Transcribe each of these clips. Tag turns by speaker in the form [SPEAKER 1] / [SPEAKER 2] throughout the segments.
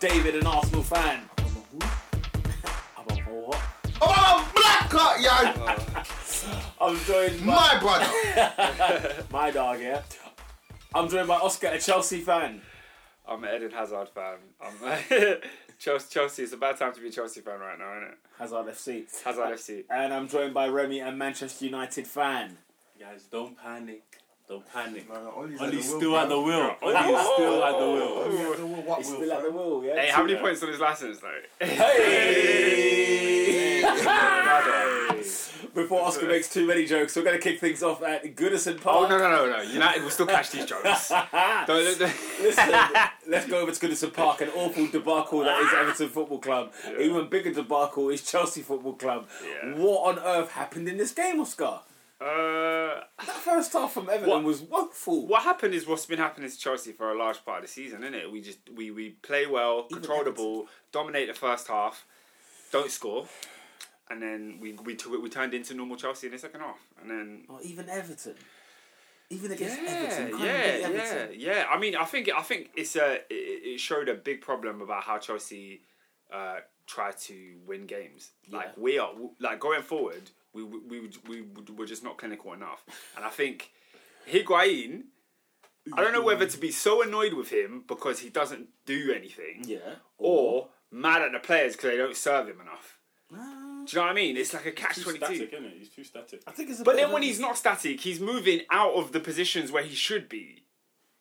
[SPEAKER 1] David, an Arsenal fan. I'm a who? I'm a what?
[SPEAKER 2] Oh, black card, yo.
[SPEAKER 1] I'm joined by
[SPEAKER 2] My brother.
[SPEAKER 1] my dog, yeah. I'm joined by Oscar, a Chelsea fan.
[SPEAKER 3] I'm an Eden Hazard fan. I'm Chelsea. Chelsea. It's a bad time to be a Chelsea fan right now, isn't it?
[SPEAKER 1] Hazard FC.
[SPEAKER 3] Hazard FC.
[SPEAKER 1] And I'm joined by Remy, a Manchester United fan.
[SPEAKER 4] Guys, don't panic. Don't panic.
[SPEAKER 2] No, no, Ollie's
[SPEAKER 4] Ollie's
[SPEAKER 2] wheel,
[SPEAKER 4] still
[SPEAKER 2] bro.
[SPEAKER 4] at the wheel. Ollie's still at the wheel.
[SPEAKER 2] Ollie's at the wheel, what
[SPEAKER 1] He's
[SPEAKER 2] wheel,
[SPEAKER 1] still at the
[SPEAKER 2] bro?
[SPEAKER 1] wheel, yeah.
[SPEAKER 3] Hey, how many points on his license though?
[SPEAKER 1] Hey!
[SPEAKER 3] Ronaldo.
[SPEAKER 1] Before Oscar makes too many jokes, we're going to kick things off at Goodison Park.
[SPEAKER 3] Oh no no no no! United will still catch these jokes. Don't- don't-
[SPEAKER 1] Listen, let's go over to Goodison Park, an awful debacle that is Everton Football Club. Even bigger debacle is Chelsea Football Club.
[SPEAKER 3] Yeah.
[SPEAKER 1] What on earth happened in this game, Oscar?
[SPEAKER 3] Uh,
[SPEAKER 1] That first half from Everton
[SPEAKER 3] What-
[SPEAKER 1] was woeful.
[SPEAKER 3] what happened is what's been happening to Chelsea for a large part of the season, isn't it? We just we, we play well, control the ball, dominate the first half, don't score, and then we we, took it- we turned into normal Chelsea in the second half, and then
[SPEAKER 1] Or even Everton. Even against Everton.
[SPEAKER 3] Yeah,
[SPEAKER 1] can't
[SPEAKER 3] yeah,
[SPEAKER 1] even beat
[SPEAKER 3] yeah,
[SPEAKER 1] Everton.
[SPEAKER 3] yeah. I mean, I think I think it's a it, it showed a big problem about how Chelsea uh, try to win games. Like
[SPEAKER 1] Yeah.
[SPEAKER 3] we are like going forward, we we we, would- we would- were just not clinical enough, and I think Higuain. I don't know whether to be so annoyed with him because he doesn't do anything,
[SPEAKER 1] Yeah.
[SPEAKER 3] or mad at the players because they don't serve him enough.
[SPEAKER 1] Uh,
[SPEAKER 3] Do you know what I mean? It's like a catch
[SPEAKER 4] He's too
[SPEAKER 3] twenty two.
[SPEAKER 4] static, isn't it? He's too static.
[SPEAKER 1] I think it's a
[SPEAKER 3] But
[SPEAKER 1] bit
[SPEAKER 3] then
[SPEAKER 1] of
[SPEAKER 3] when
[SPEAKER 1] a-
[SPEAKER 3] he's not static, he's moving out of the positions where he should be.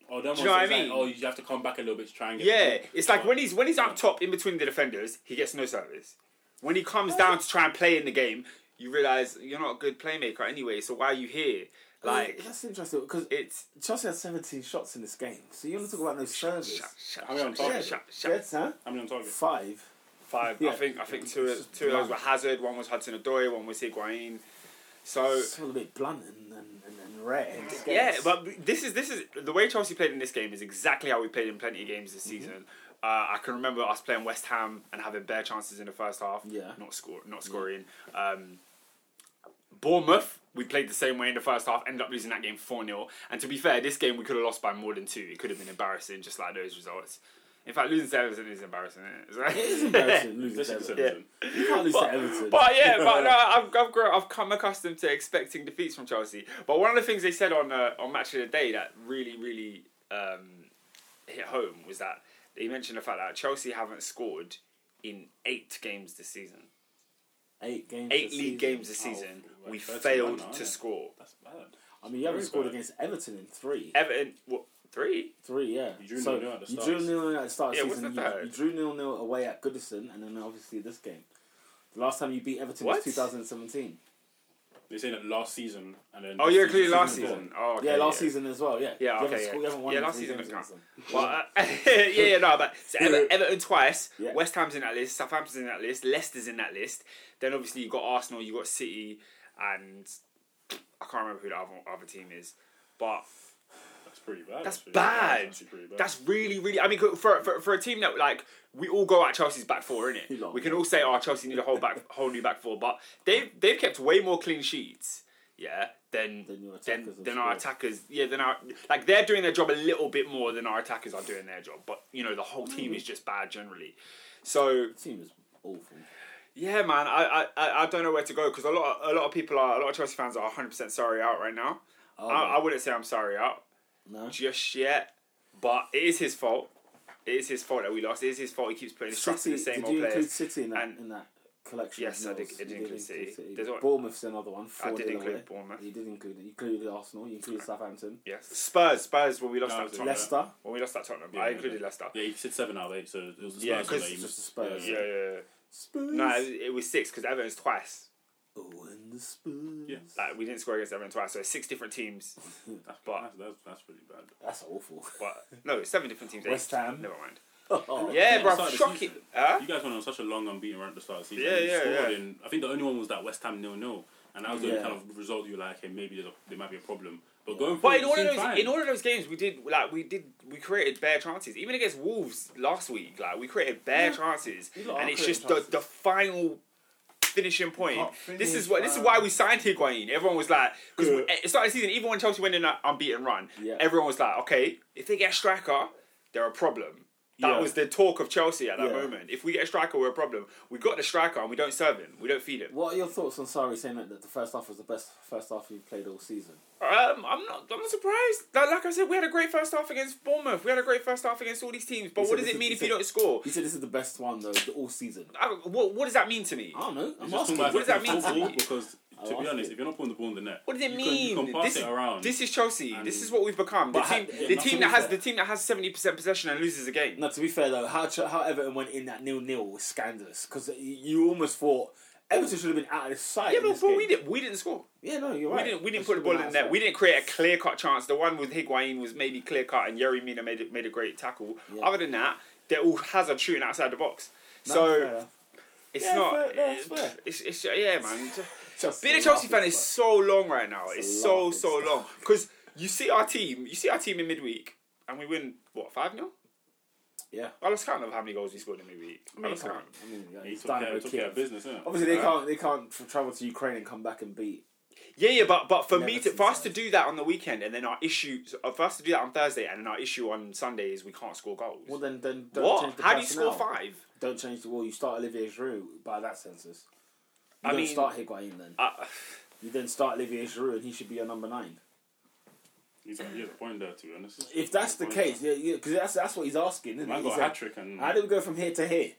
[SPEAKER 4] Oh, that
[SPEAKER 3] Do you know what I mean?
[SPEAKER 4] Like, oh, you have to come back a little bit to try and get.
[SPEAKER 3] Yeah,
[SPEAKER 4] the ball.
[SPEAKER 3] it's like when he's when he's up top in between the defenders, he gets no service. When he comes down to try and play in the game, you realize you're not a good playmaker anyway. So why are you here? Like
[SPEAKER 1] That's interesting because
[SPEAKER 3] it's
[SPEAKER 1] Chelsea had 17 shots in this game. So you want to talk about no service?
[SPEAKER 3] shut, shut,
[SPEAKER 4] I mean, I'm
[SPEAKER 3] shut,
[SPEAKER 4] talking-
[SPEAKER 3] shut, shut.
[SPEAKER 1] Yes, huh?
[SPEAKER 4] How many on target?
[SPEAKER 1] Five.
[SPEAKER 3] Five.
[SPEAKER 1] Yeah.
[SPEAKER 3] I think I think two of- two of those were Hazard, one was Hudson Odoi, one was Higuain. So
[SPEAKER 1] It's all a bit blunt and, and, and, and rare. in this game.
[SPEAKER 3] Yeah, but this is this is the way Chelsea played in this game is exactly how we played in plenty of games
[SPEAKER 1] Mm-hmm.
[SPEAKER 3] this season. Uh, I can remember us playing West Ham and having bare chances in the first half,
[SPEAKER 1] Yeah.
[SPEAKER 3] not score, not scoring. Um, Bournemouth, we played the same way in the first half, ended up losing that game four 0 And to be fair, this game we could have lost by more than two. It could have been embarrassing, just like those results. In fact, losing to Everton is embarrassing. Isn't it?
[SPEAKER 1] It is embarrassing losing to
[SPEAKER 4] Listen to
[SPEAKER 1] Everton.
[SPEAKER 4] Simpson.
[SPEAKER 1] You can't lose to Everton.
[SPEAKER 3] But yeah, but no, I've I've, grown, I've come accustomed to expecting defeats from Chelsea. But one of the things they said on uh, on Match of the Day that really really um, hit home was that they mentioned the fact that Chelsea haven't scored in eight games this season,
[SPEAKER 1] eight games.
[SPEAKER 3] eight
[SPEAKER 1] this
[SPEAKER 3] league
[SPEAKER 1] season.
[SPEAKER 3] games this
[SPEAKER 4] Oh,
[SPEAKER 3] season.
[SPEAKER 4] like
[SPEAKER 3] we
[SPEAKER 4] 31
[SPEAKER 3] failed
[SPEAKER 4] now,
[SPEAKER 3] to
[SPEAKER 4] yeah.
[SPEAKER 3] score.
[SPEAKER 4] That's bad.
[SPEAKER 1] I mean, you haven't
[SPEAKER 4] Very
[SPEAKER 1] scored
[SPEAKER 4] bad.
[SPEAKER 1] against Everton in three.
[SPEAKER 3] Everton, what three?
[SPEAKER 1] Three, yeah.
[SPEAKER 4] You drew
[SPEAKER 1] so
[SPEAKER 4] 0-0 at the
[SPEAKER 1] you
[SPEAKER 4] start.
[SPEAKER 1] drew nil nil at the start of
[SPEAKER 3] Yeah,
[SPEAKER 1] the
[SPEAKER 3] what's
[SPEAKER 1] season.
[SPEAKER 3] the
[SPEAKER 1] you,
[SPEAKER 3] third?
[SPEAKER 1] you drew nil nil away at Goodison, and then obviously this game. The last time you beat Everton
[SPEAKER 3] What?
[SPEAKER 1] was 2017.
[SPEAKER 4] They say that last season and then.
[SPEAKER 3] Oh,
[SPEAKER 4] this
[SPEAKER 3] you're including last
[SPEAKER 4] season.
[SPEAKER 3] season. Oh, okay,
[SPEAKER 1] yeah, last season as well. Yeah,
[SPEAKER 3] Yeah,
[SPEAKER 1] You haven't
[SPEAKER 3] okay,
[SPEAKER 1] scored-
[SPEAKER 3] yeah.
[SPEAKER 1] you haven't won
[SPEAKER 3] Yeah,
[SPEAKER 1] in
[SPEAKER 3] last
[SPEAKER 1] three
[SPEAKER 3] season
[SPEAKER 1] games against
[SPEAKER 3] was
[SPEAKER 1] them.
[SPEAKER 3] Well, uh, yeah, yeah, no, but so Ever- Everton twice,
[SPEAKER 1] Yeah.
[SPEAKER 3] West Ham's in that list, Southampton's in that list, Leicester's in that list. Then obviously you've got Arsenal, you've got City, and I can't remember who the other, other team is. But
[SPEAKER 4] That's pretty bad.
[SPEAKER 3] that's
[SPEAKER 4] actually.
[SPEAKER 3] bad.
[SPEAKER 4] actually pretty bad.
[SPEAKER 3] That's really, really. I mean, for, for, for a team that like we all go at Chelsea's back four, in
[SPEAKER 1] You lot.
[SPEAKER 3] it. We can all say, "Oh, Chelsea need a whole back, whole new back four. But they've they've kept way more clean sheets, yeah, than
[SPEAKER 1] Than your attackers
[SPEAKER 3] than,
[SPEAKER 1] have
[SPEAKER 3] than our
[SPEAKER 1] scored.
[SPEAKER 3] attackers. Yeah, than our like they're doing their job a little bit more than our attackers are doing their job. But you know, the whole team is just bad generally. So
[SPEAKER 1] The team is awful.
[SPEAKER 3] yeah, man, I I, I- I don't know where to go because a lot of, a lot of people are a lot of Chelsea fans are 100 percent sorry out right now. I, I wouldn't say I'm sorry out
[SPEAKER 1] No,
[SPEAKER 3] just yet, but it is his fault. It is his fault that we lost. It is his fault. He keeps putting his trust in
[SPEAKER 1] City.
[SPEAKER 3] the same
[SPEAKER 1] Did
[SPEAKER 3] old
[SPEAKER 1] you
[SPEAKER 3] players.
[SPEAKER 1] include City in that
[SPEAKER 3] And-
[SPEAKER 1] in that collection?
[SPEAKER 3] Yes, I
[SPEAKER 1] of
[SPEAKER 3] did-
[SPEAKER 1] nils?
[SPEAKER 3] I did
[SPEAKER 1] You
[SPEAKER 3] include City. There's one-
[SPEAKER 1] Bournemouth another one.
[SPEAKER 3] I
[SPEAKER 1] Four
[SPEAKER 3] did
[SPEAKER 1] nil
[SPEAKER 3] include
[SPEAKER 1] away.
[SPEAKER 3] Bournemouth.
[SPEAKER 1] You did include it. You included Arsenal. You included Southampton.
[SPEAKER 3] Yes, Spurs. Spurs when we lost
[SPEAKER 4] No, it
[SPEAKER 3] that
[SPEAKER 4] was
[SPEAKER 3] Tottenham.
[SPEAKER 4] Leicest.
[SPEAKER 1] Leicester.
[SPEAKER 3] When we lost that Tottenham,
[SPEAKER 4] Yeah,
[SPEAKER 3] I
[SPEAKER 4] yeah,
[SPEAKER 3] included
[SPEAKER 4] yeah.
[SPEAKER 3] Leicester.
[SPEAKER 4] Yeah, he said seven out of eight, so it was the Spurs.
[SPEAKER 3] Yeah, 'cause
[SPEAKER 4] that he
[SPEAKER 3] it's
[SPEAKER 4] missed.
[SPEAKER 1] just the Spurs.
[SPEAKER 3] Yeah, yeah. yeah.
[SPEAKER 1] Spurs.
[SPEAKER 3] No, it it was six because Everton's twice.
[SPEAKER 1] Oh, and the Spurs.
[SPEAKER 4] Yeah.
[SPEAKER 3] Like we didn't score against Everton twice, so it's six different teams.
[SPEAKER 4] That's,
[SPEAKER 3] But-
[SPEAKER 4] that's, that's, that's pretty bad.
[SPEAKER 1] That's awful.
[SPEAKER 3] But no, it's seven different teams.
[SPEAKER 1] West
[SPEAKER 3] Eight.
[SPEAKER 1] Ham.
[SPEAKER 3] Never mind.
[SPEAKER 1] Oh,
[SPEAKER 3] Yeah,
[SPEAKER 4] Yeah,
[SPEAKER 3] bro.
[SPEAKER 4] start the
[SPEAKER 3] Shocking.
[SPEAKER 4] season.
[SPEAKER 3] Huh?
[SPEAKER 4] You guys went on such a long unbeaten run at the start of the season.
[SPEAKER 3] Ah. Yeah,
[SPEAKER 4] You
[SPEAKER 3] yeah,
[SPEAKER 4] scored
[SPEAKER 3] yeah.
[SPEAKER 4] in- I think the only one was that West Ham nil nil, and that was the only
[SPEAKER 1] Yeah.
[SPEAKER 4] kind of result you were like, hey, maybe there's a, there might be a problem. But going
[SPEAKER 3] But
[SPEAKER 4] forward,
[SPEAKER 3] in all of
[SPEAKER 4] it
[SPEAKER 3] those,
[SPEAKER 4] seemed fine.
[SPEAKER 3] in all of those games, we did like we did we created bare chances. Even against Wolves last week, like we created bare chances,
[SPEAKER 1] You lot are
[SPEAKER 3] and it's
[SPEAKER 1] creating
[SPEAKER 3] just the, the final finishing point.
[SPEAKER 2] Can't
[SPEAKER 3] this is
[SPEAKER 2] finish,
[SPEAKER 3] what this is
[SPEAKER 2] man.
[SPEAKER 3] why we signed Higuain. Everyone was like, because
[SPEAKER 1] Yeah.
[SPEAKER 3] at the start of the season, even when Chelsea went in that unbeaten run,
[SPEAKER 1] Yeah.
[SPEAKER 3] everyone was like, okay, if they get a striker, they're a problem. That
[SPEAKER 1] Yeah.
[SPEAKER 3] was the talk of Chelsea at that
[SPEAKER 1] Yeah.
[SPEAKER 3] moment. If we get a striker, we're a problem. We got the striker and we don't serve him. We don't feed him.
[SPEAKER 1] What are your thoughts on Sari saying that, that the first half was the best first half he played all season?
[SPEAKER 3] Um, I'm not. I'm not surprised. Like, like I said, we had a great first half against Bournemouth. We had a great first half against all these teams. But
[SPEAKER 1] He
[SPEAKER 3] what
[SPEAKER 1] said
[SPEAKER 3] does
[SPEAKER 1] this
[SPEAKER 3] it
[SPEAKER 1] is-
[SPEAKER 3] mean
[SPEAKER 1] he
[SPEAKER 3] if you
[SPEAKER 1] said-
[SPEAKER 3] don't score?
[SPEAKER 1] He said this is the best one though the all season.
[SPEAKER 3] I, what, what does that mean to me?
[SPEAKER 1] I don't know. I'm
[SPEAKER 4] It's just
[SPEAKER 1] asking.
[SPEAKER 4] talking
[SPEAKER 3] What does that
[SPEAKER 4] about
[SPEAKER 3] mean to
[SPEAKER 4] football
[SPEAKER 3] you?
[SPEAKER 4] Because
[SPEAKER 1] I'll
[SPEAKER 4] to be
[SPEAKER 1] ask
[SPEAKER 4] honest,
[SPEAKER 1] you.
[SPEAKER 4] if you're not putting the ball in the net,
[SPEAKER 3] What does it
[SPEAKER 4] you
[SPEAKER 3] mean?
[SPEAKER 4] Can, you can pass
[SPEAKER 3] this
[SPEAKER 4] it
[SPEAKER 3] is-
[SPEAKER 4] around.
[SPEAKER 3] This is Chelsea.
[SPEAKER 4] And-
[SPEAKER 3] this is what we've become. The
[SPEAKER 1] But ha-
[SPEAKER 3] team,
[SPEAKER 1] yeah,
[SPEAKER 3] the
[SPEAKER 1] that's
[SPEAKER 3] team
[SPEAKER 1] what
[SPEAKER 3] that
[SPEAKER 1] we
[SPEAKER 3] has
[SPEAKER 1] said.
[SPEAKER 3] the team that has seventy percent possession and loses a game.
[SPEAKER 1] No, to be fair though, how, Ch- how Everton went in that nil nil was scandalous because you almost thought Everton should have been out of sight.
[SPEAKER 3] yeah,
[SPEAKER 1] in
[SPEAKER 3] but,
[SPEAKER 1] this
[SPEAKER 3] but
[SPEAKER 1] game.
[SPEAKER 3] we didn't. We didn't score.
[SPEAKER 1] Yeah, no, you're right.
[SPEAKER 3] We didn't. We didn't
[SPEAKER 1] They
[SPEAKER 3] put the
[SPEAKER 1] should have
[SPEAKER 3] ball
[SPEAKER 1] been
[SPEAKER 3] in
[SPEAKER 1] out
[SPEAKER 3] there.
[SPEAKER 1] of
[SPEAKER 3] We
[SPEAKER 1] sight.
[SPEAKER 3] didn't create a clear cut chance. The one with Higuain was maybe clear cut, and Yerry Mina made made a great tackle.
[SPEAKER 1] Yeah.
[SPEAKER 3] Other than that, they're all hazard shooting outside the box.
[SPEAKER 1] No,
[SPEAKER 3] so
[SPEAKER 1] fair.
[SPEAKER 3] it's
[SPEAKER 1] Yeah,
[SPEAKER 3] not.
[SPEAKER 1] fair, no, it's fair.
[SPEAKER 3] It's, it's yeah, man.
[SPEAKER 1] Just
[SPEAKER 3] Being a
[SPEAKER 1] laugh
[SPEAKER 3] Chelsea fan
[SPEAKER 1] at
[SPEAKER 3] is
[SPEAKER 1] this,
[SPEAKER 3] so long right now. It's,
[SPEAKER 1] It's a
[SPEAKER 3] so
[SPEAKER 1] laughing
[SPEAKER 3] so
[SPEAKER 1] stock.
[SPEAKER 3] long because you see our team. You see our team in midweek, and we win what five 0
[SPEAKER 1] but- Yeah.
[SPEAKER 3] I lost count of how many goals we scored in midweek. I lost count.
[SPEAKER 1] I mean, yeah,
[SPEAKER 4] He
[SPEAKER 1] it's
[SPEAKER 4] took care,
[SPEAKER 1] done
[SPEAKER 4] took care of
[SPEAKER 1] with
[SPEAKER 4] business, innit?
[SPEAKER 1] Obviously, they can't they can't tr- travel to Ukraine and come back and beat.
[SPEAKER 3] Yeah, yeah, but but for
[SPEAKER 1] Never
[SPEAKER 3] me to
[SPEAKER 1] seen
[SPEAKER 3] for us to
[SPEAKER 1] size.
[SPEAKER 3] do that on the weekend and then our issue for us to do that on Thursday and then our issue on Sunday is we can't score goals.
[SPEAKER 1] Well, then then don't change
[SPEAKER 3] what?
[SPEAKER 1] the
[SPEAKER 3] How do you score
[SPEAKER 1] personnel.
[SPEAKER 3] five?
[SPEAKER 1] Don't change the wall. You start Olivier Giroud by that census. You
[SPEAKER 3] I
[SPEAKER 1] don't
[SPEAKER 3] mean-
[SPEAKER 1] start Higuain then.
[SPEAKER 3] Uh,
[SPEAKER 1] You then start Olivier Giroud, and he should be your number nine.
[SPEAKER 4] He's got, he has a point there, to be honest.
[SPEAKER 1] If that's the
[SPEAKER 4] He's got a point
[SPEAKER 1] case, yeah, because that's that's what he's asking. Isn't
[SPEAKER 4] there. Man
[SPEAKER 1] he?
[SPEAKER 4] got
[SPEAKER 1] He's
[SPEAKER 4] a
[SPEAKER 1] like,
[SPEAKER 4] hat trick and
[SPEAKER 1] How do we go from here to here?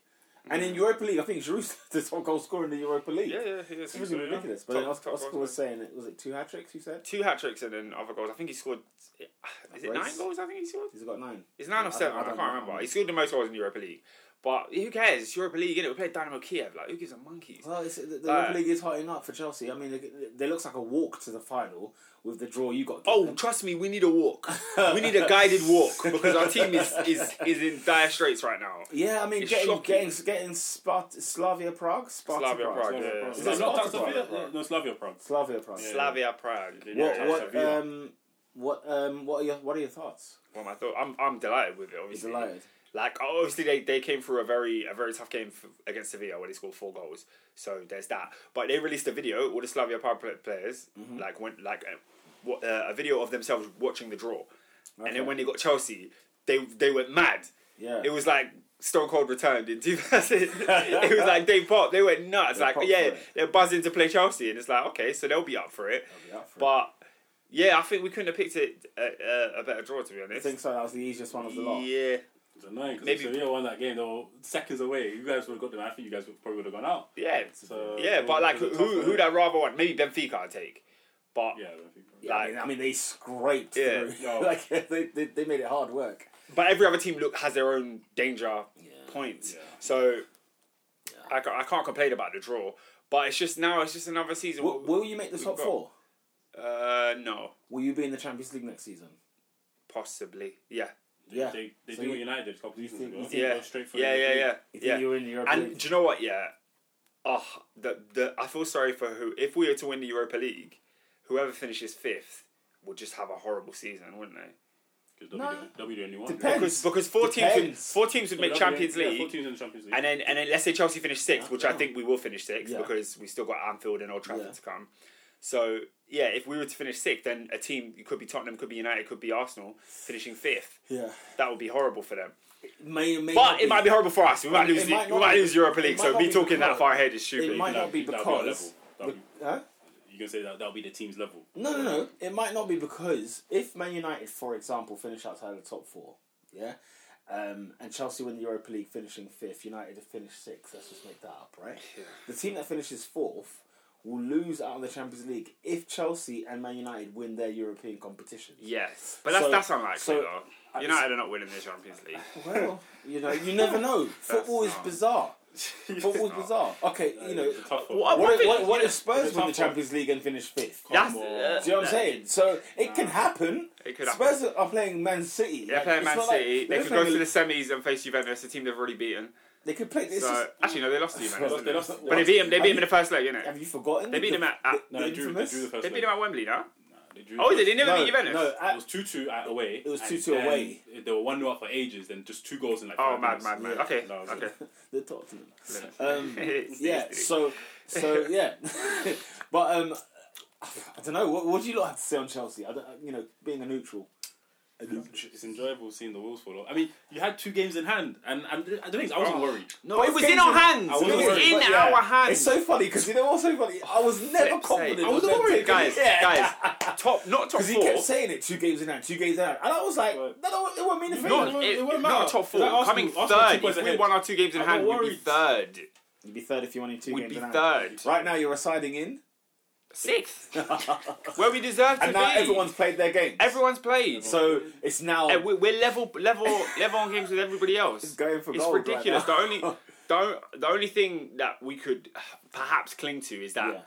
[SPEAKER 1] And in Europa League, I think Giroud's the top goal scorer in the Europa League.
[SPEAKER 3] yeah, yeah, he
[SPEAKER 1] It's
[SPEAKER 3] is.
[SPEAKER 1] really
[SPEAKER 4] So, yeah.
[SPEAKER 1] ridiculous. But
[SPEAKER 3] Top-
[SPEAKER 1] then Oscar,
[SPEAKER 3] top
[SPEAKER 1] Oscar
[SPEAKER 3] goal
[SPEAKER 1] was saying, it was it two hat tricks? You said
[SPEAKER 3] Two hat tricks and then other goals. I think he scored. Is it nine
[SPEAKER 1] Brace.
[SPEAKER 3] goals? I think he scored.
[SPEAKER 1] he's got nine.
[SPEAKER 3] It's nine or
[SPEAKER 1] I-
[SPEAKER 3] seven.
[SPEAKER 1] I
[SPEAKER 3] I,
[SPEAKER 1] don't
[SPEAKER 3] can't
[SPEAKER 1] know.
[SPEAKER 3] remember. He scored the most goals in the Europa League. But who cares? It's Europa League, innit? We played Dynamo Kiev. Like, who gives a monkeys?
[SPEAKER 1] Well, it's, the, the
[SPEAKER 3] Alright.
[SPEAKER 1] Europa League is hotting up for Chelsea. I mean, it, it looks like a walk to the final with the draw you got.
[SPEAKER 3] Oh,
[SPEAKER 1] given.
[SPEAKER 3] trust me, we need a walk. we need a guided walk because our team is, is, is in dire straits right now.
[SPEAKER 1] yeah. I mean,
[SPEAKER 3] it's
[SPEAKER 1] getting
[SPEAKER 3] shocking.
[SPEAKER 1] getting getting Spart- Slavia Prague, Sparta
[SPEAKER 3] Slavia
[SPEAKER 1] Prague,
[SPEAKER 3] Prague,
[SPEAKER 4] Slavia
[SPEAKER 3] yeah.
[SPEAKER 4] Prague.
[SPEAKER 1] Is
[SPEAKER 4] Is
[SPEAKER 1] it
[SPEAKER 4] it not
[SPEAKER 1] Slavia
[SPEAKER 4] Slavia?
[SPEAKER 1] Prague?
[SPEAKER 4] No, Slavia Prague.
[SPEAKER 1] Slavia Prague.
[SPEAKER 4] Yeah.
[SPEAKER 3] Slavia Prague.
[SPEAKER 1] What
[SPEAKER 4] Yeah,
[SPEAKER 1] what
[SPEAKER 4] Slavia.
[SPEAKER 1] um what um what are your what are your thoughts?
[SPEAKER 3] What am I thought? I'm I'm delighted with it.
[SPEAKER 1] Is
[SPEAKER 3] Obviously,
[SPEAKER 1] delighted.
[SPEAKER 3] Like obviously they, they came through a very a very tough game f against Sevilla where they scored four goals. So there's that. But they released a video. All the Slavia Prague pla- players
[SPEAKER 1] Mm-hmm.
[SPEAKER 3] like went like uh, wa- uh, a video of themselves watching the draw. And
[SPEAKER 1] Okay.
[SPEAKER 3] then when they got Chelsea, they they went mad.
[SPEAKER 1] Yeah.
[SPEAKER 3] It was like Stone Cold returned in 2000. it was like Dave Pop. They went nuts.
[SPEAKER 1] They're
[SPEAKER 3] like
[SPEAKER 1] popped
[SPEAKER 3] yeah,
[SPEAKER 1] for it.
[SPEAKER 3] they're buzzing to play Chelsea, and it's like okay, so they'll be up for it.
[SPEAKER 1] I'll be up for it.
[SPEAKER 3] But yeah, I think we couldn't have picked it a, a, a better draw to be honest.
[SPEAKER 1] I think so. That was the easiest one of the lot.
[SPEAKER 3] Yeah,
[SPEAKER 4] It's annoying because
[SPEAKER 3] Maybe-
[SPEAKER 4] Sevilla won that game. They were seconds away. You guys would have got them. I think you guys would probably would have gone out.
[SPEAKER 3] yeah,
[SPEAKER 4] So
[SPEAKER 3] yeah. But like, who who'd I rather want? Maybe Benfica I'd take. But
[SPEAKER 4] Yeah, I don't think-
[SPEAKER 1] Yeah, I, mean, I mean, they scraped
[SPEAKER 3] Yeah.
[SPEAKER 1] through.
[SPEAKER 4] No.
[SPEAKER 1] like they, they they made it hard work.
[SPEAKER 3] but every other team look has their own danger points.
[SPEAKER 4] Yeah.
[SPEAKER 3] So I, ca- I can't complain about the draw. But it's just now it's just another season.
[SPEAKER 1] Will, will you make the
[SPEAKER 3] we've
[SPEAKER 1] top
[SPEAKER 3] got-
[SPEAKER 1] four?
[SPEAKER 3] Uh, no,
[SPEAKER 1] Will you be in the Champions League next season?
[SPEAKER 3] possibly. Yeah,
[SPEAKER 1] Yeah.
[SPEAKER 4] They, they
[SPEAKER 1] So
[SPEAKER 4] do
[SPEAKER 1] you-
[SPEAKER 4] what United did a couple seasons
[SPEAKER 1] think-
[SPEAKER 4] ago.
[SPEAKER 1] you think-
[SPEAKER 3] yeah,
[SPEAKER 4] Go straight for
[SPEAKER 3] yeah,
[SPEAKER 4] the
[SPEAKER 3] yeah,
[SPEAKER 4] league.
[SPEAKER 3] yeah,
[SPEAKER 1] You think
[SPEAKER 3] yeah.
[SPEAKER 1] you're in the Europa
[SPEAKER 3] And
[SPEAKER 1] League?
[SPEAKER 3] do you know what? Yeah, oh, the the I feel sorry for who. If we were to win the Europa League, whoever finishes fifth would just have a horrible season, wouldn't they?
[SPEAKER 4] 'Cause they'll be the- they'll be the only one.
[SPEAKER 1] Depends.
[SPEAKER 3] Because because four teams would,
[SPEAKER 1] Depends.
[SPEAKER 3] four teams would
[SPEAKER 4] They'll be
[SPEAKER 3] make
[SPEAKER 4] the-
[SPEAKER 3] Champions
[SPEAKER 4] yeah,
[SPEAKER 3] League,
[SPEAKER 4] four teams in the Champions League.
[SPEAKER 3] and then and then let's say Chelsea finish sixth, which I think we will finish sixth
[SPEAKER 1] Yeah.
[SPEAKER 3] because we still got Anfield and Old Trafford
[SPEAKER 1] Yeah.
[SPEAKER 3] to come. So yeah, if we were to finish sixth, then a team it could be Tottenham, could be United, could be Arsenal finishing fifth.
[SPEAKER 1] yeah.
[SPEAKER 3] That would be horrible for them.
[SPEAKER 1] May, may
[SPEAKER 3] But
[SPEAKER 1] not
[SPEAKER 3] it might be horrible for us. We might
[SPEAKER 1] It
[SPEAKER 3] lose. the-
[SPEAKER 1] might
[SPEAKER 3] we
[SPEAKER 1] not
[SPEAKER 3] might
[SPEAKER 1] be-
[SPEAKER 3] lose Europa
[SPEAKER 1] it
[SPEAKER 3] League.
[SPEAKER 1] might
[SPEAKER 3] So
[SPEAKER 1] not
[SPEAKER 3] me
[SPEAKER 1] be
[SPEAKER 3] talking that
[SPEAKER 1] because-
[SPEAKER 3] far ahead is
[SPEAKER 1] It
[SPEAKER 3] stupid.
[SPEAKER 1] might
[SPEAKER 4] That'll
[SPEAKER 1] not be
[SPEAKER 4] that'll our
[SPEAKER 1] because.
[SPEAKER 4] level. That'll be-
[SPEAKER 1] Huh?
[SPEAKER 4] You can say that that'll be the team's level.
[SPEAKER 1] No, no, no. It might not be because if Man United, for example, finish outside of the top four, yeah, um, and Chelsea win the Europa League, finishing fifth, United have finished sixth. Let's just make that up, right? The team that finishes fourth will lose out on the Champions League if Chelsea and Man United win their European competition.
[SPEAKER 3] Yes, but that's
[SPEAKER 1] So-
[SPEAKER 3] that's unlikely
[SPEAKER 1] so-
[SPEAKER 3] though. United are not winning the Champions League.
[SPEAKER 1] Well, you know, you never know. Football is
[SPEAKER 3] not-
[SPEAKER 1] bizarre. Football is bizarre. Okay, you know,
[SPEAKER 4] It's a tough one.
[SPEAKER 3] What-
[SPEAKER 1] what if, what, what if
[SPEAKER 4] It's a
[SPEAKER 1] Spurs win the
[SPEAKER 4] tough one.
[SPEAKER 1] Champions League and finish fifth?
[SPEAKER 3] That's, uh,
[SPEAKER 4] on.
[SPEAKER 1] Do you know what I'm saying? So it can happen.
[SPEAKER 3] It could
[SPEAKER 1] Spurs are playing Man City.
[SPEAKER 3] They're
[SPEAKER 1] Like,
[SPEAKER 3] playing
[SPEAKER 1] it's
[SPEAKER 3] Man
[SPEAKER 1] not like-
[SPEAKER 3] City.
[SPEAKER 1] they're
[SPEAKER 3] they could
[SPEAKER 1] playing
[SPEAKER 3] go
[SPEAKER 1] a-
[SPEAKER 3] to the semis and face Juventus, a team they've already beaten.
[SPEAKER 1] They could play. This
[SPEAKER 3] So
[SPEAKER 1] is,
[SPEAKER 3] actually, no, they lost to Juventus.
[SPEAKER 4] lost- they
[SPEAKER 3] didn't
[SPEAKER 4] lost-
[SPEAKER 3] But they beat them. They
[SPEAKER 1] Have
[SPEAKER 3] beat
[SPEAKER 1] you-
[SPEAKER 3] them in the first leg, innit?
[SPEAKER 1] have you forgotten?
[SPEAKER 3] They beat
[SPEAKER 1] the,
[SPEAKER 3] them at- at-
[SPEAKER 1] the,
[SPEAKER 4] No, they
[SPEAKER 1] the
[SPEAKER 4] drew, they
[SPEAKER 1] infamous.
[SPEAKER 4] drew the first
[SPEAKER 3] They beat
[SPEAKER 4] leg.
[SPEAKER 3] them at Wembley, no?
[SPEAKER 4] Nah, they drew
[SPEAKER 3] Oh,
[SPEAKER 4] the first-
[SPEAKER 3] they didn't beat Juventus.
[SPEAKER 1] no,
[SPEAKER 4] It
[SPEAKER 1] at,
[SPEAKER 4] was 2 2 at away.
[SPEAKER 1] It was
[SPEAKER 4] and
[SPEAKER 1] 2-2
[SPEAKER 4] then
[SPEAKER 1] away.
[SPEAKER 4] They were 1 0 up for ages, then just two goals in like
[SPEAKER 3] Oh,
[SPEAKER 4] five
[SPEAKER 3] mad,
[SPEAKER 4] minutes.
[SPEAKER 3] mad, mad.
[SPEAKER 1] Yeah.
[SPEAKER 3] Okay,
[SPEAKER 4] No, it's-
[SPEAKER 3] okay.
[SPEAKER 1] the Tottenham. Um,
[SPEAKER 3] It's-
[SPEAKER 1] yeah.
[SPEAKER 3] it's-
[SPEAKER 1] So, so yeah. but um, I don't know. What, what do you lot have to say on Chelsea? I don't, you know, being a neutral.
[SPEAKER 4] It's enjoyable seeing the wheels fall off. I mean, you had two games in hand, and, and the thing is, I wasn't
[SPEAKER 3] Oh.
[SPEAKER 4] worried.
[SPEAKER 1] No,
[SPEAKER 3] But it
[SPEAKER 1] it's
[SPEAKER 3] was
[SPEAKER 1] games
[SPEAKER 3] in our hands.
[SPEAKER 4] I
[SPEAKER 3] It
[SPEAKER 4] wasn't
[SPEAKER 3] was
[SPEAKER 4] worried,
[SPEAKER 3] in
[SPEAKER 1] but yeah.
[SPEAKER 3] our hands.
[SPEAKER 1] It's so funny because you know what's so funny? I was never confident.
[SPEAKER 3] I was
[SPEAKER 1] on them
[SPEAKER 3] worried,
[SPEAKER 1] two
[SPEAKER 3] guys.
[SPEAKER 1] games.
[SPEAKER 3] Guys, top not top
[SPEAKER 1] Because he kept
[SPEAKER 3] four.
[SPEAKER 1] saying it, two games in hand, two games in hand. And I was like,
[SPEAKER 4] Right.
[SPEAKER 1] no, no, it won't mean a thing.
[SPEAKER 3] Not,
[SPEAKER 4] won't-
[SPEAKER 3] it,
[SPEAKER 4] it won't
[SPEAKER 3] not
[SPEAKER 4] matter.
[SPEAKER 3] top four.
[SPEAKER 4] Like Arsenal-
[SPEAKER 3] Coming
[SPEAKER 4] Arsenal two
[SPEAKER 3] third.
[SPEAKER 4] points
[SPEAKER 3] If we
[SPEAKER 4] ahead.
[SPEAKER 3] won our two games in
[SPEAKER 4] I'm
[SPEAKER 3] hand,
[SPEAKER 4] not
[SPEAKER 3] we'd be third.
[SPEAKER 1] You'd be third if you wanted 2
[SPEAKER 3] We'd
[SPEAKER 1] games
[SPEAKER 3] be
[SPEAKER 1] in hand.
[SPEAKER 3] third.
[SPEAKER 1] Right now, you're residing in,
[SPEAKER 3] Sixth. Where we deserve to
[SPEAKER 1] and
[SPEAKER 3] be.
[SPEAKER 1] now everyone's played their game.
[SPEAKER 3] Everyone's played.
[SPEAKER 1] So it's now
[SPEAKER 3] Uh, we- we're level level level on games with everybody else.
[SPEAKER 1] going for
[SPEAKER 3] it's
[SPEAKER 1] gold right
[SPEAKER 3] ridiculous.
[SPEAKER 1] now.
[SPEAKER 3] the only the, the only thing that we could perhaps cling to is that
[SPEAKER 1] Yeah.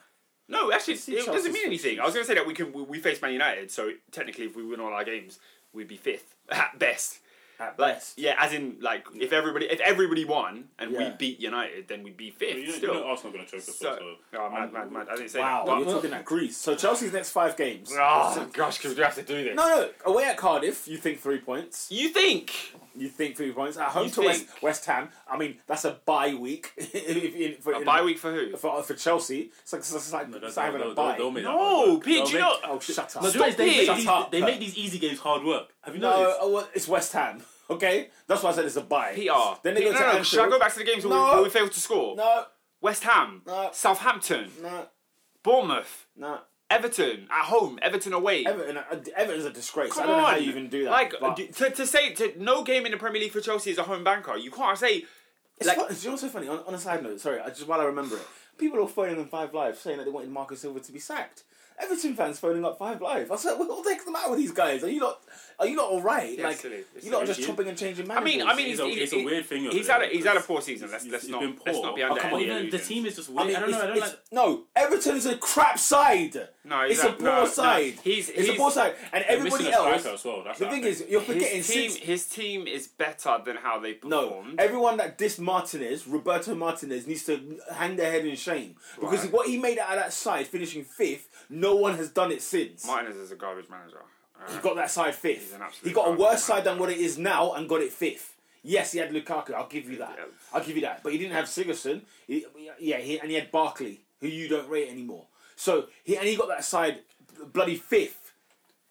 [SPEAKER 3] no, actually,
[SPEAKER 1] see
[SPEAKER 3] it doesn't
[SPEAKER 1] Chelsea's
[SPEAKER 3] mean anything. I was going to say that we can we, we face Man United, so technically, if we win all our games, we'd be fifth at best.
[SPEAKER 1] At
[SPEAKER 3] Like
[SPEAKER 1] best.
[SPEAKER 3] yeah, as in like if everybody if everybody won and we
[SPEAKER 1] Yeah.
[SPEAKER 3] beat United, then we'd be fifth
[SPEAKER 4] But You know, you
[SPEAKER 3] still.
[SPEAKER 4] know Arsenal going to choke us.
[SPEAKER 3] so,
[SPEAKER 4] So, so.
[SPEAKER 3] oh, mad, mad, mad. I didn't say
[SPEAKER 1] Wow,
[SPEAKER 3] that.
[SPEAKER 1] you're
[SPEAKER 3] But,
[SPEAKER 1] talking at Greece. So Chelsea's next five games.
[SPEAKER 3] oh gosh, because we have to do this.
[SPEAKER 1] No, no, away at Cardiff, you think three points.
[SPEAKER 3] You think?
[SPEAKER 1] You think three points. At home
[SPEAKER 3] You
[SPEAKER 1] to West,
[SPEAKER 3] think.
[SPEAKER 1] West Ham, I mean, that's a bye week. if, in, for,
[SPEAKER 3] A
[SPEAKER 1] in-
[SPEAKER 3] bye week for who?
[SPEAKER 1] For, for Chelsea. It's like, it's like,
[SPEAKER 4] No, that's-
[SPEAKER 1] it's not even
[SPEAKER 4] they'll-
[SPEAKER 1] a
[SPEAKER 4] they'll-
[SPEAKER 1] bye.
[SPEAKER 4] they'll make that hard
[SPEAKER 3] No,
[SPEAKER 4] work.
[SPEAKER 3] Pete,
[SPEAKER 4] They'll
[SPEAKER 3] do you
[SPEAKER 4] make-
[SPEAKER 3] know?
[SPEAKER 1] Oh, shut up.
[SPEAKER 4] No, the thing is, they,
[SPEAKER 3] Stop
[SPEAKER 4] make
[SPEAKER 3] it.
[SPEAKER 4] these,
[SPEAKER 1] Shut up.
[SPEAKER 4] they make these easy games hard work. Have you
[SPEAKER 1] No,
[SPEAKER 4] noticed?
[SPEAKER 1] oh, well, it's West Ham. Okay, that's why I said it's a bye.
[SPEAKER 3] PR.
[SPEAKER 1] Then they go
[SPEAKER 3] no,
[SPEAKER 1] to
[SPEAKER 3] no,
[SPEAKER 1] Anfield.
[SPEAKER 3] Should I go back to the games where,
[SPEAKER 1] No.
[SPEAKER 3] we, where we failed to score?
[SPEAKER 1] No,
[SPEAKER 3] West Ham,
[SPEAKER 1] No.
[SPEAKER 3] Southampton,
[SPEAKER 1] Uh, no,
[SPEAKER 3] Bournemouth,
[SPEAKER 1] no.
[SPEAKER 3] Everton at home, Everton away.
[SPEAKER 1] Everton, uh, Everton's a disgrace.
[SPEAKER 3] Come
[SPEAKER 1] I don't know
[SPEAKER 3] on.
[SPEAKER 1] how you even do that.
[SPEAKER 3] Like uh,
[SPEAKER 1] but-
[SPEAKER 3] d- to, to say to, no game in the Premier League for Chelsea is a home banker. You can't say
[SPEAKER 1] It's,
[SPEAKER 3] Like-
[SPEAKER 1] fu- it's also funny. On, on a side note, sorry, I just while I remember it, people are phoning on Five Live saying that they wanted Marcus Silva to be sacked. Everton fans phoning up Five Live. I said, "What the heck's the matter with these guys? Are you not? Are you not all right?
[SPEAKER 3] Yeah,
[SPEAKER 1] like,
[SPEAKER 3] silly. It's
[SPEAKER 1] you're not
[SPEAKER 3] silly.
[SPEAKER 1] just chopping and changing
[SPEAKER 3] I
[SPEAKER 1] managers."
[SPEAKER 3] mean, I mean,
[SPEAKER 4] It's
[SPEAKER 3] he's,
[SPEAKER 4] a-
[SPEAKER 3] he-
[SPEAKER 4] it's a
[SPEAKER 3] he-
[SPEAKER 4] weird thing,
[SPEAKER 3] He's
[SPEAKER 4] though,
[SPEAKER 3] had a, he's had a
[SPEAKER 4] because
[SPEAKER 3] poor season. Let's
[SPEAKER 4] It's-
[SPEAKER 3] let's
[SPEAKER 4] it's
[SPEAKER 3] not
[SPEAKER 4] been
[SPEAKER 3] let's
[SPEAKER 4] poor.
[SPEAKER 3] not be
[SPEAKER 4] Oh,
[SPEAKER 3] under.
[SPEAKER 4] come on,
[SPEAKER 3] any
[SPEAKER 4] even the
[SPEAKER 3] illusions.
[SPEAKER 4] team is just
[SPEAKER 1] I
[SPEAKER 4] weird. I,
[SPEAKER 1] mean,
[SPEAKER 4] don't know.
[SPEAKER 1] it's-
[SPEAKER 4] I don't
[SPEAKER 1] it's-
[SPEAKER 4] like.
[SPEAKER 1] no, Everton's a crap side.
[SPEAKER 3] No,
[SPEAKER 1] it's a
[SPEAKER 3] exact-
[SPEAKER 1] poor
[SPEAKER 3] no, no.
[SPEAKER 1] side.
[SPEAKER 3] He's-
[SPEAKER 1] it's a
[SPEAKER 3] he's-
[SPEAKER 1] poor side, and
[SPEAKER 4] They're missing
[SPEAKER 1] everybody
[SPEAKER 4] a
[SPEAKER 1] else.
[SPEAKER 4] striker as well, that's
[SPEAKER 1] The
[SPEAKER 4] that
[SPEAKER 1] thing
[SPEAKER 4] thing.
[SPEAKER 1] is, you're forgetting
[SPEAKER 3] His team,
[SPEAKER 1] six
[SPEAKER 3] his team is better than how they
[SPEAKER 1] No,
[SPEAKER 3] performed.
[SPEAKER 1] everyone that dissed Martinez, Roberto Martinez, needs to hang their head in shame because
[SPEAKER 3] Right.
[SPEAKER 1] what he made out of that side, finishing fifth, no one has done it since.
[SPEAKER 3] Martinez is a garbage manager. Uh,
[SPEAKER 1] he got that side
[SPEAKER 3] He's
[SPEAKER 1] fifth.
[SPEAKER 3] an absolute
[SPEAKER 1] He got a
[SPEAKER 3] garbage
[SPEAKER 1] worse side
[SPEAKER 3] manager.
[SPEAKER 1] than what it is now and got it fifth. Yes, he had Lukaku. I'll give you that.
[SPEAKER 3] Yeah.
[SPEAKER 1] I'll give you that. But he didn't have Sigerson. He, yeah, he, and he had Barkley, who you don't rate anymore. So he and he got that side bloody fifth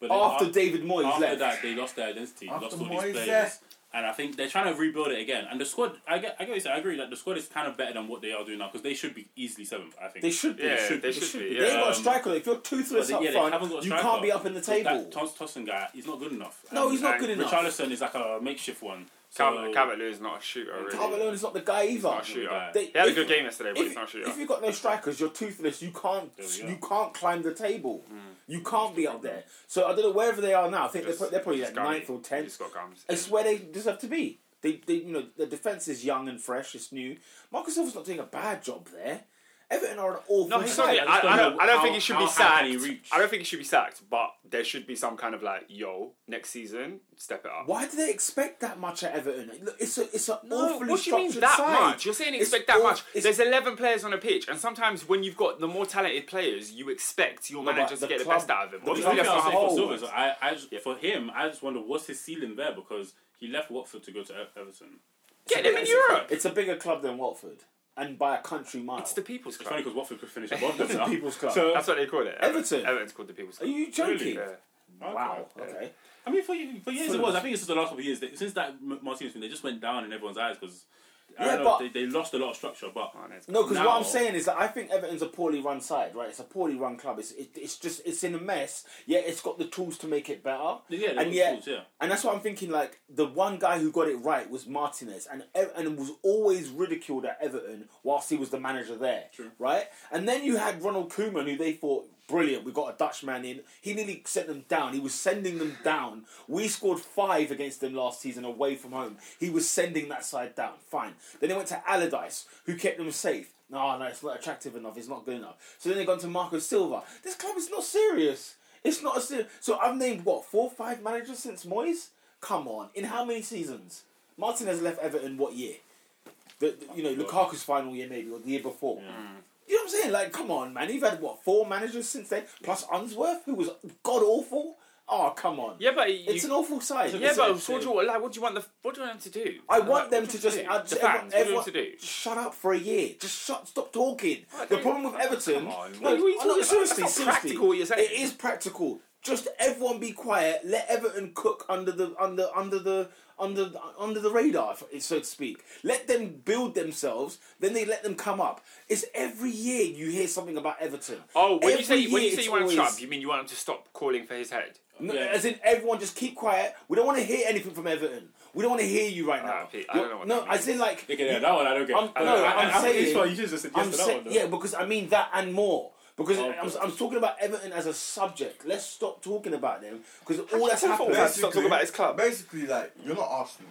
[SPEAKER 4] But then
[SPEAKER 1] after
[SPEAKER 4] Ar-
[SPEAKER 1] David Moyes
[SPEAKER 4] after
[SPEAKER 1] left.
[SPEAKER 4] that, they lost their identity,
[SPEAKER 2] After
[SPEAKER 4] lost all
[SPEAKER 2] Moyes,
[SPEAKER 4] these players,
[SPEAKER 2] yeah.
[SPEAKER 4] and I think they're trying to rebuild it again. And the squad, I get, I get what you say. I agree that the squad is kind of better than what they are doing now because they should be easily seventh. I think
[SPEAKER 1] They should be.
[SPEAKER 3] Yeah,
[SPEAKER 1] they should
[SPEAKER 3] they
[SPEAKER 1] be.
[SPEAKER 3] should be,
[SPEAKER 1] They
[SPEAKER 3] yeah.
[SPEAKER 1] ain't got a
[SPEAKER 4] Um,
[SPEAKER 1] striker. If you're toothless
[SPEAKER 4] But they-
[SPEAKER 1] up
[SPEAKER 4] yeah, they haven't got
[SPEAKER 1] front,
[SPEAKER 4] a
[SPEAKER 1] you
[SPEAKER 4] striker.
[SPEAKER 1] can't be up in the
[SPEAKER 4] So
[SPEAKER 1] table.
[SPEAKER 4] That Tons Tosson guy, he's not good enough.
[SPEAKER 1] No,
[SPEAKER 4] And-
[SPEAKER 1] he's not
[SPEAKER 3] and
[SPEAKER 1] good enough.
[SPEAKER 4] Richarlison is like a makeshift one. So
[SPEAKER 3] Calvert, Calvert Lewin's not a shooter. Really.
[SPEAKER 1] Carvalho is not the guy either.
[SPEAKER 3] not a shooter.
[SPEAKER 1] They-
[SPEAKER 3] Oh, He had a
[SPEAKER 1] if-
[SPEAKER 3] good game yesterday, but
[SPEAKER 1] If,
[SPEAKER 3] he's not a shooter.
[SPEAKER 1] if you've got no strikers, you're toothless. You can't
[SPEAKER 4] There we go.
[SPEAKER 1] you can't climb the table.
[SPEAKER 3] Hmm.
[SPEAKER 1] You can't be up there. So I don't know wherever they are now. I think
[SPEAKER 3] Just-
[SPEAKER 1] they're, pro- they're probably
[SPEAKER 3] just
[SPEAKER 1] like
[SPEAKER 3] gummy.
[SPEAKER 1] ninth or tenth.
[SPEAKER 3] Just got gums.
[SPEAKER 1] It's where they deserve to be. They, they you know the defense is young and fresh. It's new. Marcus Silva's not doing a bad job there. Everton are an awful
[SPEAKER 3] No, he's not.
[SPEAKER 4] I
[SPEAKER 1] side.
[SPEAKER 4] just
[SPEAKER 3] I,
[SPEAKER 4] don't
[SPEAKER 3] I don't.
[SPEAKER 4] know
[SPEAKER 3] I don't
[SPEAKER 4] how-
[SPEAKER 3] think he should be
[SPEAKER 4] how high
[SPEAKER 3] sacked.
[SPEAKER 4] can he reach?
[SPEAKER 3] I don't think he should be sacked. But there should be some kind of like, yo, next season, step it up.
[SPEAKER 1] Why do they expect that much at Everton? Look, It's a it's an
[SPEAKER 3] No,
[SPEAKER 1] awfully
[SPEAKER 3] what do you mean
[SPEAKER 1] structured
[SPEAKER 3] that
[SPEAKER 1] side.
[SPEAKER 3] much? You're saying
[SPEAKER 1] It's
[SPEAKER 3] expect that
[SPEAKER 1] all-
[SPEAKER 3] much.
[SPEAKER 1] it's-
[SPEAKER 3] There's 11 players on a pitch, and sometimes when you've got the more talented players, you expect your
[SPEAKER 1] No, but
[SPEAKER 3] manager to
[SPEAKER 1] the
[SPEAKER 3] get the
[SPEAKER 1] club-
[SPEAKER 3] best out of them.
[SPEAKER 1] the
[SPEAKER 3] Obviously,
[SPEAKER 1] club
[SPEAKER 3] that's not
[SPEAKER 1] as a
[SPEAKER 3] how
[SPEAKER 4] for
[SPEAKER 1] whole-
[SPEAKER 3] it works.
[SPEAKER 1] forward.
[SPEAKER 4] Silva. So I, I just, for him, I just wonder what's his ceiling there because he left Watford to go to E- Everton.
[SPEAKER 3] Get them in
[SPEAKER 1] it's-
[SPEAKER 3] Europe.
[SPEAKER 1] It's a bigger club than Watford, and by a country mile.
[SPEAKER 3] It's the people's
[SPEAKER 4] It's funny
[SPEAKER 3] club.
[SPEAKER 4] because Watford could finish above them
[SPEAKER 1] the
[SPEAKER 4] now.
[SPEAKER 1] People's Club.
[SPEAKER 4] So,
[SPEAKER 3] That's what they call it.
[SPEAKER 1] Everton.
[SPEAKER 3] Everton's called the people's
[SPEAKER 1] Are
[SPEAKER 3] club.
[SPEAKER 1] you joking?
[SPEAKER 3] Yeah.
[SPEAKER 1] Wow.
[SPEAKER 4] Okay.
[SPEAKER 1] Okay.
[SPEAKER 4] I mean, for, for years it was. I think it's just the last couple of years. That, since that M- Martinez thing, they just went down in everyone's eyes because
[SPEAKER 1] Yeah,
[SPEAKER 4] I don't
[SPEAKER 1] but-
[SPEAKER 4] know, they, they lost a lot of structure. But
[SPEAKER 3] Martinez.
[SPEAKER 1] No, because what
[SPEAKER 4] Now-
[SPEAKER 1] I'm saying is that I think Everton's a poorly run side, right? It's a poorly run club. It's it, it's just it's in a mess. Yet it's got the tools to make it better.
[SPEAKER 4] Yeah, they've got
[SPEAKER 1] and
[SPEAKER 4] the
[SPEAKER 1] yet,
[SPEAKER 4] tools, yeah.
[SPEAKER 1] and that's what I'm thinking. Like the one guy who got it right was Martinez, and Ev- and was always ridiculed at Everton whilst he was the manager there,
[SPEAKER 4] True.
[SPEAKER 1] right? And then you had Ronald Koeman, who they thought brilliant. We got a Dutchman in. He nearly sent them down. He was sending them down. We scored five against them last season away from home. He was sending that side down. Fine. Then they went to Allardyce, who kept them safe. No, no, it's not attractive enough. It's not good enough. So then they gone to Marco Silva. This club is not serious. It's not a serious. So I've named what four, five managers since Moyes. Come on, in how many seasons? Martinez left Everton what year? The, the- you know Lukaku's final year maybe or the year before. You know what I'm saying? Like, come on, man. You've had what four managers since then, plus Unsworth, who was god awful. Oh, come on.
[SPEAKER 3] Yeah, but
[SPEAKER 1] it's
[SPEAKER 3] you-
[SPEAKER 1] an awful side.
[SPEAKER 3] Yeah,
[SPEAKER 1] It's-
[SPEAKER 3] but
[SPEAKER 4] it's-
[SPEAKER 3] what do, you, like, what do you want the what do you want them to do?
[SPEAKER 1] I
[SPEAKER 3] Like,
[SPEAKER 1] want them
[SPEAKER 3] what do
[SPEAKER 1] to
[SPEAKER 3] you
[SPEAKER 1] just
[SPEAKER 3] do?
[SPEAKER 1] I just-
[SPEAKER 3] the
[SPEAKER 1] everyone-
[SPEAKER 3] fans. What do you want to
[SPEAKER 1] everyone-
[SPEAKER 3] do?
[SPEAKER 1] shut up for a year. Just shut. Stop talking.
[SPEAKER 3] I
[SPEAKER 1] the
[SPEAKER 3] don't-
[SPEAKER 1] problem with Everton.
[SPEAKER 3] Come on,
[SPEAKER 1] No,
[SPEAKER 3] what are you
[SPEAKER 1] no,
[SPEAKER 3] talking about?
[SPEAKER 1] seriously,
[SPEAKER 3] That's
[SPEAKER 1] seriously.
[SPEAKER 3] not practical, what you're saying.
[SPEAKER 1] It is practical. Just everyone be quiet. Let Everton cook under the under under the under under the radar, if- so to speak. Let them build themselves. Then they let them come up. It's every year you hear something about Everton.
[SPEAKER 3] Oh, when you
[SPEAKER 1] Every
[SPEAKER 3] say when you
[SPEAKER 1] year
[SPEAKER 3] say
[SPEAKER 1] it's
[SPEAKER 3] you want
[SPEAKER 1] always-
[SPEAKER 3] Trump, you mean you want him to stop calling for his head?
[SPEAKER 1] No,
[SPEAKER 4] Yeah.
[SPEAKER 1] As in, everyone just keep quiet. We don't want to hear anything from Everton. We don't want to hear you right now.
[SPEAKER 3] Ah, Pete, I don't
[SPEAKER 1] You're-
[SPEAKER 3] know what
[SPEAKER 1] no,
[SPEAKER 3] that
[SPEAKER 1] as in like.
[SPEAKER 4] Okay, yeah, that one I don't get.
[SPEAKER 1] I'm-
[SPEAKER 4] I don't
[SPEAKER 1] no,
[SPEAKER 4] get.
[SPEAKER 1] I'm
[SPEAKER 4] I, I, think
[SPEAKER 1] saying-
[SPEAKER 4] it's fine, you should just
[SPEAKER 1] I'm
[SPEAKER 4] suggest that
[SPEAKER 1] saying,
[SPEAKER 4] one. Though.
[SPEAKER 1] yeah, because I mean that and more. Because
[SPEAKER 4] Oh,
[SPEAKER 1] I'm,
[SPEAKER 4] God.
[SPEAKER 1] I'm talking about Everton as a subject. Let's stop talking about them because all
[SPEAKER 3] you
[SPEAKER 1] that's
[SPEAKER 3] feel for
[SPEAKER 1] happened.
[SPEAKER 3] that? Stop talking about his club.
[SPEAKER 2] Basically, like you're not Arsenal.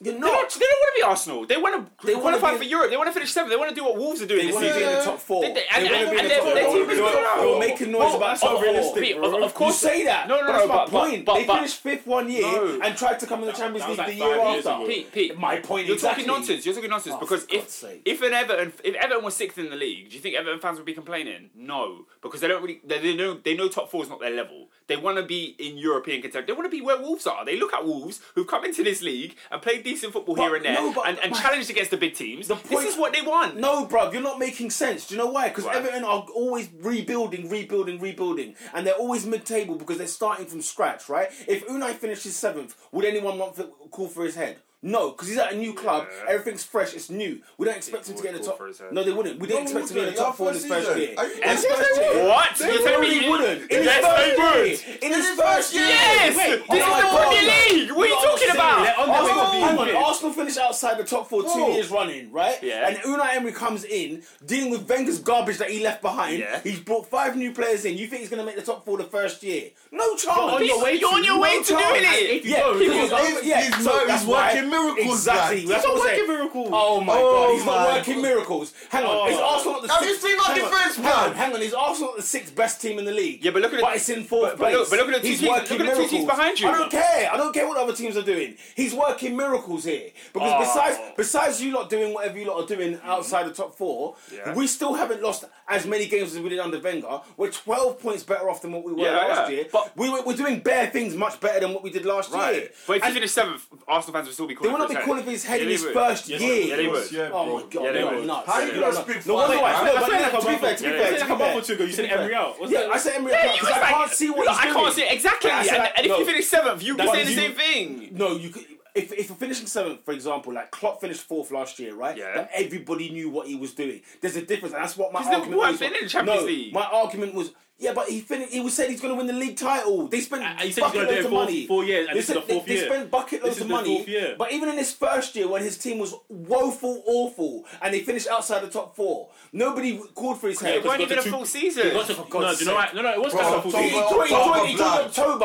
[SPEAKER 1] You're
[SPEAKER 3] They're
[SPEAKER 1] not.
[SPEAKER 3] not, they don't want to be Arsenal. They want to
[SPEAKER 1] They
[SPEAKER 3] they
[SPEAKER 1] wanna
[SPEAKER 3] qualify
[SPEAKER 1] be-
[SPEAKER 3] for Europe. They want to finish seventh. They want to do what Wolves are doing
[SPEAKER 1] They
[SPEAKER 3] this
[SPEAKER 1] want to
[SPEAKER 3] season.
[SPEAKER 1] be in the top four.
[SPEAKER 3] They- they- and-
[SPEAKER 1] wanna
[SPEAKER 3] and-
[SPEAKER 1] be in
[SPEAKER 3] and
[SPEAKER 1] the
[SPEAKER 3] their-
[SPEAKER 1] top
[SPEAKER 3] their
[SPEAKER 1] four.
[SPEAKER 3] team is
[SPEAKER 1] You're-
[SPEAKER 3] good now.
[SPEAKER 1] You're making noise
[SPEAKER 3] Well,
[SPEAKER 1] about
[SPEAKER 3] oh,
[SPEAKER 1] top four.
[SPEAKER 3] Pete, of- of course-
[SPEAKER 1] you say that.
[SPEAKER 3] No, no,
[SPEAKER 1] That's
[SPEAKER 3] no,
[SPEAKER 1] my
[SPEAKER 3] but- but-
[SPEAKER 1] point.
[SPEAKER 3] but-
[SPEAKER 1] they
[SPEAKER 3] but-
[SPEAKER 1] finished fifth one year
[SPEAKER 3] No.
[SPEAKER 1] and tried to come in the Champions
[SPEAKER 4] that was
[SPEAKER 1] League the
[SPEAKER 4] like
[SPEAKER 1] year
[SPEAKER 4] five years
[SPEAKER 1] after.
[SPEAKER 4] ago.
[SPEAKER 3] Pete, Pete,
[SPEAKER 1] My point
[SPEAKER 3] You're
[SPEAKER 1] exactly.
[SPEAKER 3] talking nonsense. You're talking nonsense
[SPEAKER 1] Oh,
[SPEAKER 3] because
[SPEAKER 1] for
[SPEAKER 3] if
[SPEAKER 1] God's sake.
[SPEAKER 3] if an Everton if Everton was sixth in the league, do you think Everton fans would be complaining? No, because they don't really they, they know they know top four is not their level. They want to be in European contention. They want to be where Wolves are. They look at Wolves who've come into this league and played decent football
[SPEAKER 1] But-
[SPEAKER 3] here and there
[SPEAKER 1] no, but-
[SPEAKER 3] and, and
[SPEAKER 1] my-
[SPEAKER 3] challenged against the big teams.
[SPEAKER 1] The
[SPEAKER 3] this
[SPEAKER 1] point-
[SPEAKER 3] is what they want.
[SPEAKER 1] No, bruv, you're not making sense. Do you know why? Because
[SPEAKER 3] Why?
[SPEAKER 1] Everton are always rebuilding, rebuilding, rebuilding, and they're always mid-table because they're starting from scratch, right? If Unai finishes seventh, would anyone want to call for his head? No, because he's at a new club.
[SPEAKER 3] Yeah.
[SPEAKER 1] Everything's fresh. It's new. We don't expect
[SPEAKER 3] People
[SPEAKER 1] him to get in
[SPEAKER 3] would
[SPEAKER 1] the
[SPEAKER 3] call
[SPEAKER 1] top.
[SPEAKER 3] for his head.
[SPEAKER 1] No, they wouldn't. We didn't
[SPEAKER 2] No,
[SPEAKER 1] expect him to get in the
[SPEAKER 2] wouldn't.
[SPEAKER 1] top four in his
[SPEAKER 2] After
[SPEAKER 1] first
[SPEAKER 2] the
[SPEAKER 1] year.
[SPEAKER 2] season. Are you-
[SPEAKER 1] In his
[SPEAKER 2] Yes,
[SPEAKER 1] first
[SPEAKER 2] they
[SPEAKER 1] year.
[SPEAKER 2] would.
[SPEAKER 3] What?
[SPEAKER 1] They
[SPEAKER 3] You're telling me
[SPEAKER 1] really
[SPEAKER 3] you-
[SPEAKER 1] wouldn't. In his
[SPEAKER 3] Yes, they
[SPEAKER 1] first
[SPEAKER 3] would.
[SPEAKER 1] year. In his first year.
[SPEAKER 3] Yes!
[SPEAKER 1] Wait,
[SPEAKER 3] this
[SPEAKER 1] hold
[SPEAKER 3] is the
[SPEAKER 1] on, hold
[SPEAKER 3] Premier
[SPEAKER 1] on.
[SPEAKER 3] League! What are you
[SPEAKER 1] Hold on,
[SPEAKER 3] talking
[SPEAKER 1] hold on.
[SPEAKER 3] about? Oh.
[SPEAKER 4] They're on their way to being
[SPEAKER 1] Arsenal, hang on,
[SPEAKER 4] fifth.
[SPEAKER 1] Arsenal finish outside the top four two
[SPEAKER 2] Bro.
[SPEAKER 1] years running, right?
[SPEAKER 3] Yeah.
[SPEAKER 1] And Unai Emery comes in, dealing with Wenger's garbage that he left behind.
[SPEAKER 3] Yeah.
[SPEAKER 1] He's brought five new players in. You think he's going to make the top four the first year? No chance.
[SPEAKER 3] on your way You're on to- your way to
[SPEAKER 1] No chance.
[SPEAKER 3] doing it.
[SPEAKER 1] Yeah,
[SPEAKER 3] Go,
[SPEAKER 1] because-
[SPEAKER 3] go.
[SPEAKER 1] oh, yeah.
[SPEAKER 2] He's
[SPEAKER 1] so
[SPEAKER 2] not-
[SPEAKER 1] that's
[SPEAKER 2] he's
[SPEAKER 1] why-
[SPEAKER 2] working miracles,
[SPEAKER 1] Exactly.
[SPEAKER 2] lad.
[SPEAKER 1] That's
[SPEAKER 4] He's not
[SPEAKER 1] what I'm saying.
[SPEAKER 4] working miracles.
[SPEAKER 1] Oh my
[SPEAKER 2] Oh
[SPEAKER 1] god, he's not
[SPEAKER 2] my
[SPEAKER 1] working
[SPEAKER 2] God.
[SPEAKER 1] miracles. Hang on,
[SPEAKER 4] Oh.
[SPEAKER 1] is Arsenal not the
[SPEAKER 2] Have you
[SPEAKER 1] sixth-
[SPEAKER 2] seen our
[SPEAKER 1] hang on,
[SPEAKER 2] defence,
[SPEAKER 1] hang on,
[SPEAKER 2] man?
[SPEAKER 1] Hang on, is Arsenal not the sixth best team in the league?
[SPEAKER 3] Yeah, but look at the-
[SPEAKER 1] but it's in fourth
[SPEAKER 3] but- but
[SPEAKER 1] place.
[SPEAKER 3] look- but look at the two
[SPEAKER 1] He's
[SPEAKER 3] teams-
[SPEAKER 1] working
[SPEAKER 3] look at the two
[SPEAKER 1] miracles.
[SPEAKER 3] teams behind you.
[SPEAKER 1] I don't care. I don't care what other teams are doing. He's working miracles here because
[SPEAKER 3] Oh.
[SPEAKER 1] besides besides you lot doing whatever you lot are doing outside the top four,
[SPEAKER 3] Yeah.
[SPEAKER 1] we still haven't lost as many games as we did under Wenger. We're twelve points better off than what we were
[SPEAKER 3] Yeah,
[SPEAKER 1] last
[SPEAKER 3] yeah.
[SPEAKER 1] year.
[SPEAKER 3] But-
[SPEAKER 1] we, we're doing bare things much better than what we did last year.
[SPEAKER 3] Right. But if you
[SPEAKER 1] And-
[SPEAKER 3] finish seventh, Arsenal fans will still be
[SPEAKER 1] they
[SPEAKER 3] calling
[SPEAKER 1] will
[SPEAKER 3] for
[SPEAKER 1] not be calling for his head
[SPEAKER 3] Yeah,
[SPEAKER 1] in
[SPEAKER 3] they
[SPEAKER 1] his
[SPEAKER 3] would.
[SPEAKER 1] first
[SPEAKER 4] Yes,
[SPEAKER 1] year.
[SPEAKER 3] Yeah, they would.
[SPEAKER 2] Yeah,
[SPEAKER 1] Oh
[SPEAKER 2] bro.
[SPEAKER 1] my god,
[SPEAKER 3] Yeah, they
[SPEAKER 1] you're
[SPEAKER 3] would.
[SPEAKER 1] nuts.
[SPEAKER 2] How you
[SPEAKER 1] You're
[SPEAKER 2] gonna
[SPEAKER 1] nuts.
[SPEAKER 2] speak
[SPEAKER 1] No,
[SPEAKER 2] for
[SPEAKER 1] why
[SPEAKER 2] him,
[SPEAKER 1] do I-
[SPEAKER 2] man?
[SPEAKER 1] no,
[SPEAKER 4] That's
[SPEAKER 1] but
[SPEAKER 4] like
[SPEAKER 1] no,
[SPEAKER 4] a month
[SPEAKER 1] to be fair,
[SPEAKER 4] or-
[SPEAKER 1] to
[SPEAKER 3] yeah,
[SPEAKER 1] be
[SPEAKER 3] that's
[SPEAKER 1] fair,
[SPEAKER 4] like
[SPEAKER 1] to
[SPEAKER 4] a month
[SPEAKER 1] be fair.
[SPEAKER 4] or two ago, you
[SPEAKER 1] To
[SPEAKER 4] said
[SPEAKER 1] be fair.
[SPEAKER 4] Emery out. What's
[SPEAKER 1] Yeah,
[SPEAKER 4] that?
[SPEAKER 1] I said Emery
[SPEAKER 3] Yeah,
[SPEAKER 1] out
[SPEAKER 3] you
[SPEAKER 1] because I
[SPEAKER 3] was like-
[SPEAKER 1] can't see what
[SPEAKER 3] Look,
[SPEAKER 1] he's
[SPEAKER 3] I
[SPEAKER 1] doing.
[SPEAKER 3] can't see it. Exactly.
[SPEAKER 1] Yeah, I said
[SPEAKER 3] and,
[SPEAKER 1] that-
[SPEAKER 3] and if
[SPEAKER 1] no.
[SPEAKER 3] you finish seventh, you'll be
[SPEAKER 1] That's
[SPEAKER 3] saying the
[SPEAKER 1] you-
[SPEAKER 3] same thing.
[SPEAKER 1] No, you could. If, if you're finishing seventh, for example, like Klopp finished fourth last year, right?
[SPEAKER 3] Yeah.
[SPEAKER 1] But everybody knew what he was doing. There's a difference, and that's what my
[SPEAKER 3] 'Cause they
[SPEAKER 1] argument
[SPEAKER 3] weren't
[SPEAKER 1] was.
[SPEAKER 3] in the Champions
[SPEAKER 1] no,
[SPEAKER 3] League.
[SPEAKER 1] my argument was, yeah, but he fin- He was said he's going to win the league title. They spent
[SPEAKER 4] And Uh, he said he's
[SPEAKER 1] bucket
[SPEAKER 4] gonna do
[SPEAKER 1] loads
[SPEAKER 4] it
[SPEAKER 1] of
[SPEAKER 4] for
[SPEAKER 1] money.
[SPEAKER 4] four years, and
[SPEAKER 1] they
[SPEAKER 4] this is
[SPEAKER 1] spent-
[SPEAKER 4] the fourth
[SPEAKER 1] they,
[SPEAKER 4] year.
[SPEAKER 1] They spent bucket
[SPEAKER 4] This
[SPEAKER 1] loads
[SPEAKER 4] is
[SPEAKER 1] of
[SPEAKER 4] the
[SPEAKER 1] money.
[SPEAKER 4] fourth year.
[SPEAKER 1] But even in his first year, when his team was woeful, awful, and they finished outside the top four, nobody called for his head.
[SPEAKER 3] It wasn't even a
[SPEAKER 4] two-
[SPEAKER 3] full season.
[SPEAKER 4] Got to- no,
[SPEAKER 1] God's
[SPEAKER 4] do you know
[SPEAKER 1] sake.
[SPEAKER 4] what? No, no, it was
[SPEAKER 2] Bro,
[SPEAKER 4] kind of a full
[SPEAKER 2] Tom
[SPEAKER 1] He
[SPEAKER 4] season.
[SPEAKER 1] joined,
[SPEAKER 2] Brady-
[SPEAKER 1] he joined, he joined
[SPEAKER 2] October,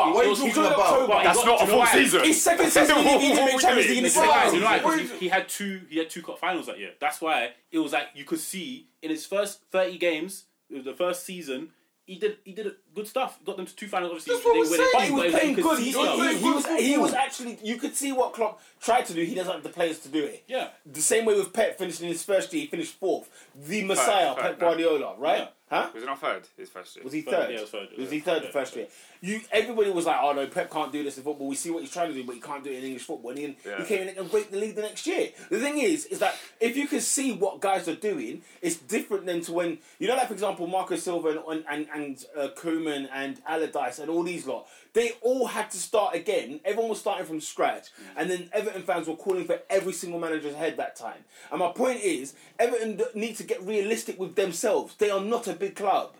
[SPEAKER 1] October.
[SPEAKER 2] What are you
[SPEAKER 1] he
[SPEAKER 2] talking
[SPEAKER 1] joined
[SPEAKER 2] about?
[SPEAKER 1] October.
[SPEAKER 4] That's
[SPEAKER 1] He
[SPEAKER 4] not
[SPEAKER 1] got-
[SPEAKER 4] a full
[SPEAKER 1] July.
[SPEAKER 3] season.
[SPEAKER 1] His second season, he didn't
[SPEAKER 3] What are
[SPEAKER 1] make Champions
[SPEAKER 3] we doing?
[SPEAKER 1] League in his
[SPEAKER 3] Bro,
[SPEAKER 1] second
[SPEAKER 4] you know why?
[SPEAKER 1] season.
[SPEAKER 4] 'Cause he, he had two. He had two cup finals that year. That's why it was like you could see in his first thirty games, it was the first season, he did he did good stuff. Got them to two finals. Obviously,
[SPEAKER 2] That's what
[SPEAKER 4] they
[SPEAKER 2] we're
[SPEAKER 4] win it,
[SPEAKER 1] But
[SPEAKER 2] saying.
[SPEAKER 1] he
[SPEAKER 4] it
[SPEAKER 1] was
[SPEAKER 4] you
[SPEAKER 1] playing
[SPEAKER 4] could
[SPEAKER 1] good.
[SPEAKER 4] see
[SPEAKER 1] He,
[SPEAKER 4] stuff.
[SPEAKER 1] he, he, was, he
[SPEAKER 2] football.
[SPEAKER 1] was actually. You could see what Klopp tried to do. He doesn't have the players to do it.
[SPEAKER 4] Yeah.
[SPEAKER 1] The same way with Pep finishing his first year, he finished fourth. The Messiah,
[SPEAKER 3] third,
[SPEAKER 1] Pep
[SPEAKER 3] no.
[SPEAKER 1] Guardiola, right? Huh?
[SPEAKER 3] Was it not third? His first year.
[SPEAKER 1] Was he
[SPEAKER 4] Third,
[SPEAKER 1] third?
[SPEAKER 4] yeah, it was third, it was
[SPEAKER 1] Was he
[SPEAKER 4] third,
[SPEAKER 1] third the
[SPEAKER 4] yeah,
[SPEAKER 1] first year? You everybody was like, "Oh no, Pep can't do this in football. We see what he's trying to do, but he can't do it in English football." And then
[SPEAKER 3] Yeah.
[SPEAKER 1] he came in and break the league the next year. The thing is, is that if you can see what guys are doing, it's different than to when you know, like for example, Marco Silva and and and uh, Koeman and Allardyce and all these lot. They all had to start again. Everyone was starting from scratch, and then Everton fans were calling for every single manager's head that time. And my point is, Everton d- need to get realistic with themselves. They are not a big club.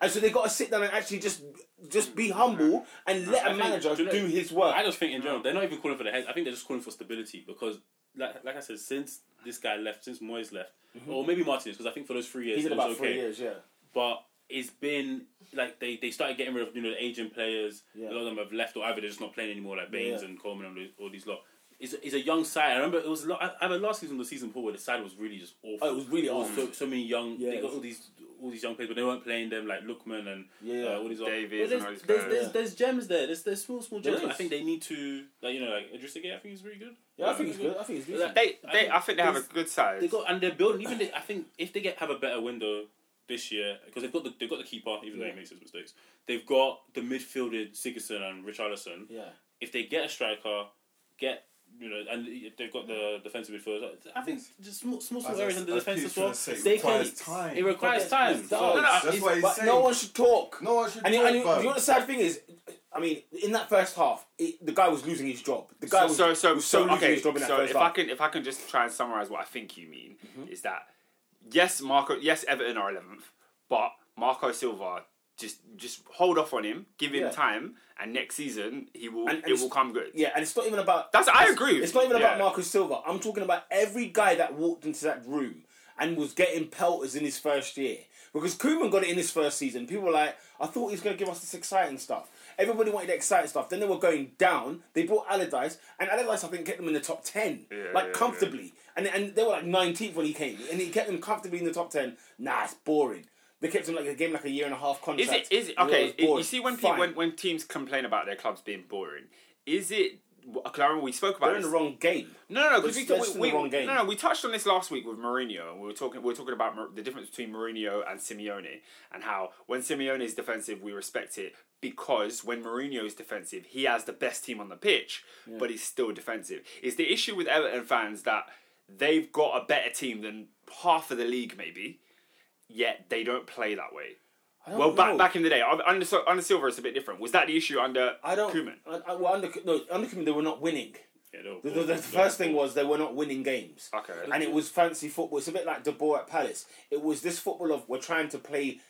[SPEAKER 1] And so they got to sit down and actually just just be humble and let
[SPEAKER 4] I
[SPEAKER 1] a
[SPEAKER 4] think-
[SPEAKER 1] manager
[SPEAKER 4] do
[SPEAKER 1] do,
[SPEAKER 4] you know-
[SPEAKER 1] his work.
[SPEAKER 4] I just think in general they're not even calling for the heads. I think they're just calling for stability because, like, like I said, since this guy left, since Moyes left, or maybe Martinez, because I think for those three years
[SPEAKER 1] Mm-hmm. He's
[SPEAKER 4] it
[SPEAKER 1] in
[SPEAKER 4] was
[SPEAKER 1] about
[SPEAKER 4] okay.
[SPEAKER 1] three years, yeah.
[SPEAKER 4] But it's been like they, they started getting rid of you know the aging players.
[SPEAKER 1] Yeah.
[SPEAKER 4] A lot of them have left or either they're just not playing anymore, like Baines
[SPEAKER 1] Yeah.
[SPEAKER 4] and Coleman and all these lot. It's, it's a young side. I remember it was a lot, I, I remember last season, or the season before, where the side was really just awful.
[SPEAKER 1] Oh, it was really
[SPEAKER 4] There
[SPEAKER 1] awful.
[SPEAKER 4] So, so many young.
[SPEAKER 1] Yeah.
[SPEAKER 4] They got all these all these young players, but they weren't playing them like Lookman and
[SPEAKER 1] Yeah.
[SPEAKER 4] uh, all these.
[SPEAKER 3] Davies
[SPEAKER 4] well,
[SPEAKER 3] and
[SPEAKER 4] there's,
[SPEAKER 3] all these
[SPEAKER 4] there's,
[SPEAKER 3] guys.
[SPEAKER 4] there's,
[SPEAKER 1] Yeah.
[SPEAKER 4] there's gems there. There's there's small small
[SPEAKER 1] There
[SPEAKER 4] gems. but I
[SPEAKER 1] is.
[SPEAKER 4] think they need to like you know like Idrissa I think he's really good.
[SPEAKER 1] Yeah, I think he's good. I think he's good.
[SPEAKER 3] They, they,
[SPEAKER 1] Um,
[SPEAKER 3] I think they have a
[SPEAKER 4] There's-
[SPEAKER 3] good side.
[SPEAKER 4] They got and they're building. Even they, I think if they get have a better window this year because they've got the they've got the keeper, even though
[SPEAKER 1] Yeah.
[SPEAKER 4] he makes his mistakes. They've got the midfielder Sigerson and Richarlison.
[SPEAKER 1] Yeah.
[SPEAKER 4] If they get a striker, get you know, and they've got the defensive midfield. I think just small, small, small
[SPEAKER 2] As I-
[SPEAKER 4] areas in the
[SPEAKER 2] as
[SPEAKER 4] defense
[SPEAKER 2] Keith's
[SPEAKER 4] as well.
[SPEAKER 2] gonna say, it
[SPEAKER 4] They can.
[SPEAKER 2] requires time.
[SPEAKER 4] It requires time.
[SPEAKER 1] No,
[SPEAKER 4] So-
[SPEAKER 3] no, no.
[SPEAKER 2] That's
[SPEAKER 1] It's-
[SPEAKER 2] what he's
[SPEAKER 1] but
[SPEAKER 2] saying.
[SPEAKER 1] no one should talk.
[SPEAKER 2] No one should
[SPEAKER 1] And,
[SPEAKER 2] talk,
[SPEAKER 1] and you,
[SPEAKER 2] bro.
[SPEAKER 1] you know the sad thing is, I mean, in that first half, it, the guy was losing his job. The guy was,
[SPEAKER 3] so so
[SPEAKER 1] was
[SPEAKER 3] so,
[SPEAKER 1] losing
[SPEAKER 3] okay.
[SPEAKER 1] his job in that
[SPEAKER 3] So
[SPEAKER 1] first
[SPEAKER 3] if
[SPEAKER 1] half. Mm-hmm.
[SPEAKER 3] I can if I can just try and summarize what I think you mean is that yes, Marco yes Everton are eleventh, but Marco Silva just just hold off on him, give him
[SPEAKER 1] Yeah.
[SPEAKER 3] time, and next season he will
[SPEAKER 1] And- and
[SPEAKER 3] it
[SPEAKER 1] it's-
[SPEAKER 3] will come good.
[SPEAKER 1] Yeah, and it's not even about.
[SPEAKER 3] That's- I agree with
[SPEAKER 1] It's
[SPEAKER 3] you,
[SPEAKER 1] not even
[SPEAKER 3] yeah.
[SPEAKER 1] about Marcus Silva. I'm talking about every guy that walked into that room and was getting pelters in his first year because Koeman got it in his first season. People were like, I thought he was going to give us this exciting stuff. Everybody wanted exciting stuff. Then they were going down. They bought Allardyce, and Allardyce I think kept them in the top ten,
[SPEAKER 3] Yeah,
[SPEAKER 1] like
[SPEAKER 3] yeah,
[SPEAKER 1] comfortably. And and they were like 19th when he came, and he kept them comfortably in the top ten. Nah, it's boring. They kept him like a game, like a year and a half
[SPEAKER 3] Is
[SPEAKER 1] contract.
[SPEAKER 3] it is it
[SPEAKER 1] and they
[SPEAKER 3] okay?
[SPEAKER 1] were
[SPEAKER 3] You
[SPEAKER 1] bored.
[SPEAKER 3] see when people,
[SPEAKER 1] Fine.
[SPEAKER 3] when when teams complain about their clubs being boring, is it? Clarence, we spoke about
[SPEAKER 1] they're in
[SPEAKER 3] this.
[SPEAKER 1] the wrong game.
[SPEAKER 3] No, no, no. Because
[SPEAKER 1] It's
[SPEAKER 3] we,
[SPEAKER 1] just
[SPEAKER 3] we,
[SPEAKER 1] in
[SPEAKER 3] we
[SPEAKER 1] the wrong game.
[SPEAKER 3] no, no. We touched on this last week with Mourinho, and we were talking. We were talking about Mou- the difference between Mourinho and Simeone, and how when Simeone is defensive, we respect it because when Mourinho is defensive, he has the best team on the pitch, but he's still defensive. Is the issue with Everton fans that they've got a better team than half of the league, maybe, yet they don't play that way.
[SPEAKER 1] I don't
[SPEAKER 3] Well, back
[SPEAKER 1] know.
[SPEAKER 3] back in the day, under, under Sil- under Silver, it's a bit different. Was that the issue under
[SPEAKER 1] I don't.
[SPEAKER 3] Koeman?
[SPEAKER 1] I, I, well, under no, under Koeman they were not winning.
[SPEAKER 4] Yeah, they'll-
[SPEAKER 1] The, the, the first thing was they were not winning games.
[SPEAKER 3] Okay.
[SPEAKER 1] And it was fancy football. It's a bit like De Boer at Palace. It was this football of we're trying to play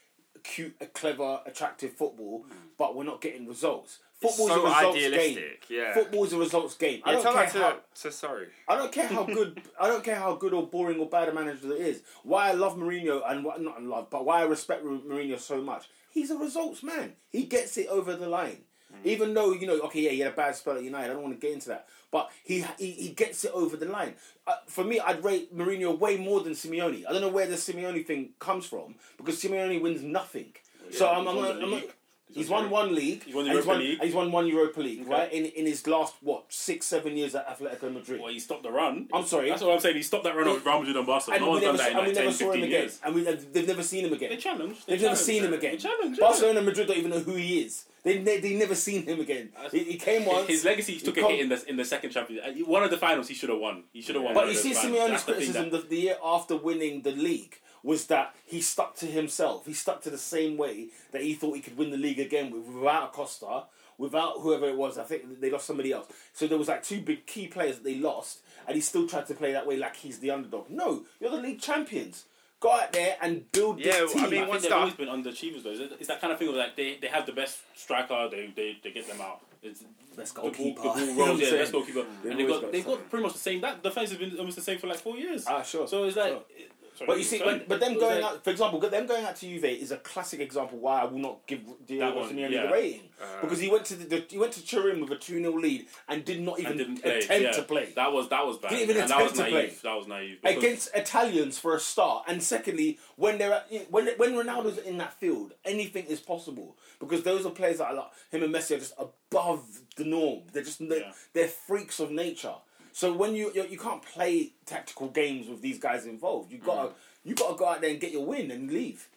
[SPEAKER 1] cute, clever, attractive football, but we're not getting results. Football's
[SPEAKER 3] so
[SPEAKER 1] a results
[SPEAKER 3] idealistic,
[SPEAKER 1] game.
[SPEAKER 3] yeah.
[SPEAKER 1] Football's a results game. I
[SPEAKER 3] Yeah,
[SPEAKER 1] don't
[SPEAKER 3] tell
[SPEAKER 1] care
[SPEAKER 3] that to,
[SPEAKER 1] how.
[SPEAKER 3] to sorry.
[SPEAKER 1] I don't care how good I don't care how good or boring or bad a manager it is. Why I love Mourinho and what not love, but why I respect Mou- Mourinho so much. He's a results man. He gets it over the line.
[SPEAKER 4] Hmm.
[SPEAKER 1] Even though you know, okay, yeah, he had a bad spell at United. I don't want to get into that, but he he, he gets it over the line. Uh, for me, I'd rate Mourinho way more than Simeone. I don't know where the Simeone thing comes from because Simeone wins nothing. so
[SPEAKER 4] Yeah,
[SPEAKER 1] I'm, I'm,
[SPEAKER 4] he's won
[SPEAKER 1] not,
[SPEAKER 4] the
[SPEAKER 1] I'm not.
[SPEAKER 4] league.
[SPEAKER 1] He's won one league.
[SPEAKER 4] He's won the
[SPEAKER 1] and he's
[SPEAKER 4] Europa
[SPEAKER 1] won,
[SPEAKER 4] League.
[SPEAKER 1] and He's won one Europa League,
[SPEAKER 4] Okay.
[SPEAKER 1] right? In in his last what six seven years at Atletico Madrid.
[SPEAKER 4] Well, he stopped the run.
[SPEAKER 1] I'm sorry.
[SPEAKER 4] That's what I'm saying. He stopped that run on Real Madrid and Barca.
[SPEAKER 1] and
[SPEAKER 4] No
[SPEAKER 1] we
[SPEAKER 4] one's
[SPEAKER 1] never,
[SPEAKER 4] done that in
[SPEAKER 1] and we
[SPEAKER 4] like 10,
[SPEAKER 1] never saw him
[SPEAKER 4] 15
[SPEAKER 1] again.
[SPEAKER 4] years.
[SPEAKER 1] And we, they've never seen him
[SPEAKER 4] They
[SPEAKER 1] again.
[SPEAKER 4] challenged.
[SPEAKER 1] They've never seen him again.
[SPEAKER 4] They challenged. yeah.
[SPEAKER 1] Barcelona and Madrid don't even know who he is. They ne- they never seen him again. He, he came once.
[SPEAKER 4] His legacy
[SPEAKER 1] he
[SPEAKER 4] took a
[SPEAKER 1] come-
[SPEAKER 4] hit in the in the second Champions. League. Uh, One of the finals he should have won. He should have won.
[SPEAKER 1] But
[SPEAKER 4] one
[SPEAKER 1] you
[SPEAKER 4] of
[SPEAKER 1] see,
[SPEAKER 4] those finals. That's
[SPEAKER 1] Simeone's
[SPEAKER 4] the thing that-
[SPEAKER 1] criticism the, the year after winning the league was that he stuck to himself. He stuck to the same way that he thought he could win the league again with, without Costa, without whoever it was. I think they lost somebody else. So there was like two big key players that they lost, and he still tried to play that way like he's the underdog. No, you're the league champions. Go out there and build
[SPEAKER 3] Yeah,
[SPEAKER 1] this
[SPEAKER 3] I
[SPEAKER 1] team.
[SPEAKER 3] mean,
[SPEAKER 4] I think
[SPEAKER 3] once
[SPEAKER 4] they've
[SPEAKER 3] that-
[SPEAKER 4] always been underachievers though. It's that kind of thing where like they, they have the best striker, they they, they get them out. It's,
[SPEAKER 1] Let's
[SPEAKER 4] the
[SPEAKER 1] go
[SPEAKER 4] ball, the
[SPEAKER 1] keeper.
[SPEAKER 4] ball
[SPEAKER 1] You know what I'm
[SPEAKER 4] rolls, yeah,
[SPEAKER 1] saying?
[SPEAKER 4] best goalkeeper.
[SPEAKER 1] They've
[SPEAKER 4] and they've
[SPEAKER 1] always
[SPEAKER 4] got,
[SPEAKER 1] got
[SPEAKER 4] they've
[SPEAKER 1] something.
[SPEAKER 4] got pretty much the same. That defense has been almost the same for like four years.
[SPEAKER 1] Ah, sure.
[SPEAKER 4] So it's like,
[SPEAKER 1] Sure.
[SPEAKER 4] it- sorry,
[SPEAKER 1] But you see,
[SPEAKER 4] sorry.
[SPEAKER 1] but, but them
[SPEAKER 4] It was
[SPEAKER 1] going
[SPEAKER 4] like-
[SPEAKER 1] out, for example, them going out to Juve is a classic example why I will not give
[SPEAKER 4] That
[SPEAKER 1] Diego
[SPEAKER 4] one,
[SPEAKER 1] Simeone
[SPEAKER 4] yeah. Uh,
[SPEAKER 1] the rating because he went to the, the he went to Turin with a two 0 lead and did not
[SPEAKER 4] and
[SPEAKER 1] even
[SPEAKER 4] didn't play.
[SPEAKER 1] attempt
[SPEAKER 4] yeah.
[SPEAKER 1] to play
[SPEAKER 4] That was that was bad.
[SPEAKER 1] Didn't even
[SPEAKER 4] and that
[SPEAKER 1] attempt
[SPEAKER 4] was
[SPEAKER 1] to
[SPEAKER 4] naive.
[SPEAKER 1] play.
[SPEAKER 4] That was naive. because-
[SPEAKER 1] against Italians for a start. And secondly, when they're at, when when Ronaldo's in that field, anything is possible because those are players that are like him and Messi are just above the norm. They're just they're,
[SPEAKER 4] Yeah.
[SPEAKER 1] they're freaks of nature. So when you you, you can't play tactical games with these guys involved, you gotta
[SPEAKER 3] Mm.
[SPEAKER 1] you gotta go out there and get your win and leave.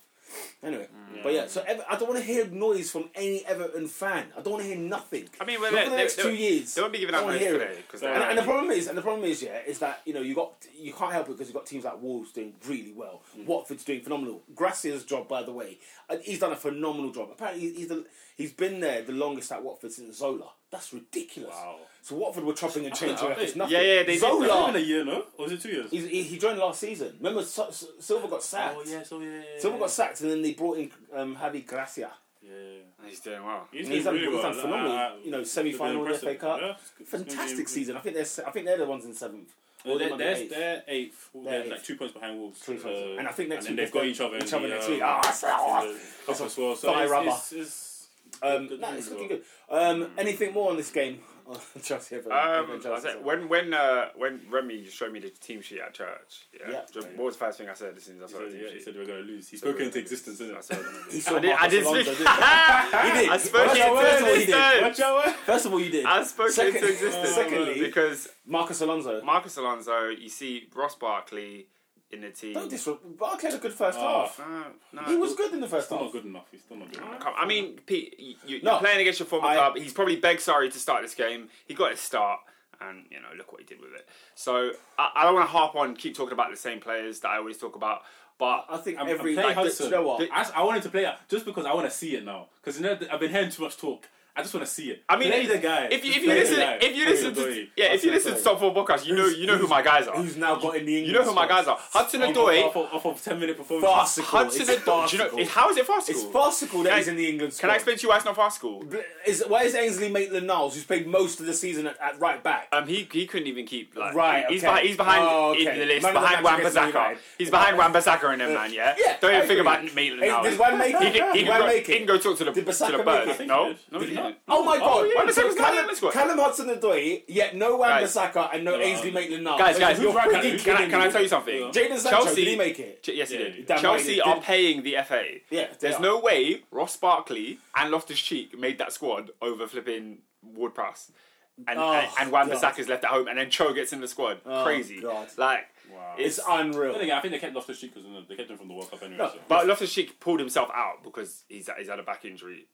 [SPEAKER 1] Anyway,
[SPEAKER 3] Mm.
[SPEAKER 1] but yeah, so Ever- I don't want to hear noise from any Everton fan. I don't want to hear nothing.
[SPEAKER 3] I mean,
[SPEAKER 1] Not
[SPEAKER 3] well,
[SPEAKER 1] for
[SPEAKER 3] they,
[SPEAKER 1] the
[SPEAKER 3] they,
[SPEAKER 1] next
[SPEAKER 3] they,
[SPEAKER 1] two years.
[SPEAKER 3] They won't be giving
[SPEAKER 1] I
[SPEAKER 3] out
[SPEAKER 1] don't
[SPEAKER 3] noise
[SPEAKER 1] wanna hear
[SPEAKER 3] today
[SPEAKER 1] it.
[SPEAKER 3] because
[SPEAKER 4] No,
[SPEAKER 3] they're
[SPEAKER 1] And, and the
[SPEAKER 3] actually-
[SPEAKER 1] problem is, and the problem is, yeah, is that you know you got you can't help it because you have got teams like Wolves doing really well.
[SPEAKER 4] Mm-hmm.
[SPEAKER 1] Watford's doing phenomenal. Gracia's job, by the way, uh, he's done a phenomenal job. Apparently, he's the, he's been there the longest at Watford since Zola. That's ridiculous.
[SPEAKER 4] Wow.
[SPEAKER 1] So Watford were chopping and changing like it's nothing.
[SPEAKER 3] Yeah, yeah, they
[SPEAKER 4] It's
[SPEAKER 3] did
[SPEAKER 4] not even a
[SPEAKER 1] Zola.
[SPEAKER 4] year, no? Or is it two years?
[SPEAKER 1] He's, he, he joined last season. Remember, so, so, Silver got sacked.
[SPEAKER 4] Oh yes, oh yeah. yeah, yeah,
[SPEAKER 1] Silver
[SPEAKER 4] yeah.
[SPEAKER 1] got sacked, and then they brought in um, Javi Gracia.
[SPEAKER 4] Yeah.
[SPEAKER 3] He's doing well.
[SPEAKER 4] He's,
[SPEAKER 1] He's
[SPEAKER 4] doing
[SPEAKER 1] done-
[SPEAKER 4] really
[SPEAKER 1] he's
[SPEAKER 4] well.
[SPEAKER 1] done phenomenally.
[SPEAKER 4] Uh,
[SPEAKER 1] You know,
[SPEAKER 4] it's
[SPEAKER 1] semi-final
[SPEAKER 4] been
[SPEAKER 1] of the
[SPEAKER 4] impressive.
[SPEAKER 1] FA Cup.
[SPEAKER 4] Yeah, it's- it's gonna be
[SPEAKER 1] Fantastic
[SPEAKER 4] impressive.
[SPEAKER 1] season. I think they're se- I think they're the ones in seventh.
[SPEAKER 4] Well,
[SPEAKER 1] Or they
[SPEAKER 4] they're,
[SPEAKER 1] might be
[SPEAKER 4] they're,
[SPEAKER 1] eighth.
[SPEAKER 4] they're eighth. Well, They're,
[SPEAKER 1] They're
[SPEAKER 4] like
[SPEAKER 1] eighth.
[SPEAKER 4] two points behind Wolves.
[SPEAKER 1] Three points.
[SPEAKER 4] Uh,
[SPEAKER 1] and I think next
[SPEAKER 4] and
[SPEAKER 1] week
[SPEAKER 4] then they've got
[SPEAKER 1] they-
[SPEAKER 4] each other. in
[SPEAKER 1] Each other
[SPEAKER 4] the,
[SPEAKER 1] next
[SPEAKER 4] uh,
[SPEAKER 1] week. Ah, it's- ah,
[SPEAKER 4] in the
[SPEAKER 1] it's-
[SPEAKER 4] cup as well. So
[SPEAKER 1] thigh
[SPEAKER 4] it's,
[SPEAKER 1] rubber.
[SPEAKER 4] It's, it's,
[SPEAKER 1] Um,
[SPEAKER 4] good
[SPEAKER 1] nah,
[SPEAKER 4] news Hmm.
[SPEAKER 1] it's
[SPEAKER 4] as
[SPEAKER 1] looking
[SPEAKER 4] well.
[SPEAKER 1] good. Um, anything more on this game? Oh, Chelsea have a- have a
[SPEAKER 3] Um,
[SPEAKER 1] chance
[SPEAKER 3] I said,
[SPEAKER 1] as well.
[SPEAKER 3] when when uh, when Remy showed me the team sheet at church, yeah,
[SPEAKER 1] Yeah.
[SPEAKER 3] do you- what was the first thing I said as soon as I
[SPEAKER 4] He
[SPEAKER 3] saw the
[SPEAKER 4] said,
[SPEAKER 3] team
[SPEAKER 4] yeah, he
[SPEAKER 3] sheet?
[SPEAKER 4] said we're going to lose. He spoke into existence, isn't
[SPEAKER 3] I
[SPEAKER 4] it?
[SPEAKER 3] said, I
[SPEAKER 1] He saw
[SPEAKER 3] did, I
[SPEAKER 1] Marcus
[SPEAKER 3] did
[SPEAKER 1] Alonso,
[SPEAKER 3] speak.
[SPEAKER 1] didn't he? He
[SPEAKER 3] I
[SPEAKER 1] did.
[SPEAKER 3] spoke
[SPEAKER 1] First
[SPEAKER 3] it
[SPEAKER 1] of all- first of all, he did.
[SPEAKER 3] into
[SPEAKER 4] Watch
[SPEAKER 3] existence.
[SPEAKER 4] out!
[SPEAKER 1] First of all, you did.
[SPEAKER 3] I spoke it
[SPEAKER 1] Second-
[SPEAKER 3] into existence.
[SPEAKER 1] Secondly-
[SPEAKER 3] because
[SPEAKER 1] Marcus Alonso.
[SPEAKER 3] Marcus Alonso, you see Ross Barkley in the team.
[SPEAKER 1] Don't disrupt. Barkley had a good first
[SPEAKER 4] Oh.
[SPEAKER 1] half.
[SPEAKER 3] No, no.
[SPEAKER 1] He was good in the first
[SPEAKER 4] Still not
[SPEAKER 1] half.
[SPEAKER 4] good enough. He's still not good enough.
[SPEAKER 3] Come- I mean, Pete, you, you're
[SPEAKER 1] No,
[SPEAKER 3] playing against your former
[SPEAKER 1] I-
[SPEAKER 3] club. He's probably begged sorry to start this game. He got his start, and you know look what he did with it. So I, I don't want to harp on, keep talking about the same players that I always talk about, but
[SPEAKER 1] I think
[SPEAKER 4] I'm,
[SPEAKER 1] every
[SPEAKER 4] I'm playing
[SPEAKER 1] like,
[SPEAKER 4] Hudson.
[SPEAKER 1] you know what?
[SPEAKER 4] I, I wanted to play it just because I want to see it now. Because you know, I've been hearing too much talk. I just want to see it.
[SPEAKER 3] I mean,
[SPEAKER 4] play
[SPEAKER 3] if-
[SPEAKER 4] the guy.
[SPEAKER 3] if
[SPEAKER 4] Just
[SPEAKER 3] you if you
[SPEAKER 4] play the
[SPEAKER 3] listen
[SPEAKER 4] guy.
[SPEAKER 3] if you
[SPEAKER 4] Play
[SPEAKER 3] listen
[SPEAKER 4] the guy.
[SPEAKER 3] to yeah if you
[SPEAKER 1] That's
[SPEAKER 3] listen to
[SPEAKER 1] what
[SPEAKER 3] top four podcast, you know you know who my guys are.
[SPEAKER 1] who's now got an England
[SPEAKER 3] You know who my
[SPEAKER 1] squad.
[SPEAKER 3] guys are. Hudson
[SPEAKER 4] Off- off,
[SPEAKER 3] Odoi.
[SPEAKER 4] off, off, of ten minute performance.
[SPEAKER 1] Farcical.
[SPEAKER 3] Hudson
[SPEAKER 1] it's
[SPEAKER 3] Odoi. Do you know
[SPEAKER 1] farcical.
[SPEAKER 3] how is it farcical?
[SPEAKER 1] It's farcical that
[SPEAKER 3] Can I-
[SPEAKER 1] he's in the England squad.
[SPEAKER 3] Can I explain to you why it's not farcical?
[SPEAKER 1] Is, why is Ainsley Maitland-Niles, who's played most of the season at, at right back?
[SPEAKER 3] Um, he, he couldn't even keep like
[SPEAKER 1] Right,
[SPEAKER 3] He's
[SPEAKER 1] okay.
[SPEAKER 3] behind. He's behind
[SPEAKER 1] Oh, okay.
[SPEAKER 3] in the list.
[SPEAKER 1] Man of the match
[SPEAKER 3] behind Wan
[SPEAKER 1] against
[SPEAKER 3] Bissaka.
[SPEAKER 1] United.
[SPEAKER 3] He's behind Wan Bissaka and them man. Yeah.
[SPEAKER 1] Uh, Yeah,
[SPEAKER 3] Don't
[SPEAKER 1] I
[SPEAKER 3] even think
[SPEAKER 1] agree.
[SPEAKER 3] about Maitland
[SPEAKER 1] Hey,
[SPEAKER 3] now.
[SPEAKER 1] did Wan make it?
[SPEAKER 3] He can, he,
[SPEAKER 1] Did
[SPEAKER 3] can
[SPEAKER 1] Wan
[SPEAKER 3] go,
[SPEAKER 1] make
[SPEAKER 3] he
[SPEAKER 1] it?
[SPEAKER 3] can go talk to the,
[SPEAKER 1] Did
[SPEAKER 3] to
[SPEAKER 1] Bissaka
[SPEAKER 3] the
[SPEAKER 1] make
[SPEAKER 3] birds.
[SPEAKER 1] it? I think
[SPEAKER 3] No,
[SPEAKER 4] he did.
[SPEAKER 3] no,
[SPEAKER 4] Did
[SPEAKER 3] he
[SPEAKER 4] he
[SPEAKER 3] didn't.
[SPEAKER 4] not?
[SPEAKER 1] Oh my
[SPEAKER 4] Oh,
[SPEAKER 1] god!
[SPEAKER 3] yeah, Wan-Bissaka's
[SPEAKER 1] so
[SPEAKER 3] not in
[SPEAKER 1] Callum-
[SPEAKER 3] the squad.
[SPEAKER 1] Callum Hudson-Odoi, yet no Wan
[SPEAKER 3] Guys.
[SPEAKER 1] Bissaka and no
[SPEAKER 4] Yeah.
[SPEAKER 1] Ainsley Maitland-Niles.
[SPEAKER 3] Guys, guys,
[SPEAKER 1] you're
[SPEAKER 4] who's right
[SPEAKER 1] freaking
[SPEAKER 4] back?
[SPEAKER 1] kidding
[SPEAKER 3] Can I, can I
[SPEAKER 1] me.
[SPEAKER 3] tell you something?
[SPEAKER 1] Jaden Sancho, did he make it?
[SPEAKER 3] Ch- yes, he
[SPEAKER 4] Yeah, he
[SPEAKER 3] did.
[SPEAKER 4] did.
[SPEAKER 1] Damn right he
[SPEAKER 3] Chelsea
[SPEAKER 1] did.
[SPEAKER 3] are paying the FA.
[SPEAKER 1] Yeah, they
[SPEAKER 3] There's
[SPEAKER 1] are.
[SPEAKER 3] no way Ross Barkley and Loftus Cheek made that squad over flipping Ward Prowse. And,
[SPEAKER 1] Oh,
[SPEAKER 3] and, and Wan
[SPEAKER 1] God.
[SPEAKER 3] Bissaka's left at home, and then Cho gets in the squad.
[SPEAKER 1] Oh,
[SPEAKER 3] Crazy.
[SPEAKER 1] God.
[SPEAKER 3] Like,
[SPEAKER 4] Wow.
[SPEAKER 1] It's
[SPEAKER 4] Then
[SPEAKER 1] unreal.
[SPEAKER 4] again, I think they kept Loftus Cheek because they kept him from the World Cup anyway.
[SPEAKER 1] No,
[SPEAKER 4] so
[SPEAKER 3] But Loftus Cheek pulled himself out because he's, he's had a back injury.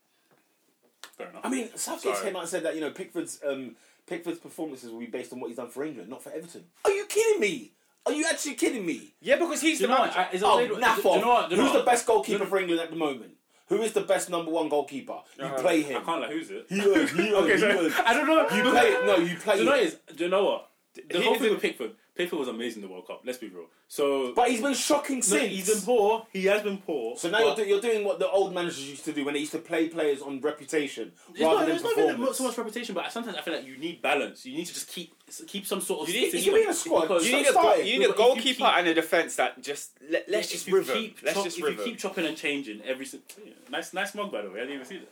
[SPEAKER 4] fair enough.
[SPEAKER 1] I mean, Southgate
[SPEAKER 3] Sorry.
[SPEAKER 1] came out and said that you know Pickford's um, Pickford's performances will be based on what he's done for England, not for Everton. Are you kidding me? Are you actually kidding me?
[SPEAKER 3] Yeah, because he's
[SPEAKER 4] do you know what? I- is
[SPEAKER 1] Oh,
[SPEAKER 4] Odoi-
[SPEAKER 1] naff
[SPEAKER 4] do you know
[SPEAKER 1] off.
[SPEAKER 4] what? Do you know
[SPEAKER 1] Who's the
[SPEAKER 4] what?
[SPEAKER 1] best goalkeeper for England at the moment? Who is the best number one goalkeeper? You
[SPEAKER 3] Uh,
[SPEAKER 1] play
[SPEAKER 4] I
[SPEAKER 1] him.
[SPEAKER 4] can't like who's it.
[SPEAKER 1] He was. He was.
[SPEAKER 4] Okay,
[SPEAKER 1] he
[SPEAKER 4] so,
[SPEAKER 1] was.
[SPEAKER 4] I don't know.
[SPEAKER 1] You play. No, you play.
[SPEAKER 4] Do you know what it
[SPEAKER 1] him.
[SPEAKER 4] is? Do you know what? The
[SPEAKER 3] He
[SPEAKER 4] whole
[SPEAKER 3] is
[SPEAKER 4] thing
[SPEAKER 3] a-
[SPEAKER 4] with Pickford. Pickford was amazing in the World Cup. Let's be real. So
[SPEAKER 1] But he's been shocking
[SPEAKER 4] no,
[SPEAKER 1] since.
[SPEAKER 4] he's been poor. He has been poor.
[SPEAKER 1] So now
[SPEAKER 4] but-
[SPEAKER 1] you're, do, you're doing what the old managers used to do when they used to play players on reputation
[SPEAKER 4] It's
[SPEAKER 1] rather
[SPEAKER 4] not,
[SPEAKER 1] than
[SPEAKER 4] it's not even
[SPEAKER 1] performance.
[SPEAKER 4] so much reputation, but sometimes I feel like you need balance. You need to just keep keep some sort of.
[SPEAKER 1] You need-
[SPEAKER 4] system.
[SPEAKER 1] you need a squad.
[SPEAKER 4] Because
[SPEAKER 3] You need, a,
[SPEAKER 1] Stop
[SPEAKER 3] goal-
[SPEAKER 1] starting.
[SPEAKER 3] you need a
[SPEAKER 4] But if you
[SPEAKER 3] goalkeeper
[SPEAKER 4] keep-
[SPEAKER 3] and a defence that just let, let's
[SPEAKER 4] if
[SPEAKER 3] just
[SPEAKER 4] you
[SPEAKER 3] river.
[SPEAKER 4] keep
[SPEAKER 3] let's
[SPEAKER 4] chop-
[SPEAKER 3] just
[SPEAKER 4] if you
[SPEAKER 3] river.
[SPEAKER 4] keep chopping and changing every. si- yeah, Nice, nice mug by the way. I didn't even see that.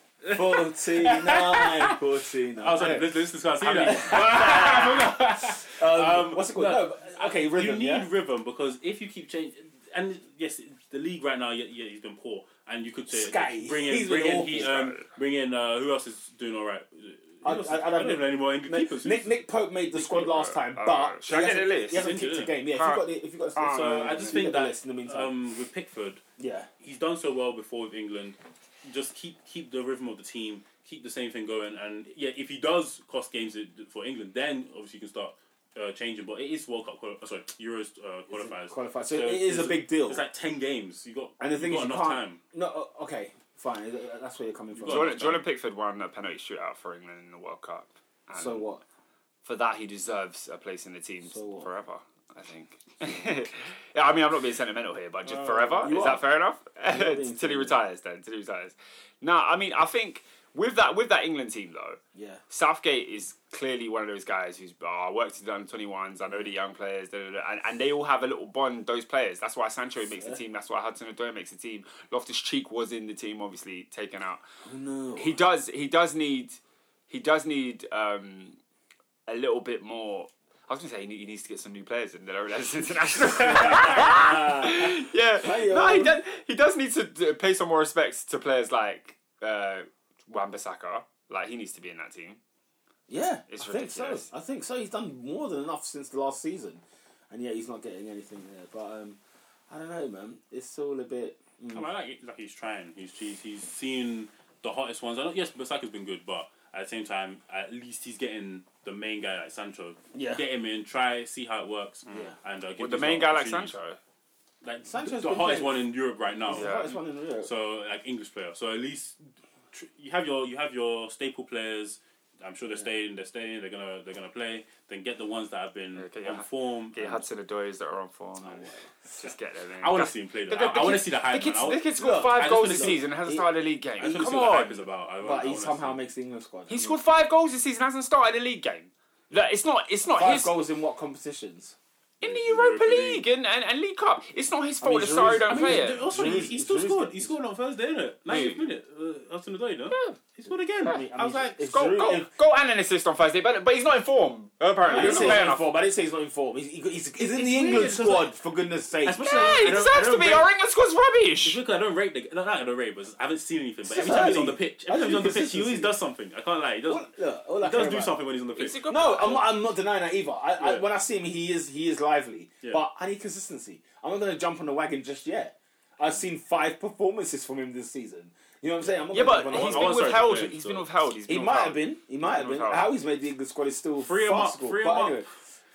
[SPEAKER 1] 49, 49.
[SPEAKER 4] I was like, this, this, this can't see
[SPEAKER 3] I mean-
[SPEAKER 4] that. I forgot.
[SPEAKER 1] um,
[SPEAKER 4] um,
[SPEAKER 1] what's it called?
[SPEAKER 4] no,
[SPEAKER 1] No, but- okay, rhythm.
[SPEAKER 4] you need
[SPEAKER 1] yeah?
[SPEAKER 4] rhythm because if you keep changing, and yes, the league right now, yeah, yeah he's been poor, and you could say
[SPEAKER 1] Sky.
[SPEAKER 4] bring in,
[SPEAKER 1] He's
[SPEAKER 4] bring
[SPEAKER 1] been
[SPEAKER 4] in,
[SPEAKER 1] awful.
[SPEAKER 4] he, um, bring in. Uh, who else is doing all right? Who
[SPEAKER 1] I-
[SPEAKER 4] else is-
[SPEAKER 1] I- I don't
[SPEAKER 4] don't even know anymore. England keepers.
[SPEAKER 1] Nick, Nick Pope made the squad
[SPEAKER 4] Pope,
[SPEAKER 1] last time,
[SPEAKER 3] uh,
[SPEAKER 1] but
[SPEAKER 3] should I
[SPEAKER 1] he
[SPEAKER 3] get the
[SPEAKER 1] hasn't-
[SPEAKER 3] list?
[SPEAKER 1] He hasn't
[SPEAKER 4] He's injured,
[SPEAKER 1] kicked a
[SPEAKER 4] isn't he?
[SPEAKER 1] game. Yeah, if you
[SPEAKER 3] Alright.
[SPEAKER 1] got the, if you got the,
[SPEAKER 3] Alright.
[SPEAKER 4] So I
[SPEAKER 1] you
[SPEAKER 4] just
[SPEAKER 1] get
[SPEAKER 4] think
[SPEAKER 1] the
[SPEAKER 4] that
[SPEAKER 1] list in the meantime.
[SPEAKER 4] um, with Pickford,
[SPEAKER 1] yeah,
[SPEAKER 4] he's done so well before with England. Just keep keep the rhythm of the team, keep the same thing going, and yeah, if he does cost games it- for England, then obviously you can start uh, changing. But it is World Cup, quali- uh, sorry, Euros uh, qualifiers.
[SPEAKER 1] qualified. So it is a
[SPEAKER 4] it's-
[SPEAKER 1] big deal.
[SPEAKER 4] It's like ten games. You got
[SPEAKER 1] And the thing
[SPEAKER 4] you
[SPEAKER 1] is,
[SPEAKER 4] got
[SPEAKER 1] you
[SPEAKER 4] enough
[SPEAKER 1] can't.
[SPEAKER 4] time.
[SPEAKER 1] No, o- okay, fine. uh, That's where you're coming from.
[SPEAKER 4] got it.
[SPEAKER 3] Jordan, Jordan Pickford won a penalty shootout for England in the World Cup. And
[SPEAKER 1] So what?
[SPEAKER 3] For that, he deserves a place in the team
[SPEAKER 1] So what?
[SPEAKER 3] forever. I think. yeah, I mean, I'm not being sentimental here, but just forever.
[SPEAKER 1] you
[SPEAKER 3] Is
[SPEAKER 1] are.
[SPEAKER 3] that fair enough?
[SPEAKER 1] not being
[SPEAKER 3] Till he
[SPEAKER 1] sentimental.
[SPEAKER 3] retires, then. Till he retires. No, I mean, I think with that with that England team though,
[SPEAKER 1] Yeah.
[SPEAKER 3] Southgate is clearly one of those guys who's oh, I worked with the under 21s, I know the young players, da, da, da, and, and they all have a little bond, those players. That's why Sancho makes the team, that's why Hudson Odoi makes the team. Loftus Cheek was in the team, obviously taken out.
[SPEAKER 4] Oh,
[SPEAKER 1] No.
[SPEAKER 3] He does he does need he does need um, a little bit more I was gonna say he need- he needs to get some new players in there. That's international. yeah,
[SPEAKER 1] Hey,
[SPEAKER 3] no, he
[SPEAKER 1] um,
[SPEAKER 3] does. He does need to d- pay some more respects to players like uh, Wan-Bissaka. Like he needs to be in that team.
[SPEAKER 1] Yeah,
[SPEAKER 3] It's
[SPEAKER 1] I
[SPEAKER 3] ridiculous.
[SPEAKER 1] think so. I think so. He's done more than enough since the last season, and yet he's not getting anything there. But um, I don't know, man. It's all a bit.
[SPEAKER 4] I, mean, I like like he's trying. He's he's, he's seen the hottest ones. I know, yes, Bissaka's been good, but at the same time, at least he's getting the main guy like Sancho.
[SPEAKER 1] Yeah. Mm.
[SPEAKER 4] Get him in, try, see how it works.
[SPEAKER 1] Yeah.
[SPEAKER 4] And uh, give
[SPEAKER 3] With the
[SPEAKER 4] him
[SPEAKER 3] main
[SPEAKER 4] some
[SPEAKER 3] guy like
[SPEAKER 4] opportunities.
[SPEAKER 3] Sancho.
[SPEAKER 4] Like
[SPEAKER 1] Sancho's
[SPEAKER 4] the
[SPEAKER 1] been
[SPEAKER 4] hottest
[SPEAKER 1] playing-
[SPEAKER 4] one in Europe right now.
[SPEAKER 1] He's the
[SPEAKER 3] Yeah.
[SPEAKER 1] hottest one in Europe.
[SPEAKER 4] Oh, So like English player. So at least tr- you have your you have your staple players. I'm sure they're staying. They're staying. They're gonna they're gonna play. Then get the ones that have been
[SPEAKER 3] Yeah, get your-
[SPEAKER 4] on form.
[SPEAKER 3] Get
[SPEAKER 4] and-
[SPEAKER 3] Hudson Odoi that are on form. and just get them in.
[SPEAKER 4] I want to see him play. Though. I, want to see the
[SPEAKER 3] The
[SPEAKER 4] hype. man.
[SPEAKER 3] kid's,
[SPEAKER 4] I wa-
[SPEAKER 3] the kid's
[SPEAKER 1] Look,
[SPEAKER 3] scored
[SPEAKER 4] I
[SPEAKER 3] five
[SPEAKER 4] just
[SPEAKER 3] goals
[SPEAKER 4] wanna
[SPEAKER 3] this
[SPEAKER 4] see-
[SPEAKER 3] season and hasn't
[SPEAKER 1] he-
[SPEAKER 3] started a league
[SPEAKER 4] I
[SPEAKER 3] game.
[SPEAKER 4] just wanna
[SPEAKER 3] Come
[SPEAKER 4] see what the hype
[SPEAKER 3] on.
[SPEAKER 4] is about. I- I
[SPEAKER 1] but he
[SPEAKER 4] wanna
[SPEAKER 1] somehow
[SPEAKER 4] see.
[SPEAKER 1] makes the England squad.
[SPEAKER 3] He scored five goals this season. Hasn't started a league game. Look, it's not. It's not
[SPEAKER 1] five
[SPEAKER 3] his
[SPEAKER 1] goals in what competitions?
[SPEAKER 3] in the
[SPEAKER 4] in
[SPEAKER 3] Europa
[SPEAKER 4] Europa
[SPEAKER 3] League,
[SPEAKER 4] League.
[SPEAKER 3] and, and, and League Cup. It's not his fault
[SPEAKER 1] mean,
[SPEAKER 3] that Sarri
[SPEAKER 1] Giroud's- I
[SPEAKER 3] don't
[SPEAKER 4] I mean,
[SPEAKER 3] play
[SPEAKER 4] th-
[SPEAKER 3] it.
[SPEAKER 4] also, he,
[SPEAKER 1] Giroud's-
[SPEAKER 4] he still
[SPEAKER 1] Giroud's
[SPEAKER 4] scored.
[SPEAKER 1] good.
[SPEAKER 4] He scored on Thursday, innit? 90th minute. Uh, after the day, no?
[SPEAKER 3] Yeah.
[SPEAKER 4] He scored again. I,
[SPEAKER 1] mean- I
[SPEAKER 4] was
[SPEAKER 1] mean,
[SPEAKER 4] like,
[SPEAKER 1] it's-
[SPEAKER 3] Go,
[SPEAKER 1] Giroud-
[SPEAKER 3] go,
[SPEAKER 1] if-
[SPEAKER 3] go and an assist on Thursday, but, but he's not in form, apparently.
[SPEAKER 1] I didn't
[SPEAKER 3] He's not
[SPEAKER 1] say he's
[SPEAKER 3] playing
[SPEAKER 1] not in
[SPEAKER 3] enough.
[SPEAKER 1] form. I didn't say he's not in form. He's, he, he's, he's in
[SPEAKER 4] It's
[SPEAKER 1] the
[SPEAKER 4] weird,
[SPEAKER 1] England
[SPEAKER 4] it's just
[SPEAKER 1] squad,
[SPEAKER 4] like-
[SPEAKER 1] for goodness sake.
[SPEAKER 4] Especially-
[SPEAKER 3] Yeah, he
[SPEAKER 4] I don't- I
[SPEAKER 3] deserves to
[SPEAKER 4] don't
[SPEAKER 3] be.
[SPEAKER 4] rate-
[SPEAKER 3] Our England squad's
[SPEAKER 4] It's
[SPEAKER 3] rubbish.
[SPEAKER 4] because I don't rate the no, not I don't rate, but I haven't seen anything. But
[SPEAKER 1] It's
[SPEAKER 4] every time he's
[SPEAKER 1] early.
[SPEAKER 4] on the pitch,
[SPEAKER 1] I
[SPEAKER 4] every time he's on the
[SPEAKER 1] think
[SPEAKER 4] pitch, he always
[SPEAKER 1] consistency.
[SPEAKER 4] does something. I can't lie, he does.
[SPEAKER 1] All- look, all I
[SPEAKER 4] he does
[SPEAKER 1] care
[SPEAKER 4] do
[SPEAKER 1] about-
[SPEAKER 4] something when he's on the pitch.
[SPEAKER 3] He's a good-
[SPEAKER 1] No, I'm not, I'm not denying that either. I, I,
[SPEAKER 4] Yeah.
[SPEAKER 1] when I see him, he is he is lively,
[SPEAKER 4] Yeah.
[SPEAKER 1] but I need consistency. I'm not going to jump on the wagon just yet. I've seen five performances from him this season. You know what I'm saying? I'm not
[SPEAKER 3] Yeah,
[SPEAKER 1] gonna
[SPEAKER 3] but
[SPEAKER 1] give
[SPEAKER 3] he's
[SPEAKER 1] an
[SPEAKER 4] I
[SPEAKER 3] been
[SPEAKER 1] answer.
[SPEAKER 4] want- sorry,
[SPEAKER 3] withheld.
[SPEAKER 4] yeah,
[SPEAKER 3] He's
[SPEAKER 4] so-
[SPEAKER 3] been withheld. He's
[SPEAKER 1] He
[SPEAKER 3] been
[SPEAKER 1] might
[SPEAKER 3] withheld.
[SPEAKER 1] have been. He might have
[SPEAKER 3] He was
[SPEAKER 1] been.
[SPEAKER 3] out.
[SPEAKER 1] How he's made the England squad is still
[SPEAKER 4] Free him up,
[SPEAKER 1] farcical.
[SPEAKER 4] free him
[SPEAKER 1] but
[SPEAKER 4] up.
[SPEAKER 1] anyway,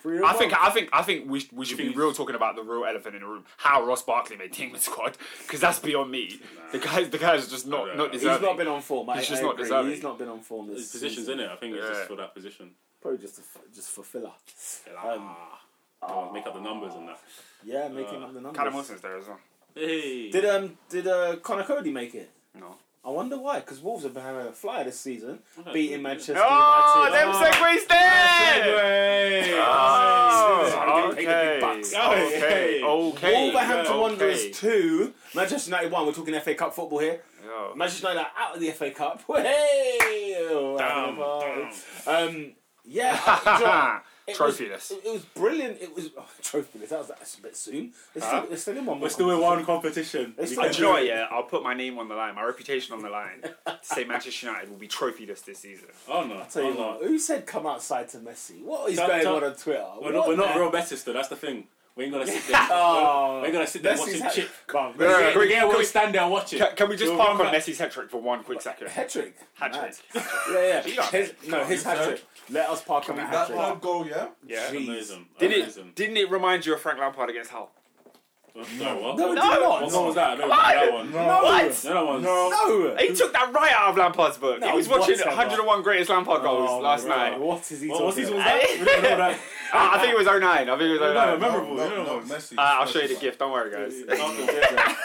[SPEAKER 1] free him
[SPEAKER 3] I
[SPEAKER 1] up.
[SPEAKER 3] think I think I think we sh- we should be
[SPEAKER 4] Please.
[SPEAKER 3] real talking about the real elephant in the room. How Ross Barkley made the England squad because that's beyond me. The guys the guys just not
[SPEAKER 4] Nah.
[SPEAKER 3] not
[SPEAKER 4] He's
[SPEAKER 1] he's
[SPEAKER 3] deserving.
[SPEAKER 1] not been on form. I,
[SPEAKER 3] He's
[SPEAKER 1] he's
[SPEAKER 3] just
[SPEAKER 1] just
[SPEAKER 3] not
[SPEAKER 1] agree.
[SPEAKER 3] deserving.
[SPEAKER 1] He's not been on form. This
[SPEAKER 4] His positions
[SPEAKER 1] season.
[SPEAKER 4] in it. I think it's
[SPEAKER 3] Yeah.
[SPEAKER 4] just for that position.
[SPEAKER 1] Probably just a, f- just for filler. Um,
[SPEAKER 4] Ah, make up uh, the numbers and that.
[SPEAKER 1] yeah, making up the numbers.
[SPEAKER 3] Callum Wilson's there as well.
[SPEAKER 4] Hey,
[SPEAKER 1] Did um did uh Connor Cody make it?
[SPEAKER 3] No.
[SPEAKER 1] I wonder why. Because Wolves have been having a flyer this season,
[SPEAKER 4] Okay.
[SPEAKER 1] beating Manchester
[SPEAKER 3] Oh,
[SPEAKER 1] United.
[SPEAKER 3] them segues there.
[SPEAKER 4] Segway!
[SPEAKER 3] Oh,
[SPEAKER 1] They get paid the big
[SPEAKER 3] okay.
[SPEAKER 1] bucks.
[SPEAKER 3] Okay.
[SPEAKER 4] Hey.
[SPEAKER 3] Okay.
[SPEAKER 1] Wolverhampton
[SPEAKER 3] okay.
[SPEAKER 1] Wanderers two, Manchester United one. We're talking FA Cup football here.
[SPEAKER 3] Yo.
[SPEAKER 1] Manchester United are out of the FA Cup. Hey! Oh,
[SPEAKER 4] Damn,
[SPEAKER 1] Um, yeah, uh, do you know what? It was-
[SPEAKER 3] Trophyless.
[SPEAKER 1] It, it was brilliant. It was oh, trophyless. That was that's a bit soon. They're,
[SPEAKER 3] Huh?
[SPEAKER 1] still, they're still in one.
[SPEAKER 4] We're still in one competition.
[SPEAKER 1] It's
[SPEAKER 4] We
[SPEAKER 1] like-
[SPEAKER 4] can
[SPEAKER 3] Do you know what, yeah? I'll put my name on the line, my reputation on the line, to say Manchester United will be trophyless this season.
[SPEAKER 4] Oh no!
[SPEAKER 1] I tell you
[SPEAKER 4] oh, no.
[SPEAKER 1] what, Um, who said come outside to Messi? What is
[SPEAKER 4] Tell-
[SPEAKER 1] going
[SPEAKER 4] tell-
[SPEAKER 1] on on Twitter?
[SPEAKER 4] We're not, we're not
[SPEAKER 1] the-
[SPEAKER 4] real Betis though. That's the thing. We ain't gonna sit there.
[SPEAKER 1] Oh,
[SPEAKER 4] we ain't gonna sit there
[SPEAKER 1] Messi's
[SPEAKER 4] watching
[SPEAKER 1] had-
[SPEAKER 4] Chip.
[SPEAKER 1] Bruv, Messi-
[SPEAKER 3] Yeah. Can we-
[SPEAKER 4] We're gonna
[SPEAKER 3] can we-
[SPEAKER 4] stand there and watch it.
[SPEAKER 3] Can, can we just
[SPEAKER 4] We'll
[SPEAKER 3] park on
[SPEAKER 4] come back.
[SPEAKER 3] Messi's hat trick for one quick second?
[SPEAKER 1] Hat-trick.
[SPEAKER 3] Hat-trick.
[SPEAKER 1] Mad. Yeah, yeah.
[SPEAKER 3] Gee,
[SPEAKER 1] His, no, his hat-trick. Let us park on that
[SPEAKER 2] That
[SPEAKER 1] hat-trick.
[SPEAKER 2] third goal, yeah?
[SPEAKER 3] Yeah.
[SPEAKER 1] Gee.
[SPEAKER 4] Amazing.
[SPEAKER 3] Did
[SPEAKER 4] Amazing.
[SPEAKER 3] it? Didn't it remind you of Frank Lampard against Hull?
[SPEAKER 4] No, what?
[SPEAKER 1] No, it did
[SPEAKER 3] No.
[SPEAKER 1] not.
[SPEAKER 4] What song was that? No,
[SPEAKER 3] What?
[SPEAKER 4] that one.
[SPEAKER 2] No.
[SPEAKER 1] No.
[SPEAKER 3] What?
[SPEAKER 4] No, that one.
[SPEAKER 1] No.
[SPEAKER 3] He took that right out of Lampard's book.
[SPEAKER 1] No,
[SPEAKER 3] he was watching
[SPEAKER 1] whatever.
[SPEAKER 3] 101 Greatest Lampard Goals
[SPEAKER 1] Oh,
[SPEAKER 3] last
[SPEAKER 1] bro,
[SPEAKER 3] night.
[SPEAKER 1] What is he
[SPEAKER 4] What was
[SPEAKER 1] talking
[SPEAKER 4] his? Was
[SPEAKER 1] about?
[SPEAKER 4] that? We don't know that.
[SPEAKER 3] Ah, I think it was 09. I think it was 09.
[SPEAKER 4] No,
[SPEAKER 3] Uh,
[SPEAKER 4] memorable.
[SPEAKER 2] No,
[SPEAKER 4] you know
[SPEAKER 2] no,
[SPEAKER 4] what?
[SPEAKER 2] Messi.
[SPEAKER 3] Ah, I'll show you the
[SPEAKER 2] Messi,
[SPEAKER 3] gift. Don't worry,
[SPEAKER 4] uh,
[SPEAKER 3] guys.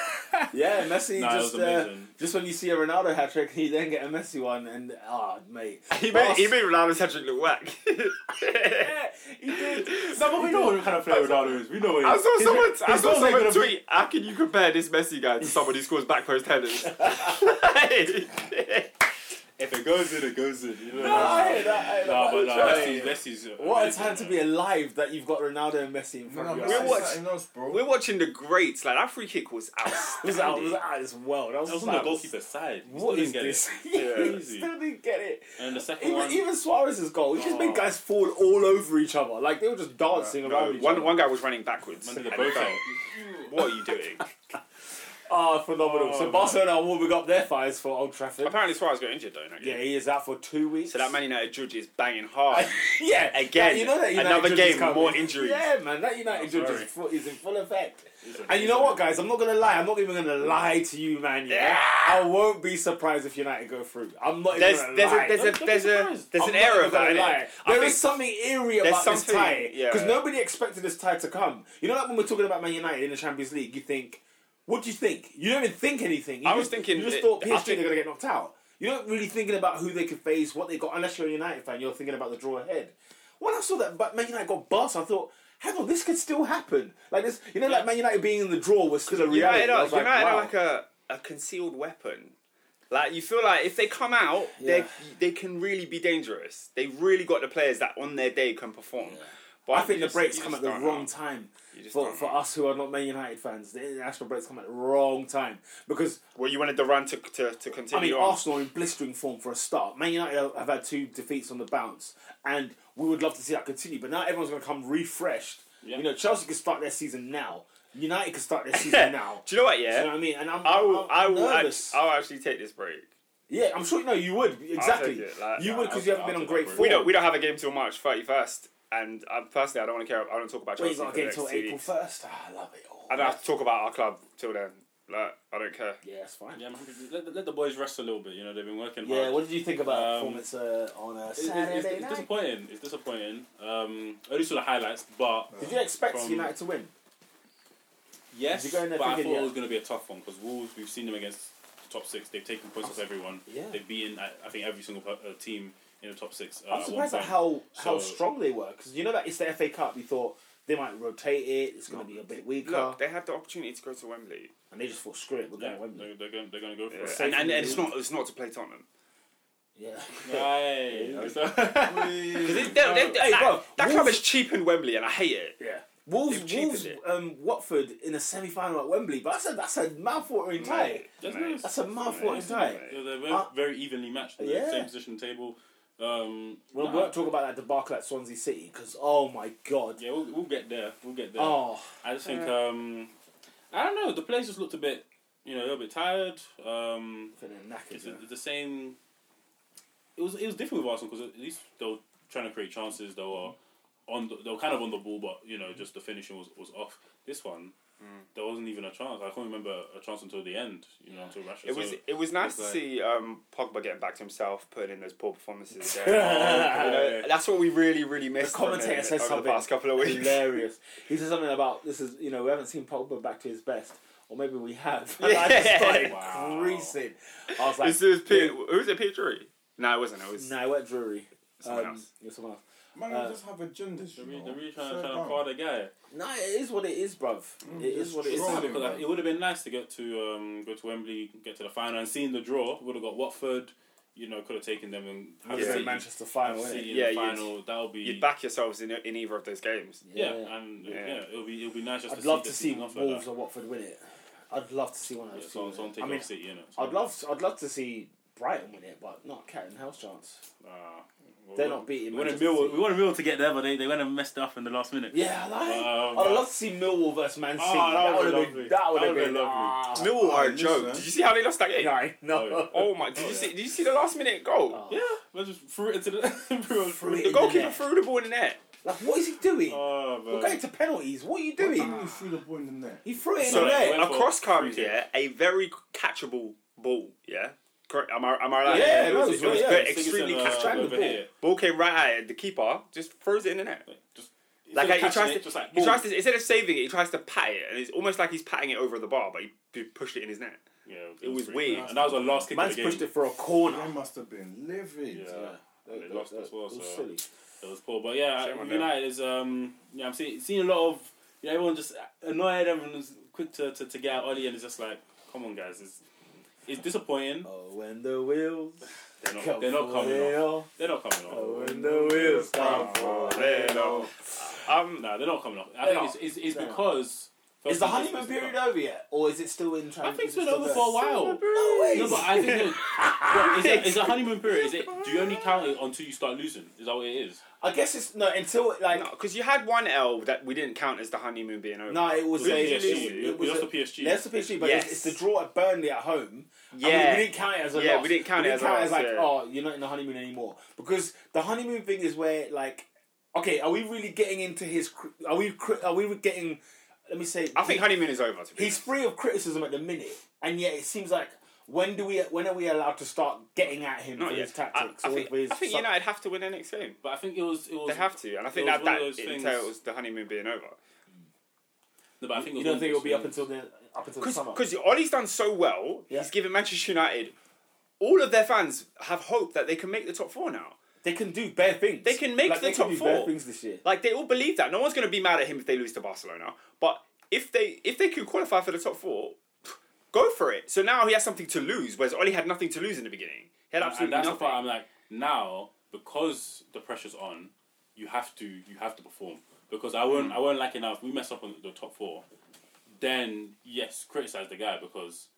[SPEAKER 1] Yeah, Messi
[SPEAKER 4] Nah, it was
[SPEAKER 1] just uh,
[SPEAKER 4] amazing.
[SPEAKER 1] just when you see a Ronaldo hat trick, he then get a Messi one, and ah, mate,
[SPEAKER 3] he made he
[SPEAKER 1] Arse-
[SPEAKER 3] made Ronaldo's hat trick look whack.
[SPEAKER 1] Yeah, he did.
[SPEAKER 4] No, but we know what kind of player Ronaldo is. We know
[SPEAKER 3] I
[SPEAKER 4] what
[SPEAKER 3] saw someone I
[SPEAKER 4] his
[SPEAKER 3] saw
[SPEAKER 4] goals ain't
[SPEAKER 3] someone
[SPEAKER 4] gonna be-
[SPEAKER 3] tweet. How can you compare this Messi guy to someone who scores back post headers?
[SPEAKER 4] If it goes in, it goes in. You know
[SPEAKER 1] No, I hear that. I hear
[SPEAKER 4] Nah,
[SPEAKER 1] that.
[SPEAKER 4] but nah,
[SPEAKER 1] Right.
[SPEAKER 4] Messi's, Messi's.
[SPEAKER 1] What a time to be alive that you've got Ronaldo and Messi in
[SPEAKER 2] No,
[SPEAKER 1] front
[SPEAKER 2] no,
[SPEAKER 1] of you.
[SPEAKER 3] We're
[SPEAKER 2] Messi's
[SPEAKER 1] It
[SPEAKER 3] watch-
[SPEAKER 2] something else, bro.
[SPEAKER 3] We're watching the greats. Like that free kick
[SPEAKER 1] was
[SPEAKER 3] was
[SPEAKER 1] out, it was
[SPEAKER 3] outstanding.
[SPEAKER 1] out of this world. I was
[SPEAKER 4] That was
[SPEAKER 1] just
[SPEAKER 4] on the
[SPEAKER 1] like,
[SPEAKER 4] goalkeeper's side. He still
[SPEAKER 1] What
[SPEAKER 4] didn't
[SPEAKER 1] is
[SPEAKER 4] get
[SPEAKER 1] this?
[SPEAKER 4] It.
[SPEAKER 1] He
[SPEAKER 4] Crazy.
[SPEAKER 1] still didn't get it.
[SPEAKER 4] And the second
[SPEAKER 1] Even,
[SPEAKER 4] one.
[SPEAKER 1] even Suarez's goal, he just
[SPEAKER 4] Oh.
[SPEAKER 1] made guys fall all over each other. Like they were just dancing around each
[SPEAKER 3] One
[SPEAKER 1] other.
[SPEAKER 3] one guy was running backwards.
[SPEAKER 4] Man did a
[SPEAKER 3] And
[SPEAKER 4] bow
[SPEAKER 3] he fell.
[SPEAKER 4] tie.
[SPEAKER 3] What are you doing?
[SPEAKER 1] Ah, phenomenal.
[SPEAKER 4] Oh,
[SPEAKER 1] so
[SPEAKER 4] man.
[SPEAKER 1] Barcelona are warming up their fires for Old Trafford.
[SPEAKER 3] Apparently Suarez got injured though.
[SPEAKER 1] Yeah,
[SPEAKER 3] Yeah.
[SPEAKER 1] he is out for two weeks.
[SPEAKER 3] So that Man United judge is banging hard.
[SPEAKER 1] yeah,
[SPEAKER 3] Again,
[SPEAKER 1] that- you know that United
[SPEAKER 3] another
[SPEAKER 1] judge is
[SPEAKER 3] game,
[SPEAKER 1] coming.
[SPEAKER 3] more injuries. Oh,
[SPEAKER 1] Yeah, man, that United judge is,
[SPEAKER 4] sorry.
[SPEAKER 1] full, is in full effect. And you know what, guys? I'm not gonna lie. I'm not even gonna lie to you, man. Yeah, I
[SPEAKER 3] Yeah.
[SPEAKER 1] won't be surprised if United go through. I'm not
[SPEAKER 3] There's
[SPEAKER 1] even gonna
[SPEAKER 3] there's
[SPEAKER 1] lie.
[SPEAKER 3] a there's
[SPEAKER 4] Don't-
[SPEAKER 3] a
[SPEAKER 4] don't
[SPEAKER 3] there's
[SPEAKER 4] be
[SPEAKER 3] a
[SPEAKER 4] surprised.
[SPEAKER 3] there's
[SPEAKER 1] I'm
[SPEAKER 3] an
[SPEAKER 1] not
[SPEAKER 3] error
[SPEAKER 1] even
[SPEAKER 3] of that.
[SPEAKER 1] gonna
[SPEAKER 3] innit?
[SPEAKER 1] lie.
[SPEAKER 3] I
[SPEAKER 1] There
[SPEAKER 3] think-
[SPEAKER 1] is something eerie
[SPEAKER 3] There's
[SPEAKER 1] about this
[SPEAKER 3] something,
[SPEAKER 1] tie
[SPEAKER 3] yeah.
[SPEAKER 1] because nobody expected this tie to come. You know, like when we're talking about Man United in the Champions League, you think, "What do you think?" You don't even think anything. You
[SPEAKER 3] I was
[SPEAKER 1] just-
[SPEAKER 3] thinking
[SPEAKER 1] you just
[SPEAKER 3] that-
[SPEAKER 1] thought
[SPEAKER 3] I
[SPEAKER 1] PSG
[SPEAKER 3] think-
[SPEAKER 1] they're gonna get knocked out. You're not really thinking about who they could face, what they got. Unless you're a United fan, you're thinking about the draw ahead. When I saw that but Man United got bust, I thought. Hang on, this could still happen. Like this, you know, like Man United being in the draw was still a reality.
[SPEAKER 3] United
[SPEAKER 1] I
[SPEAKER 3] are,
[SPEAKER 1] was like,
[SPEAKER 3] United
[SPEAKER 1] wow.
[SPEAKER 3] are like a, a concealed weapon. Like you feel like if they come out, they
[SPEAKER 1] Yeah.
[SPEAKER 3] they can really be dangerous. They really got the players that on their day can perform. But
[SPEAKER 1] I think
[SPEAKER 3] you
[SPEAKER 1] the
[SPEAKER 3] just-
[SPEAKER 1] breaks
[SPEAKER 3] you
[SPEAKER 1] come at
[SPEAKER 3] just
[SPEAKER 1] the
[SPEAKER 3] don't
[SPEAKER 1] wrong
[SPEAKER 3] know.
[SPEAKER 1] time
[SPEAKER 3] You just
[SPEAKER 1] for,
[SPEAKER 3] don't
[SPEAKER 1] for
[SPEAKER 3] know.
[SPEAKER 1] us who are not Man United fans. The international breaks come at the wrong time because
[SPEAKER 3] Well, you wanted the run to to, to
[SPEAKER 1] I mean
[SPEAKER 3] continue. on.
[SPEAKER 1] Arsenal are in blistering form for a start. Man United have- have had two defeats on the bounce, and we would love to see that continue. But now everyone's going to come refreshed.
[SPEAKER 4] Yeah.
[SPEAKER 1] You know, Chelsea can start their season now. United can start their season now.
[SPEAKER 3] Do you know what?
[SPEAKER 1] Do you know
[SPEAKER 3] Yeah,
[SPEAKER 1] what I mean? And I'm,
[SPEAKER 3] I will.
[SPEAKER 1] I'm,
[SPEAKER 3] I
[SPEAKER 1] I'm
[SPEAKER 3] will.
[SPEAKER 1] nervous.
[SPEAKER 3] Act, I'll actually take this break.
[SPEAKER 1] yeah, I'm sure. No, you would exactly.
[SPEAKER 3] it, like,
[SPEAKER 1] you would because
[SPEAKER 4] I'll-
[SPEAKER 1] you haven't
[SPEAKER 4] I'll
[SPEAKER 1] been
[SPEAKER 4] take
[SPEAKER 1] on
[SPEAKER 4] that
[SPEAKER 1] great
[SPEAKER 4] break.
[SPEAKER 1] form.
[SPEAKER 3] We don't. We don't have a game till March thirty first, and I, personally, I don't want to care. I don't talk about
[SPEAKER 1] Wait, you
[SPEAKER 3] Chelsea
[SPEAKER 1] got
[SPEAKER 3] for
[SPEAKER 1] a
[SPEAKER 3] the
[SPEAKER 1] game
[SPEAKER 3] next
[SPEAKER 1] till
[SPEAKER 3] two
[SPEAKER 1] April
[SPEAKER 3] weeks.
[SPEAKER 1] first. Ah, I love it all.
[SPEAKER 3] I don't have to talk about our club till then. Like, I don't care.
[SPEAKER 1] Yeah, it's fine.
[SPEAKER 4] Yeah, man, let, let the boys rest a little bit. You know, they've been working hard.
[SPEAKER 1] Yeah, what did you think about the
[SPEAKER 4] Um,
[SPEAKER 1] performance uh, on a
[SPEAKER 4] It's, it's- it's-
[SPEAKER 1] Saturday
[SPEAKER 4] it's
[SPEAKER 1] night?
[SPEAKER 4] disappointing. It's disappointing. Um, only saw the highlights, but
[SPEAKER 1] Did you expect
[SPEAKER 4] From-
[SPEAKER 1] United to win?
[SPEAKER 4] yes,
[SPEAKER 1] Did you go in there
[SPEAKER 4] but I thought
[SPEAKER 1] thinking, yeah.
[SPEAKER 4] it was going to be a tough one because Wolves. We've seen them against the top six. They've taken points off everyone.
[SPEAKER 1] Yeah.
[SPEAKER 4] They've beaten, I, I think, every single per- uh, team in the top six. Uh,
[SPEAKER 1] I'm
[SPEAKER 4] at
[SPEAKER 1] surprised
[SPEAKER 4] one
[SPEAKER 1] at
[SPEAKER 4] point.
[SPEAKER 1] how how
[SPEAKER 4] So-
[SPEAKER 1] strong they were because you know that it's the FA Cup. You thought they might rotate it. It's going to be a bit weaker,
[SPEAKER 3] Look, they had the opportunity to go to Wembley,
[SPEAKER 1] and they just thought, screw it, we're
[SPEAKER 4] Yeah,
[SPEAKER 1] going to Wembley.
[SPEAKER 4] they're, they're going. They're going to go for
[SPEAKER 3] Yeah.
[SPEAKER 4] it.
[SPEAKER 1] safe
[SPEAKER 3] and, and,
[SPEAKER 1] in
[SPEAKER 3] and
[SPEAKER 1] the
[SPEAKER 3] it's not. It's not to play Tottenham.
[SPEAKER 1] Yeah.
[SPEAKER 4] Right.
[SPEAKER 3] Because they, they, they,
[SPEAKER 1] Hey,
[SPEAKER 3] that,
[SPEAKER 1] bro,
[SPEAKER 3] that club
[SPEAKER 1] Wolves-
[SPEAKER 3] has cheapened Wembley, and I hate it.
[SPEAKER 1] Yeah. Wolves,
[SPEAKER 3] They've cheapened
[SPEAKER 1] Wolves,
[SPEAKER 3] it.
[SPEAKER 1] um, Watford in a semi final at Wembley, but that's a that's a mouthwatering tie.
[SPEAKER 3] Mate,
[SPEAKER 4] That's
[SPEAKER 3] mate.
[SPEAKER 4] nice.
[SPEAKER 1] That's a mouthwatering tie.
[SPEAKER 4] Yeah, they're very,
[SPEAKER 1] Uh,
[SPEAKER 4] very evenly matched. They're
[SPEAKER 1] yeah.
[SPEAKER 4] Same position table. Um,
[SPEAKER 1] We'll,
[SPEAKER 4] nah.
[SPEAKER 1] we'll talk about that debacle at Swansea City because oh my god.
[SPEAKER 4] Yeah, we'll, we'll get there. We'll get there.
[SPEAKER 1] Oh,
[SPEAKER 4] I just think um, I don't know. The players just looked a bit. you know, a little bit tired. Um,
[SPEAKER 1] Feeling knackered.
[SPEAKER 4] it's
[SPEAKER 1] Yeah.
[SPEAKER 4] the- the same. It was it was different with Arsenal because at least they were trying to create chances. They were on the, they were kind of on the ball, but you know, just the finishing was, was off. This one, there wasn't even a chance. I can't remember a chance until the end. You know, until Rashford.
[SPEAKER 3] It was
[SPEAKER 4] So-
[SPEAKER 3] it was nice
[SPEAKER 4] it's like-
[SPEAKER 3] to see um, Pogba getting back to himself, putting in those poor performances. Again. You know, that's what we really really
[SPEAKER 1] The
[SPEAKER 3] missed. from
[SPEAKER 1] commentator
[SPEAKER 3] him
[SPEAKER 1] said
[SPEAKER 3] over
[SPEAKER 1] something
[SPEAKER 3] the past couple of weeks.
[SPEAKER 1] hilarious. He said something about this is you know we haven't seen Pogba back to his best, or maybe we have. And I just
[SPEAKER 3] Yeah.
[SPEAKER 1] started
[SPEAKER 4] Wow.
[SPEAKER 1] creasing. I was like,
[SPEAKER 3] This is Peter, who was it? Peter Drury? No, it wasn't. It was
[SPEAKER 1] nah, we're Drury.
[SPEAKER 3] someone
[SPEAKER 1] Um,
[SPEAKER 3] else.
[SPEAKER 1] it was someone else.
[SPEAKER 2] Man,
[SPEAKER 1] Uh,
[SPEAKER 2] they just have agendas.
[SPEAKER 4] They're
[SPEAKER 2] You
[SPEAKER 4] really,
[SPEAKER 2] know?
[SPEAKER 4] they're really trying,
[SPEAKER 2] Fair
[SPEAKER 4] trying to
[SPEAKER 2] play.
[SPEAKER 4] card a guy.
[SPEAKER 1] No, it is what it is, bruv. it is
[SPEAKER 2] just
[SPEAKER 1] what it is.
[SPEAKER 2] Bro,
[SPEAKER 4] Sad,
[SPEAKER 2] I didn't
[SPEAKER 4] because
[SPEAKER 2] know.
[SPEAKER 4] it would have been nice to get to um, go to Wembley, get to the final, and seeing the draw would have got Watford. You know, could have taken them and have
[SPEAKER 1] It's
[SPEAKER 3] Yeah.
[SPEAKER 1] the
[SPEAKER 4] City-
[SPEAKER 1] Manchester
[SPEAKER 4] have
[SPEAKER 1] final.
[SPEAKER 4] City
[SPEAKER 1] innit?
[SPEAKER 4] in
[SPEAKER 3] Yeah,
[SPEAKER 4] the
[SPEAKER 3] you'd-
[SPEAKER 4] final. That would be
[SPEAKER 3] You'd back yourselves in in either of those games.
[SPEAKER 4] Yeah,
[SPEAKER 1] Yeah.
[SPEAKER 4] and uh,
[SPEAKER 3] Yeah.
[SPEAKER 4] yeah. it'll be it'll be nice just
[SPEAKER 1] I'd
[SPEAKER 4] to
[SPEAKER 1] love
[SPEAKER 4] see
[SPEAKER 1] to see
[SPEAKER 4] the
[SPEAKER 1] Wolves
[SPEAKER 4] season off like that.
[SPEAKER 1] or Watford win it. I'd love to see one of
[SPEAKER 4] Yeah,
[SPEAKER 1] those.
[SPEAKER 4] so,
[SPEAKER 1] two
[SPEAKER 4] so I'm
[SPEAKER 1] win it.
[SPEAKER 4] taking
[SPEAKER 1] I mean,
[SPEAKER 4] City in it. So.
[SPEAKER 1] I'd love, I'd love to see Brighton win it, but not cat and house chance.
[SPEAKER 4] Uh, well,
[SPEAKER 1] They're
[SPEAKER 4] we-
[SPEAKER 1] not beating.
[SPEAKER 4] We wanted
[SPEAKER 1] Manchester
[SPEAKER 4] Millwall.
[SPEAKER 1] City.
[SPEAKER 4] We wanted Millwall to get there, but they they went and messed up in the last minute.
[SPEAKER 1] Yeah, I like.
[SPEAKER 4] Um,
[SPEAKER 1] I'd love to see Millwall versus Man City.
[SPEAKER 4] Oh, that
[SPEAKER 1] that would
[SPEAKER 4] would've
[SPEAKER 1] have
[SPEAKER 4] been
[SPEAKER 1] been. That would have
[SPEAKER 4] lovely. Ah.
[SPEAKER 1] been
[SPEAKER 4] That would've been
[SPEAKER 1] lovely.
[SPEAKER 3] Millwall are a
[SPEAKER 2] I
[SPEAKER 3] joke.
[SPEAKER 2] miss that.
[SPEAKER 3] Did you see how they lost that game?
[SPEAKER 1] No, no.
[SPEAKER 3] Oh my! Did you see? Did you see the last minute goal?
[SPEAKER 1] Oh.
[SPEAKER 4] Yeah, let's just threw it into the threw it
[SPEAKER 1] Threw it
[SPEAKER 4] through.
[SPEAKER 3] The
[SPEAKER 1] in
[SPEAKER 3] goalkeeper
[SPEAKER 1] net.
[SPEAKER 3] threw the ball in the net.
[SPEAKER 1] Like, what is he doing?
[SPEAKER 4] Oh,
[SPEAKER 1] We're
[SPEAKER 4] man.
[SPEAKER 1] going to penalties. What are you
[SPEAKER 2] What do you
[SPEAKER 1] doing?
[SPEAKER 2] mean you threw the ball in the net?
[SPEAKER 1] He threw it in
[SPEAKER 3] So
[SPEAKER 1] the
[SPEAKER 4] Sorry.
[SPEAKER 1] net.
[SPEAKER 4] Went
[SPEAKER 3] a
[SPEAKER 4] for
[SPEAKER 3] cross comes,
[SPEAKER 4] free kick.
[SPEAKER 3] yeah, a very catchable ball, yeah. Correct. Am I am I right?
[SPEAKER 1] Yeah,
[SPEAKER 3] it
[SPEAKER 1] no,
[SPEAKER 3] was,
[SPEAKER 1] it's
[SPEAKER 3] it was
[SPEAKER 1] right,
[SPEAKER 3] very-
[SPEAKER 1] yeah,
[SPEAKER 4] Singleton,
[SPEAKER 3] extremely
[SPEAKER 4] uh,
[SPEAKER 3] catchable.
[SPEAKER 1] catchable.
[SPEAKER 4] over here.
[SPEAKER 3] Ball came right at it. The keeper just throws it in the net.
[SPEAKER 4] Just-
[SPEAKER 3] Like
[SPEAKER 4] instead
[SPEAKER 3] he
[SPEAKER 4] of catching
[SPEAKER 3] tries
[SPEAKER 4] it,
[SPEAKER 3] to,
[SPEAKER 4] just like
[SPEAKER 3] he
[SPEAKER 4] boom.
[SPEAKER 3] tries to instead of saving it, he tries to pat it, and it's almost like he's patting it over the bar, but he p- pushed it in his net.
[SPEAKER 4] Yeah,
[SPEAKER 3] It was
[SPEAKER 4] pretty
[SPEAKER 3] weird.
[SPEAKER 4] nice. and that was our last kick
[SPEAKER 1] Man's
[SPEAKER 4] of the game.
[SPEAKER 1] pushed it for a corner.
[SPEAKER 2] They must have been livid.
[SPEAKER 4] Yeah.
[SPEAKER 1] That-
[SPEAKER 4] They
[SPEAKER 1] that-
[SPEAKER 4] lost
[SPEAKER 1] that-
[SPEAKER 4] as well,
[SPEAKER 1] that was
[SPEAKER 4] so-
[SPEAKER 1] silly.
[SPEAKER 4] It was poor, but yeah,
[SPEAKER 3] Shame on them.
[SPEAKER 4] United is um yeah I'm seeing seeing a lot of you know everyone just annoyed, everyone's quick to, to, to get out early, and it's just like, come on guys, it's it's disappointing.
[SPEAKER 1] Oh, when the wheels
[SPEAKER 4] They're not,
[SPEAKER 1] come
[SPEAKER 4] they're not
[SPEAKER 1] for
[SPEAKER 4] coming off.
[SPEAKER 1] hell.
[SPEAKER 4] They're not coming off.
[SPEAKER 1] Oh, when the wheels come for hell.
[SPEAKER 3] Um,
[SPEAKER 4] No, they're not coming off. I
[SPEAKER 1] They're
[SPEAKER 4] think
[SPEAKER 1] not.
[SPEAKER 4] it's, it's, it's
[SPEAKER 1] They're not.
[SPEAKER 4] because
[SPEAKER 1] Is the honeymoon period over yet, or is it still in?
[SPEAKER 4] I think it's been
[SPEAKER 1] still
[SPEAKER 4] over
[SPEAKER 1] there?
[SPEAKER 4] for a while.
[SPEAKER 1] No way.
[SPEAKER 4] No, but I think it, well, is, it, is the honeymoon period? Is it? Do you only count it until you start losing? Is that what it is?
[SPEAKER 1] I guess it's no until like no,
[SPEAKER 3] because you had one L that we didn't count as the honeymoon being over.
[SPEAKER 1] it was
[SPEAKER 4] We lost
[SPEAKER 1] a it,
[SPEAKER 4] to
[SPEAKER 1] it,
[SPEAKER 4] PSG. We
[SPEAKER 1] was
[SPEAKER 4] lost
[SPEAKER 1] a,
[SPEAKER 4] to PSG.
[SPEAKER 1] That's the PSG, but
[SPEAKER 3] Yes.
[SPEAKER 1] it's, it's the draw at Burnley at home. I mean,
[SPEAKER 3] Yeah.
[SPEAKER 1] we didn't count it as a
[SPEAKER 3] Yeah,
[SPEAKER 1] loss.
[SPEAKER 3] we didn't count it as a loss,
[SPEAKER 1] like,
[SPEAKER 3] yeah.
[SPEAKER 1] oh, you're not in the honeymoon anymore because the honeymoon thing is where like, okay, are we really getting into his? cri- Are we? cri- Are we getting? Let me say.
[SPEAKER 3] I think honeymoon is over. To be
[SPEAKER 1] he's free of criticism at the minute, and yet it seems like when do we? When are we allowed to start getting at him
[SPEAKER 3] honest.
[SPEAKER 1] for
[SPEAKER 3] not yet.
[SPEAKER 1] his tactics
[SPEAKER 3] I, I
[SPEAKER 1] or
[SPEAKER 3] think,
[SPEAKER 1] for his?
[SPEAKER 3] I think
[SPEAKER 1] sub-
[SPEAKER 3] United have to win their next game.
[SPEAKER 4] But I think it was. It was
[SPEAKER 3] They have to, and I think
[SPEAKER 4] it was
[SPEAKER 3] that
[SPEAKER 4] one
[SPEAKER 3] that
[SPEAKER 4] of those things-
[SPEAKER 3] entails the honeymoon being over.
[SPEAKER 4] No, but I think it
[SPEAKER 1] you
[SPEAKER 4] was
[SPEAKER 1] don't
[SPEAKER 4] one
[SPEAKER 1] think
[SPEAKER 4] of
[SPEAKER 1] it'll be up
[SPEAKER 4] those
[SPEAKER 1] until the up until the summer?
[SPEAKER 3] Because Ollie's done so well,
[SPEAKER 1] Yeah.
[SPEAKER 3] he's given Manchester United. All of their fans have hope that they can make the top four now.
[SPEAKER 1] They can do bare things.
[SPEAKER 3] They can make
[SPEAKER 1] Like,
[SPEAKER 3] the
[SPEAKER 1] they can
[SPEAKER 3] top
[SPEAKER 1] do
[SPEAKER 3] four.
[SPEAKER 1] Bare things this year.
[SPEAKER 3] Like they all believe that. No one's going to be mad at him if they lose to Barcelona. But if they if they could qualify for the top four, go for it. So now he has something to lose, whereas Ollie had nothing to lose in the beginning. He had
[SPEAKER 4] And-
[SPEAKER 3] absolutely
[SPEAKER 4] and that's
[SPEAKER 3] nothing.
[SPEAKER 4] the part I'm like now because the pressure's on, you have to you have to perform because I
[SPEAKER 3] Mm.
[SPEAKER 4] won't I won't like it now if we mess up on the top four, then yes criticize the guy because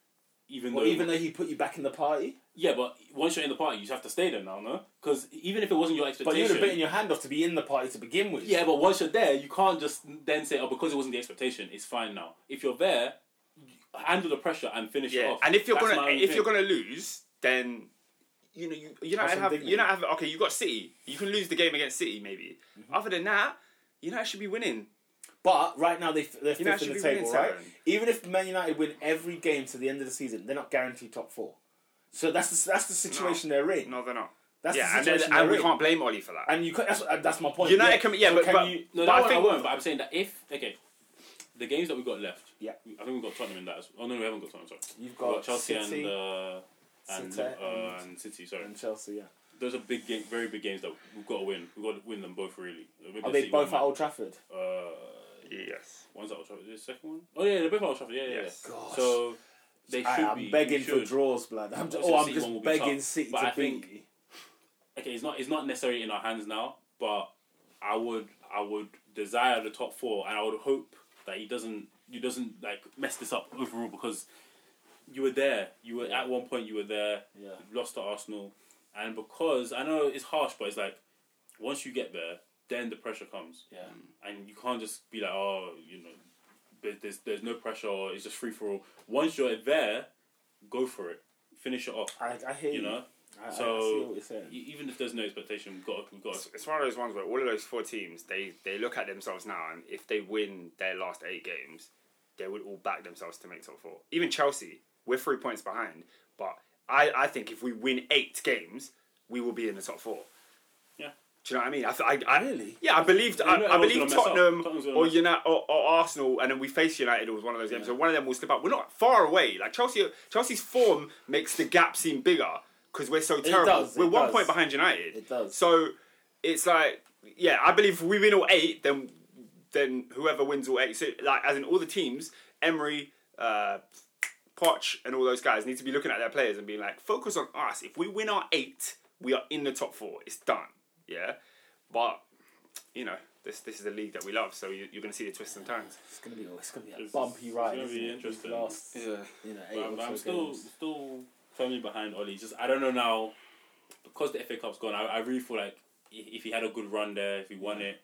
[SPEAKER 4] even
[SPEAKER 1] Well,
[SPEAKER 4] though
[SPEAKER 1] even though he put you back in the party,
[SPEAKER 4] yeah but once you're in the party you just have to stay there now no because even if it wasn't your
[SPEAKER 1] but you
[SPEAKER 4] expectation
[SPEAKER 1] would have bitten your hand off to be in the party to begin with.
[SPEAKER 4] yeah but once you're there you can't just then say oh because it wasn't the expectation it's fine now if you're there handle the pressure and finish it
[SPEAKER 3] yeah.
[SPEAKER 4] off
[SPEAKER 3] And if you're
[SPEAKER 4] That's
[SPEAKER 3] gonna
[SPEAKER 4] my own
[SPEAKER 3] if you're
[SPEAKER 4] thing.
[SPEAKER 3] gonna lose, then you know you United
[SPEAKER 1] some
[SPEAKER 3] have
[SPEAKER 1] dignity.
[SPEAKER 3] United have okay. You got City. You can lose the game against City maybe. Other than that, United should be winning.
[SPEAKER 1] But right now they they're
[SPEAKER 3] United
[SPEAKER 1] fifth in
[SPEAKER 3] should
[SPEAKER 1] the
[SPEAKER 3] be
[SPEAKER 1] table,
[SPEAKER 3] winning
[SPEAKER 1] right?
[SPEAKER 3] seven.
[SPEAKER 1] Even if Man United win every game to the end of the season, they're not guaranteed top four. So that's the, that's the situation they're in.
[SPEAKER 3] No, they're not.
[SPEAKER 1] That's
[SPEAKER 3] yeah,
[SPEAKER 1] the
[SPEAKER 3] and,
[SPEAKER 1] situation
[SPEAKER 3] then- and
[SPEAKER 1] they're
[SPEAKER 3] we
[SPEAKER 1] in.
[SPEAKER 3] can't blame Ollie for that.
[SPEAKER 1] And you can, that's uh, that's my point.
[SPEAKER 3] United can- yeah,
[SPEAKER 1] so
[SPEAKER 3] but-
[SPEAKER 1] can
[SPEAKER 3] but-
[SPEAKER 1] you,
[SPEAKER 4] No,
[SPEAKER 3] But
[SPEAKER 4] that
[SPEAKER 3] I
[SPEAKER 4] one I
[SPEAKER 3] think-
[SPEAKER 4] won't. But I'm saying that if okay, the games that we got left.
[SPEAKER 1] Yeah.
[SPEAKER 4] I think we have got Tottenham in that. As, oh no, we haven't got Tottenham. Sorry,
[SPEAKER 1] you've
[SPEAKER 4] we
[SPEAKER 1] got
[SPEAKER 4] got Chelsea
[SPEAKER 1] City
[SPEAKER 4] and uh, and,
[SPEAKER 1] City
[SPEAKER 4] uh,
[SPEAKER 1] and-
[SPEAKER 4] and City. Sorry,
[SPEAKER 1] and Chelsea. Yeah,
[SPEAKER 4] those are big game, very big games that we've got to win. We've got to win them both really. Maybe
[SPEAKER 1] are they
[SPEAKER 4] City
[SPEAKER 1] both
[SPEAKER 4] one,
[SPEAKER 1] at Old Trafford?
[SPEAKER 4] Uh,
[SPEAKER 3] yes.
[SPEAKER 4] one's at Old Trafford. The second one? Oh yeah, they're both at Old Trafford. Yeah, yeah.
[SPEAKER 3] Yes.
[SPEAKER 4] yeah.
[SPEAKER 1] Gosh.
[SPEAKER 4] So they should
[SPEAKER 1] I, am
[SPEAKER 4] be. we
[SPEAKER 1] begging for
[SPEAKER 4] should.
[SPEAKER 1] draws, blood. I'm just,
[SPEAKER 4] Obviously,
[SPEAKER 1] oh, I'm
[SPEAKER 4] City one will
[SPEAKER 1] just
[SPEAKER 4] be
[SPEAKER 1] begging
[SPEAKER 4] tough,
[SPEAKER 1] City
[SPEAKER 4] but
[SPEAKER 1] to
[SPEAKER 4] I think-
[SPEAKER 1] beat you.
[SPEAKER 4] okay, it's not it's not necessarily in our hands now, but I would I would desire the top four, and I would hope that he doesn't he doesn't like mess this up overall because you were there, you were at one point, you were there,
[SPEAKER 1] Yeah.
[SPEAKER 4] you lost to Arsenal, and because I know it's harsh, but it's like once you get there, then the pressure comes,
[SPEAKER 1] Yeah.
[SPEAKER 4] and you can't just be like oh you know there- there's there's no pressure. It's just free for all. Once you're there, go for it. Finish it off.
[SPEAKER 1] I, I hear
[SPEAKER 4] You
[SPEAKER 1] you.
[SPEAKER 4] know,
[SPEAKER 1] I, I- I see
[SPEAKER 4] So-
[SPEAKER 1] what you're saying.
[SPEAKER 4] E- even if there's no expectation, we've got we've got.
[SPEAKER 3] It's, it's one of those ones where all of those four teams, they, they look at themselves now, and if they win their last eight games, they would all back themselves to make top four. Even Chelsea, we're three points behind, but I, I think if we win eight games, we will be in the top four.
[SPEAKER 4] Yeah.
[SPEAKER 3] Do you know what I mean? I, th- I, I
[SPEAKER 1] Really?
[SPEAKER 3] Yeah, I believed.
[SPEAKER 4] no,
[SPEAKER 3] I, I
[SPEAKER 4] I was
[SPEAKER 3] believe
[SPEAKER 4] gonna mess up.
[SPEAKER 3] Tottenham
[SPEAKER 4] Tottenham's gonna
[SPEAKER 3] or
[SPEAKER 4] mess-
[SPEAKER 3] United or, or Arsenal, and then we face United. It was one of those games. So one of them will slip up. We're not far away. Like Chelsea, Chelsea's form makes the gap seem bigger because we're so terrible.
[SPEAKER 1] does,
[SPEAKER 3] we're
[SPEAKER 1] it
[SPEAKER 3] one
[SPEAKER 1] does.
[SPEAKER 3] point behind United.
[SPEAKER 1] It does.
[SPEAKER 3] So it's like, yeah, I believe if we win all eight, then then whoever wins all eight. So like, as in all the teams, Emery. Uh, Poch and all those guys need to be looking at their players and being like, focus on us. If we win our eight, we are in the top four. It's done. Yeah, but you know this this is a league that we love, so you, you're going to see the twists and turns.
[SPEAKER 1] It's gonna be it's gonna be a
[SPEAKER 4] It's-
[SPEAKER 1] bumpy
[SPEAKER 4] it's
[SPEAKER 1] ride.
[SPEAKER 4] gonna
[SPEAKER 1] isn't
[SPEAKER 4] be
[SPEAKER 1] it?
[SPEAKER 4] interesting.
[SPEAKER 1] These Last,
[SPEAKER 3] Yeah,
[SPEAKER 1] you know, eight
[SPEAKER 4] But I'm,
[SPEAKER 1] or
[SPEAKER 4] I'm
[SPEAKER 1] so
[SPEAKER 4] still
[SPEAKER 1] games.
[SPEAKER 4] still firmly behind Ollie. Just I don't know now because the FA Cup's gone. I, I really feel like i- if he had a good run there, if he won it,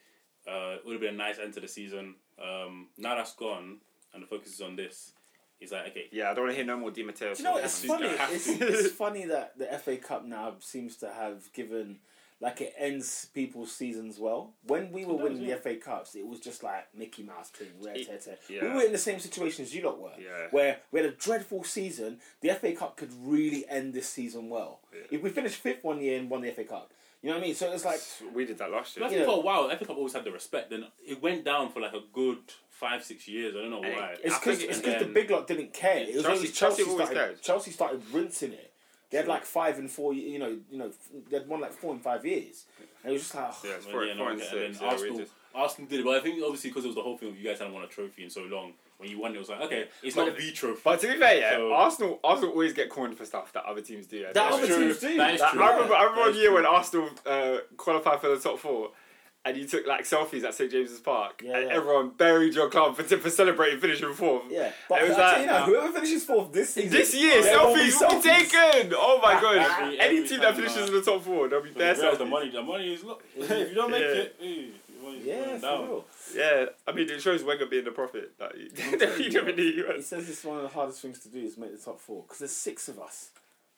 [SPEAKER 4] uh, it would have been a nice end to the season. Um, now that's gone, and the focus is on this. It's like okay,
[SPEAKER 3] yeah. I don't want to hear no more Di Matteo.
[SPEAKER 1] Do you know what, it's
[SPEAKER 4] Yeah.
[SPEAKER 1] funny?
[SPEAKER 4] Yeah.
[SPEAKER 1] It's, it's funny that the FA Cup now seems to have given like it ends people's seasons well. When we were
[SPEAKER 4] It does,
[SPEAKER 1] winning
[SPEAKER 4] yeah.
[SPEAKER 1] the FA Cups, it was just like Mickey Mouse thing, rare
[SPEAKER 3] It-
[SPEAKER 1] tear tear.
[SPEAKER 3] yeah.
[SPEAKER 1] We were in the same situation as you lot were,
[SPEAKER 3] Yeah.
[SPEAKER 1] where we had a dreadful season. The FA Cup could really end this season well. If we finished fifth one year and won the FA Cup, you know what I mean. So it's like
[SPEAKER 3] we did that last year.
[SPEAKER 4] But I
[SPEAKER 1] Yeah.
[SPEAKER 4] think for a while, FA Cup always had the respect. Then it went down for like a good five, six years. I don't know
[SPEAKER 3] And it-
[SPEAKER 4] why.
[SPEAKER 3] it-
[SPEAKER 1] It's
[SPEAKER 3] I
[SPEAKER 1] because
[SPEAKER 3] think-
[SPEAKER 1] it's
[SPEAKER 4] and
[SPEAKER 1] because the
[SPEAKER 4] then-
[SPEAKER 1] big lot didn't care. It was
[SPEAKER 3] Chelsea-
[SPEAKER 1] only
[SPEAKER 3] Chelsea
[SPEAKER 1] Chelsea,
[SPEAKER 3] have always
[SPEAKER 1] started,
[SPEAKER 3] cared.
[SPEAKER 1] Chelsea started rinsing it. They had
[SPEAKER 3] Sure.
[SPEAKER 1] like five and four, you know, you know, they'd won like four in five years. And it was just like, oh, ugh.
[SPEAKER 3] Yeah, it's
[SPEAKER 4] Well,
[SPEAKER 3] four,
[SPEAKER 4] yeah, no,
[SPEAKER 3] four and
[SPEAKER 4] okay, and
[SPEAKER 3] six.
[SPEAKER 4] then
[SPEAKER 3] yeah, we
[SPEAKER 4] Arsenal,
[SPEAKER 3] just-
[SPEAKER 4] Arsenal did it, but I think obviously because it was the whole thing of you guys hadn't won a trophy in so long. When you won, it was like okay, it's
[SPEAKER 3] But-
[SPEAKER 4] not the trophy.
[SPEAKER 3] But to be fair, yeah,
[SPEAKER 4] So-
[SPEAKER 3] Arsenal Arsenal always get corned for stuff that other teams do. yeah.
[SPEAKER 1] That
[SPEAKER 3] That's
[SPEAKER 1] other
[SPEAKER 3] true.
[SPEAKER 1] teams do.
[SPEAKER 4] That is
[SPEAKER 1] That-
[SPEAKER 4] true.
[SPEAKER 3] I remember, I
[SPEAKER 4] That
[SPEAKER 3] remember one
[SPEAKER 4] is
[SPEAKER 3] year
[SPEAKER 4] true.
[SPEAKER 3] when Arsenal uh, qualified for the top four, and you took like selfies at St James's Park,
[SPEAKER 1] Yeah,
[SPEAKER 3] and
[SPEAKER 1] yeah.
[SPEAKER 3] everyone buried your club for, for celebrating finishing fourth.
[SPEAKER 1] yeah. But
[SPEAKER 3] It was
[SPEAKER 1] I'll tell you
[SPEAKER 3] like- uh,
[SPEAKER 1] now, whoever finishes fourth this season,
[SPEAKER 3] This year,
[SPEAKER 1] there will be
[SPEAKER 3] selfies will be taken. Oh my god!
[SPEAKER 4] Every-
[SPEAKER 3] Any
[SPEAKER 4] every
[SPEAKER 3] team that
[SPEAKER 4] time,
[SPEAKER 3] finishes
[SPEAKER 4] uh,
[SPEAKER 3] in the top four, they'll be
[SPEAKER 4] So you
[SPEAKER 3] there.
[SPEAKER 4] realise the money, the money is look. if you don't make
[SPEAKER 3] Yeah.
[SPEAKER 4] it, eh, the money's
[SPEAKER 1] Yeah,
[SPEAKER 4] going
[SPEAKER 1] for
[SPEAKER 4] down.
[SPEAKER 1] real.
[SPEAKER 3] Yeah, I mean it shows Wenger being the prophet. Like, he never knew you
[SPEAKER 1] He says it's one of the hardest things to do is make the top four because there's six of us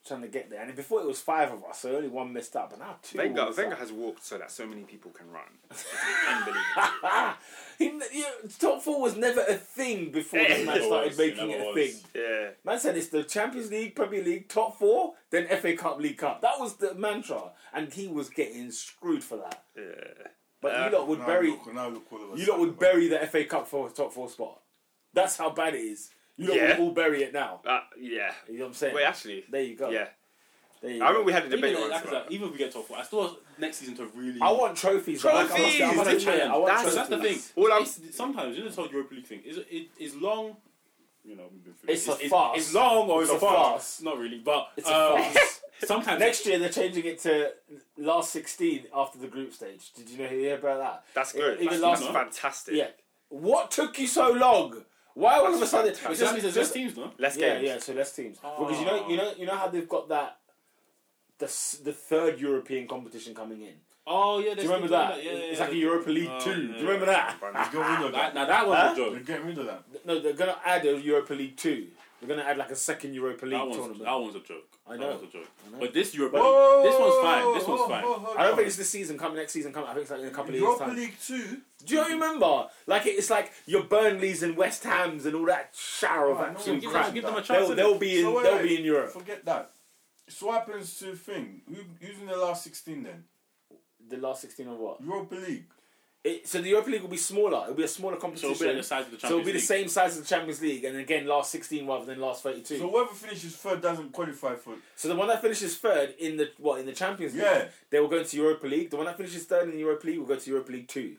[SPEAKER 1] trying to get there, and before it was five of us, so only one missed out, but now two.
[SPEAKER 3] Wenger,
[SPEAKER 1] missed
[SPEAKER 3] Wenger
[SPEAKER 1] out.
[SPEAKER 3] has walked so that so many people can run. It's unbelievable.
[SPEAKER 1] Ah, he, you know, top four was never a thing before this
[SPEAKER 3] It
[SPEAKER 1] man
[SPEAKER 3] never
[SPEAKER 1] started
[SPEAKER 4] was, it
[SPEAKER 1] making it
[SPEAKER 4] never
[SPEAKER 1] a
[SPEAKER 4] was.
[SPEAKER 1] thing.
[SPEAKER 3] Yeah,
[SPEAKER 1] Man said it's the Champions League, Premier League, top four, then FA Cup, League Cup. That was the mantra, and he was getting screwed for that.
[SPEAKER 3] yeah.
[SPEAKER 1] But
[SPEAKER 3] Uh,
[SPEAKER 1] you lot would
[SPEAKER 2] Now
[SPEAKER 1] bury,
[SPEAKER 2] look- now look all of us
[SPEAKER 1] you lot would
[SPEAKER 2] up.
[SPEAKER 1] bury the FA Cup for top four spot. That's how bad it is. You lot
[SPEAKER 3] Yeah.
[SPEAKER 1] would all bury it now.
[SPEAKER 3] Uh, yeah.
[SPEAKER 1] You know what I'm saying?
[SPEAKER 3] Wait, actually,
[SPEAKER 1] there you go.
[SPEAKER 3] yeah.
[SPEAKER 1] There you
[SPEAKER 3] I remember
[SPEAKER 1] go.
[SPEAKER 3] we had a debate
[SPEAKER 4] Even,
[SPEAKER 3] once.
[SPEAKER 4] like, I
[SPEAKER 3] about-
[SPEAKER 4] said, even if we get top four, I still want next season to really.
[SPEAKER 1] I want trophies. Like, I must- I want a
[SPEAKER 3] Trophies,
[SPEAKER 1] challenge. I want
[SPEAKER 3] that's-
[SPEAKER 4] Because that's the
[SPEAKER 1] trophies.
[SPEAKER 4] thing.
[SPEAKER 3] All I'm-
[SPEAKER 4] It's- sometimes you know this whole Europa League thing is it is long. You know, we've been through
[SPEAKER 1] It's
[SPEAKER 4] this.
[SPEAKER 1] a
[SPEAKER 4] it's,
[SPEAKER 1] farce.
[SPEAKER 4] It's long or it's, a farce.
[SPEAKER 1] farce.
[SPEAKER 4] Not really, but
[SPEAKER 1] It's a
[SPEAKER 4] um,
[SPEAKER 1] farce.
[SPEAKER 4] sometimes
[SPEAKER 1] Next year they're changing it to last 16 after the group stage. Did you know hear about that?
[SPEAKER 3] That's good.
[SPEAKER 1] Even
[SPEAKER 3] That's,
[SPEAKER 1] last
[SPEAKER 3] that's
[SPEAKER 4] month.
[SPEAKER 3] fantastic.
[SPEAKER 1] Yeah. What took you so long? Why all of a
[SPEAKER 3] That's
[SPEAKER 1] sudden?
[SPEAKER 3] fantastic.
[SPEAKER 4] It's just,
[SPEAKER 1] It's Just,
[SPEAKER 4] there's
[SPEAKER 1] just,
[SPEAKER 4] less teams, no?
[SPEAKER 3] Less
[SPEAKER 1] yeah,
[SPEAKER 3] games.
[SPEAKER 1] yeah. So less teams because you know, you know, you know how they've got that. The, s- the third European competition coming in.
[SPEAKER 4] Oh yeah,
[SPEAKER 1] Do you remember that? it's like a Europa League
[SPEAKER 4] Oh,
[SPEAKER 1] Two.
[SPEAKER 4] yeah,
[SPEAKER 1] Do
[SPEAKER 4] yeah.
[SPEAKER 1] you remember that?
[SPEAKER 2] Let's get rid
[SPEAKER 4] That,
[SPEAKER 2] of that.
[SPEAKER 4] now that one's
[SPEAKER 1] Huh?
[SPEAKER 4] a joke.
[SPEAKER 2] Let's get rid of that.
[SPEAKER 1] No, they're gonna add a Europa League Two. They're gonna add like a second Europa League
[SPEAKER 4] That one's,
[SPEAKER 1] tournament.
[SPEAKER 4] that one's a joke.
[SPEAKER 1] I
[SPEAKER 4] That
[SPEAKER 1] know.
[SPEAKER 4] one's a joke.
[SPEAKER 1] I know.
[SPEAKER 4] But this Europa League, this one's fine. This one's fine.
[SPEAKER 1] I don't think it's this season. Coming next season. Coming. I think it's like in a couple of years
[SPEAKER 2] Europa
[SPEAKER 1] time.
[SPEAKER 2] League two.
[SPEAKER 1] Do you remember? Like it's like your Burnleys and West Hams and all that shower of
[SPEAKER 2] Oh, no,
[SPEAKER 1] absolute
[SPEAKER 2] give them-
[SPEAKER 1] crap.
[SPEAKER 2] give them a
[SPEAKER 4] chance,
[SPEAKER 1] They'll, they'll be in.
[SPEAKER 2] So wait,
[SPEAKER 1] they'll
[SPEAKER 2] wait.
[SPEAKER 1] be in Europe.
[SPEAKER 2] Forget that. So what happens to the thing? Who, who's in the last sixteen then?
[SPEAKER 1] The last sixteen of what?
[SPEAKER 2] Europa League.
[SPEAKER 1] It, so the Europa League will be smaller. It'll be a smaller
[SPEAKER 4] So
[SPEAKER 1] competition.
[SPEAKER 4] it'll be like the size of the Champions
[SPEAKER 1] So it'll be the
[SPEAKER 4] League.
[SPEAKER 1] same size as the Champions League, and again, last 16 rather than last 32.
[SPEAKER 2] So
[SPEAKER 1] So,
[SPEAKER 2] whoever finishes third doesn't qualify for.
[SPEAKER 1] the one that finishes third in the what in the Champions League,
[SPEAKER 2] Yeah.
[SPEAKER 1] they will go into Europa League. The one that finishes third in the Europa League will go to Europa League Two.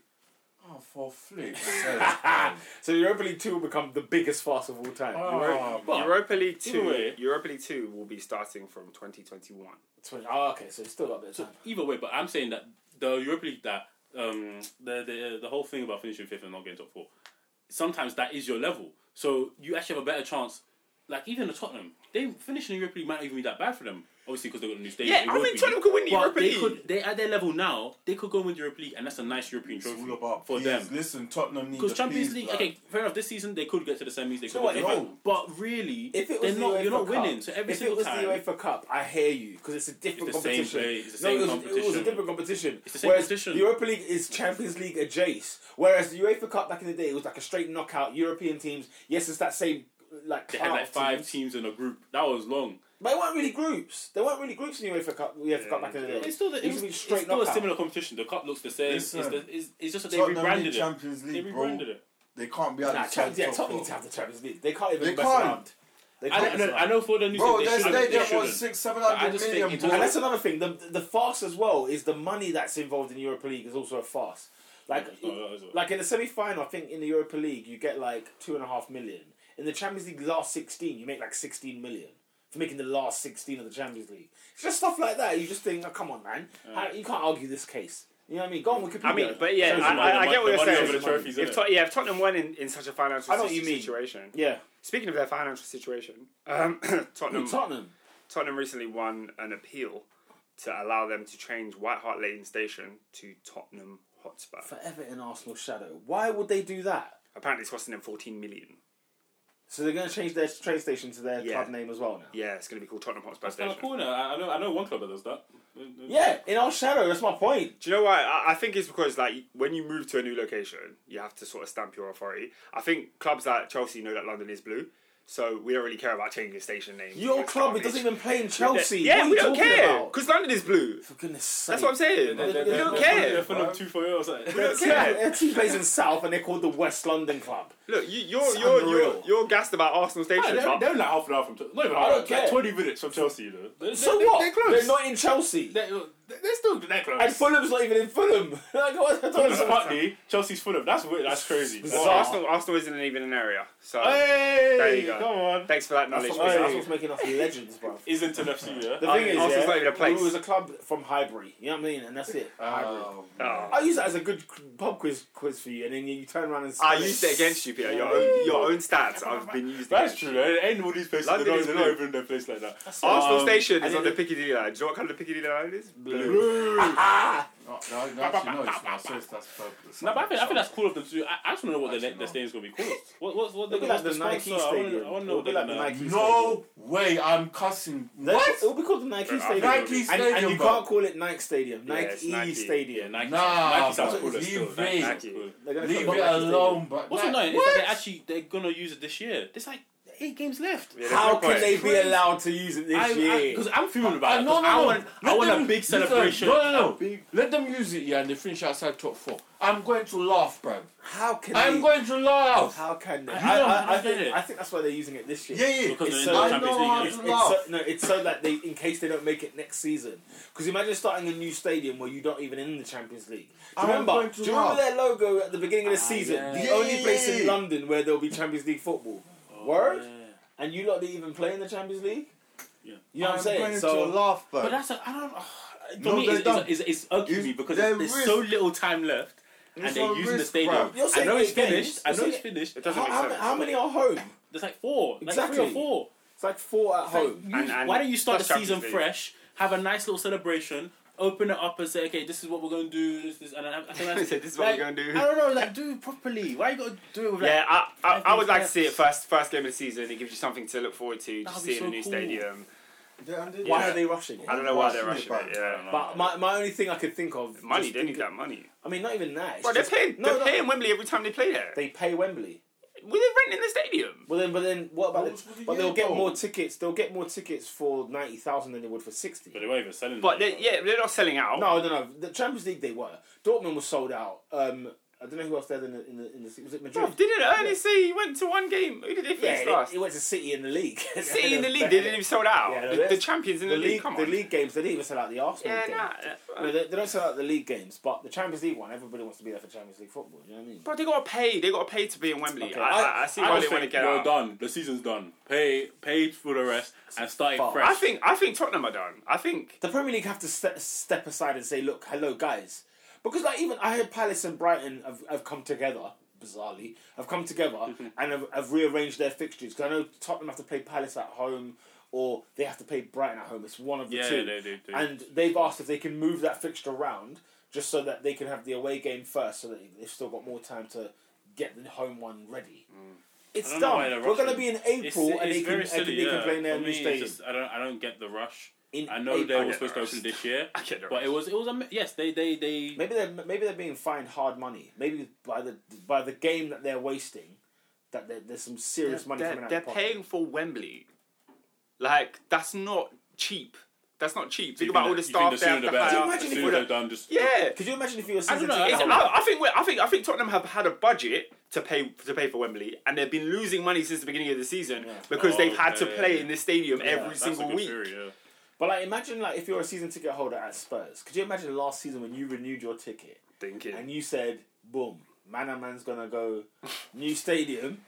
[SPEAKER 2] Oh, for flip's
[SPEAKER 1] Ah,
[SPEAKER 2] sake.
[SPEAKER 1] so Europa League Two will become the biggest fast of all time.
[SPEAKER 2] Oh.
[SPEAKER 3] Euro-
[SPEAKER 2] but-
[SPEAKER 3] Europa League
[SPEAKER 4] Either
[SPEAKER 3] two.
[SPEAKER 4] way-
[SPEAKER 3] Europa League two will be starting from 2021.
[SPEAKER 1] Twen- oh, okay, so it's still got a bit of
[SPEAKER 4] So
[SPEAKER 1] time.
[SPEAKER 4] either way, but I'm saying that the Europa League that um the the the whole thing about finishing fifth and not getting top four, sometimes that is your level. So you actually have a better chance like even the Tottenham, they finishing the Europa League might not even be that bad for them. Obviously, because they've got a new stadium.
[SPEAKER 3] Yeah,
[SPEAKER 4] it
[SPEAKER 3] I
[SPEAKER 4] won't
[SPEAKER 3] mean,
[SPEAKER 4] be.
[SPEAKER 3] Tottenham could win the
[SPEAKER 4] But
[SPEAKER 3] Europa
[SPEAKER 4] they
[SPEAKER 3] League.
[SPEAKER 4] could. They at their level now. They could go and win the Europa League, and that's a nice European
[SPEAKER 2] It's
[SPEAKER 4] trophy
[SPEAKER 2] all about
[SPEAKER 4] for
[SPEAKER 2] peas.
[SPEAKER 4] them.
[SPEAKER 2] Listen, Tottenham need
[SPEAKER 4] Because
[SPEAKER 2] the
[SPEAKER 4] Champions
[SPEAKER 2] peas,
[SPEAKER 4] League,
[SPEAKER 2] man.
[SPEAKER 4] okay, fair enough. This season they could get to the semis. They could.
[SPEAKER 1] So what,
[SPEAKER 4] get
[SPEAKER 1] if-
[SPEAKER 4] to- but really,
[SPEAKER 1] If it was
[SPEAKER 4] they're
[SPEAKER 1] the
[SPEAKER 4] not.
[SPEAKER 1] UEFA
[SPEAKER 4] You're not
[SPEAKER 1] Cup,
[SPEAKER 4] winning. So every
[SPEAKER 1] if it
[SPEAKER 4] single
[SPEAKER 1] was
[SPEAKER 4] time,
[SPEAKER 1] the UEFA Cup, I hear you because it's a different
[SPEAKER 4] It's the same
[SPEAKER 1] competition.
[SPEAKER 4] play, it's the
[SPEAKER 1] no,
[SPEAKER 4] same
[SPEAKER 1] it was, It was a
[SPEAKER 4] competition.
[SPEAKER 1] different competition.
[SPEAKER 4] It's the same
[SPEAKER 1] Whereas
[SPEAKER 4] competition.
[SPEAKER 1] The Europa League is Champions League adjacent. Whereas the UEFA Cup back in the day, it was like a straight knockout. European teams, yes, it's that same like.
[SPEAKER 4] they had
[SPEAKER 1] clout
[SPEAKER 4] like
[SPEAKER 1] of
[SPEAKER 4] five
[SPEAKER 1] teams.
[SPEAKER 4] teams in a group. That was long.
[SPEAKER 1] But they weren't really groups. They weren't really groups in the UEFA Cup. UEFA Cup back in the day.
[SPEAKER 4] It's still, the,
[SPEAKER 1] It used
[SPEAKER 4] it's,
[SPEAKER 1] to be
[SPEAKER 4] it's
[SPEAKER 1] straight
[SPEAKER 4] still a
[SPEAKER 1] knockout.
[SPEAKER 4] similar competition. The cup looks the same. It's,
[SPEAKER 2] Listen.
[SPEAKER 4] the, it's, it's just that they
[SPEAKER 2] Tottenham need
[SPEAKER 4] rebranded it.
[SPEAKER 2] Champions League,
[SPEAKER 4] They
[SPEAKER 2] bro.
[SPEAKER 4] rebranded it.
[SPEAKER 2] They can't be at
[SPEAKER 1] Nah,
[SPEAKER 2] the
[SPEAKER 1] Champions, yeah,
[SPEAKER 2] top
[SPEAKER 1] Tottenham
[SPEAKER 2] four.
[SPEAKER 1] need to have the Champions League. They can't even
[SPEAKER 2] They
[SPEAKER 1] mess
[SPEAKER 2] can't.
[SPEAKER 1] around.
[SPEAKER 4] I,
[SPEAKER 1] They can't
[SPEAKER 4] know- I
[SPEAKER 1] mess
[SPEAKER 4] know, I
[SPEAKER 1] around.
[SPEAKER 4] know for the news
[SPEAKER 2] Bro,
[SPEAKER 4] they,
[SPEAKER 2] their
[SPEAKER 4] shouldn't, they
[SPEAKER 2] stadium
[SPEAKER 4] shouldn't.
[SPEAKER 2] was six, seven
[SPEAKER 4] But I
[SPEAKER 2] hundred
[SPEAKER 4] just think
[SPEAKER 2] million.
[SPEAKER 4] in
[SPEAKER 2] bro.
[SPEAKER 1] And that's another thing. The the farce as well is the money that's involved in Europa League is also a farce. Like
[SPEAKER 4] No, no, it's not.
[SPEAKER 1] like in the semi final, I think in the Europa League you get like two and a half million. In the Champions League last sixteen, you make like sixteen million for making the last sixteen of the Champions League. It's just stuff like that. You just think, oh, come on, man, How- you can't argue this case. You know what I mean? Go on Wikipedia.
[SPEAKER 3] I mean, but yeah,
[SPEAKER 1] Shows
[SPEAKER 3] I,
[SPEAKER 1] you money.
[SPEAKER 3] I, I get what
[SPEAKER 4] The
[SPEAKER 3] you're
[SPEAKER 4] money
[SPEAKER 3] saying.
[SPEAKER 4] over the trophies,
[SPEAKER 3] if,
[SPEAKER 4] innit?
[SPEAKER 3] Tot- yeah, if Tottenham won in, in such a financial
[SPEAKER 1] I know what you
[SPEAKER 3] situ-
[SPEAKER 1] mean.
[SPEAKER 3] situation.
[SPEAKER 1] yeah.
[SPEAKER 3] Speaking of their financial situation, um, Tottenham,
[SPEAKER 1] Tottenham.
[SPEAKER 3] Tottenham recently won an appeal to allow them to change White Hart Lane Station to Tottenham Hotspur.
[SPEAKER 1] Forever in Arsenal's shadow. Why would they do that?
[SPEAKER 3] Apparently, it's costing them 14 million.
[SPEAKER 1] So they're going to change their train station to their
[SPEAKER 3] Yeah.
[SPEAKER 1] club name as well now.
[SPEAKER 3] Yeah, it's going to be called Tottenham Hotspur
[SPEAKER 4] Kind
[SPEAKER 3] Station.
[SPEAKER 4] of corner. I I know. I know one club that does that.
[SPEAKER 1] Yeah, in our shadow. That's my point.
[SPEAKER 3] Do you know why? I, I think it's because like when you move to a new location, you have to sort of stamp your authority. I think clubs like Chelsea know that London is blue, so we don't really care about changing station names.
[SPEAKER 1] Your
[SPEAKER 3] It's
[SPEAKER 1] club it
[SPEAKER 3] garbage.
[SPEAKER 1] doesn't even play in Chelsea.
[SPEAKER 3] Yeah,
[SPEAKER 1] what are
[SPEAKER 3] we
[SPEAKER 1] you
[SPEAKER 3] don't
[SPEAKER 1] talking
[SPEAKER 3] care
[SPEAKER 1] about?
[SPEAKER 3] because London is blue.
[SPEAKER 1] For goodness sake.
[SPEAKER 3] That's what I'm saying.
[SPEAKER 1] They-
[SPEAKER 3] We
[SPEAKER 1] they-
[SPEAKER 3] don't
[SPEAKER 1] they-
[SPEAKER 3] care.
[SPEAKER 4] They're full of two for you.
[SPEAKER 3] We don't
[SPEAKER 1] Yeah,
[SPEAKER 3] care.
[SPEAKER 1] their team plays in South and they're called the West London Club.
[SPEAKER 3] Look, you, you're
[SPEAKER 1] It's
[SPEAKER 3] you're you're
[SPEAKER 1] unreal.
[SPEAKER 3] you're gassed about Arsenal station.
[SPEAKER 4] They're
[SPEAKER 3] but
[SPEAKER 4] they're like half an hour from. Chelsea. Not even
[SPEAKER 1] I
[SPEAKER 4] half.
[SPEAKER 1] don't
[SPEAKER 4] like
[SPEAKER 1] care.
[SPEAKER 4] Twenty minutes from Chelsea. You know. They're,
[SPEAKER 1] So
[SPEAKER 4] they're-
[SPEAKER 1] what?
[SPEAKER 4] They're close.
[SPEAKER 1] They're not in Chelsea.
[SPEAKER 4] They're, they're still they're close.
[SPEAKER 1] And Fulham's not even in Fulham. like, what I
[SPEAKER 4] Fulham's Putney, Chelsea's Fulham. That's weird. That's crazy.
[SPEAKER 3] well,
[SPEAKER 1] Wow.
[SPEAKER 3] Arsenal Arsenal isn't even an area. So
[SPEAKER 4] Hey,
[SPEAKER 3] There you go.
[SPEAKER 4] come on.
[SPEAKER 3] thanks for that knowledge.
[SPEAKER 1] Arsenal's
[SPEAKER 4] Hey.
[SPEAKER 3] Arsenal.
[SPEAKER 1] Arsenal's making us legends, bro.
[SPEAKER 4] Isn't an FC, yeah?
[SPEAKER 1] The
[SPEAKER 3] I
[SPEAKER 1] thing
[SPEAKER 3] mean,
[SPEAKER 1] is,
[SPEAKER 3] Oh, Arsenal's
[SPEAKER 1] yeah,
[SPEAKER 3] not even a place.
[SPEAKER 1] It was a club from Highbury. You know what I mean? And that's it. Highbury.
[SPEAKER 2] Oh,
[SPEAKER 3] Oh.
[SPEAKER 1] I use that as a good qu- pub quiz quiz for you, and then you, you turn around and.
[SPEAKER 3] I
[SPEAKER 1] spell
[SPEAKER 3] used it against you, Peter. Your own, your own stats. I've been used.
[SPEAKER 4] That's
[SPEAKER 3] against
[SPEAKER 4] true.
[SPEAKER 3] you.
[SPEAKER 4] Ain't ain't all these places. They're
[SPEAKER 3] London
[SPEAKER 4] not,
[SPEAKER 3] is
[SPEAKER 4] they're not
[SPEAKER 3] blue.
[SPEAKER 4] even a place like that.
[SPEAKER 3] Arsenal
[SPEAKER 4] Um,
[SPEAKER 3] Station is
[SPEAKER 1] and
[SPEAKER 3] on the
[SPEAKER 1] then-
[SPEAKER 3] Piccadilly line. Do you know what kind of Piccadilly line is?
[SPEAKER 1] Ah,
[SPEAKER 2] No, no, no, actually, no, it's not. So it's- that's purpose.
[SPEAKER 4] No, but I think, I think that's cool of them to do. I, I just want to know what their, their stadium's going to be called. What, what's what
[SPEAKER 1] it'll be like the Nike
[SPEAKER 4] sponsor?
[SPEAKER 1] Stadium.
[SPEAKER 4] I want to know
[SPEAKER 1] It'll
[SPEAKER 4] what
[SPEAKER 1] be
[SPEAKER 4] they're
[SPEAKER 1] like the
[SPEAKER 4] gonna-
[SPEAKER 1] Nike Stadium.
[SPEAKER 2] No way, I'm cussing.
[SPEAKER 1] That's-
[SPEAKER 2] What?
[SPEAKER 1] It'll be called the Nike
[SPEAKER 3] Bro, I
[SPEAKER 1] Stadium.
[SPEAKER 2] Nike
[SPEAKER 1] and,
[SPEAKER 2] Stadium,
[SPEAKER 1] and you
[SPEAKER 2] bro.
[SPEAKER 1] can't call it Nike Stadium.
[SPEAKER 3] Yeah,
[SPEAKER 1] Nike
[SPEAKER 3] it's
[SPEAKER 1] E
[SPEAKER 3] Nike.
[SPEAKER 4] Yeah,
[SPEAKER 1] Stadium.
[SPEAKER 4] Nike.
[SPEAKER 2] Nah,
[SPEAKER 4] Nike sounds
[SPEAKER 2] bro,
[SPEAKER 4] cooler still.
[SPEAKER 2] leave
[SPEAKER 4] Nike
[SPEAKER 2] it.
[SPEAKER 4] sounds cool.
[SPEAKER 1] They're gonna
[SPEAKER 2] Leave
[SPEAKER 1] call
[SPEAKER 2] it
[SPEAKER 1] Nike Stadium.
[SPEAKER 2] alone, but
[SPEAKER 4] What's
[SPEAKER 2] that-
[SPEAKER 4] annoying is
[SPEAKER 2] what?
[SPEAKER 4] that they actually they're going to use it this year. There's like eight games left.
[SPEAKER 3] Yeah, there's
[SPEAKER 1] How
[SPEAKER 3] no
[SPEAKER 1] can
[SPEAKER 3] point.
[SPEAKER 1] they be allowed to use it this year?
[SPEAKER 4] Because I'm feeling
[SPEAKER 2] Uh,
[SPEAKER 4] about it. 'cause I want, I
[SPEAKER 2] Let
[SPEAKER 4] want
[SPEAKER 2] them-
[SPEAKER 4] a big
[SPEAKER 2] listen,
[SPEAKER 4] celebration.
[SPEAKER 2] No, no, no. Let them use it, yeah, and they finish outside top four. I'm going to laugh, bro.
[SPEAKER 1] how can
[SPEAKER 2] I'm
[SPEAKER 1] they?
[SPEAKER 2] going to laugh.
[SPEAKER 1] how can they?
[SPEAKER 4] You
[SPEAKER 1] I,
[SPEAKER 4] don't
[SPEAKER 1] I, I,
[SPEAKER 4] get
[SPEAKER 1] think,
[SPEAKER 4] it.
[SPEAKER 1] I think that's why they're using it this year.
[SPEAKER 2] Yeah, yeah.
[SPEAKER 4] Because they're
[SPEAKER 1] It's so-
[SPEAKER 4] in
[SPEAKER 1] I
[SPEAKER 4] the Champions
[SPEAKER 2] know
[SPEAKER 4] League.
[SPEAKER 2] how
[SPEAKER 4] you
[SPEAKER 1] It's
[SPEAKER 4] know?
[SPEAKER 2] to-
[SPEAKER 1] so, no, it's so that they, in case they don't make it next season. Because imagine starting a new stadium where you don't even in the Champions League. Do
[SPEAKER 2] I'm
[SPEAKER 1] you remember?
[SPEAKER 2] going
[SPEAKER 1] Do
[SPEAKER 2] to
[SPEAKER 1] you remember
[SPEAKER 2] laugh.
[SPEAKER 1] their logo at the beginning of the season?
[SPEAKER 4] yeah.
[SPEAKER 1] The
[SPEAKER 2] Yeah,
[SPEAKER 1] only
[SPEAKER 2] yeah,
[SPEAKER 1] place in
[SPEAKER 2] yeah.
[SPEAKER 1] London where there'll be Champions League football.
[SPEAKER 4] Oh,
[SPEAKER 1] Word? And you lot didn't even play in the Champions League.
[SPEAKER 4] Yeah.
[SPEAKER 1] You know what I'm saying?
[SPEAKER 2] going
[SPEAKER 1] So
[SPEAKER 2] to laugh, bro.
[SPEAKER 4] But that's a, I don't. oh, for
[SPEAKER 2] No,
[SPEAKER 4] me,
[SPEAKER 2] they
[SPEAKER 4] it's,
[SPEAKER 2] don't.
[SPEAKER 4] it's, it's, it's ugly to me
[SPEAKER 2] It's
[SPEAKER 4] because
[SPEAKER 2] their
[SPEAKER 4] there's so
[SPEAKER 2] risk.
[SPEAKER 4] little time left,
[SPEAKER 2] It's
[SPEAKER 4] and they're
[SPEAKER 2] a
[SPEAKER 4] using the
[SPEAKER 2] risk,
[SPEAKER 4] stadium.
[SPEAKER 2] bruv.
[SPEAKER 1] You're
[SPEAKER 4] I
[SPEAKER 1] saying
[SPEAKER 4] know it's
[SPEAKER 1] eight games.
[SPEAKER 4] finished. I
[SPEAKER 1] You're
[SPEAKER 4] know it's
[SPEAKER 1] saying-
[SPEAKER 4] finished.
[SPEAKER 3] It doesn't
[SPEAKER 1] how,
[SPEAKER 3] make
[SPEAKER 1] how,
[SPEAKER 3] sense.
[SPEAKER 1] how many are home?
[SPEAKER 4] There's like four, like three
[SPEAKER 1] Exactly.
[SPEAKER 4] or four.
[SPEAKER 1] It's like four at home.
[SPEAKER 4] You-
[SPEAKER 3] And- and
[SPEAKER 4] why don't you start the
[SPEAKER 3] plus
[SPEAKER 4] season
[SPEAKER 3] Champions League.
[SPEAKER 4] fresh? Have a nice little celebration. Open it up and say, okay, this is what we're gonna do. This, this, and I, I think that's,
[SPEAKER 3] This is what
[SPEAKER 4] like,
[SPEAKER 3] we're gonna do.
[SPEAKER 4] I don't know, like do it properly. Why you gotta do it with like?
[SPEAKER 3] Yeah, I, I,
[SPEAKER 4] five
[SPEAKER 3] I
[SPEAKER 4] games
[SPEAKER 3] would like to
[SPEAKER 4] left.
[SPEAKER 3] see it first first game of the season. It gives you something to look forward to. Just
[SPEAKER 4] That'd be
[SPEAKER 3] seeing
[SPEAKER 4] so
[SPEAKER 3] a new
[SPEAKER 4] cool.
[SPEAKER 3] stadium.
[SPEAKER 1] Why are they rushing it?
[SPEAKER 3] I don't know why they're
[SPEAKER 2] Rushing
[SPEAKER 3] rushing
[SPEAKER 2] it,
[SPEAKER 3] it.
[SPEAKER 4] I
[SPEAKER 3] Yeah,
[SPEAKER 4] don't know.
[SPEAKER 1] But my, my only thing I could think of
[SPEAKER 3] money.
[SPEAKER 1] just
[SPEAKER 3] They need
[SPEAKER 1] thinking-
[SPEAKER 3] that money.
[SPEAKER 1] I mean, not even that. it's
[SPEAKER 3] Bro, they're
[SPEAKER 1] just-
[SPEAKER 3] paying.
[SPEAKER 1] No,
[SPEAKER 3] They're
[SPEAKER 1] no,
[SPEAKER 3] paying Wembley every time they play there.
[SPEAKER 1] They pay Wembley.
[SPEAKER 3] Well, they're renting the stadium.
[SPEAKER 1] Well then, but then what about?
[SPEAKER 2] Well,
[SPEAKER 1] the,
[SPEAKER 2] it's for the
[SPEAKER 1] but they'll
[SPEAKER 2] year,
[SPEAKER 1] get
[SPEAKER 2] though.
[SPEAKER 1] more tickets. They'll get more tickets for ninety thousand than they would for sixty.
[SPEAKER 4] but they weren't even selling.
[SPEAKER 3] But
[SPEAKER 4] it.
[SPEAKER 3] they, yeah, they're not selling out.
[SPEAKER 1] No, no, no. The Champions League they were. Dortmund was sold out. Um, I don't know who else they had in the in the, in the was it
[SPEAKER 3] Bro,
[SPEAKER 1] Madrid?
[SPEAKER 3] didn't Ernie say he went to one game? Who did they
[SPEAKER 1] yeah,
[SPEAKER 3] face
[SPEAKER 1] it,
[SPEAKER 3] last?
[SPEAKER 1] it went to City in the league.
[SPEAKER 3] City in the league. They didn't even sold out.
[SPEAKER 1] Yeah, no,
[SPEAKER 3] the, the
[SPEAKER 1] that's-
[SPEAKER 3] champions in
[SPEAKER 1] The
[SPEAKER 3] the, league.
[SPEAKER 1] league,
[SPEAKER 3] Come
[SPEAKER 1] the
[SPEAKER 3] on.
[SPEAKER 1] league games. They didn't even sell out the Arsenal
[SPEAKER 3] yeah,
[SPEAKER 1] game.
[SPEAKER 3] nah.
[SPEAKER 1] No, they, they don't sell out the league games, but the Champions League one, everybody wants to be there for Champions League football. You know what I mean?
[SPEAKER 3] But they gotta pay. They gotta pay to be in Wembley.
[SPEAKER 1] Okay,
[SPEAKER 3] I, I,
[SPEAKER 1] I-
[SPEAKER 3] I see
[SPEAKER 4] I
[SPEAKER 3] why
[SPEAKER 4] just
[SPEAKER 3] they want to
[SPEAKER 4] think
[SPEAKER 3] get
[SPEAKER 4] you're
[SPEAKER 3] out.
[SPEAKER 4] done. The season's done. Pay, pay for the rest and start it
[SPEAKER 1] Fuck.
[SPEAKER 4] fresh.
[SPEAKER 3] I think. I think Tottenham are done. I think.
[SPEAKER 1] the Premier League have to ste- step aside and say, look, hello, guys. Because, like, even I heard Palace and Brighton have, have come together bizarrely, have come together and have, have rearranged their fixtures. Because I know Tottenham have to play Palace at home or they have to play Brighton at home. It's one of the
[SPEAKER 4] Yeah,
[SPEAKER 1] two.
[SPEAKER 4] they do. do.
[SPEAKER 1] And they've asked if they can move that fixture around just so that they can have the away game first, so that they've still got more time to get the home one ready.
[SPEAKER 4] Mm.
[SPEAKER 1] It's
[SPEAKER 4] I don't know why
[SPEAKER 1] done.
[SPEAKER 4] they're
[SPEAKER 1] We're going to
[SPEAKER 4] rushing.
[SPEAKER 1] be in
[SPEAKER 4] it's,
[SPEAKER 1] April,
[SPEAKER 4] it's
[SPEAKER 1] and they can,
[SPEAKER 4] very
[SPEAKER 1] and
[SPEAKER 4] silly.
[SPEAKER 1] they
[SPEAKER 4] yeah.
[SPEAKER 1] can play in their
[SPEAKER 4] For
[SPEAKER 1] new
[SPEAKER 4] me, it's
[SPEAKER 1] stadium.
[SPEAKER 4] just, I don't. I don't get the rush.
[SPEAKER 1] In
[SPEAKER 4] I know
[SPEAKER 1] April.
[SPEAKER 4] they were
[SPEAKER 3] get the
[SPEAKER 4] supposed to
[SPEAKER 3] rush.
[SPEAKER 4] open this year,
[SPEAKER 3] I get it.
[SPEAKER 4] but it was it was a yes. They they they.
[SPEAKER 1] Maybe they're maybe they're being fined hard money. Maybe by the by the game that they're wasting, that there- there's some serious money
[SPEAKER 3] they're,
[SPEAKER 1] coming out.
[SPEAKER 3] they're
[SPEAKER 1] of the pocket.
[SPEAKER 3] paying for Wembley. Like that's not cheap. That's not cheap. Think
[SPEAKER 4] You
[SPEAKER 3] about all
[SPEAKER 4] that-
[SPEAKER 3] the
[SPEAKER 4] you
[SPEAKER 3] staff
[SPEAKER 4] think
[SPEAKER 3] they have
[SPEAKER 4] sooner
[SPEAKER 3] to
[SPEAKER 4] the better.
[SPEAKER 3] hire.
[SPEAKER 1] Imagine
[SPEAKER 4] The
[SPEAKER 1] if
[SPEAKER 4] sooner
[SPEAKER 1] we-
[SPEAKER 4] they're done, just
[SPEAKER 3] Yeah.
[SPEAKER 1] Could you imagine if you were
[SPEAKER 3] I don't
[SPEAKER 1] season
[SPEAKER 3] know.
[SPEAKER 1] ticket
[SPEAKER 3] It's,
[SPEAKER 1] holder?
[SPEAKER 3] I, I think we're, I think I think Tottenham have had a budget to pay to pay for Wembley, and they've been losing money since the beginning of the season
[SPEAKER 1] Yeah.
[SPEAKER 3] because
[SPEAKER 4] Oh,
[SPEAKER 3] they've had
[SPEAKER 4] okay,
[SPEAKER 3] to
[SPEAKER 4] yeah,
[SPEAKER 3] play
[SPEAKER 4] yeah.
[SPEAKER 3] in this stadium every
[SPEAKER 4] that's a
[SPEAKER 3] single
[SPEAKER 4] good
[SPEAKER 3] week.
[SPEAKER 4] theory, yeah.
[SPEAKER 1] But like, imagine like if you're a season ticket holder at Spurs. Could you imagine last season when you renewed your ticket
[SPEAKER 3] Thinking.
[SPEAKER 1] and you said, "Boom, man and man's gonna go new stadium."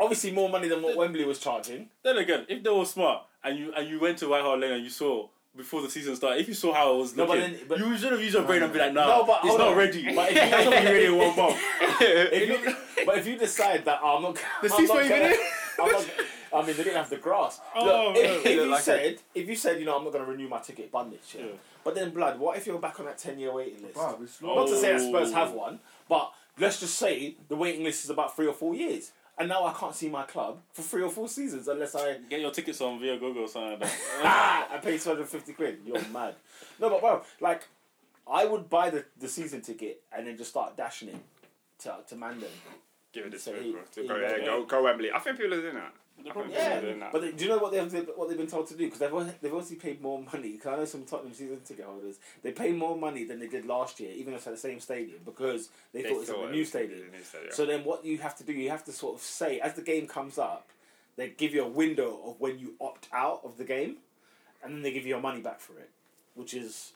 [SPEAKER 1] Obviously, more money than what Wembley was charging.
[SPEAKER 4] Then again, if they were smart and you and you went to White Hart Lane and you saw before the season started, if you saw how it was
[SPEAKER 1] No,
[SPEAKER 4] looking,
[SPEAKER 1] but then- but-
[SPEAKER 4] you should have used your brain and be like, nah,
[SPEAKER 1] No, but
[SPEAKER 4] it's
[SPEAKER 1] hold
[SPEAKER 4] not
[SPEAKER 1] on.
[SPEAKER 4] ready. But if you guys not ready in one month,
[SPEAKER 1] If you- but if you decide that oh, I'm not,
[SPEAKER 4] The
[SPEAKER 1] I'm
[SPEAKER 4] seats
[SPEAKER 1] not
[SPEAKER 4] weren't even
[SPEAKER 1] gonna-
[SPEAKER 4] in.
[SPEAKER 1] I'm not, I mean, they didn't have the grass.
[SPEAKER 4] Oh,
[SPEAKER 1] Look,
[SPEAKER 4] no,
[SPEAKER 1] if,
[SPEAKER 4] they
[SPEAKER 1] if
[SPEAKER 3] look
[SPEAKER 1] you
[SPEAKER 3] like
[SPEAKER 1] said, if you said, you know, I'm not going to renew my ticket, bun this shit.
[SPEAKER 4] Yeah.
[SPEAKER 1] But then, blood, what if you're back on that ten year waiting list?
[SPEAKER 2] Bruv, it's
[SPEAKER 1] Not
[SPEAKER 2] long.
[SPEAKER 1] to say that Spurs
[SPEAKER 4] Oh.
[SPEAKER 1] have one, but let's just say the waiting list is about three or four years, and now I can't see my club for three or four seasons unless I
[SPEAKER 4] get your tickets on via Google or something like that.
[SPEAKER 1] ah, I pay two hundred fifty quid. You're mad. No, but bro, like, I would buy the, the season ticket and then just start dashing it to to Mandan.
[SPEAKER 3] Give it this
[SPEAKER 1] So
[SPEAKER 3] move,
[SPEAKER 1] he-
[SPEAKER 3] bro.
[SPEAKER 1] he
[SPEAKER 3] go,
[SPEAKER 1] got
[SPEAKER 3] yeah,
[SPEAKER 1] it.
[SPEAKER 3] go, go Wembley. I think people are doing that. I think
[SPEAKER 4] probably
[SPEAKER 3] people
[SPEAKER 1] Yeah,
[SPEAKER 3] are doing that.
[SPEAKER 1] but they- do you know what they've what they've been told to do? Because they've al- they've obviously paid more money. Because I know some Tottenham season ticket holders they pay more money than they did last year, even if it's at the same stadium, because they,
[SPEAKER 3] They
[SPEAKER 1] thought it's at
[SPEAKER 3] thought
[SPEAKER 1] the
[SPEAKER 3] it
[SPEAKER 1] new
[SPEAKER 3] was gonna be
[SPEAKER 1] stadium.
[SPEAKER 3] the new stadium.
[SPEAKER 1] So then, what you have to do, you have to sort of say as the game comes up, they give you a window of when you opt out of the game, and then they give you your money back for it, which is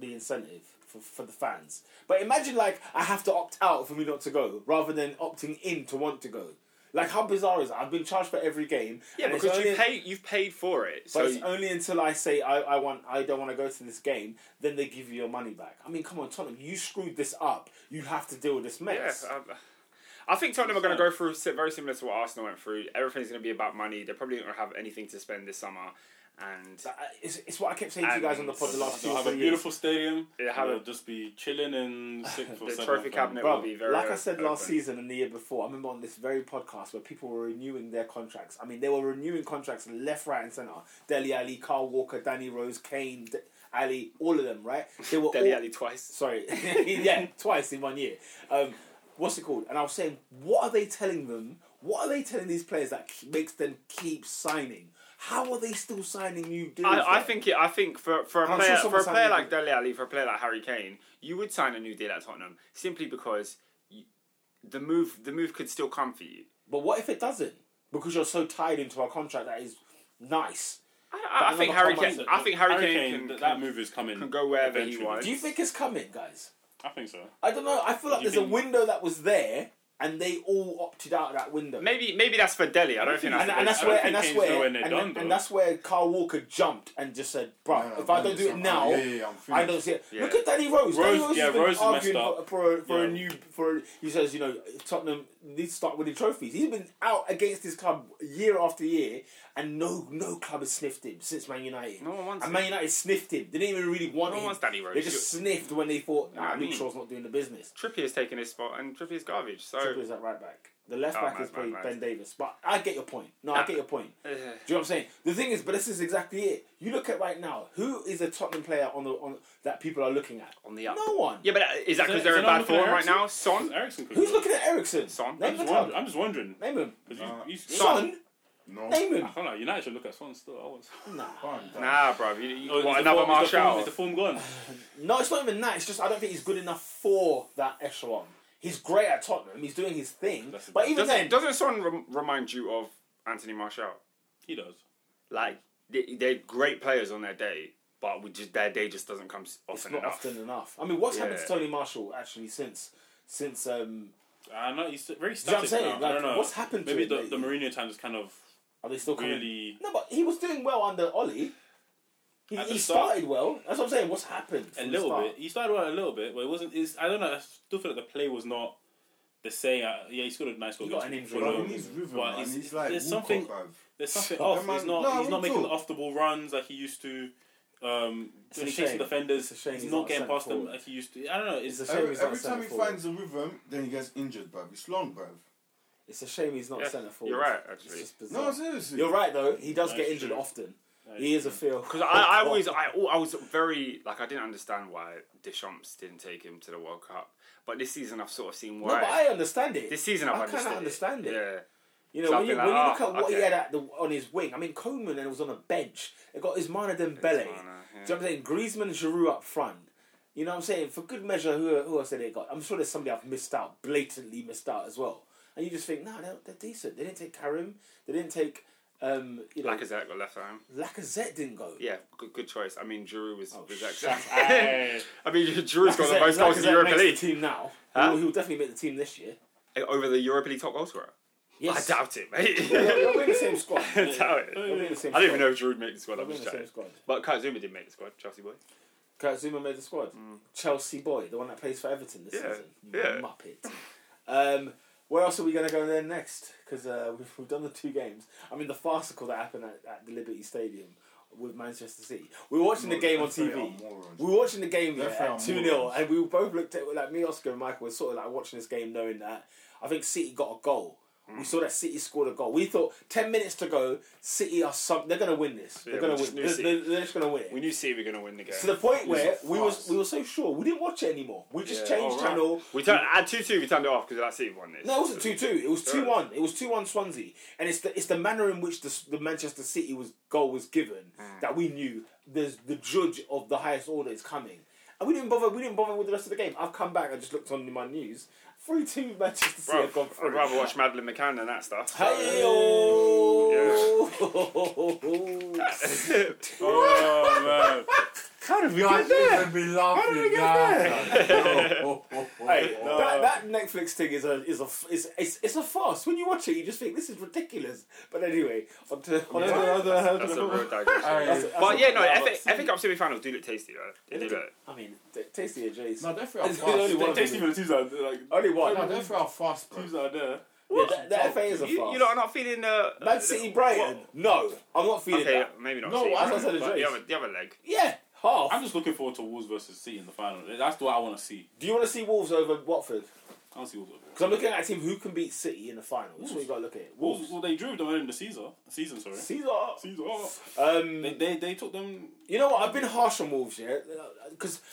[SPEAKER 1] the incentive for, for the fans. But imagine like I have to opt out for me not to go, rather than opting in to want to go. Like how bizarre is that? I've been charged for every game.
[SPEAKER 3] yeah,
[SPEAKER 1] and it's
[SPEAKER 3] because you
[SPEAKER 1] only-
[SPEAKER 3] pay, you've paid for it. So
[SPEAKER 1] But it's only until I say I, I want I don't want to go to this game, then they give you your money back. I mean, come on, Tottenham, you screwed this up. You have to deal with this
[SPEAKER 3] yeah, uh,
[SPEAKER 1] mess.
[SPEAKER 3] I, I think Tottenham are going to go through si- very similar to what Arsenal went through. Everything's going to be about money. They're probably not going to have anything to spend this summer, and
[SPEAKER 1] That- uh, it's, it's what I kept saying to you guys on the pod the last two
[SPEAKER 4] They'll
[SPEAKER 1] or
[SPEAKER 4] have a
[SPEAKER 1] three years.
[SPEAKER 4] beautiful stadium.
[SPEAKER 3] Yeah, have
[SPEAKER 4] They'll
[SPEAKER 3] a-
[SPEAKER 4] just be chilling and sick for
[SPEAKER 3] The
[SPEAKER 4] seven
[SPEAKER 3] trophy
[SPEAKER 4] months.
[SPEAKER 3] cabinet.
[SPEAKER 1] Bro,
[SPEAKER 3] will be very
[SPEAKER 1] like I said last
[SPEAKER 3] open.
[SPEAKER 1] season and the year before, I remember on this very podcast where people were renewing their contracts. I mean, they were renewing contracts left, right, and centre. Deli Ali, Carl Walker, Danny Rose, Kane, D- Ali, all of them, right? They were
[SPEAKER 3] Deli
[SPEAKER 1] all,
[SPEAKER 3] Alley twice.
[SPEAKER 1] sorry, yeah, twice in one year. Um, what's it called? And I was saying, what are they telling them? What are they telling these players that k- makes them keep signing? How are they still signing new deals?
[SPEAKER 3] I, I
[SPEAKER 1] though?
[SPEAKER 3] think it, I think for for a
[SPEAKER 1] I'm sure
[SPEAKER 3] player for
[SPEAKER 1] someone
[SPEAKER 3] a player
[SPEAKER 1] signed
[SPEAKER 3] like
[SPEAKER 1] it.
[SPEAKER 3] Dele Alli, for a player like Harry Kane, you would sign a new deal at Tottenham simply because you, the move the move could still come for you.
[SPEAKER 1] But what if it doesn't? Because you're so tied into a contract that is nice.
[SPEAKER 3] I, I, I think
[SPEAKER 1] But
[SPEAKER 3] Harry
[SPEAKER 1] remember,
[SPEAKER 3] Kane. I think Harry Kane
[SPEAKER 4] th-
[SPEAKER 3] can,
[SPEAKER 4] that
[SPEAKER 3] can,
[SPEAKER 4] move is coming.
[SPEAKER 3] can go wherever he
[SPEAKER 4] eventually.
[SPEAKER 3] wants.
[SPEAKER 1] Do you think it's coming, guys?
[SPEAKER 4] I think so.
[SPEAKER 1] I don't know. I feel like
[SPEAKER 4] Do you
[SPEAKER 1] there's a
[SPEAKER 4] think-
[SPEAKER 1] window that was there, and they all opted out of that window.
[SPEAKER 3] Maybe maybe that's for Delhi. I don't think that's.
[SPEAKER 1] and,
[SPEAKER 3] for
[SPEAKER 4] I don't
[SPEAKER 1] and that's where
[SPEAKER 3] Dele.
[SPEAKER 4] think
[SPEAKER 1] and that's
[SPEAKER 4] Kane's
[SPEAKER 1] where
[SPEAKER 4] nowhere
[SPEAKER 1] and,
[SPEAKER 4] near done,
[SPEAKER 1] and
[SPEAKER 4] though.
[SPEAKER 1] that's where Carl Walker jumped and just said, "Bro,
[SPEAKER 2] Yeah,
[SPEAKER 1] if I don't do it
[SPEAKER 2] I'm-
[SPEAKER 1] now,
[SPEAKER 2] yeah, yeah, I'm
[SPEAKER 1] I don't see it."
[SPEAKER 3] Yeah.
[SPEAKER 1] Look at Danny Rose. Danny
[SPEAKER 4] Rose-
[SPEAKER 1] Rose
[SPEAKER 4] yeah,
[SPEAKER 1] has been
[SPEAKER 4] Rose is messed
[SPEAKER 1] arguing for,
[SPEAKER 4] up.
[SPEAKER 1] for, for a
[SPEAKER 4] Yeah.
[SPEAKER 1] new for. He says, "You know, Tottenham needs to start winning trophies." He's been out against this club year after year, and no no club has sniffed him since Man United.
[SPEAKER 3] No one wants
[SPEAKER 1] and
[SPEAKER 3] him.
[SPEAKER 1] Man United sniffed him. They didn't even really want
[SPEAKER 3] No one
[SPEAKER 1] him.
[SPEAKER 3] wants Danny Rose.
[SPEAKER 1] They just sniffed when they thought,
[SPEAKER 3] Nah,
[SPEAKER 1] "Nah,
[SPEAKER 3] I
[SPEAKER 1] Luke
[SPEAKER 3] mean-
[SPEAKER 1] Shaw's not doing the business."
[SPEAKER 3] Trippier's taking his spot, and Trippier's garbage. So
[SPEAKER 1] Trippier is at right back. The left
[SPEAKER 3] Oh,
[SPEAKER 1] back
[SPEAKER 3] mad,
[SPEAKER 1] is probably
[SPEAKER 3] mad,
[SPEAKER 1] Ben
[SPEAKER 3] mad.
[SPEAKER 1] Davis. But I get your point. No, I
[SPEAKER 3] Nah.
[SPEAKER 1] get your point.
[SPEAKER 3] Ugh.
[SPEAKER 1] Do you know what I'm saying? The thing is, but this is exactly it. You look at right now. Who is a Tottenham player on the on that people are looking at?
[SPEAKER 3] on the up.
[SPEAKER 1] No one.
[SPEAKER 3] Yeah, but uh, is that
[SPEAKER 4] Is
[SPEAKER 3] because
[SPEAKER 4] it-
[SPEAKER 3] they're
[SPEAKER 4] is
[SPEAKER 3] in
[SPEAKER 4] it not
[SPEAKER 3] bad
[SPEAKER 4] looking at
[SPEAKER 3] form right
[SPEAKER 4] Eriksen?
[SPEAKER 3] now? Son,
[SPEAKER 4] Ericsson could
[SPEAKER 1] Who's
[SPEAKER 4] go.
[SPEAKER 1] looking at Ericsson?
[SPEAKER 4] I'm
[SPEAKER 1] Name
[SPEAKER 3] Son.
[SPEAKER 1] the
[SPEAKER 4] just,
[SPEAKER 1] club.
[SPEAKER 4] wondering, I'm just wondering.
[SPEAKER 1] Name him.
[SPEAKER 4] Because you,
[SPEAKER 2] Uh,
[SPEAKER 4] you,
[SPEAKER 1] Son.
[SPEAKER 2] No.
[SPEAKER 1] Name him.
[SPEAKER 4] I feel like United should look at Son still. I was.
[SPEAKER 1] Nah.
[SPEAKER 2] Fine, Dan.
[SPEAKER 3] nah, bro. You, you,
[SPEAKER 4] Oh, is
[SPEAKER 3] what,
[SPEAKER 4] the
[SPEAKER 3] another
[SPEAKER 4] form- is the form-
[SPEAKER 3] Martial?
[SPEAKER 4] Is the form gone?
[SPEAKER 1] No, it's not even that. It's just I don't think he's good enough for that echelon. He's great at Tottenham. He's doing his thing.
[SPEAKER 4] That's-
[SPEAKER 1] But even then,
[SPEAKER 3] Doesn't, doesn't Son rem- remind you of Anthony Martial?
[SPEAKER 4] He does.
[SPEAKER 3] Like they, they're great players on their day, but we just their day just doesn't come s- often
[SPEAKER 1] it's not
[SPEAKER 3] enough.
[SPEAKER 1] often enough. I mean, what's happened to
[SPEAKER 3] Yeah.
[SPEAKER 1] Tony Marshall actually since since um
[SPEAKER 4] I know he's very
[SPEAKER 1] know what I'm
[SPEAKER 4] static
[SPEAKER 1] saying?
[SPEAKER 4] now. I
[SPEAKER 1] Like,
[SPEAKER 4] don't know.
[SPEAKER 1] what's happened to
[SPEAKER 4] Maybe
[SPEAKER 1] him
[SPEAKER 4] the,
[SPEAKER 1] lately?
[SPEAKER 4] the Mourinho time just kind of
[SPEAKER 1] are they still coming?
[SPEAKER 4] really.
[SPEAKER 1] No, but he was doing well under Ollie. He,
[SPEAKER 4] At the
[SPEAKER 1] he
[SPEAKER 4] start.
[SPEAKER 1] started well. That's what I'm saying. What's happened?
[SPEAKER 4] A
[SPEAKER 1] from the
[SPEAKER 4] little
[SPEAKER 1] start?
[SPEAKER 4] bit. He started well a little bit, but it wasn't. It's, I don't know. I still feel like the play was not They're saying, uh, yeah, he scored a nice goal.
[SPEAKER 1] He got
[SPEAKER 4] against
[SPEAKER 1] an injury.
[SPEAKER 4] Fulham.
[SPEAKER 2] Bro, he needs rhythm,
[SPEAKER 4] But
[SPEAKER 2] man.
[SPEAKER 4] it's-
[SPEAKER 2] He's like
[SPEAKER 4] there's
[SPEAKER 2] Woolcock,
[SPEAKER 4] something-
[SPEAKER 2] bruv.
[SPEAKER 4] There's something
[SPEAKER 1] That
[SPEAKER 4] off.
[SPEAKER 2] man-
[SPEAKER 4] he's not.
[SPEAKER 2] no,
[SPEAKER 4] he's not
[SPEAKER 2] me
[SPEAKER 4] making
[SPEAKER 2] too.
[SPEAKER 4] the off the ball runs like he used to. Um,
[SPEAKER 1] It's
[SPEAKER 4] when
[SPEAKER 1] a
[SPEAKER 4] he takes
[SPEAKER 1] shame.
[SPEAKER 4] the defenders,
[SPEAKER 1] It's a shame
[SPEAKER 4] he's
[SPEAKER 1] he's
[SPEAKER 4] not
[SPEAKER 1] not a
[SPEAKER 4] getting
[SPEAKER 1] centre
[SPEAKER 4] past them
[SPEAKER 1] forward.
[SPEAKER 4] like he used to. I don't know. It's,
[SPEAKER 1] It's a shame
[SPEAKER 2] Every,
[SPEAKER 1] he's not
[SPEAKER 2] every time
[SPEAKER 1] centre
[SPEAKER 2] he
[SPEAKER 1] forward.
[SPEAKER 2] finds a rhythm, then he gets injured, bruv. It's long, bruv.
[SPEAKER 1] It's a shame he's not
[SPEAKER 3] Yeah,
[SPEAKER 1] centre forward.
[SPEAKER 3] you're right,
[SPEAKER 1] It's
[SPEAKER 3] actually.
[SPEAKER 1] just bizarre.
[SPEAKER 2] No, seriously.
[SPEAKER 1] You're right though. He does
[SPEAKER 4] No,
[SPEAKER 1] get
[SPEAKER 4] it's
[SPEAKER 1] injured
[SPEAKER 4] true.
[SPEAKER 1] often. He is a feel.
[SPEAKER 3] Because I, I always, I, al- I was very like I didn't understand why Deschamps didn't take him to the World Cup, but this season I've sort of seen
[SPEAKER 1] No,
[SPEAKER 3] why.
[SPEAKER 1] but I understand it.
[SPEAKER 3] this season I've
[SPEAKER 1] I kinda
[SPEAKER 3] understood
[SPEAKER 1] understand it.
[SPEAKER 3] Yeah,
[SPEAKER 1] You know,
[SPEAKER 3] So
[SPEAKER 1] when
[SPEAKER 3] I've
[SPEAKER 1] you,
[SPEAKER 3] been
[SPEAKER 1] when you
[SPEAKER 3] like,
[SPEAKER 1] look
[SPEAKER 3] "Ah,
[SPEAKER 1] at what he
[SPEAKER 3] okay."
[SPEAKER 1] had at the, on his wing, I mean, Coleman then was on a bench. They got Ismana Dembele.
[SPEAKER 3] Ismana, yeah.
[SPEAKER 1] Do you know what I'm saying? Griezmann, Giroud up front. You know what I'm saying? For good measure, who, who else have they got? I'm sure there's somebody I've missed out, blatantly missed out as well. And you just think, no, they're, they're decent. They didn't take Karim. They didn't take, um, you know, Lacazette,
[SPEAKER 3] Lacazette got left arm.
[SPEAKER 1] didn't go.
[SPEAKER 3] Yeah, good, good choice. I mean, Giroud was, was
[SPEAKER 1] Oh, shut
[SPEAKER 3] excellent.
[SPEAKER 4] up.
[SPEAKER 3] I mean, Giroud's got the most goals in the
[SPEAKER 1] Lacazette
[SPEAKER 3] Europa
[SPEAKER 1] makes
[SPEAKER 3] League
[SPEAKER 1] the team now.
[SPEAKER 3] Huh?
[SPEAKER 1] He'll, he'll definitely make the team this year.
[SPEAKER 3] over the Europa League top goal scorer.
[SPEAKER 1] Yes.
[SPEAKER 3] I doubt it, mate.
[SPEAKER 1] They'll be in the same squad.
[SPEAKER 3] I
[SPEAKER 1] They'll
[SPEAKER 3] doubt it.
[SPEAKER 1] be in the same
[SPEAKER 3] I don't even
[SPEAKER 1] squad.
[SPEAKER 3] know if Giroud made the squad.
[SPEAKER 1] They'll
[SPEAKER 3] I'm
[SPEAKER 1] be in
[SPEAKER 3] just
[SPEAKER 1] the same
[SPEAKER 3] chatting.
[SPEAKER 1] squad.
[SPEAKER 3] But Kazuma did make the squad. Chelsea boy.
[SPEAKER 1] Kurt Zuma made the squad. Chelsea boy, the one that plays for Everton this
[SPEAKER 3] Mm. Yeah,
[SPEAKER 1] season. You
[SPEAKER 3] yeah.
[SPEAKER 1] Muppet. Um, where else are we going to go then next? Because uh, we've, we've done the two games. I mean, the farcical that happened at, at the Liberty Stadium with Manchester City. We were watching the game on
[SPEAKER 2] Definitely
[SPEAKER 1] TV.
[SPEAKER 2] are morons.
[SPEAKER 1] We were watching the game
[SPEAKER 2] They're
[SPEAKER 1] yeah,
[SPEAKER 2] fair
[SPEAKER 1] at 2 0,
[SPEAKER 2] morons.
[SPEAKER 1] and we both looked at like me, Oscar, and Michael were sort of like watching this game knowing that I think City got a goal. We
[SPEAKER 3] Mm.
[SPEAKER 1] saw that City scored a goal. We thought 10 minutes to go, City are some. They're going to win this. They're
[SPEAKER 3] Yeah,
[SPEAKER 1] going
[SPEAKER 3] we
[SPEAKER 1] to
[SPEAKER 3] just
[SPEAKER 1] win.
[SPEAKER 3] knew
[SPEAKER 1] They're,
[SPEAKER 3] City.
[SPEAKER 1] they're- they're just going to win it
[SPEAKER 3] We knew City were going to win the game.
[SPEAKER 1] to the point where
[SPEAKER 2] It's a
[SPEAKER 1] we was
[SPEAKER 2] farce.
[SPEAKER 1] we were so sure we didn't watch it anymore. We just
[SPEAKER 3] Yeah,
[SPEAKER 1] changed
[SPEAKER 3] alright.
[SPEAKER 1] channel.
[SPEAKER 3] We turned at two two. We turned it off because that City won this.
[SPEAKER 1] No, it wasn't two two. It was
[SPEAKER 3] Sorry.
[SPEAKER 1] two one. It was two one Swansea, and it's the it's the manner in which the, the Manchester City was goal was given
[SPEAKER 3] Mm.
[SPEAKER 1] that we knew there's the judge of the highest order is coming, and we didn't bother. We didn't bother with the rest of the game. I've come back. I just looked on my news. Three two Manchester City
[SPEAKER 3] Bro,
[SPEAKER 1] have gone
[SPEAKER 3] I'd
[SPEAKER 1] through.
[SPEAKER 3] rather watch Madeline McCann than that stuff.
[SPEAKER 1] Hey-o.
[SPEAKER 4] oh man.
[SPEAKER 3] How did we
[SPEAKER 2] You should be laughing now.
[SPEAKER 1] Hey,
[SPEAKER 4] No.
[SPEAKER 1] that, that Netflix thing is a is a f- is it's, it's a farce. When you watch it, you just think this is ridiculous. But anyway, on to on to
[SPEAKER 2] What?
[SPEAKER 1] other-
[SPEAKER 3] That's a real digression.
[SPEAKER 2] Alright.
[SPEAKER 1] That's a- that's
[SPEAKER 3] but
[SPEAKER 1] a-
[SPEAKER 3] yeah, no,
[SPEAKER 1] that's a-
[SPEAKER 3] FA, FA Cup semi-finals do look tasty though. They do look.
[SPEAKER 1] I mean, t- tasty J's.
[SPEAKER 2] No, they're fair
[SPEAKER 1] It's the only one.
[SPEAKER 2] fast.
[SPEAKER 4] Tasty for the teams that are, like
[SPEAKER 1] Only one.
[SPEAKER 2] No, they're fair fast, bro.
[SPEAKER 4] teams that are there.
[SPEAKER 1] Yeah, that, that FA is a
[SPEAKER 3] You,
[SPEAKER 1] farce.
[SPEAKER 3] you lot are not feeling uh,
[SPEAKER 1] Man City, Brighton. No, I'm not feeling
[SPEAKER 3] Okay,
[SPEAKER 1] that.
[SPEAKER 3] maybe not.
[SPEAKER 2] No,
[SPEAKER 3] City,
[SPEAKER 2] I
[SPEAKER 1] thought I said the
[SPEAKER 3] but the
[SPEAKER 1] Jays.
[SPEAKER 3] other, the other leg.
[SPEAKER 1] Yeah, half.
[SPEAKER 4] I'm just looking forward to Wolves versus City in the final. That's what I want to see.
[SPEAKER 1] Do you want to see Wolves over Watford?
[SPEAKER 4] I want to see Wolves.
[SPEAKER 1] Because I'm looking at a team who can beat City in the final. That's what you got to look at.
[SPEAKER 4] Wolves.
[SPEAKER 1] Wolves.
[SPEAKER 4] Well, they drew them in the season. Season, sorry.
[SPEAKER 1] Caesar.
[SPEAKER 4] Season.
[SPEAKER 1] Um,
[SPEAKER 4] They, they they took them.
[SPEAKER 1] You know what? I've been harsh on Wolves, yeah, because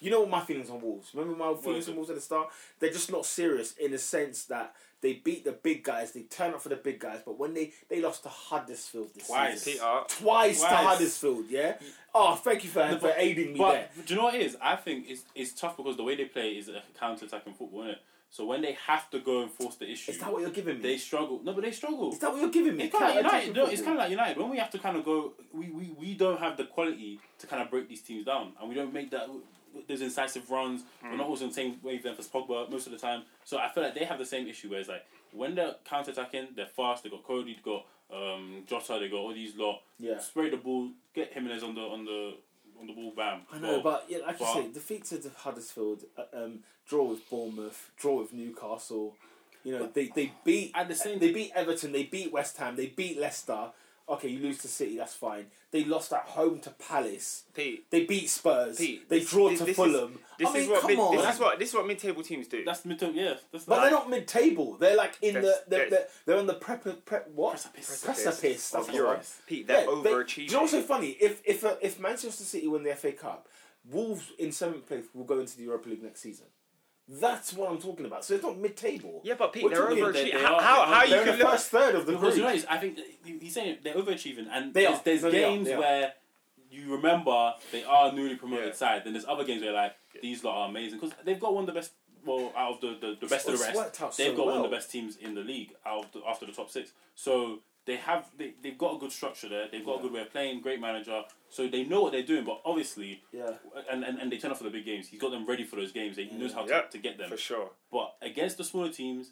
[SPEAKER 1] you know what my feelings on Wolves. Remember my feelings
[SPEAKER 4] is
[SPEAKER 1] on
[SPEAKER 4] it?
[SPEAKER 1] Wolves at the start? They're just not serious in the sense that they beat the big guys, they turn up for the big guys, but when they they lost to Huddersfield this
[SPEAKER 4] Twice.
[SPEAKER 1] season,
[SPEAKER 3] Peter, I
[SPEAKER 1] twice, to
[SPEAKER 4] Twice.
[SPEAKER 1] Huddersfield, yeah. Oh, thank you for
[SPEAKER 4] No,
[SPEAKER 1] for aiding me there.
[SPEAKER 4] But do you know what it is? I think it's it's tough because the way they play is a counter attacking football, isn't it? So when they have to go and force the issue,
[SPEAKER 1] Is that what you're giving me?
[SPEAKER 4] they struggle. No, but they struggle.
[SPEAKER 1] Is that what you're giving me?
[SPEAKER 4] It's kind of like
[SPEAKER 1] Counter-attacking
[SPEAKER 4] United. No, it's
[SPEAKER 1] football?
[SPEAKER 4] kind of like United. When we have to kind of go, we, we, we don't have the quality to kind of break these teams down, and we don't make that those incisive runs. We're not always on the same wavelength as Pogba most of the time. So I feel like they have the same issue. Where it's like when they're counter attacking, they're fast. They got Cody, they got um, Jota, they got all these lot.
[SPEAKER 1] Yeah.
[SPEAKER 4] spray the ball, get Jimenez on the on the on the ball, bam.
[SPEAKER 1] I know,
[SPEAKER 4] Goal.
[SPEAKER 1] but yeah, like
[SPEAKER 4] but-
[SPEAKER 1] you say, defeat to the Huddersfield, uh, um, draw with Bournemouth, draw with Newcastle. You know, they, they beat
[SPEAKER 4] At the same-
[SPEAKER 1] they beat Everton, they beat West Ham, they beat Leicester. Okay, you lose to City, that's fine. They lost at home to Palace.
[SPEAKER 3] Pete.
[SPEAKER 1] They beat Spurs.
[SPEAKER 3] Pete,
[SPEAKER 1] they
[SPEAKER 3] this-
[SPEAKER 1] draw
[SPEAKER 3] this-
[SPEAKER 1] to
[SPEAKER 3] this is-
[SPEAKER 1] Fulham.
[SPEAKER 3] This
[SPEAKER 1] I mean,
[SPEAKER 3] is what
[SPEAKER 1] come
[SPEAKER 3] mid,
[SPEAKER 1] on.
[SPEAKER 3] This is what this is what mid-table teams do.
[SPEAKER 4] that's midterm. Yeah, that's
[SPEAKER 1] but
[SPEAKER 4] that.
[SPEAKER 1] they're not mid-table. They're like in the
[SPEAKER 3] That's-
[SPEAKER 1] they're,
[SPEAKER 3] that's-
[SPEAKER 1] they're, they're on the prep, prep what
[SPEAKER 4] Precipice.
[SPEAKER 1] precipice. That's
[SPEAKER 3] of
[SPEAKER 1] what
[SPEAKER 3] Europe.
[SPEAKER 1] it is.
[SPEAKER 3] Pete, they're
[SPEAKER 1] Yeah, they-
[SPEAKER 3] overachieving.
[SPEAKER 1] Do you know what's so funny? If if uh, if Manchester City win the FA Cup, Wolves in seventh place will go into the Europa League next season. That's what I'm talking about. So it's not mid-table.
[SPEAKER 3] yeah, but Pete,
[SPEAKER 1] We're
[SPEAKER 3] they're
[SPEAKER 1] talking-
[SPEAKER 3] overachieving.
[SPEAKER 4] they- they
[SPEAKER 3] how
[SPEAKER 4] are-
[SPEAKER 3] how,
[SPEAKER 4] they
[SPEAKER 3] how
[SPEAKER 4] are-
[SPEAKER 3] you
[SPEAKER 1] They're in
[SPEAKER 3] can
[SPEAKER 1] the
[SPEAKER 3] look?
[SPEAKER 1] first third of the
[SPEAKER 4] Because you know,
[SPEAKER 1] group.
[SPEAKER 4] it's- I think that he- he's saying they're overachieving, and
[SPEAKER 1] They
[SPEAKER 4] there's,
[SPEAKER 1] are.
[SPEAKER 4] there's
[SPEAKER 1] No, they are.
[SPEAKER 4] games
[SPEAKER 1] They are.
[SPEAKER 4] where you remember they are newly promoted
[SPEAKER 3] Yeah.
[SPEAKER 4] side. Then there's other games where like these lot are amazing because they've got one of the best. Well, out of the the, the best of
[SPEAKER 1] It's
[SPEAKER 4] the
[SPEAKER 1] worked out
[SPEAKER 4] rest, they've
[SPEAKER 1] so
[SPEAKER 4] got one
[SPEAKER 1] well.
[SPEAKER 4] of the best teams in the league out of the, after the top six. So they have they they've got a good structure there. They've got
[SPEAKER 1] Yeah.
[SPEAKER 4] a good way of playing, great manager. So they know what they're doing, but obviously,
[SPEAKER 1] Yeah.
[SPEAKER 4] and, and, and they turn up for the big games. He's got them ready for those games. He knows how
[SPEAKER 3] Yeah.
[SPEAKER 4] to, to get them.
[SPEAKER 3] For sure.
[SPEAKER 4] But against the smaller teams,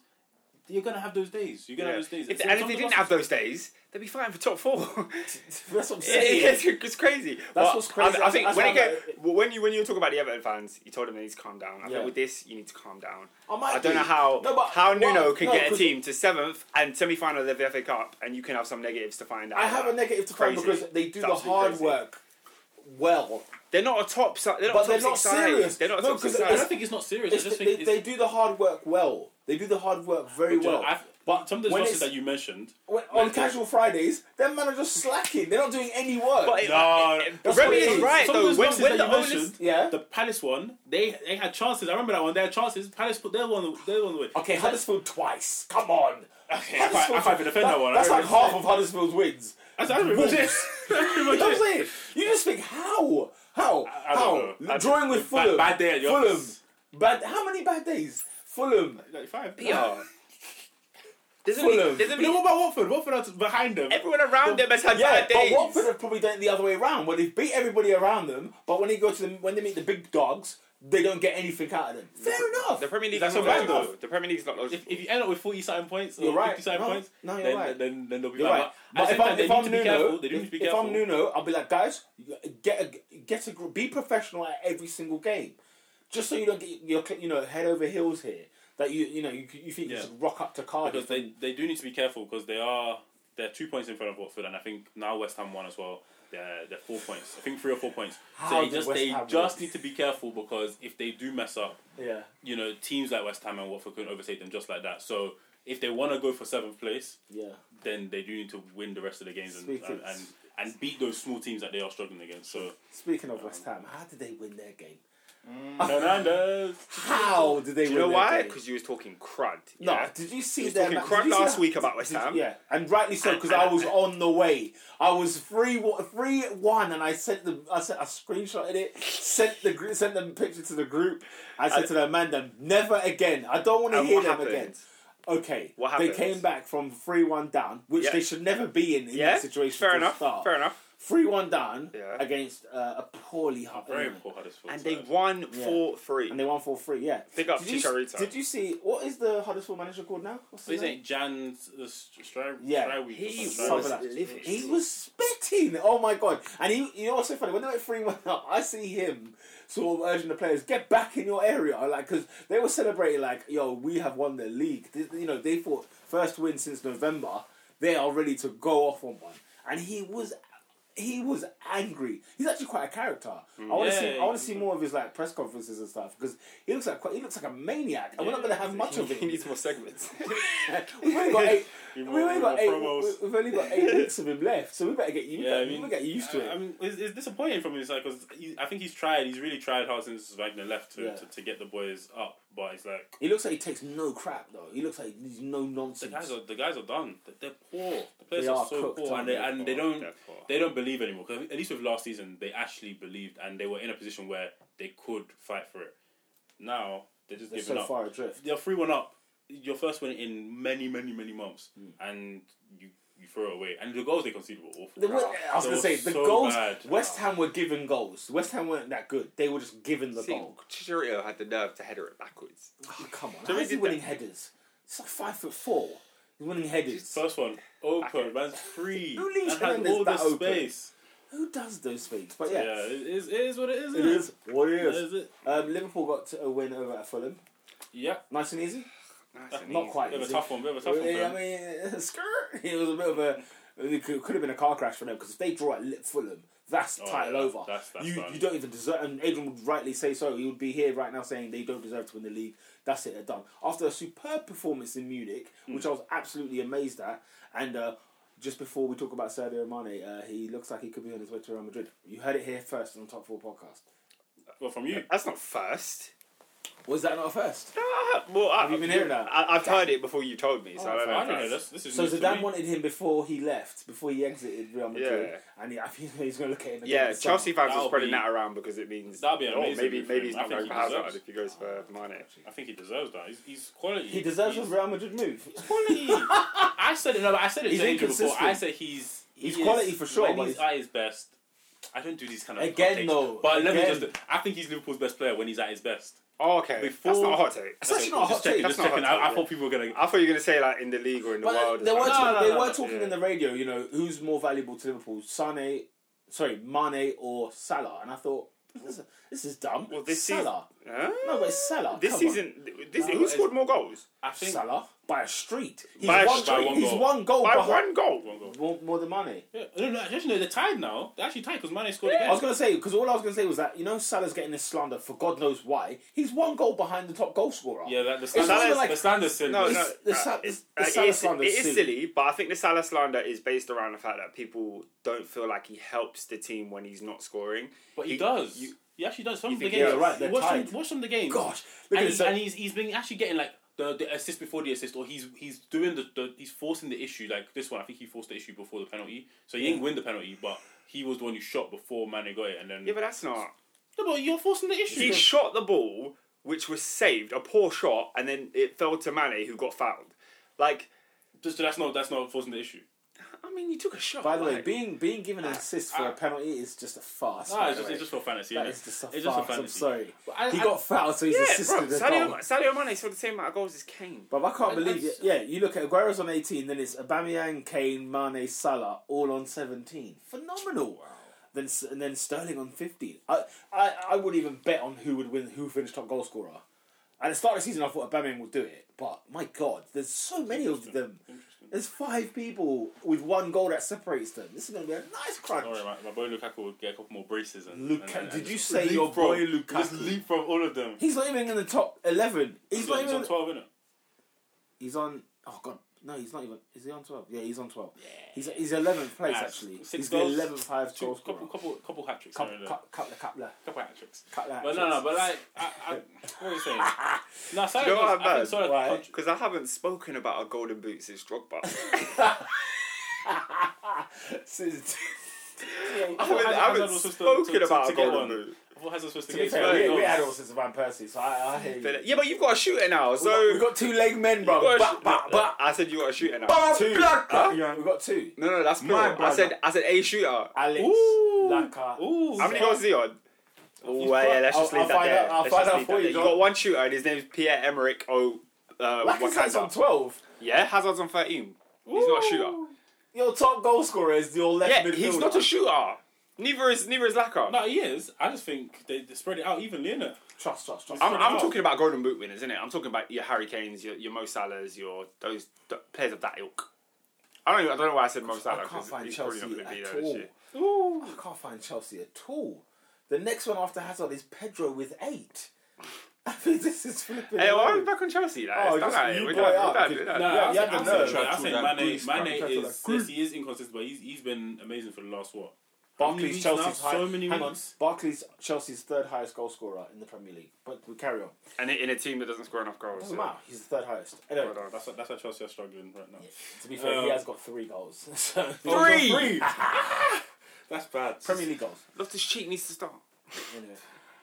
[SPEAKER 4] You're gonna have those days. You're gonna
[SPEAKER 3] Yeah.
[SPEAKER 4] have those days.
[SPEAKER 3] If,
[SPEAKER 4] So
[SPEAKER 3] and if
[SPEAKER 4] some
[SPEAKER 3] they
[SPEAKER 4] of
[SPEAKER 3] didn't
[SPEAKER 4] us-
[SPEAKER 3] have those days, they'd be fighting for top four.
[SPEAKER 1] That's what I'm saying.
[SPEAKER 3] it's, it's crazy. But
[SPEAKER 1] what's crazy.
[SPEAKER 3] I, I think
[SPEAKER 1] That's
[SPEAKER 3] when it
[SPEAKER 1] how
[SPEAKER 3] go, well, when you when you were talking about the Everton fans, you told them they need to calm down. I
[SPEAKER 1] Yeah.
[SPEAKER 3] think with this, you need to calm down.
[SPEAKER 1] I, might
[SPEAKER 3] I don't
[SPEAKER 1] be.
[SPEAKER 3] know how
[SPEAKER 1] No, but
[SPEAKER 3] how
[SPEAKER 1] what-
[SPEAKER 3] Nuno can
[SPEAKER 1] no,
[SPEAKER 3] get a
[SPEAKER 1] 'cause
[SPEAKER 3] team to seventh and semi final of the FA Cup, and you can have some negatives to find out.
[SPEAKER 1] I have a
[SPEAKER 3] about.
[SPEAKER 1] negative to find
[SPEAKER 3] Crazy.
[SPEAKER 1] because they do
[SPEAKER 3] It's
[SPEAKER 1] the
[SPEAKER 3] absolutely
[SPEAKER 1] hard
[SPEAKER 3] crazy.
[SPEAKER 1] work well,
[SPEAKER 3] They're not a top. si- They're
[SPEAKER 1] But
[SPEAKER 3] not a top
[SPEAKER 1] they're
[SPEAKER 3] six
[SPEAKER 1] not
[SPEAKER 3] side.
[SPEAKER 1] serious.
[SPEAKER 3] They're not a
[SPEAKER 1] No,
[SPEAKER 3] top six
[SPEAKER 1] 'cause
[SPEAKER 4] I don't
[SPEAKER 3] side.
[SPEAKER 4] think it's not serious. I
[SPEAKER 1] It's
[SPEAKER 4] just
[SPEAKER 1] the-
[SPEAKER 4] think
[SPEAKER 1] they,
[SPEAKER 4] it's,
[SPEAKER 1] they do the hard work well. They do the hard work very well.
[SPEAKER 4] I- but some of those
[SPEAKER 1] when
[SPEAKER 4] losses
[SPEAKER 1] it's-
[SPEAKER 4] that you mentioned.
[SPEAKER 1] When- on casual Fridays, them men are just slacking. They're not doing any work.
[SPEAKER 3] But it,
[SPEAKER 4] No,
[SPEAKER 3] it- it-
[SPEAKER 1] that's
[SPEAKER 3] Remy
[SPEAKER 1] what it
[SPEAKER 3] is
[SPEAKER 1] is.
[SPEAKER 3] right
[SPEAKER 4] Some of
[SPEAKER 3] though.
[SPEAKER 4] those
[SPEAKER 3] When,
[SPEAKER 4] losses
[SPEAKER 3] when
[SPEAKER 4] that
[SPEAKER 3] the
[SPEAKER 4] you
[SPEAKER 3] onus-
[SPEAKER 4] mentioned-
[SPEAKER 1] yeah.
[SPEAKER 4] The Palace one, they they had chances. I remember that one. They had chances. Palace put their one. Their one away.
[SPEAKER 1] okay, Huddersfield twice. Come on.
[SPEAKER 4] Okay, I can't, I can't even defend that, one. I
[SPEAKER 1] That's
[SPEAKER 4] don't
[SPEAKER 1] like
[SPEAKER 4] remember-
[SPEAKER 1] half of Huddersfield's wins.
[SPEAKER 4] That's that's pretty much it. That's pretty much
[SPEAKER 1] You know what
[SPEAKER 4] it.
[SPEAKER 1] I'm saying? You just think how, how,
[SPEAKER 4] I
[SPEAKER 1] how?
[SPEAKER 4] don't know. I-
[SPEAKER 1] Drawing with
[SPEAKER 4] Bad-
[SPEAKER 1] Fulham.
[SPEAKER 4] bad day at the
[SPEAKER 1] Fulham.
[SPEAKER 4] office.
[SPEAKER 1] Bad. How many bad days? Fulham.
[SPEAKER 4] Like five.
[SPEAKER 3] Yeah. Doesn't mean,
[SPEAKER 1] Fulham.
[SPEAKER 3] doesn't
[SPEAKER 4] But then
[SPEAKER 3] mean
[SPEAKER 4] what about Watford? Watford are behind them.
[SPEAKER 3] everyone around them has had
[SPEAKER 1] Yeah,
[SPEAKER 3] bad
[SPEAKER 1] but
[SPEAKER 3] days.
[SPEAKER 1] Watford have probably done it the other way around, where they've beat everybody around them, but when they go to them, when they meet the big dogs, they don't get anything out of them. Fair enough.
[SPEAKER 3] The Premier League
[SPEAKER 4] That's
[SPEAKER 3] is not
[SPEAKER 4] a bad
[SPEAKER 3] logical.
[SPEAKER 4] though.
[SPEAKER 3] The Premier League is not logical.
[SPEAKER 4] If, if you end up with 40 something points or
[SPEAKER 1] You're right.
[SPEAKER 4] 50 something
[SPEAKER 1] No,
[SPEAKER 4] points,
[SPEAKER 1] no, you're
[SPEAKER 4] then,
[SPEAKER 1] right.
[SPEAKER 4] then, then they'll be
[SPEAKER 1] You're
[SPEAKER 4] fine.
[SPEAKER 1] right.
[SPEAKER 4] But at
[SPEAKER 1] But
[SPEAKER 4] the
[SPEAKER 1] if
[SPEAKER 4] same time,
[SPEAKER 1] I'm,
[SPEAKER 4] they
[SPEAKER 1] if
[SPEAKER 4] need
[SPEAKER 1] I'm
[SPEAKER 4] to be
[SPEAKER 1] Nuno,
[SPEAKER 4] careful. They need
[SPEAKER 1] if,
[SPEAKER 4] to be
[SPEAKER 1] if
[SPEAKER 4] careful.
[SPEAKER 1] I'm Nuno, I'll be like, guys, you get a, get a, gr- be professional at every single game, just so you don't get your you know head over heels here. That you you know you, you think you
[SPEAKER 4] Yeah.
[SPEAKER 1] should rock up to
[SPEAKER 4] because
[SPEAKER 1] Cardiff.
[SPEAKER 4] they, they do need to be careful because they are they're two points in front of Watford and I think now West Ham won as well. They're, they're four points. I think three or four points.
[SPEAKER 1] How
[SPEAKER 4] so they
[SPEAKER 1] did
[SPEAKER 4] just
[SPEAKER 1] West
[SPEAKER 4] they
[SPEAKER 1] Ham
[SPEAKER 4] just
[SPEAKER 1] win?
[SPEAKER 4] need to be careful because if they do mess up,
[SPEAKER 1] yeah.
[SPEAKER 4] you know, teams like West Ham and Watford can overtake them just like that. So if they want to go for seventh place,
[SPEAKER 1] Yeah.
[SPEAKER 4] then they do need to win the rest of the games and and,
[SPEAKER 1] Speak
[SPEAKER 4] and,
[SPEAKER 1] it.
[SPEAKER 4] and beat those small teams that they are struggling against. So
[SPEAKER 1] Speaking of West Ham, how did they win their game?
[SPEAKER 4] Mm. Fernandez.
[SPEAKER 1] How did they
[SPEAKER 3] Do you
[SPEAKER 1] win
[SPEAKER 3] know
[SPEAKER 1] their
[SPEAKER 3] why?
[SPEAKER 1] game?
[SPEAKER 3] Because you was talking crud.
[SPEAKER 1] No,
[SPEAKER 3] yeah?
[SPEAKER 1] did you
[SPEAKER 3] He
[SPEAKER 1] see
[SPEAKER 3] was
[SPEAKER 1] them
[SPEAKER 3] talking crud last week about West Ham.
[SPEAKER 1] Yeah, and rightly so
[SPEAKER 3] And-
[SPEAKER 1] because
[SPEAKER 3] and-
[SPEAKER 1] I was on the way. I was three wa- three one, and I sent the I sent I screenshotted it, sent the gr- sent the picture to the group. I said
[SPEAKER 3] And-
[SPEAKER 1] to them, man, them never again. I don't want to
[SPEAKER 3] And
[SPEAKER 1] hear
[SPEAKER 3] what
[SPEAKER 1] them
[SPEAKER 3] happened?
[SPEAKER 1] again. Okay,
[SPEAKER 3] What
[SPEAKER 1] they
[SPEAKER 3] happened?
[SPEAKER 1] came back from three one down, which
[SPEAKER 3] Yeah.
[SPEAKER 1] they should never be in in
[SPEAKER 3] Yeah,
[SPEAKER 1] that situation.
[SPEAKER 3] fair
[SPEAKER 1] to
[SPEAKER 3] enough.
[SPEAKER 1] Start.
[SPEAKER 3] Fair enough.
[SPEAKER 1] Three one down
[SPEAKER 3] Yeah.
[SPEAKER 1] against uh, a poorly hot
[SPEAKER 4] Very poor Huddersfield.
[SPEAKER 3] And
[SPEAKER 4] side.
[SPEAKER 3] they won
[SPEAKER 1] Yeah.
[SPEAKER 3] four three.
[SPEAKER 1] and they won four three. Yeah,
[SPEAKER 3] Big up
[SPEAKER 1] did you,
[SPEAKER 3] Chicharito.
[SPEAKER 1] did you see what is the Huddersfield manager called now? What's
[SPEAKER 4] So
[SPEAKER 1] his
[SPEAKER 4] he's saying
[SPEAKER 1] name?
[SPEAKER 4] Jan uh, Stry-
[SPEAKER 1] Yeah.
[SPEAKER 4] Stryweek or
[SPEAKER 3] He
[SPEAKER 4] something.
[SPEAKER 1] was
[SPEAKER 4] Stryweek.
[SPEAKER 3] livid.
[SPEAKER 1] He was spitting. Oh my god! And he, you know what's so funny? When they went three one up, I see him sort of urging the players get back in your area, like because they were celebrating like, yo, we have won the league. Th- you know, they thought first win since November. They are ready to go off on one, and he was. He was angry. He's actually quite a character. I want to
[SPEAKER 4] Yeah,
[SPEAKER 1] see. I want to see
[SPEAKER 4] he's-
[SPEAKER 1] more of his like press conferences and stuff because he looks like quite, he looks like a maniac, and we're not going to have much of
[SPEAKER 3] He
[SPEAKER 1] it.
[SPEAKER 3] needs more segments.
[SPEAKER 1] We've only got eight.
[SPEAKER 4] He
[SPEAKER 1] We've
[SPEAKER 4] won-
[SPEAKER 1] only
[SPEAKER 4] he
[SPEAKER 1] got
[SPEAKER 4] won
[SPEAKER 1] eight.
[SPEAKER 4] promos.
[SPEAKER 1] we- We've only got eight weeks of him left, so we better get you.
[SPEAKER 4] Yeah, I
[SPEAKER 1] we
[SPEAKER 4] mean,
[SPEAKER 1] better get used to it.
[SPEAKER 4] I, I mean, it's, it's disappointing from his side because I think he's tried. He's really tried hard since Wagner left to,
[SPEAKER 1] Yeah.
[SPEAKER 4] to, to get the boys up, but it's like
[SPEAKER 1] he looks like he takes no crap though. He looks like he's no
[SPEAKER 4] the
[SPEAKER 1] nonsense.
[SPEAKER 4] guys are the guys are done. They're, they're poor. The players
[SPEAKER 1] They
[SPEAKER 4] are,
[SPEAKER 1] are
[SPEAKER 4] so
[SPEAKER 1] cooked,
[SPEAKER 4] poor,
[SPEAKER 1] aren't
[SPEAKER 4] and they
[SPEAKER 1] they?
[SPEAKER 4] and they don't
[SPEAKER 3] They're poor.
[SPEAKER 4] they don't believe anymore. Because at least with last season, they actually believed and they were in a position where they could fight for it. Now they're just
[SPEAKER 1] They're
[SPEAKER 4] giving
[SPEAKER 1] so
[SPEAKER 4] up.
[SPEAKER 1] far adrift.
[SPEAKER 4] They're three one up. Your first win in many many many months, and you you throw it away. And the goals they conceded were awful.
[SPEAKER 1] The, wa- I was
[SPEAKER 4] They
[SPEAKER 1] gonna
[SPEAKER 4] were
[SPEAKER 1] say the
[SPEAKER 4] Ah, so
[SPEAKER 1] goals.
[SPEAKER 4] bad.
[SPEAKER 1] West Ham were given goals. West Ham weren't that good. They were just given the
[SPEAKER 3] See,
[SPEAKER 1] goal.
[SPEAKER 3] Chicharito had the nerve to header it backwards.
[SPEAKER 1] Oh, come on,
[SPEAKER 3] So
[SPEAKER 1] how
[SPEAKER 3] we
[SPEAKER 1] is he
[SPEAKER 3] did
[SPEAKER 1] winning
[SPEAKER 3] that.
[SPEAKER 1] headers? He's like five foot four. He's winning headers.
[SPEAKER 4] First one, open, man's free.
[SPEAKER 1] Who leaves
[SPEAKER 4] and has
[SPEAKER 1] Hernandez
[SPEAKER 4] all
[SPEAKER 1] that
[SPEAKER 4] this
[SPEAKER 1] open?
[SPEAKER 4] space.
[SPEAKER 1] Who does those things? But
[SPEAKER 4] Yeah,
[SPEAKER 1] yeah,
[SPEAKER 4] it, is, it is what it is.
[SPEAKER 1] it
[SPEAKER 4] innit?
[SPEAKER 1] is what it
[SPEAKER 4] That
[SPEAKER 1] is.
[SPEAKER 4] is it.
[SPEAKER 1] Um, Liverpool got a win over at Fulham.
[SPEAKER 4] Yeah,
[SPEAKER 1] Nice and easy.
[SPEAKER 3] Nice and
[SPEAKER 1] Not
[SPEAKER 3] easy.
[SPEAKER 1] quite.
[SPEAKER 4] bit of a
[SPEAKER 1] easy.
[SPEAKER 4] tough one. Bit of a tough one. for
[SPEAKER 1] Yeah,
[SPEAKER 4] them.
[SPEAKER 1] I mean, skirt. It was a bit of a. It could, could have been a car crash for them because if they draw at Lit Fulham, that's
[SPEAKER 4] Oh,
[SPEAKER 1] title
[SPEAKER 4] yeah,
[SPEAKER 1] over.
[SPEAKER 4] that's- that's
[SPEAKER 1] you
[SPEAKER 4] done.
[SPEAKER 1] you don't even deserve. And Adrian would rightly say so. He would be here right now saying they don't deserve to win the league. That's it. They're done. After a superb performance in Munich,
[SPEAKER 4] Hmm.
[SPEAKER 1] which I was absolutely amazed at, and. Uh, just before we talk about Sergio Mane, uh, he looks like he could be on his way to Real Madrid. You heard it here first on Top Four Podcast.
[SPEAKER 4] Well, from you.
[SPEAKER 3] That's not first.
[SPEAKER 1] Was that not a first?
[SPEAKER 3] Ah, well, I,
[SPEAKER 1] Have you been hearing that?
[SPEAKER 3] I, I've heard it before you told me, so uh, I
[SPEAKER 4] I
[SPEAKER 3] don't know.
[SPEAKER 4] don't
[SPEAKER 3] if
[SPEAKER 4] know.
[SPEAKER 3] that's-
[SPEAKER 4] This, this is
[SPEAKER 1] So
[SPEAKER 4] news to
[SPEAKER 1] Zidane
[SPEAKER 4] me.
[SPEAKER 1] wanted him before he left, before he exited Real Madrid,
[SPEAKER 3] Yeah.
[SPEAKER 1] and he, I think he's going to look at him. Again
[SPEAKER 3] Yeah,
[SPEAKER 1] this summer.
[SPEAKER 3] Chelsea fans are
[SPEAKER 4] That'll
[SPEAKER 3] spreading
[SPEAKER 4] be-
[SPEAKER 3] that around because it means
[SPEAKER 4] that'll be an
[SPEAKER 3] oh,
[SPEAKER 4] amazing
[SPEAKER 3] maybe
[SPEAKER 4] move for
[SPEAKER 3] maybe
[SPEAKER 4] him.
[SPEAKER 3] he's
[SPEAKER 4] I
[SPEAKER 3] not
[SPEAKER 4] think
[SPEAKER 3] going for
[SPEAKER 4] he
[SPEAKER 3] Hazard
[SPEAKER 4] deserves-
[SPEAKER 3] if he goes for Mane.
[SPEAKER 4] I think he deserves that. He's, he's quality.
[SPEAKER 1] He deserves
[SPEAKER 4] he's
[SPEAKER 1] a Real Madrid move.
[SPEAKER 4] quality. I said it. No, but I said it
[SPEAKER 1] He's
[SPEAKER 4] to Angel before.
[SPEAKER 1] inconsistent.
[SPEAKER 4] I said he's he
[SPEAKER 1] He's
[SPEAKER 4] is-
[SPEAKER 1] quality for sure,
[SPEAKER 4] When
[SPEAKER 1] but
[SPEAKER 4] he's
[SPEAKER 1] he's-
[SPEAKER 4] at his best, I don't do these kind of
[SPEAKER 1] Again,
[SPEAKER 4] hot takes.
[SPEAKER 1] though,
[SPEAKER 4] But let me
[SPEAKER 1] again.
[SPEAKER 4] just. I think he's Liverpool's best player when he's at his best.
[SPEAKER 3] Oh, okay. that's
[SPEAKER 4] Before-
[SPEAKER 3] not a hot take.
[SPEAKER 1] That's actually not a hot
[SPEAKER 4] just
[SPEAKER 1] take.
[SPEAKER 4] checking,
[SPEAKER 1] That's
[SPEAKER 4] just
[SPEAKER 1] not a
[SPEAKER 4] checking.
[SPEAKER 1] hot
[SPEAKER 4] I, I
[SPEAKER 1] take,
[SPEAKER 4] thought people were gonna.
[SPEAKER 3] I thought you were gonna say like in the league or in the
[SPEAKER 1] But
[SPEAKER 3] world.
[SPEAKER 1] they
[SPEAKER 3] or
[SPEAKER 1] were
[SPEAKER 3] something.
[SPEAKER 1] talk-
[SPEAKER 5] no,
[SPEAKER 1] they
[SPEAKER 5] no,
[SPEAKER 1] were
[SPEAKER 5] no,
[SPEAKER 1] talking
[SPEAKER 3] yeah.
[SPEAKER 1] in the radio. You know, who's more valuable to Liverpool, Sane, sorry, Mane or Salah? And I thought this is, this is dumb.
[SPEAKER 3] Well, this season-
[SPEAKER 1] Salah.
[SPEAKER 3] Huh?
[SPEAKER 1] No, but it's Salah.
[SPEAKER 3] This
[SPEAKER 1] Come on.
[SPEAKER 3] season, this,
[SPEAKER 5] No,
[SPEAKER 3] who
[SPEAKER 5] it's-
[SPEAKER 3] scored more goals?
[SPEAKER 5] I think
[SPEAKER 1] Salah by a street. He's
[SPEAKER 3] By a
[SPEAKER 1] one,
[SPEAKER 3] street.
[SPEAKER 4] By one
[SPEAKER 1] he's
[SPEAKER 4] goal.
[SPEAKER 1] one goal
[SPEAKER 3] By
[SPEAKER 1] behind-
[SPEAKER 3] one goal.
[SPEAKER 1] More, more than Mane.
[SPEAKER 4] Yeah, no, no, actually, no, they're tied now. They're actually tied because Mane scored
[SPEAKER 1] I was
[SPEAKER 4] again.
[SPEAKER 1] gonna say because all I was gonna say was that you know Salah's getting this slander for God knows why. He's one goal behind the top goal scorer.
[SPEAKER 4] Yeah, that, the
[SPEAKER 1] not
[SPEAKER 4] standard,
[SPEAKER 1] even like-
[SPEAKER 4] the standard sin.
[SPEAKER 3] No,
[SPEAKER 1] It's-
[SPEAKER 3] no,
[SPEAKER 1] the
[SPEAKER 3] uh,
[SPEAKER 1] Sa-
[SPEAKER 3] it's-
[SPEAKER 1] the
[SPEAKER 3] uh,
[SPEAKER 1] Salah
[SPEAKER 3] it is,
[SPEAKER 1] slander
[SPEAKER 3] it
[SPEAKER 1] is silly.
[SPEAKER 3] is silly, but I think the Salah slander is based around the fact that people don't feel like he helps the team when he's not scoring.
[SPEAKER 4] but he,
[SPEAKER 3] You-
[SPEAKER 4] does.
[SPEAKER 3] you-
[SPEAKER 4] he actually does some of the
[SPEAKER 3] think-
[SPEAKER 4] games.
[SPEAKER 1] yeah, right, they're
[SPEAKER 4] watch,
[SPEAKER 1] tied.
[SPEAKER 4] some, watch some of the games.
[SPEAKER 1] Gosh,
[SPEAKER 4] and,
[SPEAKER 1] look at
[SPEAKER 4] he's,
[SPEAKER 1] this.
[SPEAKER 4] and he's he's been actually getting like the, the assist before the assist, or he's he's doing the, the he's forcing the issue. Like this one, I think he forced the issue before the penalty, so he didn't win the penalty, but he was the one who shot before Mane got it, and then
[SPEAKER 3] Yeah, but that's not.
[SPEAKER 4] no, but you're forcing the
[SPEAKER 3] He
[SPEAKER 4] issue.
[SPEAKER 3] shot the ball, which was saved, a poor shot, and then it fell to Mane, who got fouled. Like,
[SPEAKER 4] Just- that's not that's not forcing the issue.
[SPEAKER 3] I mean, you took a shot.
[SPEAKER 1] By the way,
[SPEAKER 3] like-
[SPEAKER 1] being being given an assist for
[SPEAKER 4] I-
[SPEAKER 1] a penalty is just a farce.
[SPEAKER 4] Ah,
[SPEAKER 1] by
[SPEAKER 4] it's
[SPEAKER 1] the
[SPEAKER 4] just,
[SPEAKER 1] way.
[SPEAKER 4] it's just for fantasy.
[SPEAKER 1] That
[SPEAKER 4] innit?
[SPEAKER 1] is just a
[SPEAKER 4] it's
[SPEAKER 1] farce.
[SPEAKER 4] just for
[SPEAKER 1] I'm
[SPEAKER 4] fantasy.
[SPEAKER 1] sorry.
[SPEAKER 4] I-
[SPEAKER 1] he
[SPEAKER 4] I-
[SPEAKER 1] got fouled, so he's
[SPEAKER 3] yeah, bro,
[SPEAKER 1] assisted the
[SPEAKER 3] Sadio,
[SPEAKER 1] goal.
[SPEAKER 3] Sadio Mane scored the same amount of goals as Kane.
[SPEAKER 1] But I can't
[SPEAKER 4] I-
[SPEAKER 1] believe it.
[SPEAKER 4] that's-
[SPEAKER 1] Yeah, you look at Aguero's on 18, then it's Aubameyang, Kane, Mane, Salah, all on 17. Phenomenal. Then S- and then Sterling on 15. I, I I would even bet on who would win, who finished top goal scorer. At the start of the season, I thought Aubameyang would do it, but my God, there's so many of them. There's five people with one goal that separates them. This is gonna be a nice crunch.
[SPEAKER 4] Don't worry, my, my boy Lukaku will get a couple more braces. And,
[SPEAKER 1] Luka-
[SPEAKER 4] and- and-
[SPEAKER 1] did
[SPEAKER 4] and
[SPEAKER 1] you
[SPEAKER 4] just
[SPEAKER 1] say
[SPEAKER 4] leap
[SPEAKER 1] your
[SPEAKER 4] from-
[SPEAKER 1] boy
[SPEAKER 4] Just
[SPEAKER 1] Lukaku?
[SPEAKER 4] leap from all of them.
[SPEAKER 1] He's not even in the top 11. He's,
[SPEAKER 4] He's
[SPEAKER 1] not
[SPEAKER 4] on, he's
[SPEAKER 1] even.
[SPEAKER 4] on twelve, innit?
[SPEAKER 1] He's on. Oh God, no, he's not even. Is he on twelve? Yeah, he's on twelve. He's he's eleventh place
[SPEAKER 4] Nah,
[SPEAKER 1] actually.
[SPEAKER 4] six
[SPEAKER 1] he's
[SPEAKER 4] goals,
[SPEAKER 1] the eleventh highest goal
[SPEAKER 4] Two,
[SPEAKER 1] scorer.
[SPEAKER 4] couple, couple, couple hat tricks.
[SPEAKER 1] Couple, couple, couple, couple,
[SPEAKER 4] couple hat tricks.
[SPEAKER 1] couple
[SPEAKER 4] But no, no, but like, I, I, what are you saying? no, Salah,
[SPEAKER 3] You know what
[SPEAKER 4] does-
[SPEAKER 3] I'm
[SPEAKER 4] I
[SPEAKER 3] mad?
[SPEAKER 4] think Salah
[SPEAKER 1] Why?
[SPEAKER 4] contri-
[SPEAKER 3] Because I haven't spoken about a golden boot since Drogba.
[SPEAKER 1] Since-
[SPEAKER 3] I
[SPEAKER 4] Hazard-
[SPEAKER 3] haven't, I haven't
[SPEAKER 4] Hazard was supposed to- to-
[SPEAKER 3] spoken
[SPEAKER 4] to-
[SPEAKER 3] about
[SPEAKER 4] to
[SPEAKER 3] a
[SPEAKER 4] get
[SPEAKER 3] golden
[SPEAKER 4] one.
[SPEAKER 3] boot.
[SPEAKER 4] I thought Hazard was supposed to
[SPEAKER 1] to be
[SPEAKER 4] get
[SPEAKER 1] fair,
[SPEAKER 4] three
[SPEAKER 1] we, we
[SPEAKER 4] goals.
[SPEAKER 1] had all since Van Persie, so I, I hear you.
[SPEAKER 3] Yeah, but you've got a shooter now,
[SPEAKER 1] we got,
[SPEAKER 3] so
[SPEAKER 1] we got two leg men, bro.
[SPEAKER 3] You've got a
[SPEAKER 1] Ba,
[SPEAKER 3] shoo-
[SPEAKER 1] ba, ba.
[SPEAKER 3] I said you got a shooter now.
[SPEAKER 1] Two.
[SPEAKER 3] Huh?
[SPEAKER 1] Yeah, we got two.
[SPEAKER 3] No, no, that's
[SPEAKER 2] My
[SPEAKER 3] plural. I said
[SPEAKER 2] brother.
[SPEAKER 3] I said a shooter. How
[SPEAKER 1] Alex,
[SPEAKER 4] Ooh.
[SPEAKER 1] Laka.
[SPEAKER 4] Ooh,
[SPEAKER 3] many goals is he on? Oh,
[SPEAKER 1] got-
[SPEAKER 3] yeah, yeah, let's just
[SPEAKER 1] I'll-
[SPEAKER 3] leave
[SPEAKER 1] I'll
[SPEAKER 3] that
[SPEAKER 1] find
[SPEAKER 3] there.
[SPEAKER 1] out- I'll
[SPEAKER 3] Let's
[SPEAKER 1] find
[SPEAKER 3] just
[SPEAKER 1] out
[SPEAKER 3] leave
[SPEAKER 1] for
[SPEAKER 3] that
[SPEAKER 1] you,
[SPEAKER 3] there. You
[SPEAKER 1] John.
[SPEAKER 3] got one shooter, and his name's Pierre Emerick. Oh, uh,
[SPEAKER 1] Lacazette's on
[SPEAKER 3] Wakanda.
[SPEAKER 1] twelve.
[SPEAKER 3] Yeah, Hazard's on thirteen. He's not a shooter.
[SPEAKER 1] Your top goal scorer is your left
[SPEAKER 3] Yeah,
[SPEAKER 1] midfielder.
[SPEAKER 3] he's not a shooter. Neither is neither is Laka.
[SPEAKER 4] No, he is. I just think they, they spread it out evenly, innit?
[SPEAKER 1] Trust, trust, trust.
[SPEAKER 3] I'm,
[SPEAKER 4] Spread it
[SPEAKER 3] I'm
[SPEAKER 4] out.
[SPEAKER 3] talking about Golden Boot winners, isn't it? I'm talking about your Harry Kane's, your, your Mo Salah's, your those th- players of that ilk. I don't, even, I don't know why I said Mo Salah.
[SPEAKER 1] I can't
[SPEAKER 3] 'cause
[SPEAKER 1] find
[SPEAKER 3] he's probably
[SPEAKER 1] Chelsea
[SPEAKER 3] not gonna be
[SPEAKER 1] at
[SPEAKER 3] there this
[SPEAKER 1] all.
[SPEAKER 3] year.
[SPEAKER 4] Ooh.
[SPEAKER 1] I can't find Chelsea at all. The next one after Hazard is Pedro with eight. I mean, this is flipping.
[SPEAKER 3] Hey, why are we
[SPEAKER 1] low.
[SPEAKER 3] back on Chelsea? Like,
[SPEAKER 1] Oh,
[SPEAKER 3] it's done,
[SPEAKER 1] just
[SPEAKER 3] like,
[SPEAKER 1] you
[SPEAKER 3] we're
[SPEAKER 1] brought
[SPEAKER 3] done,
[SPEAKER 1] it
[SPEAKER 3] we're
[SPEAKER 1] up,
[SPEAKER 3] done,
[SPEAKER 1] because-
[SPEAKER 3] we're done.
[SPEAKER 4] No,
[SPEAKER 1] Uh,
[SPEAKER 4] yeah,
[SPEAKER 1] Yeah, he had
[SPEAKER 4] I, I,
[SPEAKER 1] the
[SPEAKER 4] think,
[SPEAKER 1] nerve.
[SPEAKER 4] I think
[SPEAKER 2] Tried to
[SPEAKER 4] Mane,
[SPEAKER 2] that
[SPEAKER 4] Mane
[SPEAKER 1] Tried to
[SPEAKER 4] is
[SPEAKER 1] that
[SPEAKER 4] yes, he is inconsistent, but he's he's been amazing for the last what? How many
[SPEAKER 1] Barclays,
[SPEAKER 4] weeks
[SPEAKER 1] Chelsea's
[SPEAKER 4] now?
[SPEAKER 1] high,
[SPEAKER 4] So many
[SPEAKER 1] hang on,
[SPEAKER 4] weeks.
[SPEAKER 1] Barclays, Chelsea's third highest goal scorer in the Premier League. But we carry on.
[SPEAKER 3] And in a team that doesn't score enough goals.
[SPEAKER 1] Doesn't
[SPEAKER 3] so-
[SPEAKER 1] matter. He's the third highest. Anyway,
[SPEAKER 3] Well done.
[SPEAKER 4] That's that's how Chelsea are struggling right now.
[SPEAKER 1] to be fair, he
[SPEAKER 4] Um,
[SPEAKER 1] has got three goals. So-
[SPEAKER 3] Three!
[SPEAKER 4] That's bad.
[SPEAKER 1] Premier League goals.
[SPEAKER 3] Loftus Cheek needs to start.
[SPEAKER 1] Anyway.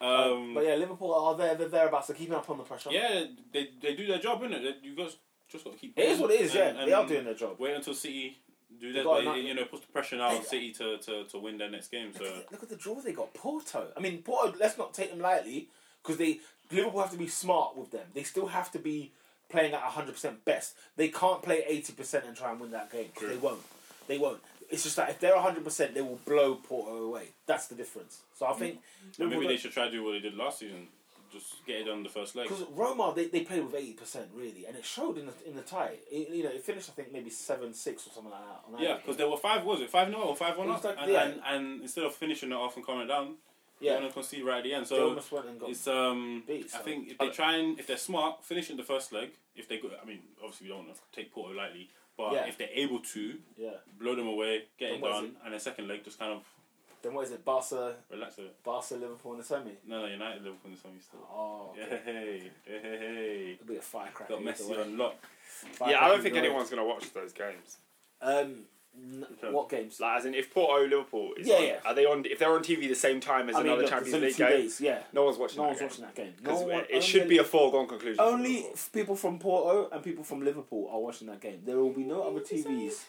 [SPEAKER 4] Um,
[SPEAKER 1] But yeah, Liverpool are there, they're thereabouts. They're keeping up on the pressure.
[SPEAKER 4] Yeah, they they do their job, innit? You guys just got to keep.
[SPEAKER 1] It is what it is, yeah.
[SPEAKER 4] And- and
[SPEAKER 1] they are doing their job.
[SPEAKER 4] Wait until City do
[SPEAKER 1] They
[SPEAKER 4] that,
[SPEAKER 1] got a
[SPEAKER 4] but
[SPEAKER 1] night-
[SPEAKER 4] it, you know, puts the pressure now on
[SPEAKER 1] They-
[SPEAKER 4] City to, to, to win their next game. So
[SPEAKER 1] Look at, the, look at the draw they got. Porto. I mean, Porto. Let's not take them lightly because they Liverpool have to be smart with them. They still have to be playing at hundred percent best. They can't play eighty percent and try and win that game 'cause they won't. They won't. It's just that if they're hundred percent, they will blow Porto away. That's the difference. So I think
[SPEAKER 4] and Mm. maybe
[SPEAKER 1] Liverpool
[SPEAKER 4] they should try to do what they did last season, just get it done the first leg.
[SPEAKER 1] because Roma they, they played with eighty percent really, and it showed in the in the tie. It- you know, it finished I think maybe seven six or something like that. on
[SPEAKER 4] Yeah,
[SPEAKER 1] aggregate.
[SPEAKER 4] because there were five was it five 0 or five one
[SPEAKER 1] It
[SPEAKER 4] up,
[SPEAKER 1] was like-
[SPEAKER 4] and,
[SPEAKER 1] yeah.
[SPEAKER 4] and and instead of finishing it off and coming down, yeah. they
[SPEAKER 1] yeah,
[SPEAKER 4] want to concede right at the end.
[SPEAKER 1] they
[SPEAKER 4] So
[SPEAKER 1] almost went and got.
[SPEAKER 4] it's um,
[SPEAKER 1] Beat,
[SPEAKER 4] I
[SPEAKER 1] so-
[SPEAKER 4] think if they try and if they're smart, finish in the first leg. If they go, I mean, obviously we don't want to take Porto lightly, but
[SPEAKER 1] Yeah.
[SPEAKER 4] if they're able to
[SPEAKER 1] Yeah.
[SPEAKER 4] blow them away, get
[SPEAKER 1] Then
[SPEAKER 4] it
[SPEAKER 1] what is
[SPEAKER 4] done, and the second leg just kind of
[SPEAKER 1] Then what is it? Barca,
[SPEAKER 4] relax a bit.
[SPEAKER 1] Barca, Liverpool in the semi.
[SPEAKER 4] No, no, United Liverpool in the semi still.
[SPEAKER 1] Oh.
[SPEAKER 4] Yeah, hey, hey, hey, hey.
[SPEAKER 1] It'll be a firecracker.
[SPEAKER 4] Got
[SPEAKER 1] either
[SPEAKER 4] Messi
[SPEAKER 1] way.
[SPEAKER 4] on lock.
[SPEAKER 1] Firecracker
[SPEAKER 3] Yeah, I don't
[SPEAKER 1] either
[SPEAKER 3] think
[SPEAKER 1] way.
[SPEAKER 3] anyone's going to watch those games.
[SPEAKER 1] Um, n-
[SPEAKER 4] Okay.
[SPEAKER 1] what games?
[SPEAKER 3] Like, as in, if Porto Liverpool is
[SPEAKER 1] Yeah,
[SPEAKER 3] on,
[SPEAKER 1] yeah.
[SPEAKER 3] are they on? If they're on TV the same time as
[SPEAKER 1] I mean, look,
[SPEAKER 3] another
[SPEAKER 1] it's
[SPEAKER 3] Champions
[SPEAKER 1] only
[SPEAKER 3] League
[SPEAKER 1] two
[SPEAKER 3] game,
[SPEAKER 1] days. Yeah,
[SPEAKER 3] no one's watching.
[SPEAKER 1] no
[SPEAKER 3] that
[SPEAKER 1] one's
[SPEAKER 3] game.
[SPEAKER 1] watching that game. No
[SPEAKER 3] 'Cause
[SPEAKER 1] one,
[SPEAKER 3] it should be a foregone conclusion. for
[SPEAKER 1] only
[SPEAKER 3] Liverpool.
[SPEAKER 1] f- people from Porto and people from Liverpool are watching that game. There will be no other TVs.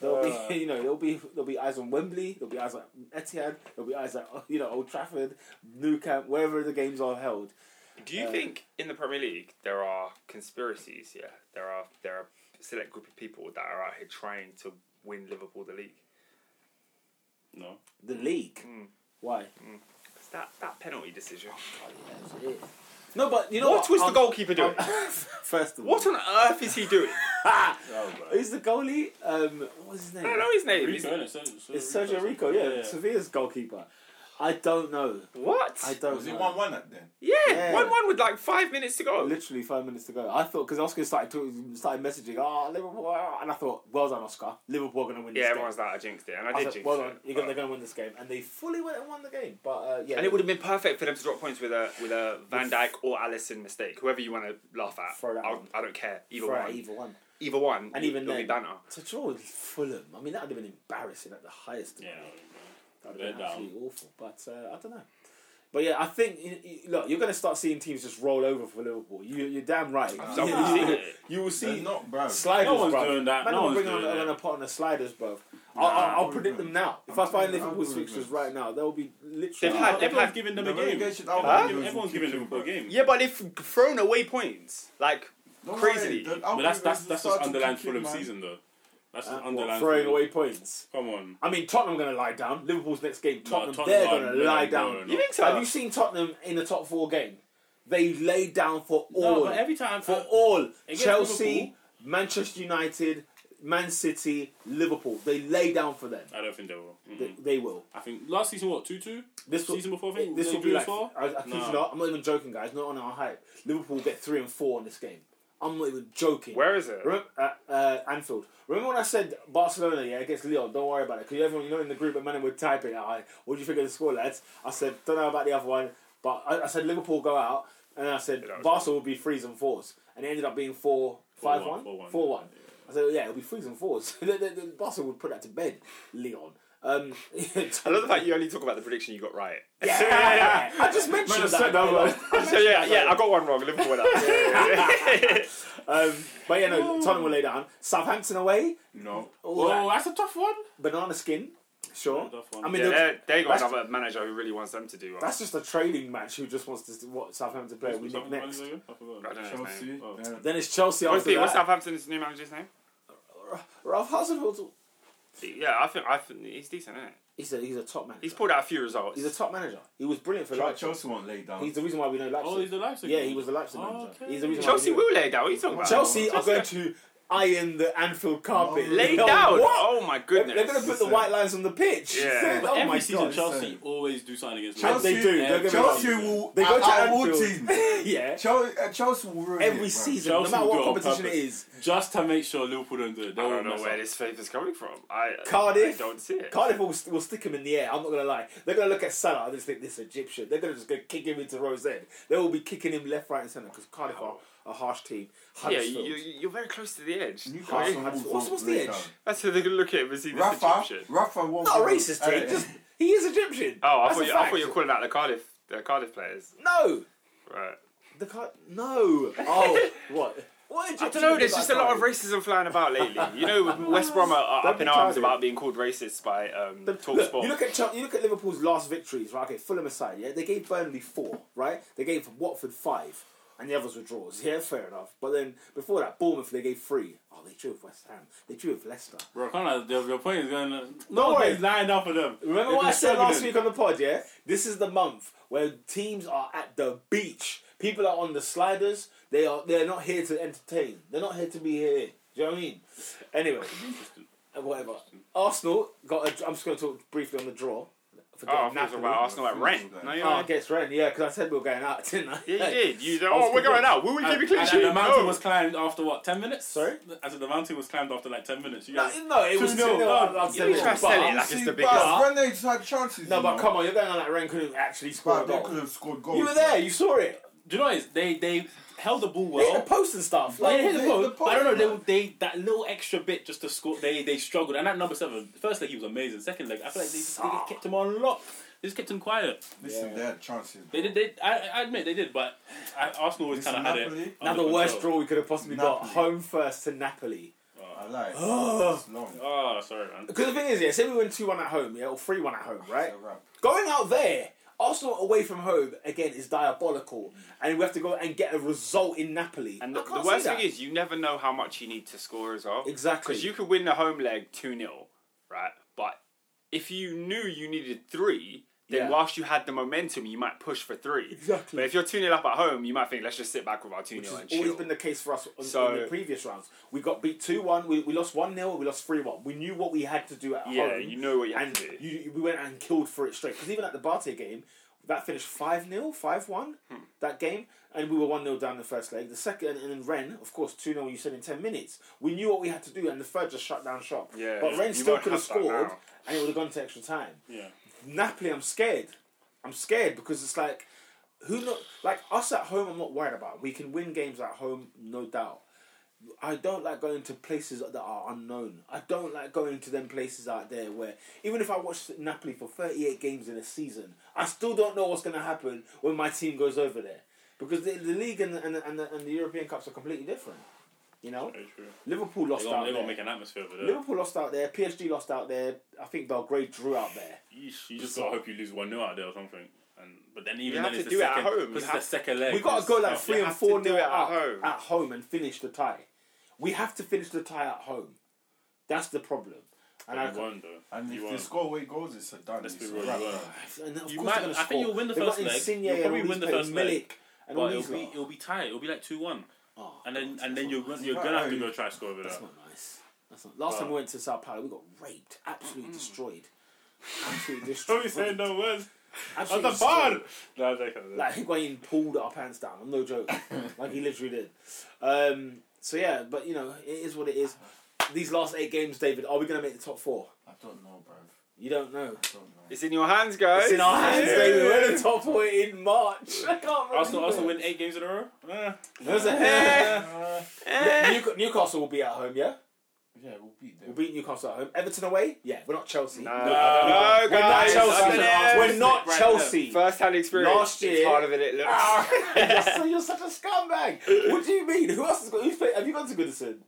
[SPEAKER 1] There'll
[SPEAKER 3] Uh.
[SPEAKER 1] be, you know, there'll be there'll be eyes on Wembley. There'll be eyes at Etihad. There'll be eyes at you know Old Trafford, New Camp, wherever the games are held.
[SPEAKER 3] Do you
[SPEAKER 1] Um,
[SPEAKER 3] think in the Premier League there are conspiracies? Yeah, there are there are a select group of people that are out here trying to win Liverpool the league.
[SPEAKER 4] No.
[SPEAKER 1] The league.
[SPEAKER 3] Mm.
[SPEAKER 1] Why?
[SPEAKER 3] 'Cause that that penalty decision.
[SPEAKER 1] No, but you know
[SPEAKER 3] what,
[SPEAKER 1] what?
[SPEAKER 3] was the
[SPEAKER 1] I'm-
[SPEAKER 3] goalkeeper doing?
[SPEAKER 1] I'm- First of all,
[SPEAKER 3] what on earth is he doing?
[SPEAKER 1] Ah!
[SPEAKER 4] Oh, bro.
[SPEAKER 1] Who's the goalie? Um, what's his name?
[SPEAKER 3] I don't know his name.
[SPEAKER 4] Rico,
[SPEAKER 3] He's-
[SPEAKER 4] innit? Ser- Ser-
[SPEAKER 1] It's Sergio Rico. Yeah, Sevilla's goalkeeper. I don't know.
[SPEAKER 3] What?
[SPEAKER 1] I don't.
[SPEAKER 2] Was
[SPEAKER 1] know.
[SPEAKER 2] it one one at then?
[SPEAKER 3] yeah,
[SPEAKER 1] Yeah.
[SPEAKER 3] one one with like five minutes to go.
[SPEAKER 1] Literally five minutes to go. I thought because Oscar started talking, started messaging, oh Liverpool, ah," and I thought, well done, Oscar. Liverpool are gonna win.
[SPEAKER 3] Yeah,
[SPEAKER 1] this
[SPEAKER 3] everyone's
[SPEAKER 1] game.
[SPEAKER 3] like I jinxed it, and I,
[SPEAKER 1] I
[SPEAKER 3] did
[SPEAKER 1] thought,
[SPEAKER 3] jinx
[SPEAKER 1] well
[SPEAKER 3] it.
[SPEAKER 1] done, you're
[SPEAKER 3] but-
[SPEAKER 1] gonna, they're gonna win this game, and they fully went and won the game. But uh, yeah,
[SPEAKER 3] and it would have been perfect for them to drop points with a with a Van
[SPEAKER 1] With-
[SPEAKER 3] Dijk or Allison mistake, whoever you want to laugh at.
[SPEAKER 1] Throw that
[SPEAKER 3] I'll-
[SPEAKER 1] one.
[SPEAKER 3] I don't care. Either
[SPEAKER 1] for
[SPEAKER 3] one,
[SPEAKER 1] either one.
[SPEAKER 3] either one,
[SPEAKER 1] And
[SPEAKER 3] it-
[SPEAKER 1] even
[SPEAKER 3] it'll be
[SPEAKER 1] then-
[SPEAKER 3] banter.
[SPEAKER 1] To draw with Fulham, I mean that would have been embarrassing at the highest.
[SPEAKER 4] Yeah.
[SPEAKER 1] degree. That'd
[SPEAKER 4] They're
[SPEAKER 1] have been
[SPEAKER 4] down.
[SPEAKER 1] absolutely awful. But uh, I don't know. But yeah, I think you, you- look, you're going to start seeing teams just roll over for Liverpool. You, you're damn right.
[SPEAKER 2] No.
[SPEAKER 1] You-
[SPEAKER 2] Yeah.
[SPEAKER 1] you,
[SPEAKER 3] Yeah.
[SPEAKER 1] you will
[SPEAKER 2] See,
[SPEAKER 1] see
[SPEAKER 2] not bro.
[SPEAKER 1] sliders,
[SPEAKER 4] No one's
[SPEAKER 1] bruv.
[SPEAKER 4] doing that.
[SPEAKER 1] Man,
[SPEAKER 4] No
[SPEAKER 1] I'm
[SPEAKER 4] one's
[SPEAKER 1] bringing
[SPEAKER 4] doing
[SPEAKER 1] on,
[SPEAKER 4] that.
[SPEAKER 1] on a pot on the sliders, bro. I'll,
[SPEAKER 2] Nah,
[SPEAKER 1] I'll, I'll
[SPEAKER 2] I
[SPEAKER 1] predict them
[SPEAKER 2] wouldn't.
[SPEAKER 1] now. If I
[SPEAKER 2] I'm
[SPEAKER 1] find
[SPEAKER 2] telling you, I
[SPEAKER 1] Liverpool's
[SPEAKER 2] wouldn't.
[SPEAKER 1] fixtures right now, they'll be literally.
[SPEAKER 3] They've had- they've
[SPEAKER 4] Everyone's
[SPEAKER 3] had-
[SPEAKER 4] giving them
[SPEAKER 2] The
[SPEAKER 4] a game.
[SPEAKER 2] relegation- I would
[SPEAKER 3] Huh?
[SPEAKER 2] give them
[SPEAKER 4] Everyone's
[SPEAKER 2] two,
[SPEAKER 4] giving Liverpool a
[SPEAKER 2] bro.
[SPEAKER 4] game.
[SPEAKER 3] Yeah, but they've thrown away points. Like
[SPEAKER 2] Don't
[SPEAKER 3] Crazily.
[SPEAKER 2] worry, the
[SPEAKER 4] But that's that's
[SPEAKER 2] algorithms
[SPEAKER 4] that's
[SPEAKER 2] start
[SPEAKER 4] just
[SPEAKER 2] to
[SPEAKER 4] underlying
[SPEAKER 2] kick in,
[SPEAKER 4] Fulham
[SPEAKER 2] man.
[SPEAKER 4] season though. That's
[SPEAKER 1] Uh,
[SPEAKER 4] just
[SPEAKER 1] what,
[SPEAKER 4] underlying.
[SPEAKER 1] throwing
[SPEAKER 4] Fulham.
[SPEAKER 1] away points.
[SPEAKER 4] Come on.
[SPEAKER 1] I mean, Tottenham going to lie down. Liverpool's next game, Tottenham,
[SPEAKER 4] Tottenham
[SPEAKER 1] they're
[SPEAKER 4] are-
[SPEAKER 1] going
[SPEAKER 4] no,
[SPEAKER 1] to lie
[SPEAKER 4] no,
[SPEAKER 1] down.
[SPEAKER 4] no, no.
[SPEAKER 3] you think so?
[SPEAKER 1] Have you seen Tottenham in the top four game? They laid down for all.
[SPEAKER 4] No, but every time
[SPEAKER 1] for all
[SPEAKER 4] Against
[SPEAKER 1] Chelsea,
[SPEAKER 4] Liverpool.
[SPEAKER 1] Manchester United, Man City, Liverpool. They lay down for them.
[SPEAKER 4] I don't think they will. Mm-mm.
[SPEAKER 1] They, they will.
[SPEAKER 4] Mm-hmm. I think last season what two two.
[SPEAKER 1] This will,
[SPEAKER 4] season before I think
[SPEAKER 1] this
[SPEAKER 4] they
[SPEAKER 1] will
[SPEAKER 4] drew
[SPEAKER 1] be
[SPEAKER 4] as
[SPEAKER 1] like.
[SPEAKER 4] well?
[SPEAKER 1] I, I kid you
[SPEAKER 4] Nah.
[SPEAKER 1] not, I'm not even joking, guys. Not on our hype. Liverpool will get three and four on this game. I'm not even joking.
[SPEAKER 3] where is it?
[SPEAKER 1] Remember, uh, uh, Anfield. Remember when I said Barcelona, yeah, against Lyon, don't worry about it. Because everyone, you know, in the group, and man would type it, "Aye, what do you think of the score, lads? I said, don't know about the other one, but I, I said Liverpool go out, and I said
[SPEAKER 3] Yeah, that was
[SPEAKER 1] Barca will be threes and fours. And it ended up being four, five, one,
[SPEAKER 4] one,
[SPEAKER 1] four, one.
[SPEAKER 4] four, one.
[SPEAKER 1] I said, yeah, it'll be threes and fours. The- the- the Barca would put that to bed, Leon. Um,
[SPEAKER 3] I love the fact you only talk about the prediction you got right.
[SPEAKER 1] Yeah,
[SPEAKER 3] so, yeah, yeah.
[SPEAKER 1] I just mentioned
[SPEAKER 2] Man, I
[SPEAKER 1] that.
[SPEAKER 2] said that one.
[SPEAKER 3] So, yeah, yeah, I got one wrong. Liverpool went up. Yeah, yeah, yeah.
[SPEAKER 1] Um, but yeah, no, Tottenham will lay down. Southampton away,
[SPEAKER 2] No.
[SPEAKER 1] all
[SPEAKER 4] Oh,
[SPEAKER 1] that.
[SPEAKER 4] that's a tough one.
[SPEAKER 1] banana skin, sure.
[SPEAKER 4] That's a tough one.
[SPEAKER 1] I mean,
[SPEAKER 3] Yeah,
[SPEAKER 1] the-
[SPEAKER 3] they're- they got
[SPEAKER 1] that's-
[SPEAKER 3] another manager who really wants them to do well.
[SPEAKER 1] That's just a training match. Who just wants to see what Southampton play? We
[SPEAKER 4] Who's
[SPEAKER 1] nick
[SPEAKER 4] Southampton
[SPEAKER 1] next.
[SPEAKER 4] manager again? I
[SPEAKER 3] I
[SPEAKER 4] forgot.
[SPEAKER 3] don't know his name.
[SPEAKER 2] Chelsea.
[SPEAKER 4] Oh.
[SPEAKER 2] yeah.
[SPEAKER 1] Then it's Chelsea
[SPEAKER 3] What's,
[SPEAKER 1] after
[SPEAKER 3] the, what's
[SPEAKER 1] that.
[SPEAKER 3] Southampton's new manager's name?
[SPEAKER 1] Ralph Hasenhuttl.
[SPEAKER 3] Yeah, I think I think he's decent, isn't it?
[SPEAKER 1] He's a he's a top manager.
[SPEAKER 3] He's pulled out a few results.
[SPEAKER 1] He's a top manager. He was brilliant for
[SPEAKER 2] Chel-
[SPEAKER 1] Leipzig.
[SPEAKER 2] Chelsea won't lay down.
[SPEAKER 1] He's the reason why we know Leipzig.
[SPEAKER 4] Oh, he's the Leipzig.
[SPEAKER 1] yeah, he was the Leipzig
[SPEAKER 4] Oh,
[SPEAKER 1] manager.
[SPEAKER 4] okay.
[SPEAKER 1] He's the reason
[SPEAKER 3] Chelsea
[SPEAKER 1] why we knew
[SPEAKER 3] will lay down. What are you talking
[SPEAKER 1] it.
[SPEAKER 3] about?
[SPEAKER 1] Chelsea are
[SPEAKER 3] Just
[SPEAKER 1] going to iron the Anfield carpet.
[SPEAKER 2] No.
[SPEAKER 3] lay
[SPEAKER 1] They'll-
[SPEAKER 3] down.
[SPEAKER 1] What?
[SPEAKER 3] Oh my
[SPEAKER 1] They're,
[SPEAKER 3] goodness.
[SPEAKER 1] going to put the white lines on the pitch.
[SPEAKER 3] Yeah.
[SPEAKER 1] oh
[SPEAKER 4] But every
[SPEAKER 1] my
[SPEAKER 4] season
[SPEAKER 1] God.
[SPEAKER 4] Chelsea
[SPEAKER 2] Listen.
[SPEAKER 4] always do something against
[SPEAKER 1] And
[SPEAKER 4] Leipzig.
[SPEAKER 1] they do. They're
[SPEAKER 4] Yeah,
[SPEAKER 1] gonna
[SPEAKER 2] Chelsea will.
[SPEAKER 1] They go to
[SPEAKER 2] I, I will
[SPEAKER 1] Anfield.
[SPEAKER 2] team.
[SPEAKER 1] yeah.
[SPEAKER 2] Chelsea, uh, Chelsea will ruin it,
[SPEAKER 1] Every
[SPEAKER 2] bro.
[SPEAKER 1] season,
[SPEAKER 4] Chelsea
[SPEAKER 1] no
[SPEAKER 4] will
[SPEAKER 1] matter what
[SPEAKER 4] do it on
[SPEAKER 1] competition it
[SPEAKER 4] purpose.
[SPEAKER 1] is,
[SPEAKER 4] Just to make sure Liverpool don't do it. They
[SPEAKER 3] I
[SPEAKER 4] will
[SPEAKER 3] don't know
[SPEAKER 4] mess
[SPEAKER 3] where
[SPEAKER 4] up.
[SPEAKER 3] this faith is coming from. I
[SPEAKER 1] Cardiff.
[SPEAKER 3] I don't see it.
[SPEAKER 1] Cardiff will, will stick him in the air. I'm not gonna lie. They're gonna look at Salah and just think this Egyptian. They're gonna just go kick him into rows end. They will be kicking him left, right, and centre because Cardiff are a harsh team.
[SPEAKER 3] Yeah,
[SPEAKER 1] Huddersfield.
[SPEAKER 3] you, you, you're very close to the edge.
[SPEAKER 2] Newcastle
[SPEAKER 1] What's-
[SPEAKER 2] will
[SPEAKER 1] what's- what's the
[SPEAKER 2] lay
[SPEAKER 1] edge?
[SPEAKER 2] down.
[SPEAKER 3] That's how they're going to look at him and see this
[SPEAKER 2] Rafa,
[SPEAKER 3] Egyptian.
[SPEAKER 2] Rafa won't.
[SPEAKER 1] not a
[SPEAKER 2] be-
[SPEAKER 1] racist, Jake.
[SPEAKER 2] Uh,
[SPEAKER 1] Just he is Egyptian.
[SPEAKER 3] Oh, I
[SPEAKER 1] That's
[SPEAKER 3] thought,
[SPEAKER 1] a
[SPEAKER 3] you, I
[SPEAKER 1] fact.
[SPEAKER 3] thought you were calling out the Cardiff, the Cardiff players.
[SPEAKER 1] No,
[SPEAKER 3] Right.
[SPEAKER 1] the Car- No. Oh, what? What
[SPEAKER 3] I
[SPEAKER 1] Egyptian
[SPEAKER 3] don't know.
[SPEAKER 1] is
[SPEAKER 3] There's
[SPEAKER 1] that
[SPEAKER 3] just a lot of
[SPEAKER 1] guy?
[SPEAKER 3] racism flying about lately. You know, West Brom are, are
[SPEAKER 1] Don't
[SPEAKER 3] up
[SPEAKER 1] be
[SPEAKER 3] in arms
[SPEAKER 1] tardy.
[SPEAKER 3] about being called racist by um,
[SPEAKER 1] The-
[SPEAKER 3] Talk
[SPEAKER 1] look,
[SPEAKER 3] Sport.
[SPEAKER 1] you look at Chel- you look at Liverpool's last victories, right? Okay, Fulham aside, yeah, they gave Burnley four, right? They gave Watford five, and the others were draws. Yeah, fair enough. But then before that, Bournemouth they gave three. Oh, they drew with West Ham. They drew with Leicester.
[SPEAKER 4] Bro, kind of your, your point is going. to
[SPEAKER 1] No worries.
[SPEAKER 4] lined up for them.
[SPEAKER 1] Remember
[SPEAKER 4] They've
[SPEAKER 1] what
[SPEAKER 4] been
[SPEAKER 1] I said last
[SPEAKER 4] struggling.
[SPEAKER 1] week on the pod? Yeah, this is the month where teams are at the beach. People are on the sliders. They are. They're not here to entertain. They're not here to be here. Do you know what I mean? Anyway,
[SPEAKER 4] Interesting.
[SPEAKER 1] whatever. Arsenal got. A, I'm just going to talk briefly on the draw. For
[SPEAKER 3] oh, I thought you were talking about Arsenal at
[SPEAKER 2] Napoli.
[SPEAKER 3] Rennes. No, you're
[SPEAKER 1] Oh,
[SPEAKER 3] not.
[SPEAKER 1] against Ren, yeah, because I said we were going out, didn't I?
[SPEAKER 3] Yeah, you did. You said,
[SPEAKER 1] was
[SPEAKER 3] oh, we're
[SPEAKER 1] thinking-
[SPEAKER 3] going out. Will we keep
[SPEAKER 4] And,
[SPEAKER 3] a clean
[SPEAKER 4] and, and
[SPEAKER 3] sheet?
[SPEAKER 4] the mountain
[SPEAKER 3] No.
[SPEAKER 4] was climbed after what? Ten minutes.
[SPEAKER 1] Sorry?
[SPEAKER 4] As the mountain was climbed after like ten minutes. You
[SPEAKER 1] No,
[SPEAKER 4] guys,
[SPEAKER 1] no, it was
[SPEAKER 4] 2-0.
[SPEAKER 1] 2 0.
[SPEAKER 4] No,
[SPEAKER 3] Yeah, you try to sell it like it's
[SPEAKER 2] See,
[SPEAKER 3] the
[SPEAKER 2] but
[SPEAKER 3] biggest.
[SPEAKER 2] When they had chances.
[SPEAKER 1] No,
[SPEAKER 2] you
[SPEAKER 1] but
[SPEAKER 2] know.
[SPEAKER 1] come on, you're going on like Ren couldn't actually score a
[SPEAKER 2] But they could
[SPEAKER 1] goal.
[SPEAKER 2] have scored goals.
[SPEAKER 1] You were there, you saw it.
[SPEAKER 4] do you know what it is? They they held the ball
[SPEAKER 1] They hit the
[SPEAKER 4] well.
[SPEAKER 1] post and stuff.
[SPEAKER 4] Like, they hit
[SPEAKER 1] Like,
[SPEAKER 4] the
[SPEAKER 2] they-
[SPEAKER 4] ball.
[SPEAKER 2] the
[SPEAKER 4] I don't know.
[SPEAKER 2] post-
[SPEAKER 4] They, they that little extra bit just to score. They they struggled. And at number seven, first leg he was amazing. Second leg, I feel like they, they just kept him on lock. They just kept him quiet.
[SPEAKER 2] Listen,
[SPEAKER 1] Yeah.
[SPEAKER 2] they had chances.
[SPEAKER 4] They did. They, I, I admit they did, but I, Arsenal always
[SPEAKER 2] Listen,
[SPEAKER 4] kind of had it.
[SPEAKER 2] Napoli-
[SPEAKER 1] now
[SPEAKER 4] under
[SPEAKER 1] the worst
[SPEAKER 4] control.
[SPEAKER 1] draw we could have possibly got
[SPEAKER 2] Napoli.
[SPEAKER 1] home first to Napoli.
[SPEAKER 2] I lied.
[SPEAKER 1] Ugh.
[SPEAKER 2] It's long.
[SPEAKER 4] Oh, sorry, man.
[SPEAKER 1] Because the thing is, yeah, say we win 2 1 at home, yeah, or 3 1 at home, right?
[SPEAKER 2] It's a wrap.
[SPEAKER 1] Going out there Arsenal away from home again is diabolical, and we have to go and get a result in Napoli.
[SPEAKER 3] And
[SPEAKER 1] I
[SPEAKER 3] the, the
[SPEAKER 1] can't see
[SPEAKER 3] worst
[SPEAKER 1] that.
[SPEAKER 3] thing is, you never know how much you need to score as well.
[SPEAKER 1] exactly
[SPEAKER 3] Because you could win the home leg 2 0, right? But if you knew you needed three, then
[SPEAKER 1] Yeah.
[SPEAKER 3] whilst you had the momentum, you might push for three.
[SPEAKER 1] Exactly.
[SPEAKER 3] But if you're 2 0 up at home, you might think, let's just sit back with our 2
[SPEAKER 1] which
[SPEAKER 3] 0
[SPEAKER 1] has
[SPEAKER 3] and
[SPEAKER 1] always
[SPEAKER 3] chill.
[SPEAKER 1] been the case for us on,
[SPEAKER 3] So-
[SPEAKER 1] on the previous rounds. We got beat two one. We, we lost one 0 We lost three one. We knew what we had to do at
[SPEAKER 3] yeah,
[SPEAKER 1] home.
[SPEAKER 3] you know what you have
[SPEAKER 1] and
[SPEAKER 3] to do.
[SPEAKER 1] you, you- we went and killed for it straight. Because even at the Bate game, that finished 5 0, 5 1,
[SPEAKER 3] Hmm.
[SPEAKER 1] that game, and we were 1 0 down the first leg. The second, and then Ren, of course, 2 0, you said in 10 minutes. We knew what we had to do, and the third just shut down shop.
[SPEAKER 3] Yeah,
[SPEAKER 1] but
[SPEAKER 3] you-
[SPEAKER 1] Ren
[SPEAKER 3] you
[SPEAKER 1] still
[SPEAKER 3] won't
[SPEAKER 1] could have
[SPEAKER 3] have that
[SPEAKER 1] scored,
[SPEAKER 3] now.
[SPEAKER 1] and it would have gone to extra time.
[SPEAKER 4] Yeah.
[SPEAKER 1] Napoli, I'm scared. I'm scared because it's like, who not like us at home? I'm not worried about. We can win games at home, no doubt. I don't like going to places that are unknown. I don't like going to them places out there where even if I watch Napoli for 38 games in a season, I still don't know what's going to happen when my team goes over there because the, the league and the, and, the, and, the, and the European cups are completely different. You know,
[SPEAKER 4] Very true.
[SPEAKER 1] Liverpool
[SPEAKER 4] They're
[SPEAKER 1] lost out
[SPEAKER 4] gonna, they're gonna
[SPEAKER 1] there.
[SPEAKER 4] make an atmosphere over there.
[SPEAKER 1] Liverpool lost out there. PSG lost out there. I think Belgrade drew out there.
[SPEAKER 4] Yeesh, you just gotta hope you lose one 0 out there or something. And but then even
[SPEAKER 3] You
[SPEAKER 4] then
[SPEAKER 3] have
[SPEAKER 4] it's the
[SPEAKER 3] to do it at
[SPEAKER 4] second,
[SPEAKER 3] home. You
[SPEAKER 4] Because it's
[SPEAKER 3] have-
[SPEAKER 4] the second leg.
[SPEAKER 1] We got to
[SPEAKER 4] it's-
[SPEAKER 1] go like
[SPEAKER 4] yeah.
[SPEAKER 1] three
[SPEAKER 3] you
[SPEAKER 1] and
[SPEAKER 3] have to
[SPEAKER 1] four
[SPEAKER 3] do
[SPEAKER 1] nil
[SPEAKER 3] it
[SPEAKER 1] at
[SPEAKER 3] at
[SPEAKER 1] home.
[SPEAKER 3] home.
[SPEAKER 1] at home and finish the tie. We have to finish the tie at home. That's the problem. And I
[SPEAKER 4] You won't though.
[SPEAKER 2] And
[SPEAKER 4] you
[SPEAKER 2] if they
[SPEAKER 4] won't.
[SPEAKER 2] score away goals, it's a done.
[SPEAKER 4] Let's
[SPEAKER 2] It's
[SPEAKER 4] be
[SPEAKER 2] a
[SPEAKER 4] real, you
[SPEAKER 2] wrap.
[SPEAKER 4] won't.
[SPEAKER 1] and of
[SPEAKER 4] You
[SPEAKER 1] course
[SPEAKER 4] might-
[SPEAKER 1] they're gonna
[SPEAKER 4] I think
[SPEAKER 1] score.
[SPEAKER 4] you'll win the
[SPEAKER 1] They've
[SPEAKER 4] first
[SPEAKER 1] got
[SPEAKER 4] leg.
[SPEAKER 1] Insigne
[SPEAKER 4] You'll
[SPEAKER 1] and
[SPEAKER 4] probably
[SPEAKER 1] all
[SPEAKER 4] win
[SPEAKER 1] these
[SPEAKER 4] the
[SPEAKER 1] players,
[SPEAKER 4] first leg.
[SPEAKER 1] Milik and all
[SPEAKER 4] But
[SPEAKER 1] these
[SPEAKER 4] it'll be
[SPEAKER 1] lot.
[SPEAKER 4] it'll be tight. It'll be like two one.
[SPEAKER 1] Oh,
[SPEAKER 4] And then and then
[SPEAKER 1] that's
[SPEAKER 4] you're
[SPEAKER 1] not
[SPEAKER 4] gonna-
[SPEAKER 1] nice.
[SPEAKER 4] you're
[SPEAKER 2] Right,
[SPEAKER 4] gonna have
[SPEAKER 2] oh,
[SPEAKER 4] to
[SPEAKER 2] you-
[SPEAKER 4] go try and score over there.
[SPEAKER 1] That's not nice. That's not. Last
[SPEAKER 4] But- Hmm.
[SPEAKER 1] time we went to Sao Paulo, we got raped, absolutely destroyed, absolutely
[SPEAKER 4] Don't
[SPEAKER 1] destroyed.
[SPEAKER 4] be saying no words. At
[SPEAKER 1] Absolutely
[SPEAKER 4] the bar.
[SPEAKER 1] destroyed.
[SPEAKER 4] No, I'm joking.
[SPEAKER 1] Like Higuain pulled our pants down. I'm no joke. like he literally did. Um, so yeah, but you know it is what it is. These last eight games, David, are we gonna make the top four?
[SPEAKER 2] I don't know, bro.
[SPEAKER 1] You don't know.
[SPEAKER 2] I don't know.
[SPEAKER 3] It's in your hands, guys.
[SPEAKER 1] It's in our hands,
[SPEAKER 3] Yeah.
[SPEAKER 1] baby. We're in the top four in March. I can't remember.
[SPEAKER 4] Arsenal, Arsenal win eight games in a row. Eh.
[SPEAKER 1] There's a
[SPEAKER 2] Uh,
[SPEAKER 1] New- Newcastle will be at home, yeah?
[SPEAKER 2] yeah, we'll beat them.
[SPEAKER 1] We'll beat Newcastle at home. Everton away? Yeah, we're not Chelsea.
[SPEAKER 3] No, no,
[SPEAKER 4] no,
[SPEAKER 1] We're not
[SPEAKER 3] guys.
[SPEAKER 1] Chelsea.
[SPEAKER 3] I'm gonna-
[SPEAKER 1] We're not
[SPEAKER 4] Right
[SPEAKER 1] Chelsea.
[SPEAKER 3] First hand experience.
[SPEAKER 1] Last
[SPEAKER 3] It's
[SPEAKER 1] year-
[SPEAKER 3] harder than it looks.
[SPEAKER 1] Ah, you're, so, you're such a scumbag. What do you mean? Who else has got, who's played, have you gone to Goodison?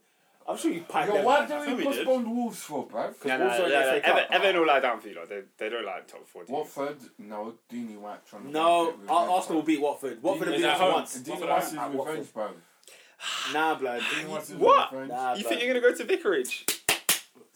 [SPEAKER 1] I'm sure you piped
[SPEAKER 2] Yo,
[SPEAKER 1] them.
[SPEAKER 2] why
[SPEAKER 4] I
[SPEAKER 2] do
[SPEAKER 4] think
[SPEAKER 2] we
[SPEAKER 4] we did.
[SPEAKER 2] postpone Wolves for, bro?
[SPEAKER 3] No, no,
[SPEAKER 1] Wolves are
[SPEAKER 3] no,
[SPEAKER 1] in
[SPEAKER 3] no.
[SPEAKER 1] the FA Cup.
[SPEAKER 3] Ever- Everton all lie down for you. Like, they, they don't like top 40.
[SPEAKER 2] Watford, no. Dini White trying to
[SPEAKER 1] No,
[SPEAKER 2] get revenge,
[SPEAKER 1] Ar- Arsenal will
[SPEAKER 2] bruv.
[SPEAKER 1] beat Watford. Watford will
[SPEAKER 4] Is
[SPEAKER 1] beat
[SPEAKER 4] that
[SPEAKER 1] us
[SPEAKER 4] home?
[SPEAKER 1] once.
[SPEAKER 4] Did-
[SPEAKER 2] Dini wants his
[SPEAKER 1] At Watford.
[SPEAKER 2] revenge, bro.
[SPEAKER 1] Nah, blood.
[SPEAKER 2] Dini wants his
[SPEAKER 3] What?
[SPEAKER 2] revenge.
[SPEAKER 1] Nah,
[SPEAKER 3] You
[SPEAKER 1] blood.
[SPEAKER 3] think you're going to go to Vicarage?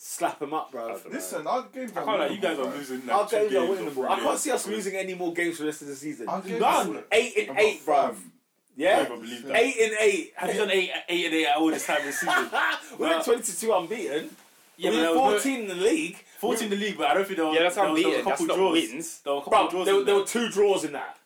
[SPEAKER 1] Slap him up, bro.
[SPEAKER 2] Listen, our games
[SPEAKER 4] I
[SPEAKER 2] are.
[SPEAKER 4] can't lie, you guys
[SPEAKER 2] winnable,
[SPEAKER 4] are
[SPEAKER 2] bruv.
[SPEAKER 4] losing like
[SPEAKER 1] Our
[SPEAKER 4] two
[SPEAKER 1] games are
[SPEAKER 4] games or
[SPEAKER 1] winnable.
[SPEAKER 4] three
[SPEAKER 1] I can't
[SPEAKER 4] games.
[SPEAKER 1] see us losing any more games for the rest of the season.
[SPEAKER 2] Our games are
[SPEAKER 1] None.
[SPEAKER 2] winnable.
[SPEAKER 1] Eight
[SPEAKER 2] I'm
[SPEAKER 1] and
[SPEAKER 2] not
[SPEAKER 1] eight, bro.
[SPEAKER 2] firm.
[SPEAKER 4] I
[SPEAKER 1] Yeah.
[SPEAKER 4] can't believe that.
[SPEAKER 1] Eight and eight.
[SPEAKER 4] Have you done eight, eight and eight at all this time this season? Uh,
[SPEAKER 1] we went 22 unbeaten.
[SPEAKER 4] Yeah, but
[SPEAKER 1] we were
[SPEAKER 4] there was
[SPEAKER 1] 14 in the league.
[SPEAKER 4] no- 14 in the league, but I don't think there was,
[SPEAKER 3] Yeah, that's
[SPEAKER 4] there was, there
[SPEAKER 3] unbeaten.
[SPEAKER 4] was a couple
[SPEAKER 3] That's not
[SPEAKER 4] draws.
[SPEAKER 3] wins.
[SPEAKER 4] There were a couple
[SPEAKER 1] Bro,
[SPEAKER 4] draws.
[SPEAKER 1] there,
[SPEAKER 4] in
[SPEAKER 1] there
[SPEAKER 4] there.
[SPEAKER 1] were two draws in that.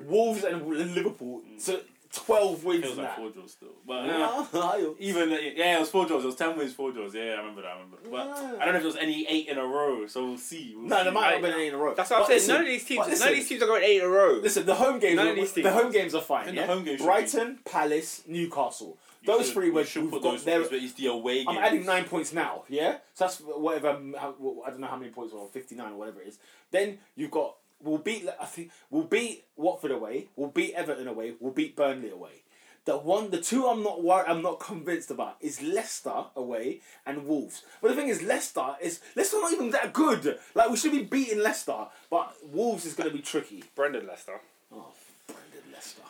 [SPEAKER 1] Wolves and Liverpool. So 12 wins
[SPEAKER 4] It was
[SPEAKER 1] in
[SPEAKER 4] like
[SPEAKER 1] that.
[SPEAKER 4] four draws still. But yeah,
[SPEAKER 1] No.
[SPEAKER 4] even uh, yeah, it was four draws. It was ten wins, four draws. Yeah, I remember that. I remember. That. But
[SPEAKER 1] Yeah.
[SPEAKER 4] I don't know if there was any eight in a row. So we'll see. We'll
[SPEAKER 1] No,
[SPEAKER 4] see.
[SPEAKER 1] there might have been eight in a row.
[SPEAKER 3] That's what I'm
[SPEAKER 1] But
[SPEAKER 3] saying.
[SPEAKER 1] listen,
[SPEAKER 3] none of these teams,
[SPEAKER 1] but listen,
[SPEAKER 3] none of these teams are going eight in a row.
[SPEAKER 1] Listen, the home games,
[SPEAKER 3] None of
[SPEAKER 1] are,
[SPEAKER 3] these
[SPEAKER 1] the
[SPEAKER 3] teams.
[SPEAKER 1] home games are
[SPEAKER 4] I
[SPEAKER 1] fine.
[SPEAKER 4] think
[SPEAKER 1] Yeah?
[SPEAKER 4] the home games should
[SPEAKER 1] Brighton, Palace, Newcastle.
[SPEAKER 4] You
[SPEAKER 1] Those
[SPEAKER 4] should-
[SPEAKER 1] three
[SPEAKER 4] you
[SPEAKER 1] wins
[SPEAKER 4] should
[SPEAKER 1] we've
[SPEAKER 4] put
[SPEAKER 1] got
[SPEAKER 4] those.
[SPEAKER 1] there-
[SPEAKER 4] It's the- it's the away game.
[SPEAKER 1] I'm adding nine points now, yeah? So that's whatever, um, how- I don't know how many points, or 59 or whatever it is. Then you've got, we'll beat, I think, we'll beat Watford away, we'll beat Everton away, we'll beat Burnley away. The one, the two I'm not worried, I'm not convinced about is Leicester away and Wolves. But the thing is, Leicester is, Leicester not even that good. Like, we should be beating Leicester, but Wolves is going to be tricky.
[SPEAKER 3] Brendan Lester.
[SPEAKER 1] Oh, Brendan Leicester.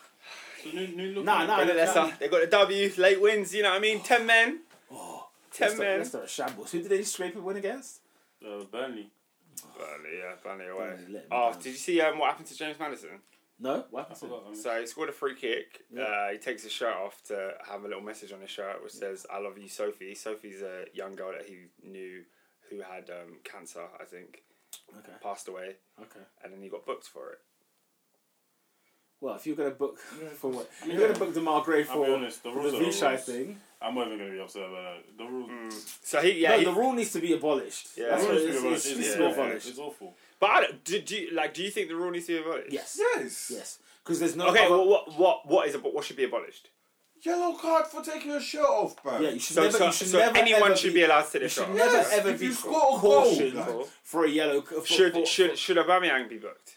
[SPEAKER 4] So new, new look
[SPEAKER 1] Nah, nah,
[SPEAKER 3] Brendan
[SPEAKER 1] Leicester.
[SPEAKER 3] Lester. They got a W, late wins, you know what I mean? 10 men.
[SPEAKER 1] Oh,
[SPEAKER 3] 10
[SPEAKER 1] Leicester-
[SPEAKER 3] men.
[SPEAKER 1] Leicester are shambles. Who did they scrape a win against?
[SPEAKER 4] Uh, Burnley.
[SPEAKER 3] Burnley, yeah, Burnley away.
[SPEAKER 1] Burnley let them
[SPEAKER 3] Oh,
[SPEAKER 1] down.
[SPEAKER 3] did you see um, what happened to James Madison?
[SPEAKER 1] No? What
[SPEAKER 4] I
[SPEAKER 1] happened?
[SPEAKER 4] forgot. I mean,
[SPEAKER 3] So he scored a free kick.
[SPEAKER 1] Yeah.
[SPEAKER 3] Uh, he takes his shirt off to have a little message on his shirt which says, I love you, Sophie. Sophie's a young girl that he knew who had um, cancer, I think,
[SPEAKER 1] Okay,
[SPEAKER 3] passed away,
[SPEAKER 1] okay.
[SPEAKER 3] and then he got booked for it.
[SPEAKER 1] Well, if you're going to book for what
[SPEAKER 4] I mean,
[SPEAKER 1] you're going
[SPEAKER 4] yeah.
[SPEAKER 1] to book the Margrave
[SPEAKER 4] I'll
[SPEAKER 1] for,
[SPEAKER 4] be honest. The
[SPEAKER 1] for
[SPEAKER 4] rules
[SPEAKER 1] the
[SPEAKER 4] are the
[SPEAKER 1] Vishai
[SPEAKER 4] rules.
[SPEAKER 1] thing,
[SPEAKER 4] I'm not even gonna be upset about that. The rules.
[SPEAKER 3] So he, yeah,
[SPEAKER 1] no,
[SPEAKER 3] he-
[SPEAKER 1] the rule needs to be abolished.
[SPEAKER 3] Yeah.
[SPEAKER 1] Mm. That's
[SPEAKER 4] The
[SPEAKER 1] what
[SPEAKER 4] rules should
[SPEAKER 1] it is.
[SPEAKER 4] be abolished. It's-
[SPEAKER 1] It's- it's
[SPEAKER 4] yeah,
[SPEAKER 1] been
[SPEAKER 4] yeah,
[SPEAKER 1] abolished.
[SPEAKER 4] It's awful.
[SPEAKER 3] but I don't, do, do you, like, do you think the rule needs to be abolished?
[SPEAKER 1] Yes, Uh,
[SPEAKER 2] Yes.
[SPEAKER 1] yes, because there's no.
[SPEAKER 3] Okay,
[SPEAKER 1] other-
[SPEAKER 3] well, what, what, what is abo- what should be abolished?
[SPEAKER 2] Yellow card for taking your shirt off, bro.
[SPEAKER 1] yeah, you should
[SPEAKER 3] So,
[SPEAKER 1] never.
[SPEAKER 3] so,
[SPEAKER 1] you should
[SPEAKER 3] so
[SPEAKER 1] never,
[SPEAKER 3] anyone
[SPEAKER 1] ever
[SPEAKER 3] should
[SPEAKER 1] be.
[SPEAKER 3] be allowed to sit
[SPEAKER 1] You
[SPEAKER 3] it
[SPEAKER 1] should
[SPEAKER 3] shot.
[SPEAKER 1] never
[SPEAKER 2] Yes,
[SPEAKER 1] ever
[SPEAKER 2] if
[SPEAKER 1] be
[SPEAKER 2] you score a goal,
[SPEAKER 1] cautioned
[SPEAKER 2] like-
[SPEAKER 1] for a yellow. c- For,
[SPEAKER 3] Should
[SPEAKER 1] for,
[SPEAKER 3] should should Aubameyang be booked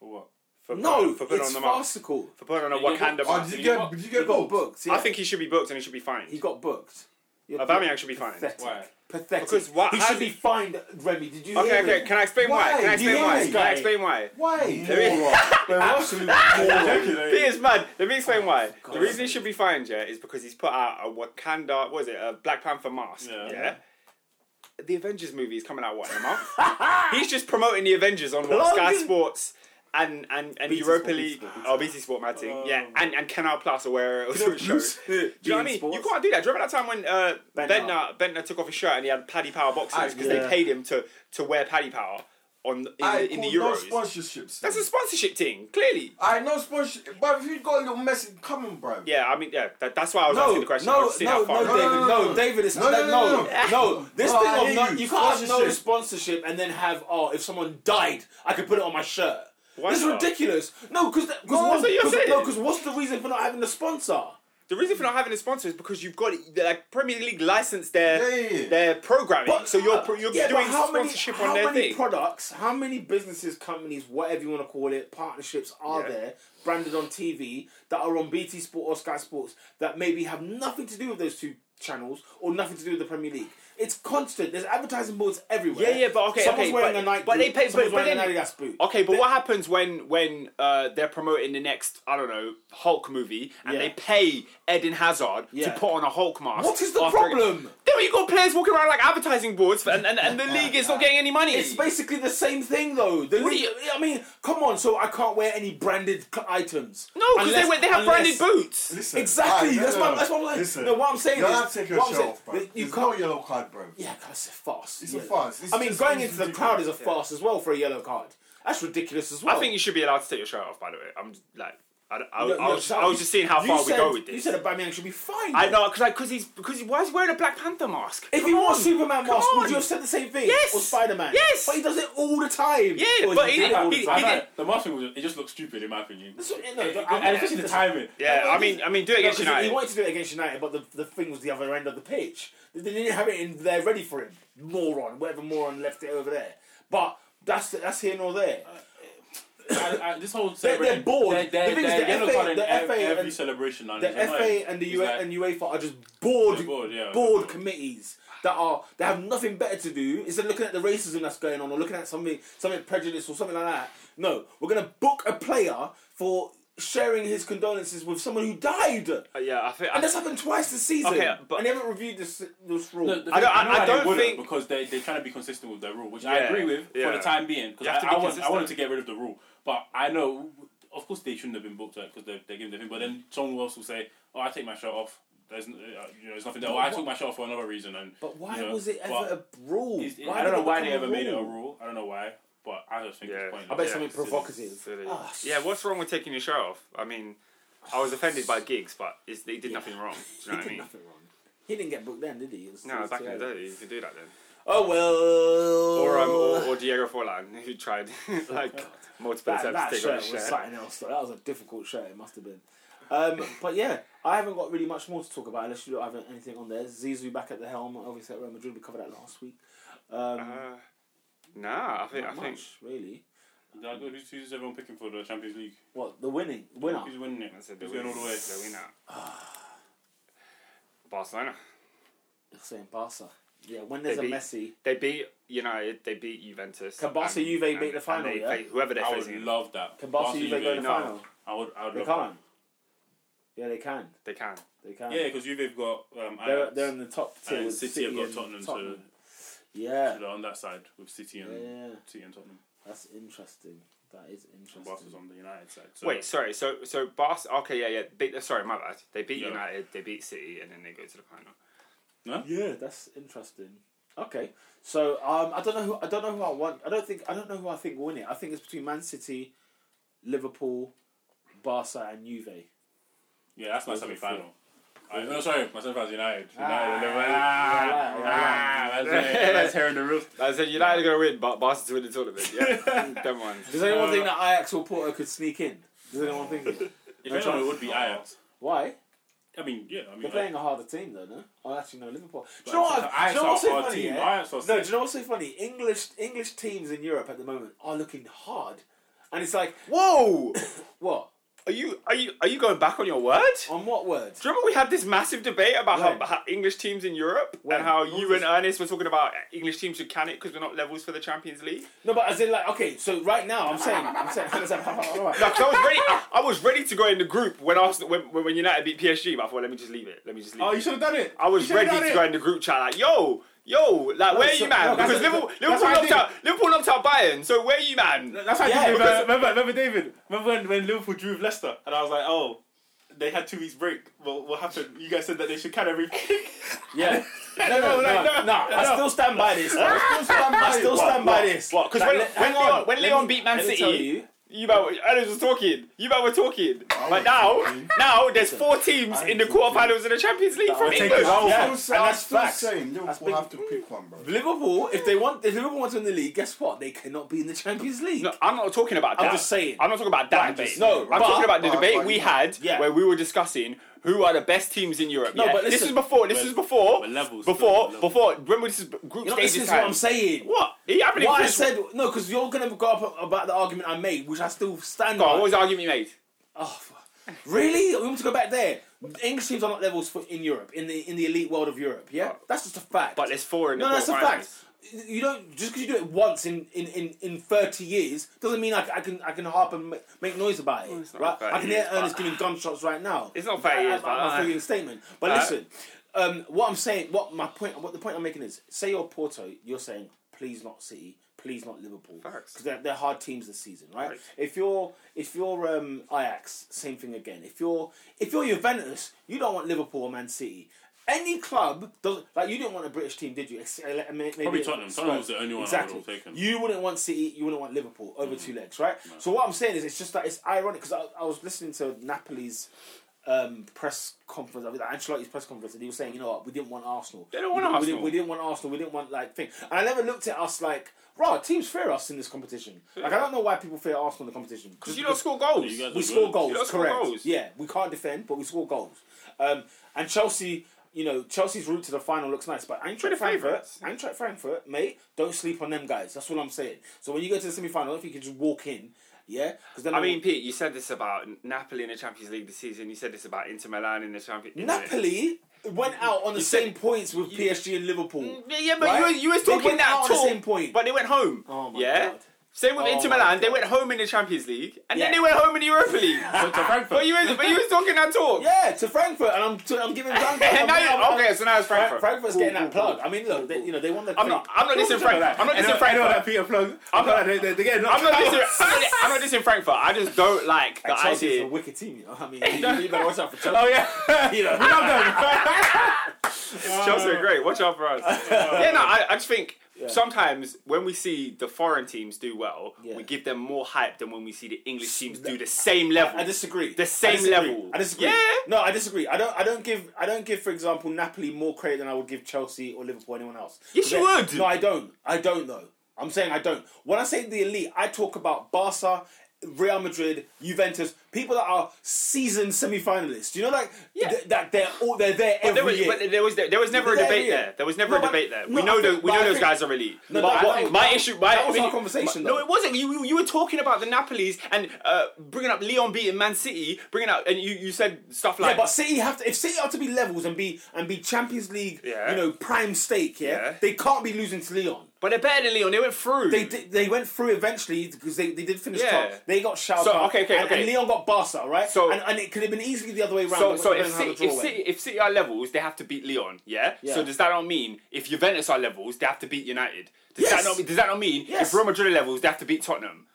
[SPEAKER 4] For what?
[SPEAKER 3] for
[SPEAKER 1] no?
[SPEAKER 3] put- for putting
[SPEAKER 1] it's
[SPEAKER 3] on the mask
[SPEAKER 1] farcical.
[SPEAKER 3] for putting on a
[SPEAKER 4] Yeah, yeah,
[SPEAKER 3] Wakanda
[SPEAKER 4] but-
[SPEAKER 2] Oh,
[SPEAKER 3] mask?
[SPEAKER 2] did you
[SPEAKER 4] You
[SPEAKER 2] get?
[SPEAKER 4] got-
[SPEAKER 2] Did you
[SPEAKER 1] He
[SPEAKER 2] get
[SPEAKER 1] got
[SPEAKER 2] booked?
[SPEAKER 1] booked. Yeah.
[SPEAKER 3] I think he should be booked and he should be fined.
[SPEAKER 1] he got booked. You're
[SPEAKER 3] Aubameyang should Oh, be fined.
[SPEAKER 1] pathetic.
[SPEAKER 4] Why?
[SPEAKER 1] pathetic.
[SPEAKER 3] Because why-
[SPEAKER 1] he
[SPEAKER 3] how
[SPEAKER 1] should
[SPEAKER 3] do-
[SPEAKER 1] be fined, Remy. Did you
[SPEAKER 3] Okay,
[SPEAKER 1] hear
[SPEAKER 3] okay.
[SPEAKER 1] him?
[SPEAKER 3] Can I explain why? Can I
[SPEAKER 1] Why? Do you
[SPEAKER 3] explain
[SPEAKER 1] hear
[SPEAKER 3] why?
[SPEAKER 1] this
[SPEAKER 3] Can I
[SPEAKER 1] guy?
[SPEAKER 3] explain why?
[SPEAKER 1] Why?
[SPEAKER 3] Let me-
[SPEAKER 1] They're absolute morons.
[SPEAKER 3] Peter's mad. Let me explain why.
[SPEAKER 1] God's
[SPEAKER 3] The reason he
[SPEAKER 1] sake.
[SPEAKER 3] should be fined, yeah, is because he's put out a Wakanda, what was it, a Black Panther mask, yeah.
[SPEAKER 4] Yeah.
[SPEAKER 3] The Avengers movie is coming out, what, in a month? he's just promoting the Avengers on what,
[SPEAKER 1] Plug
[SPEAKER 3] Sky
[SPEAKER 1] it.
[SPEAKER 3] Sports and, and, and
[SPEAKER 4] BT
[SPEAKER 3] Europa
[SPEAKER 4] Sport,
[SPEAKER 3] League,
[SPEAKER 4] BT Sport,
[SPEAKER 3] oh, BT Sport, my team, yeah, and, and Canal Plus or where it was showed.
[SPEAKER 2] Do
[SPEAKER 3] Do you know what I mean? You can't do that. Do you remember that time when uh, Bentner.
[SPEAKER 1] Bentner.
[SPEAKER 3] Bentner took off his shirt and he had Paddy Power boxers
[SPEAKER 1] Ah,
[SPEAKER 3] because they
[SPEAKER 1] yeah.
[SPEAKER 3] paid him to, to wear Paddy Power on in,
[SPEAKER 2] I
[SPEAKER 3] the, in the
[SPEAKER 2] call
[SPEAKER 3] Euros?
[SPEAKER 2] No sponsorships.
[SPEAKER 3] That's a sponsorship thing, clearly.
[SPEAKER 2] I no sponsorship. But if you got a little message, come on, bro.
[SPEAKER 3] Yeah, I mean, yeah, that, that's why I was
[SPEAKER 1] No,
[SPEAKER 3] asking the question.
[SPEAKER 1] no,
[SPEAKER 3] I've seen
[SPEAKER 1] no,
[SPEAKER 3] how far
[SPEAKER 1] no,
[SPEAKER 3] it
[SPEAKER 1] David,
[SPEAKER 3] goes.
[SPEAKER 2] No, no,
[SPEAKER 1] no,
[SPEAKER 2] no.
[SPEAKER 1] David, it's no,
[SPEAKER 2] No, no,
[SPEAKER 1] that,
[SPEAKER 2] no,
[SPEAKER 1] no,
[SPEAKER 2] no,
[SPEAKER 1] no, This
[SPEAKER 2] No,
[SPEAKER 1] thing
[SPEAKER 2] I
[SPEAKER 1] of
[SPEAKER 2] hear
[SPEAKER 1] no,
[SPEAKER 2] you.
[SPEAKER 1] you can't have no
[SPEAKER 2] Sponsorship.
[SPEAKER 1] sponsorship and then have oh, if someone died, I could put it on my shirt.
[SPEAKER 3] Why
[SPEAKER 1] this is
[SPEAKER 3] not?
[SPEAKER 1] ridiculous. No, because because
[SPEAKER 3] No, that's what you're saying.
[SPEAKER 1] no, because what's the reason for not having a sponsor?
[SPEAKER 3] The reason for not having a sponsor is because you've got it, the like, Premier League licensed their
[SPEAKER 2] Yeah, yeah, yeah.
[SPEAKER 3] their programming,
[SPEAKER 1] But- uh,
[SPEAKER 3] so you're pro- you're
[SPEAKER 1] yeah, but
[SPEAKER 3] doing
[SPEAKER 1] how many-
[SPEAKER 3] sponsorship
[SPEAKER 1] how
[SPEAKER 3] on their
[SPEAKER 1] many
[SPEAKER 3] thing.
[SPEAKER 1] products, how many businesses, companies, whatever you want to call it, partnerships are
[SPEAKER 3] Yeah.
[SPEAKER 1] there branded on TV that are on BT Sport or Sky Sports that maybe have nothing to do with those two channels or nothing to do with the Premier League. It's constant. There's advertising boards everywhere.
[SPEAKER 3] Yeah, yeah, but okay,
[SPEAKER 1] Someone's
[SPEAKER 3] okay,
[SPEAKER 1] wearing
[SPEAKER 3] but-
[SPEAKER 1] a Nike
[SPEAKER 3] but they
[SPEAKER 1] boot,
[SPEAKER 3] pay- but-
[SPEAKER 1] someone's
[SPEAKER 3] but
[SPEAKER 1] wearing
[SPEAKER 3] then-
[SPEAKER 1] an Adidas boot.
[SPEAKER 3] Okay, but what happens when when uh, they're promoting the next I don't know Hulk movie and
[SPEAKER 1] Yeah.
[SPEAKER 3] they pay Eden Hazard
[SPEAKER 1] Yeah.
[SPEAKER 3] to put on a Hulk mask?
[SPEAKER 1] What is the
[SPEAKER 3] after-
[SPEAKER 1] problem?
[SPEAKER 3] Then you got players walking around like advertising boards, for, and, and and the league is not getting any money.
[SPEAKER 1] It's basically the same thing, though. The
[SPEAKER 3] What do
[SPEAKER 1] league-
[SPEAKER 3] you-
[SPEAKER 1] I mean, come on. So I can't wear any branded c- items.
[SPEAKER 3] no, because they
[SPEAKER 1] Unless-
[SPEAKER 3] wear- they have branded
[SPEAKER 1] unless-
[SPEAKER 3] boots.
[SPEAKER 2] Listen,
[SPEAKER 1] Exactly.
[SPEAKER 2] alright, no,
[SPEAKER 1] that's
[SPEAKER 2] no,
[SPEAKER 1] what
[SPEAKER 2] no.
[SPEAKER 1] that's what I'm
[SPEAKER 2] Listen,
[SPEAKER 1] saying. No, what I'm saying
[SPEAKER 2] You don't
[SPEAKER 1] is,
[SPEAKER 2] have to take your
[SPEAKER 1] what I'm
[SPEAKER 2] shirt
[SPEAKER 1] saying-
[SPEAKER 2] off, bro.
[SPEAKER 1] that you
[SPEAKER 2] It's
[SPEAKER 1] can't.
[SPEAKER 2] not a yellow card, bro.
[SPEAKER 1] Yeah, that's a farce.
[SPEAKER 2] It's
[SPEAKER 1] yeah.
[SPEAKER 2] a farce. It's
[SPEAKER 1] I mean,
[SPEAKER 2] just-
[SPEAKER 1] going
[SPEAKER 2] it's
[SPEAKER 1] into the
[SPEAKER 2] ridiculous.
[SPEAKER 1] crowd is a
[SPEAKER 2] Yeah.
[SPEAKER 1] farce as well for a yellow card. That's ridiculous as well.
[SPEAKER 3] I think you should be allowed to take your shirt off. By the way, I'm just, like, I, I,
[SPEAKER 1] Oh. No,
[SPEAKER 3] I,
[SPEAKER 1] no,
[SPEAKER 3] was,
[SPEAKER 1] Sal,
[SPEAKER 3] I was just seeing how
[SPEAKER 1] you
[SPEAKER 3] far we
[SPEAKER 1] said-
[SPEAKER 3] go with this.
[SPEAKER 1] You said Aubameyang should be fined.
[SPEAKER 3] I know because because he's because he, why is he wearing a Black Panther mask?
[SPEAKER 1] If he
[SPEAKER 3] Come
[SPEAKER 1] wore a
[SPEAKER 3] on.
[SPEAKER 1] Superman
[SPEAKER 3] Come
[SPEAKER 1] mask,
[SPEAKER 3] on.
[SPEAKER 1] would you have said the same thing?
[SPEAKER 3] Yes.
[SPEAKER 1] Or Spider Man?
[SPEAKER 3] Yes.
[SPEAKER 1] But he does it all the time.
[SPEAKER 3] Yeah,
[SPEAKER 1] Or
[SPEAKER 3] but
[SPEAKER 1] he
[SPEAKER 3] he-
[SPEAKER 1] did it all the
[SPEAKER 3] he-
[SPEAKER 1] time.
[SPEAKER 4] I
[SPEAKER 3] he
[SPEAKER 4] know,
[SPEAKER 3] did-
[SPEAKER 4] the mask thing was, it just looks stupid in my opinion.
[SPEAKER 1] That's what- no,
[SPEAKER 4] It-
[SPEAKER 1] but
[SPEAKER 4] it-
[SPEAKER 1] I'm-
[SPEAKER 4] and especially the timing.
[SPEAKER 3] Yeah, I mean I mean do it
[SPEAKER 1] No,
[SPEAKER 3] against
[SPEAKER 1] 'cause
[SPEAKER 3] United.
[SPEAKER 1] He wanted to do it against United, but the, the thing was the other end of the pitch. They didn't have it in there ready for him. Moron, whatever moron left it over there. But that's that's here nor there.
[SPEAKER 4] Uh, I, I, this whole
[SPEAKER 1] They're-
[SPEAKER 4] celebration-
[SPEAKER 1] they're bored.
[SPEAKER 4] They're, they're,
[SPEAKER 1] The thing is,
[SPEAKER 4] they're
[SPEAKER 1] the
[SPEAKER 4] yellow
[SPEAKER 1] FA
[SPEAKER 4] carding
[SPEAKER 1] the
[SPEAKER 4] ev-
[SPEAKER 1] FA
[SPEAKER 4] every
[SPEAKER 1] and-
[SPEAKER 4] celebration now.
[SPEAKER 1] The
[SPEAKER 4] It's annoying.
[SPEAKER 1] FA and the
[SPEAKER 4] It's
[SPEAKER 1] U- E
[SPEAKER 4] like-
[SPEAKER 1] and UEFA are just bored,
[SPEAKER 4] They're bored, yeah.
[SPEAKER 1] bored committees that are they have nothing better to do instead of looking at the racism that's going on or looking at something something prejudice or something like that. No, we're gonna book a player for sharing his condolences with someone who died, and
[SPEAKER 3] Uh, yeah, I think I,
[SPEAKER 1] that's happened twice this season.
[SPEAKER 3] Okay, but-
[SPEAKER 1] and they haven't reviewed this this rule.
[SPEAKER 4] No, the thing-
[SPEAKER 3] I don't- I-
[SPEAKER 4] know
[SPEAKER 3] I
[SPEAKER 4] why they
[SPEAKER 3] don't
[SPEAKER 4] wouldn't,
[SPEAKER 3] think-
[SPEAKER 4] because they they're trying to be consistent with their rule, which I
[SPEAKER 3] Yeah,
[SPEAKER 4] agree with
[SPEAKER 3] yeah.
[SPEAKER 4] for the time being.
[SPEAKER 3] You
[SPEAKER 4] Because
[SPEAKER 3] have to
[SPEAKER 4] I,
[SPEAKER 3] be
[SPEAKER 4] I, want, I wanted
[SPEAKER 3] consistent.
[SPEAKER 4] to get rid of the rule, but I know, of course, they shouldn't have been booked because they're, they're giving their thing. But then someone else will say, "Oh, I take my shirt off." There's, n- uh, you know, there's nothing there. Oh, I took my shirt off for another reason. And
[SPEAKER 1] but why
[SPEAKER 4] you know,
[SPEAKER 1] was it
[SPEAKER 4] but
[SPEAKER 1] ever a rule?
[SPEAKER 4] it's- it-
[SPEAKER 1] Why
[SPEAKER 4] I don't
[SPEAKER 1] did
[SPEAKER 4] know
[SPEAKER 1] it
[SPEAKER 4] why they
[SPEAKER 1] become
[SPEAKER 4] ever made it a rule. I don't know why, but I just think
[SPEAKER 3] Yeah.
[SPEAKER 4] it's
[SPEAKER 1] I
[SPEAKER 4] pointless.
[SPEAKER 1] bet
[SPEAKER 3] Yeah,
[SPEAKER 1] something
[SPEAKER 3] it's silly.
[SPEAKER 1] provocative.
[SPEAKER 3] silly.
[SPEAKER 1] Ah, s-
[SPEAKER 3] yeah, what's wrong with taking your shirt off? I mean, I was offended by gigs, but it's, he did nothing wrong. Do you
[SPEAKER 1] He
[SPEAKER 3] know what I
[SPEAKER 1] did
[SPEAKER 3] mean?
[SPEAKER 1] nothing wrong. He didn't get booked then, did he? It was- it
[SPEAKER 3] No,
[SPEAKER 1] was
[SPEAKER 3] back
[SPEAKER 1] too
[SPEAKER 3] in the
[SPEAKER 1] early.
[SPEAKER 3] day, you could do that then.
[SPEAKER 1] Oh well. uh,
[SPEAKER 3] Or um, or, or Diego Forlan, who tried like multiple
[SPEAKER 1] Oh. that,
[SPEAKER 3] times
[SPEAKER 1] that
[SPEAKER 3] to take
[SPEAKER 1] shirt
[SPEAKER 3] off
[SPEAKER 1] was
[SPEAKER 3] his shirt.
[SPEAKER 1] something else. Though. That was a difficult shirt. It must have been. Um, but yeah, I haven't got really much more to talk about unless you don't have anything on there. Zizou back at the helm, obviously at Real Madrid. We covered that last week. Um,
[SPEAKER 3] Uh, nah, I think I
[SPEAKER 1] not
[SPEAKER 3] think
[SPEAKER 1] much, really.
[SPEAKER 4] Yeah, who's, who's everyone picking for the Champions League?
[SPEAKER 1] What the winning winner?
[SPEAKER 4] Who's winning it?
[SPEAKER 3] that's
[SPEAKER 4] Who's
[SPEAKER 3] a
[SPEAKER 4] going all the way?
[SPEAKER 3] the winner. Barcelona.
[SPEAKER 1] I'm saying Barca. Yeah, when there's a
[SPEAKER 3] They beat-
[SPEAKER 1] Messi,
[SPEAKER 3] They beat United. They beat Juventus.
[SPEAKER 1] Can Barca
[SPEAKER 3] and-
[SPEAKER 1] Juve
[SPEAKER 3] and-
[SPEAKER 1] make the
[SPEAKER 3] and
[SPEAKER 1] final,
[SPEAKER 3] they
[SPEAKER 1] yeah?
[SPEAKER 3] face- whoever they're
[SPEAKER 4] I
[SPEAKER 3] facing,
[SPEAKER 4] would love that.
[SPEAKER 1] can Barca
[SPEAKER 4] Barca,
[SPEAKER 1] Juve go to the
[SPEAKER 4] no.
[SPEAKER 1] final?
[SPEAKER 4] I would. I would
[SPEAKER 1] They
[SPEAKER 4] love
[SPEAKER 1] can't. Yeah, they can.
[SPEAKER 3] they can.
[SPEAKER 1] They can.
[SPEAKER 4] that. Yeah, because Juve have got. Um,
[SPEAKER 1] they're,
[SPEAKER 4] Ajax.
[SPEAKER 1] they're in the top tier.
[SPEAKER 4] And
[SPEAKER 1] with
[SPEAKER 4] City, have got
[SPEAKER 1] and
[SPEAKER 4] Tottenham,
[SPEAKER 1] Yeah,
[SPEAKER 4] so they're on that side with City and
[SPEAKER 1] yeah,
[SPEAKER 4] City and Tottenham.
[SPEAKER 1] that's interesting. That is interesting.
[SPEAKER 4] And Barca's on the United side. So
[SPEAKER 3] Wait, sorry. So so Barca. Okay, yeah, yeah. Beat, sorry, my bad. They beat
[SPEAKER 4] Yeah.
[SPEAKER 3] United. They beat City, and then they go to the final.
[SPEAKER 1] Yeah, that's interesting. Okay, so um, I don't know who I don't know who I want. I don't think I don't know who I think will win it. I think it's between Man City, Liverpool, Barca, and Juve.
[SPEAKER 4] yeah, that's my
[SPEAKER 1] Those are the
[SPEAKER 4] semi-final. I, no, sorry, my semi-final is United. United. Ah,
[SPEAKER 1] Ah,
[SPEAKER 4] ah, that's it, that's hearing the roof.
[SPEAKER 3] I said United are gonna win, but Barca's winning the tournament. Yeah, them ones.
[SPEAKER 1] Does anyone think that Ajax or Porto could sneak in? Does anyone think it?
[SPEAKER 4] If anyone, it would be Ajax.
[SPEAKER 1] Why?
[SPEAKER 4] I mean, yeah, I mean,
[SPEAKER 1] They're playing a harder team though, no? Oh, actually, no, Liverpool. Do
[SPEAKER 4] but
[SPEAKER 1] you know what? Do you
[SPEAKER 4] Ajax
[SPEAKER 1] know
[SPEAKER 4] are a
[SPEAKER 1] what's so
[SPEAKER 4] hard
[SPEAKER 1] funny?
[SPEAKER 4] team.
[SPEAKER 1] yeah?
[SPEAKER 4] Ajax are
[SPEAKER 1] No, do you know what's so funny? English English teams in Europe at the moment are looking hard, and it's like
[SPEAKER 3] Whoa!
[SPEAKER 1] what?
[SPEAKER 3] Are you are you are you going back on your word?
[SPEAKER 1] On what word?
[SPEAKER 3] Do you remember we had this massive debate about how,
[SPEAKER 1] When?
[SPEAKER 3] how English teams in Europe
[SPEAKER 1] When?
[SPEAKER 3] and how
[SPEAKER 1] What
[SPEAKER 3] you
[SPEAKER 1] was
[SPEAKER 3] and Ernest were talking about English teams should can it because we're not levels for the Champions League?
[SPEAKER 1] No, but as in like okay, so right now I'm saying I'm saying, I'm saying all right.
[SPEAKER 3] No, 'cause I was ready. I, I was ready to go in the group when Arsenal when, when when United beat PSG. But I thought, let me just leave it. Let me just leave.
[SPEAKER 2] Oh,
[SPEAKER 3] it.
[SPEAKER 2] you should have done it.
[SPEAKER 3] I was
[SPEAKER 2] You should've
[SPEAKER 3] ready
[SPEAKER 2] done
[SPEAKER 3] to
[SPEAKER 2] it.
[SPEAKER 3] go in the group chat like, yo, yo, like where
[SPEAKER 1] so-
[SPEAKER 3] you man?
[SPEAKER 1] no, that's-
[SPEAKER 3] because Liverpool,
[SPEAKER 1] that's
[SPEAKER 3] Liverpool
[SPEAKER 2] what I
[SPEAKER 3] knocked
[SPEAKER 2] did.
[SPEAKER 3] out Liverpool knocked out Bayern. So where you man?
[SPEAKER 4] That's how
[SPEAKER 1] Yeah,
[SPEAKER 4] you
[SPEAKER 1] because-
[SPEAKER 4] remember, remember, remember, David. Remember when, when Liverpool drew with Leicester, and I was like, oh, they had two weeks break. Well, what happened? You guys said that they should can everything.
[SPEAKER 1] Yeah. No, no, no,
[SPEAKER 4] No,
[SPEAKER 1] no,
[SPEAKER 4] no,
[SPEAKER 1] no, I still stand by this. I still stand by, I still stand by this.
[SPEAKER 3] What? Because
[SPEAKER 1] Like,
[SPEAKER 3] when,
[SPEAKER 1] let-
[SPEAKER 3] when
[SPEAKER 1] hang on,
[SPEAKER 3] Leon, when
[SPEAKER 1] let
[SPEAKER 3] Leon
[SPEAKER 1] me-
[SPEAKER 3] beat Man
[SPEAKER 1] let me
[SPEAKER 3] City,
[SPEAKER 1] tell you.
[SPEAKER 3] You man, were- Ernest was talking. You man were talking. But
[SPEAKER 2] was
[SPEAKER 3] now,
[SPEAKER 2] talking.
[SPEAKER 3] now there's four teams
[SPEAKER 2] I
[SPEAKER 3] in the
[SPEAKER 2] was talking.
[SPEAKER 3] quarterfinals of the Champions League from
[SPEAKER 1] was taking
[SPEAKER 3] England.
[SPEAKER 1] it out.
[SPEAKER 2] I'm
[SPEAKER 1] Yeah,
[SPEAKER 2] still sa-
[SPEAKER 1] and
[SPEAKER 2] I'm
[SPEAKER 1] that's
[SPEAKER 2] still
[SPEAKER 1] facts.
[SPEAKER 2] saying Liverpool
[SPEAKER 1] big-
[SPEAKER 2] have to pick one, bro.
[SPEAKER 1] Liverpool, if they want, if Liverpool want to win the league, guess what? They cannot be in the Champions League.
[SPEAKER 3] No, I'm not talking about that.
[SPEAKER 1] I'm just saying.
[SPEAKER 3] I'm not talking about
[SPEAKER 1] Right,
[SPEAKER 3] that
[SPEAKER 1] I'm
[SPEAKER 3] debate.
[SPEAKER 1] just- no,
[SPEAKER 3] I'm
[SPEAKER 1] but-
[SPEAKER 3] talking about the
[SPEAKER 2] but-
[SPEAKER 3] debate
[SPEAKER 2] but-
[SPEAKER 3] we had
[SPEAKER 1] Yeah.
[SPEAKER 3] where we were discussing who are the best teams in Europe.
[SPEAKER 1] No,
[SPEAKER 3] Yeah,
[SPEAKER 1] but
[SPEAKER 3] this
[SPEAKER 1] listen.
[SPEAKER 3] is before. This
[SPEAKER 4] We're-
[SPEAKER 3] is before.
[SPEAKER 4] we're levels,
[SPEAKER 3] Before.
[SPEAKER 4] we're levels.
[SPEAKER 3] Before. Remember, this is group
[SPEAKER 1] You know,
[SPEAKER 3] stages
[SPEAKER 1] this is
[SPEAKER 3] time.
[SPEAKER 1] what I'm saying.
[SPEAKER 3] What? You haven't even
[SPEAKER 1] What I
[SPEAKER 3] finished-
[SPEAKER 1] said, no, because you're gonna go up about the argument I made, which I still stand
[SPEAKER 3] Go
[SPEAKER 1] by.
[SPEAKER 3] on, what was the argument you made?
[SPEAKER 1] Oh, f- really? We want to go back there. English teams are not levels for in Europe, in the in the elite world of Europe. Yeah, that's just a fact.
[SPEAKER 3] But there's four in the
[SPEAKER 1] no, that's a fact.
[SPEAKER 3] quarterfinals.
[SPEAKER 1] You don't just because you do it once in, in, in, in thirty years doesn't mean I, c- I can I can harp and ma- make noise about it.
[SPEAKER 3] it's not
[SPEAKER 1] right?
[SPEAKER 3] 30
[SPEAKER 1] I can hear
[SPEAKER 3] years, but-
[SPEAKER 1] Ernest giving gunshots right now.
[SPEAKER 3] It's not 30 years,
[SPEAKER 1] I, I,
[SPEAKER 3] but-
[SPEAKER 1] I'm making a statement. But
[SPEAKER 3] Uh,
[SPEAKER 1] listen, um, what I'm saying, what my point, what the point I'm making is, say you're Porto, you're saying please not City, please not Liverpool,
[SPEAKER 3] Facts.
[SPEAKER 1] because they're, they're hard teams this season, right?
[SPEAKER 3] Right.
[SPEAKER 1] If you're if you're um, Ajax, same thing again. If you're if you're Juventus, you don't want Liverpool or Man City. Any club does like you didn't want a British team, did you? Ex- uh, like, may- maybe
[SPEAKER 4] Probably
[SPEAKER 1] it-
[SPEAKER 4] Tottenham.
[SPEAKER 1] Spurs.
[SPEAKER 4] Tottenham was the only one I would
[SPEAKER 1] exactly.
[SPEAKER 4] have taken. Mm.
[SPEAKER 1] You wouldn't want City. You wouldn't want Liverpool over two legs, right? So what I'm saying is, it's just that it's ironic because I, I was listening to Napoli's um, press conference, I mean, Ancelotti's press conference, and he was saying, you know what, we didn't want Arsenal.
[SPEAKER 3] They don't
[SPEAKER 1] we
[SPEAKER 3] want
[SPEAKER 1] didn't- We
[SPEAKER 3] Arsenal.
[SPEAKER 1] didn't, we didn't want Arsenal. We didn't want like thing. And I never looked at us like, raw teams fear us in this competition. Like I don't know why people fear Arsenal in the competition.
[SPEAKER 3] Because you don't score goals.
[SPEAKER 4] You guys-
[SPEAKER 1] we score goals,
[SPEAKER 3] You don't score
[SPEAKER 1] correct?
[SPEAKER 3] goals.
[SPEAKER 1] Yeah, we can't defend, but we score goals. Um, and Chelsea, you know, Chelsea's route to the final looks nice, but
[SPEAKER 3] We're the
[SPEAKER 1] Eintracht Frankfurt,
[SPEAKER 3] favourites.
[SPEAKER 1] Eintracht Frankfurt, mate, don't sleep on them guys. That's what I'm saying. So when you go to the semi-final, if you can just walk in, yeah, because then
[SPEAKER 3] I mean, Pete, you said this about Napoli in the Champions League this season. You said this about Inter Milan in the Champions League.
[SPEAKER 1] Napoli went out on the
[SPEAKER 3] said- Mm,
[SPEAKER 1] same points with PSG and Liverpool.
[SPEAKER 3] Yeah, but
[SPEAKER 1] Right?
[SPEAKER 3] you, was- you was
[SPEAKER 1] They
[SPEAKER 3] talking
[SPEAKER 1] went out
[SPEAKER 3] that
[SPEAKER 1] on the
[SPEAKER 3] talk,
[SPEAKER 1] same point.
[SPEAKER 3] but they went home.
[SPEAKER 1] Oh my
[SPEAKER 3] yeah?
[SPEAKER 1] God.
[SPEAKER 3] Same with
[SPEAKER 1] Oh
[SPEAKER 3] Inter
[SPEAKER 1] my
[SPEAKER 3] Milan. They
[SPEAKER 1] God.
[SPEAKER 3] went home in the Champions League, and then
[SPEAKER 1] Yeah.
[SPEAKER 3] they went home in the Europa League.
[SPEAKER 4] So to Frankfurt.
[SPEAKER 3] but you, was, but you was talking that talk.
[SPEAKER 1] Yeah, to Frankfurt, and I'm to, I'm giving Frankfurt.
[SPEAKER 3] And now
[SPEAKER 1] I'm-
[SPEAKER 3] you-
[SPEAKER 1] I'm-
[SPEAKER 3] okay, so now it's Frankfurt.
[SPEAKER 1] Frankfurt's getting that plug. I mean, look, they, you know they won the.
[SPEAKER 3] I'm not. I'm not dissing Frankfurt. I'm not dissing Frankfurt.
[SPEAKER 4] Peter Plug.
[SPEAKER 3] I'm not-
[SPEAKER 4] They, they, they get
[SPEAKER 3] I'm not dissing. I'm not- I'm not dissing Frankfurt. I just don't like the
[SPEAKER 1] Chelsea's a
[SPEAKER 3] idea.
[SPEAKER 1] wicked team, you know. I mean, you, you better watch out for Chelsea.
[SPEAKER 4] Oh yeah.
[SPEAKER 1] You know.
[SPEAKER 3] Chelsea are great. Watch out for us. yeah, no, I, I just think sometimes when we see the foreign teams do well,
[SPEAKER 1] Yeah.
[SPEAKER 3] we give them more hype than when we see the English teams do the same level.
[SPEAKER 1] I disagree.
[SPEAKER 3] The
[SPEAKER 1] I
[SPEAKER 3] same
[SPEAKER 1] disagree.
[SPEAKER 3] level.
[SPEAKER 1] I disagree.
[SPEAKER 3] Yeah.
[SPEAKER 1] No, I disagree. I don't. I don't give. I don't give, for example, Napoli more credit than I would give Chelsea or Liverpool or anyone else.
[SPEAKER 3] Yes, you
[SPEAKER 1] Because-
[SPEAKER 3] would.
[SPEAKER 1] No, I don't. I don't though. I'm saying I don't. When I say the elite, I talk about Barca, Real Madrid, Juventus, people that are seasoned semi-finalists. You know, like
[SPEAKER 3] Yeah.
[SPEAKER 1] th- that they're all they're there every
[SPEAKER 3] there was,
[SPEAKER 1] year.
[SPEAKER 3] but there was there was never a
[SPEAKER 1] Every
[SPEAKER 3] debate
[SPEAKER 1] year.
[SPEAKER 3] there. There was never
[SPEAKER 1] No,
[SPEAKER 3] a
[SPEAKER 1] but-
[SPEAKER 3] debate there.
[SPEAKER 1] no,
[SPEAKER 3] we
[SPEAKER 1] I
[SPEAKER 3] know
[SPEAKER 1] think-
[SPEAKER 3] that we
[SPEAKER 1] but I
[SPEAKER 3] know those
[SPEAKER 1] think-
[SPEAKER 3] guys are elite.
[SPEAKER 1] No,
[SPEAKER 3] but
[SPEAKER 1] that-
[SPEAKER 3] what-
[SPEAKER 1] that-
[SPEAKER 3] my
[SPEAKER 1] that-
[SPEAKER 3] issue, my
[SPEAKER 1] that was
[SPEAKER 3] I mean,
[SPEAKER 1] our conversation,
[SPEAKER 3] No,
[SPEAKER 1] though.
[SPEAKER 3] it wasn't. You you were talking about the Napoli's and uh, bringing up Leon beating Man City, bringing up and you, you said stuff
[SPEAKER 1] yeah,
[SPEAKER 3] like
[SPEAKER 1] but City have to if City are to be levels and be and be Champions League,
[SPEAKER 3] Yeah.
[SPEAKER 1] you know, prime stake. Yeah,
[SPEAKER 3] Yeah.
[SPEAKER 1] they can't be losing to Leon.
[SPEAKER 3] But they're better than Leon. They went through.
[SPEAKER 1] They did, they went through eventually because they, they did finish
[SPEAKER 3] Yeah.
[SPEAKER 1] top. They got shouted
[SPEAKER 3] So,
[SPEAKER 1] out.
[SPEAKER 3] okay, okay,
[SPEAKER 1] and,
[SPEAKER 3] okay.
[SPEAKER 1] and Leon got Barca, right?
[SPEAKER 3] So-
[SPEAKER 1] and, and it could have been easily the other way around.
[SPEAKER 3] So,
[SPEAKER 1] but
[SPEAKER 3] so
[SPEAKER 1] we
[SPEAKER 3] if
[SPEAKER 1] don't know how
[SPEAKER 3] City,
[SPEAKER 1] the
[SPEAKER 3] if,
[SPEAKER 1] draw
[SPEAKER 3] City,
[SPEAKER 1] went.
[SPEAKER 3] if City are levels, they have to beat Leon, yeah?
[SPEAKER 1] Yeah.
[SPEAKER 3] So does that not mean if Juventus are levels, they have to beat United? Does
[SPEAKER 1] Yes.
[SPEAKER 3] that not mean- does that not mean
[SPEAKER 1] Yes.
[SPEAKER 3] if Real Madrid are levels, they have to beat Tottenham?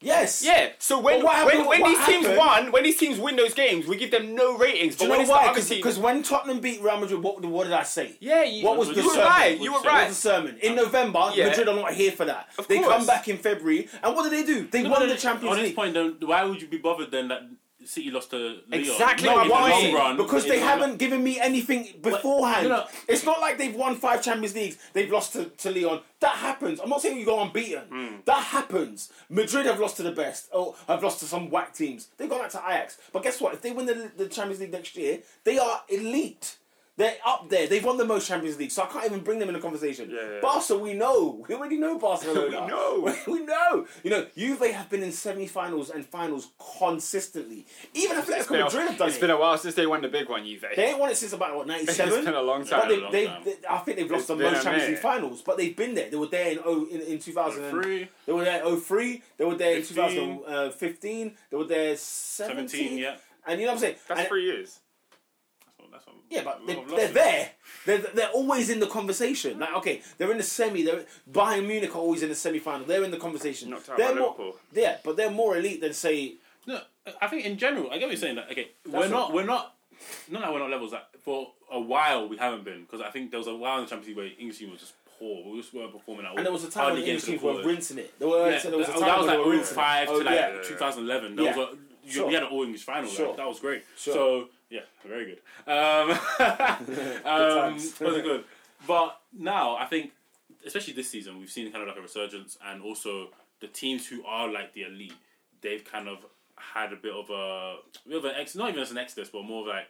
[SPEAKER 1] yes,
[SPEAKER 3] Yeah. So when
[SPEAKER 1] But what happened-
[SPEAKER 3] when, when
[SPEAKER 1] what
[SPEAKER 3] these teams
[SPEAKER 1] happened-
[SPEAKER 3] won, when these teams win those games, we give them no ratings.
[SPEAKER 1] Do
[SPEAKER 3] But
[SPEAKER 1] you
[SPEAKER 3] when
[SPEAKER 1] know
[SPEAKER 3] it's
[SPEAKER 1] why?
[SPEAKER 3] the other team,
[SPEAKER 1] Because when Tottenham beat Real Madrid, what, what did I say?
[SPEAKER 3] yeah, you,
[SPEAKER 1] What was
[SPEAKER 3] you
[SPEAKER 1] the
[SPEAKER 3] were
[SPEAKER 1] sermon?
[SPEAKER 3] right. You were
[SPEAKER 4] What
[SPEAKER 1] What
[SPEAKER 3] right. Uh,
[SPEAKER 1] was the sermon? In November,
[SPEAKER 3] Yeah.
[SPEAKER 1] Madrid are not here for that.
[SPEAKER 3] Of
[SPEAKER 1] they
[SPEAKER 3] course.
[SPEAKER 1] come back in February, and what do they do? They won the Champions
[SPEAKER 4] On this
[SPEAKER 1] League.
[SPEAKER 4] point, then why would you be bothered then that City lost to Leon?
[SPEAKER 3] Exactly
[SPEAKER 4] No,
[SPEAKER 3] my
[SPEAKER 4] in the
[SPEAKER 3] point.
[SPEAKER 4] long run,
[SPEAKER 1] because
[SPEAKER 4] in
[SPEAKER 1] they
[SPEAKER 4] the long-
[SPEAKER 1] haven't given me anything beforehand.
[SPEAKER 4] no, no.
[SPEAKER 1] It's not like they've won five Champions Leagues. They've lost to, to Leon. That happens. I'm not saying you go unbeaten.
[SPEAKER 3] Hmm.
[SPEAKER 1] That happens. Madrid have lost to the best. Oh, have lost to some whack teams. They've gone out to Ajax. But guess what? If they win the, the Champions League next year, they are elite. They're up there. They've won the most Champions League, so I can't even bring them in the conversation.
[SPEAKER 3] Yeah, yeah, yeah.
[SPEAKER 1] Barca, we know. We already know Barcelona.
[SPEAKER 3] We know.
[SPEAKER 1] We know. You know, Juve have been in semi-finals and finals consistently. Even
[SPEAKER 3] It's
[SPEAKER 1] Atletico
[SPEAKER 3] been,
[SPEAKER 1] Madrid have
[SPEAKER 3] a,
[SPEAKER 1] done
[SPEAKER 3] it's
[SPEAKER 1] it.
[SPEAKER 3] been a while since they won the big one, Juve.
[SPEAKER 1] they ain't won it since about what ninety-seven.
[SPEAKER 3] It's been a long
[SPEAKER 1] But
[SPEAKER 3] time.
[SPEAKER 1] they,
[SPEAKER 4] long
[SPEAKER 1] they,
[SPEAKER 4] time.
[SPEAKER 1] they- I think they've lost
[SPEAKER 3] It's
[SPEAKER 1] the
[SPEAKER 3] been
[SPEAKER 1] most
[SPEAKER 3] a
[SPEAKER 1] Champions League
[SPEAKER 3] minute.
[SPEAKER 1] finals, but they've been there. They were there in oh, in, in 2000. and-
[SPEAKER 4] Three,
[SPEAKER 1] They were there in 03, they were there
[SPEAKER 4] 15.
[SPEAKER 1] in 2015, they were there 17.
[SPEAKER 4] 17, yeah.
[SPEAKER 1] And you know what I'm saying?
[SPEAKER 3] That's
[SPEAKER 1] And-
[SPEAKER 3] three years.
[SPEAKER 4] That's what, Oh, that's what,
[SPEAKER 1] Yeah, but
[SPEAKER 4] we've
[SPEAKER 1] they,
[SPEAKER 4] lost
[SPEAKER 1] they're
[SPEAKER 4] it.
[SPEAKER 1] there. They're, they're always in the conversation. Like, okay, they're in the semi. They're, Bayern Munich are always in the semi final. They're in the conversation.
[SPEAKER 3] Knocked out
[SPEAKER 1] they're
[SPEAKER 3] by
[SPEAKER 1] more,
[SPEAKER 3] Liverpool.
[SPEAKER 1] Yeah, but they're more elite than, say,
[SPEAKER 4] No, I think in general, I get what you're saying. Like, okay,
[SPEAKER 1] what-
[SPEAKER 4] we're not, we're not, not that we're not levels. Like, for a while, we haven't been because I think there was a while in the Champions League where English team was just poor. We just weren't performing at all.
[SPEAKER 1] and there was a time when the English teams were rinsing it. There were,
[SPEAKER 4] Yeah,
[SPEAKER 1] so there was a
[SPEAKER 4] that,
[SPEAKER 1] time
[SPEAKER 4] that was like
[SPEAKER 1] when they were
[SPEAKER 4] 0
[SPEAKER 1] rinsing it.
[SPEAKER 4] five
[SPEAKER 1] Oh,
[SPEAKER 4] to like
[SPEAKER 1] yeah.
[SPEAKER 4] 2011. That
[SPEAKER 1] Yeah.
[SPEAKER 4] was a, you,
[SPEAKER 1] Sure.
[SPEAKER 4] we had an all English final. like,
[SPEAKER 1] Sure.
[SPEAKER 4] that was great.
[SPEAKER 1] Sure.
[SPEAKER 4] So yeah, very good. Um, um,
[SPEAKER 1] times.
[SPEAKER 4] wasn't good. But now I think, especially this season, we've seen kind of like a resurgence, and also the teams who are like the elite, they've kind of had a bit of a bit of an ex, not even as an exodus, but more of like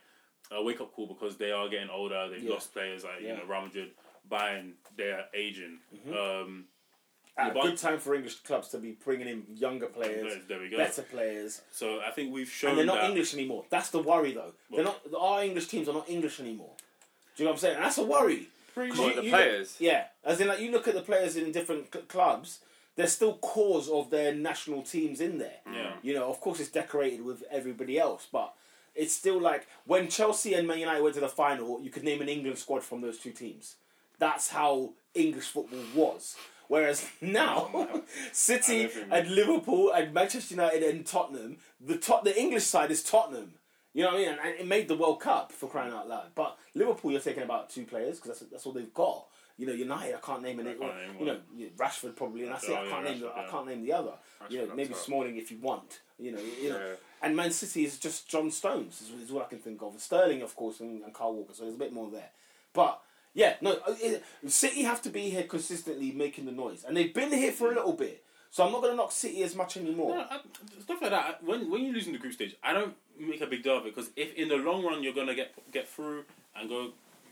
[SPEAKER 4] a wake up call because they are getting older. They've
[SPEAKER 1] Yeah.
[SPEAKER 4] lost players like
[SPEAKER 1] Yeah. Mm-hmm.
[SPEAKER 4] you know Real Madrid, Bayern, they are aging. Um,
[SPEAKER 1] At a
[SPEAKER 4] Yeah, but-
[SPEAKER 1] Uh, good time for English clubs to be bringing in younger players,
[SPEAKER 4] there we go.
[SPEAKER 1] better players.
[SPEAKER 4] So I think we've shown
[SPEAKER 1] And they're not
[SPEAKER 4] that
[SPEAKER 1] English anymore. That's the worry, though. They're not. Our English teams are not English anymore. Do you know what I'm saying? And that's a worry.
[SPEAKER 4] pretty
[SPEAKER 1] 'Cause
[SPEAKER 3] What,
[SPEAKER 1] you-
[SPEAKER 3] the
[SPEAKER 1] you look-
[SPEAKER 3] players?
[SPEAKER 1] yeah, as in like you look at the players in different cl- clubs. They're still cores of their national teams in there.
[SPEAKER 4] Yeah.
[SPEAKER 1] You know, of course, it's decorated with everybody else, but it's still like when Chelsea and Man United went to the final, you could name an England squad from those two teams. That's how English football was. Whereas now, City
[SPEAKER 4] Everything.
[SPEAKER 1] and Liverpool and Manchester United and Tottenham, the top, the English side is Tottenham. You know what I mean? And, and it made the World Cup for crying out loud. But Liverpool, you're taking about two players because that's, that's all they've got. You know, United, I can't name any.
[SPEAKER 4] I can't name
[SPEAKER 1] you know,
[SPEAKER 4] one.
[SPEAKER 1] you- Rashford probably, and that's
[SPEAKER 4] Oh,
[SPEAKER 1] it. I
[SPEAKER 4] yeah,
[SPEAKER 1] can't name the,
[SPEAKER 4] Rashford,
[SPEAKER 1] I
[SPEAKER 4] yeah.
[SPEAKER 1] can't name the other. you know,
[SPEAKER 3] Rashford,
[SPEAKER 1] maybe
[SPEAKER 3] that's
[SPEAKER 1] Smalling if you want. You know, you know.
[SPEAKER 3] Yeah.
[SPEAKER 1] And Man City is just John Stones is, is all I can think of. And Sterling, of course, and, and Carl Walker. So there's a bit more there. But yeah, no, uh, it, City have to be here consistently making the noise, and they've been here for a little bit. So I'm not going to knock City as much anymore.
[SPEAKER 4] No, I, stuff like that. I- When when you lose in the group stage, I don't make a big deal of it because if in the long run you're gonna get get through and go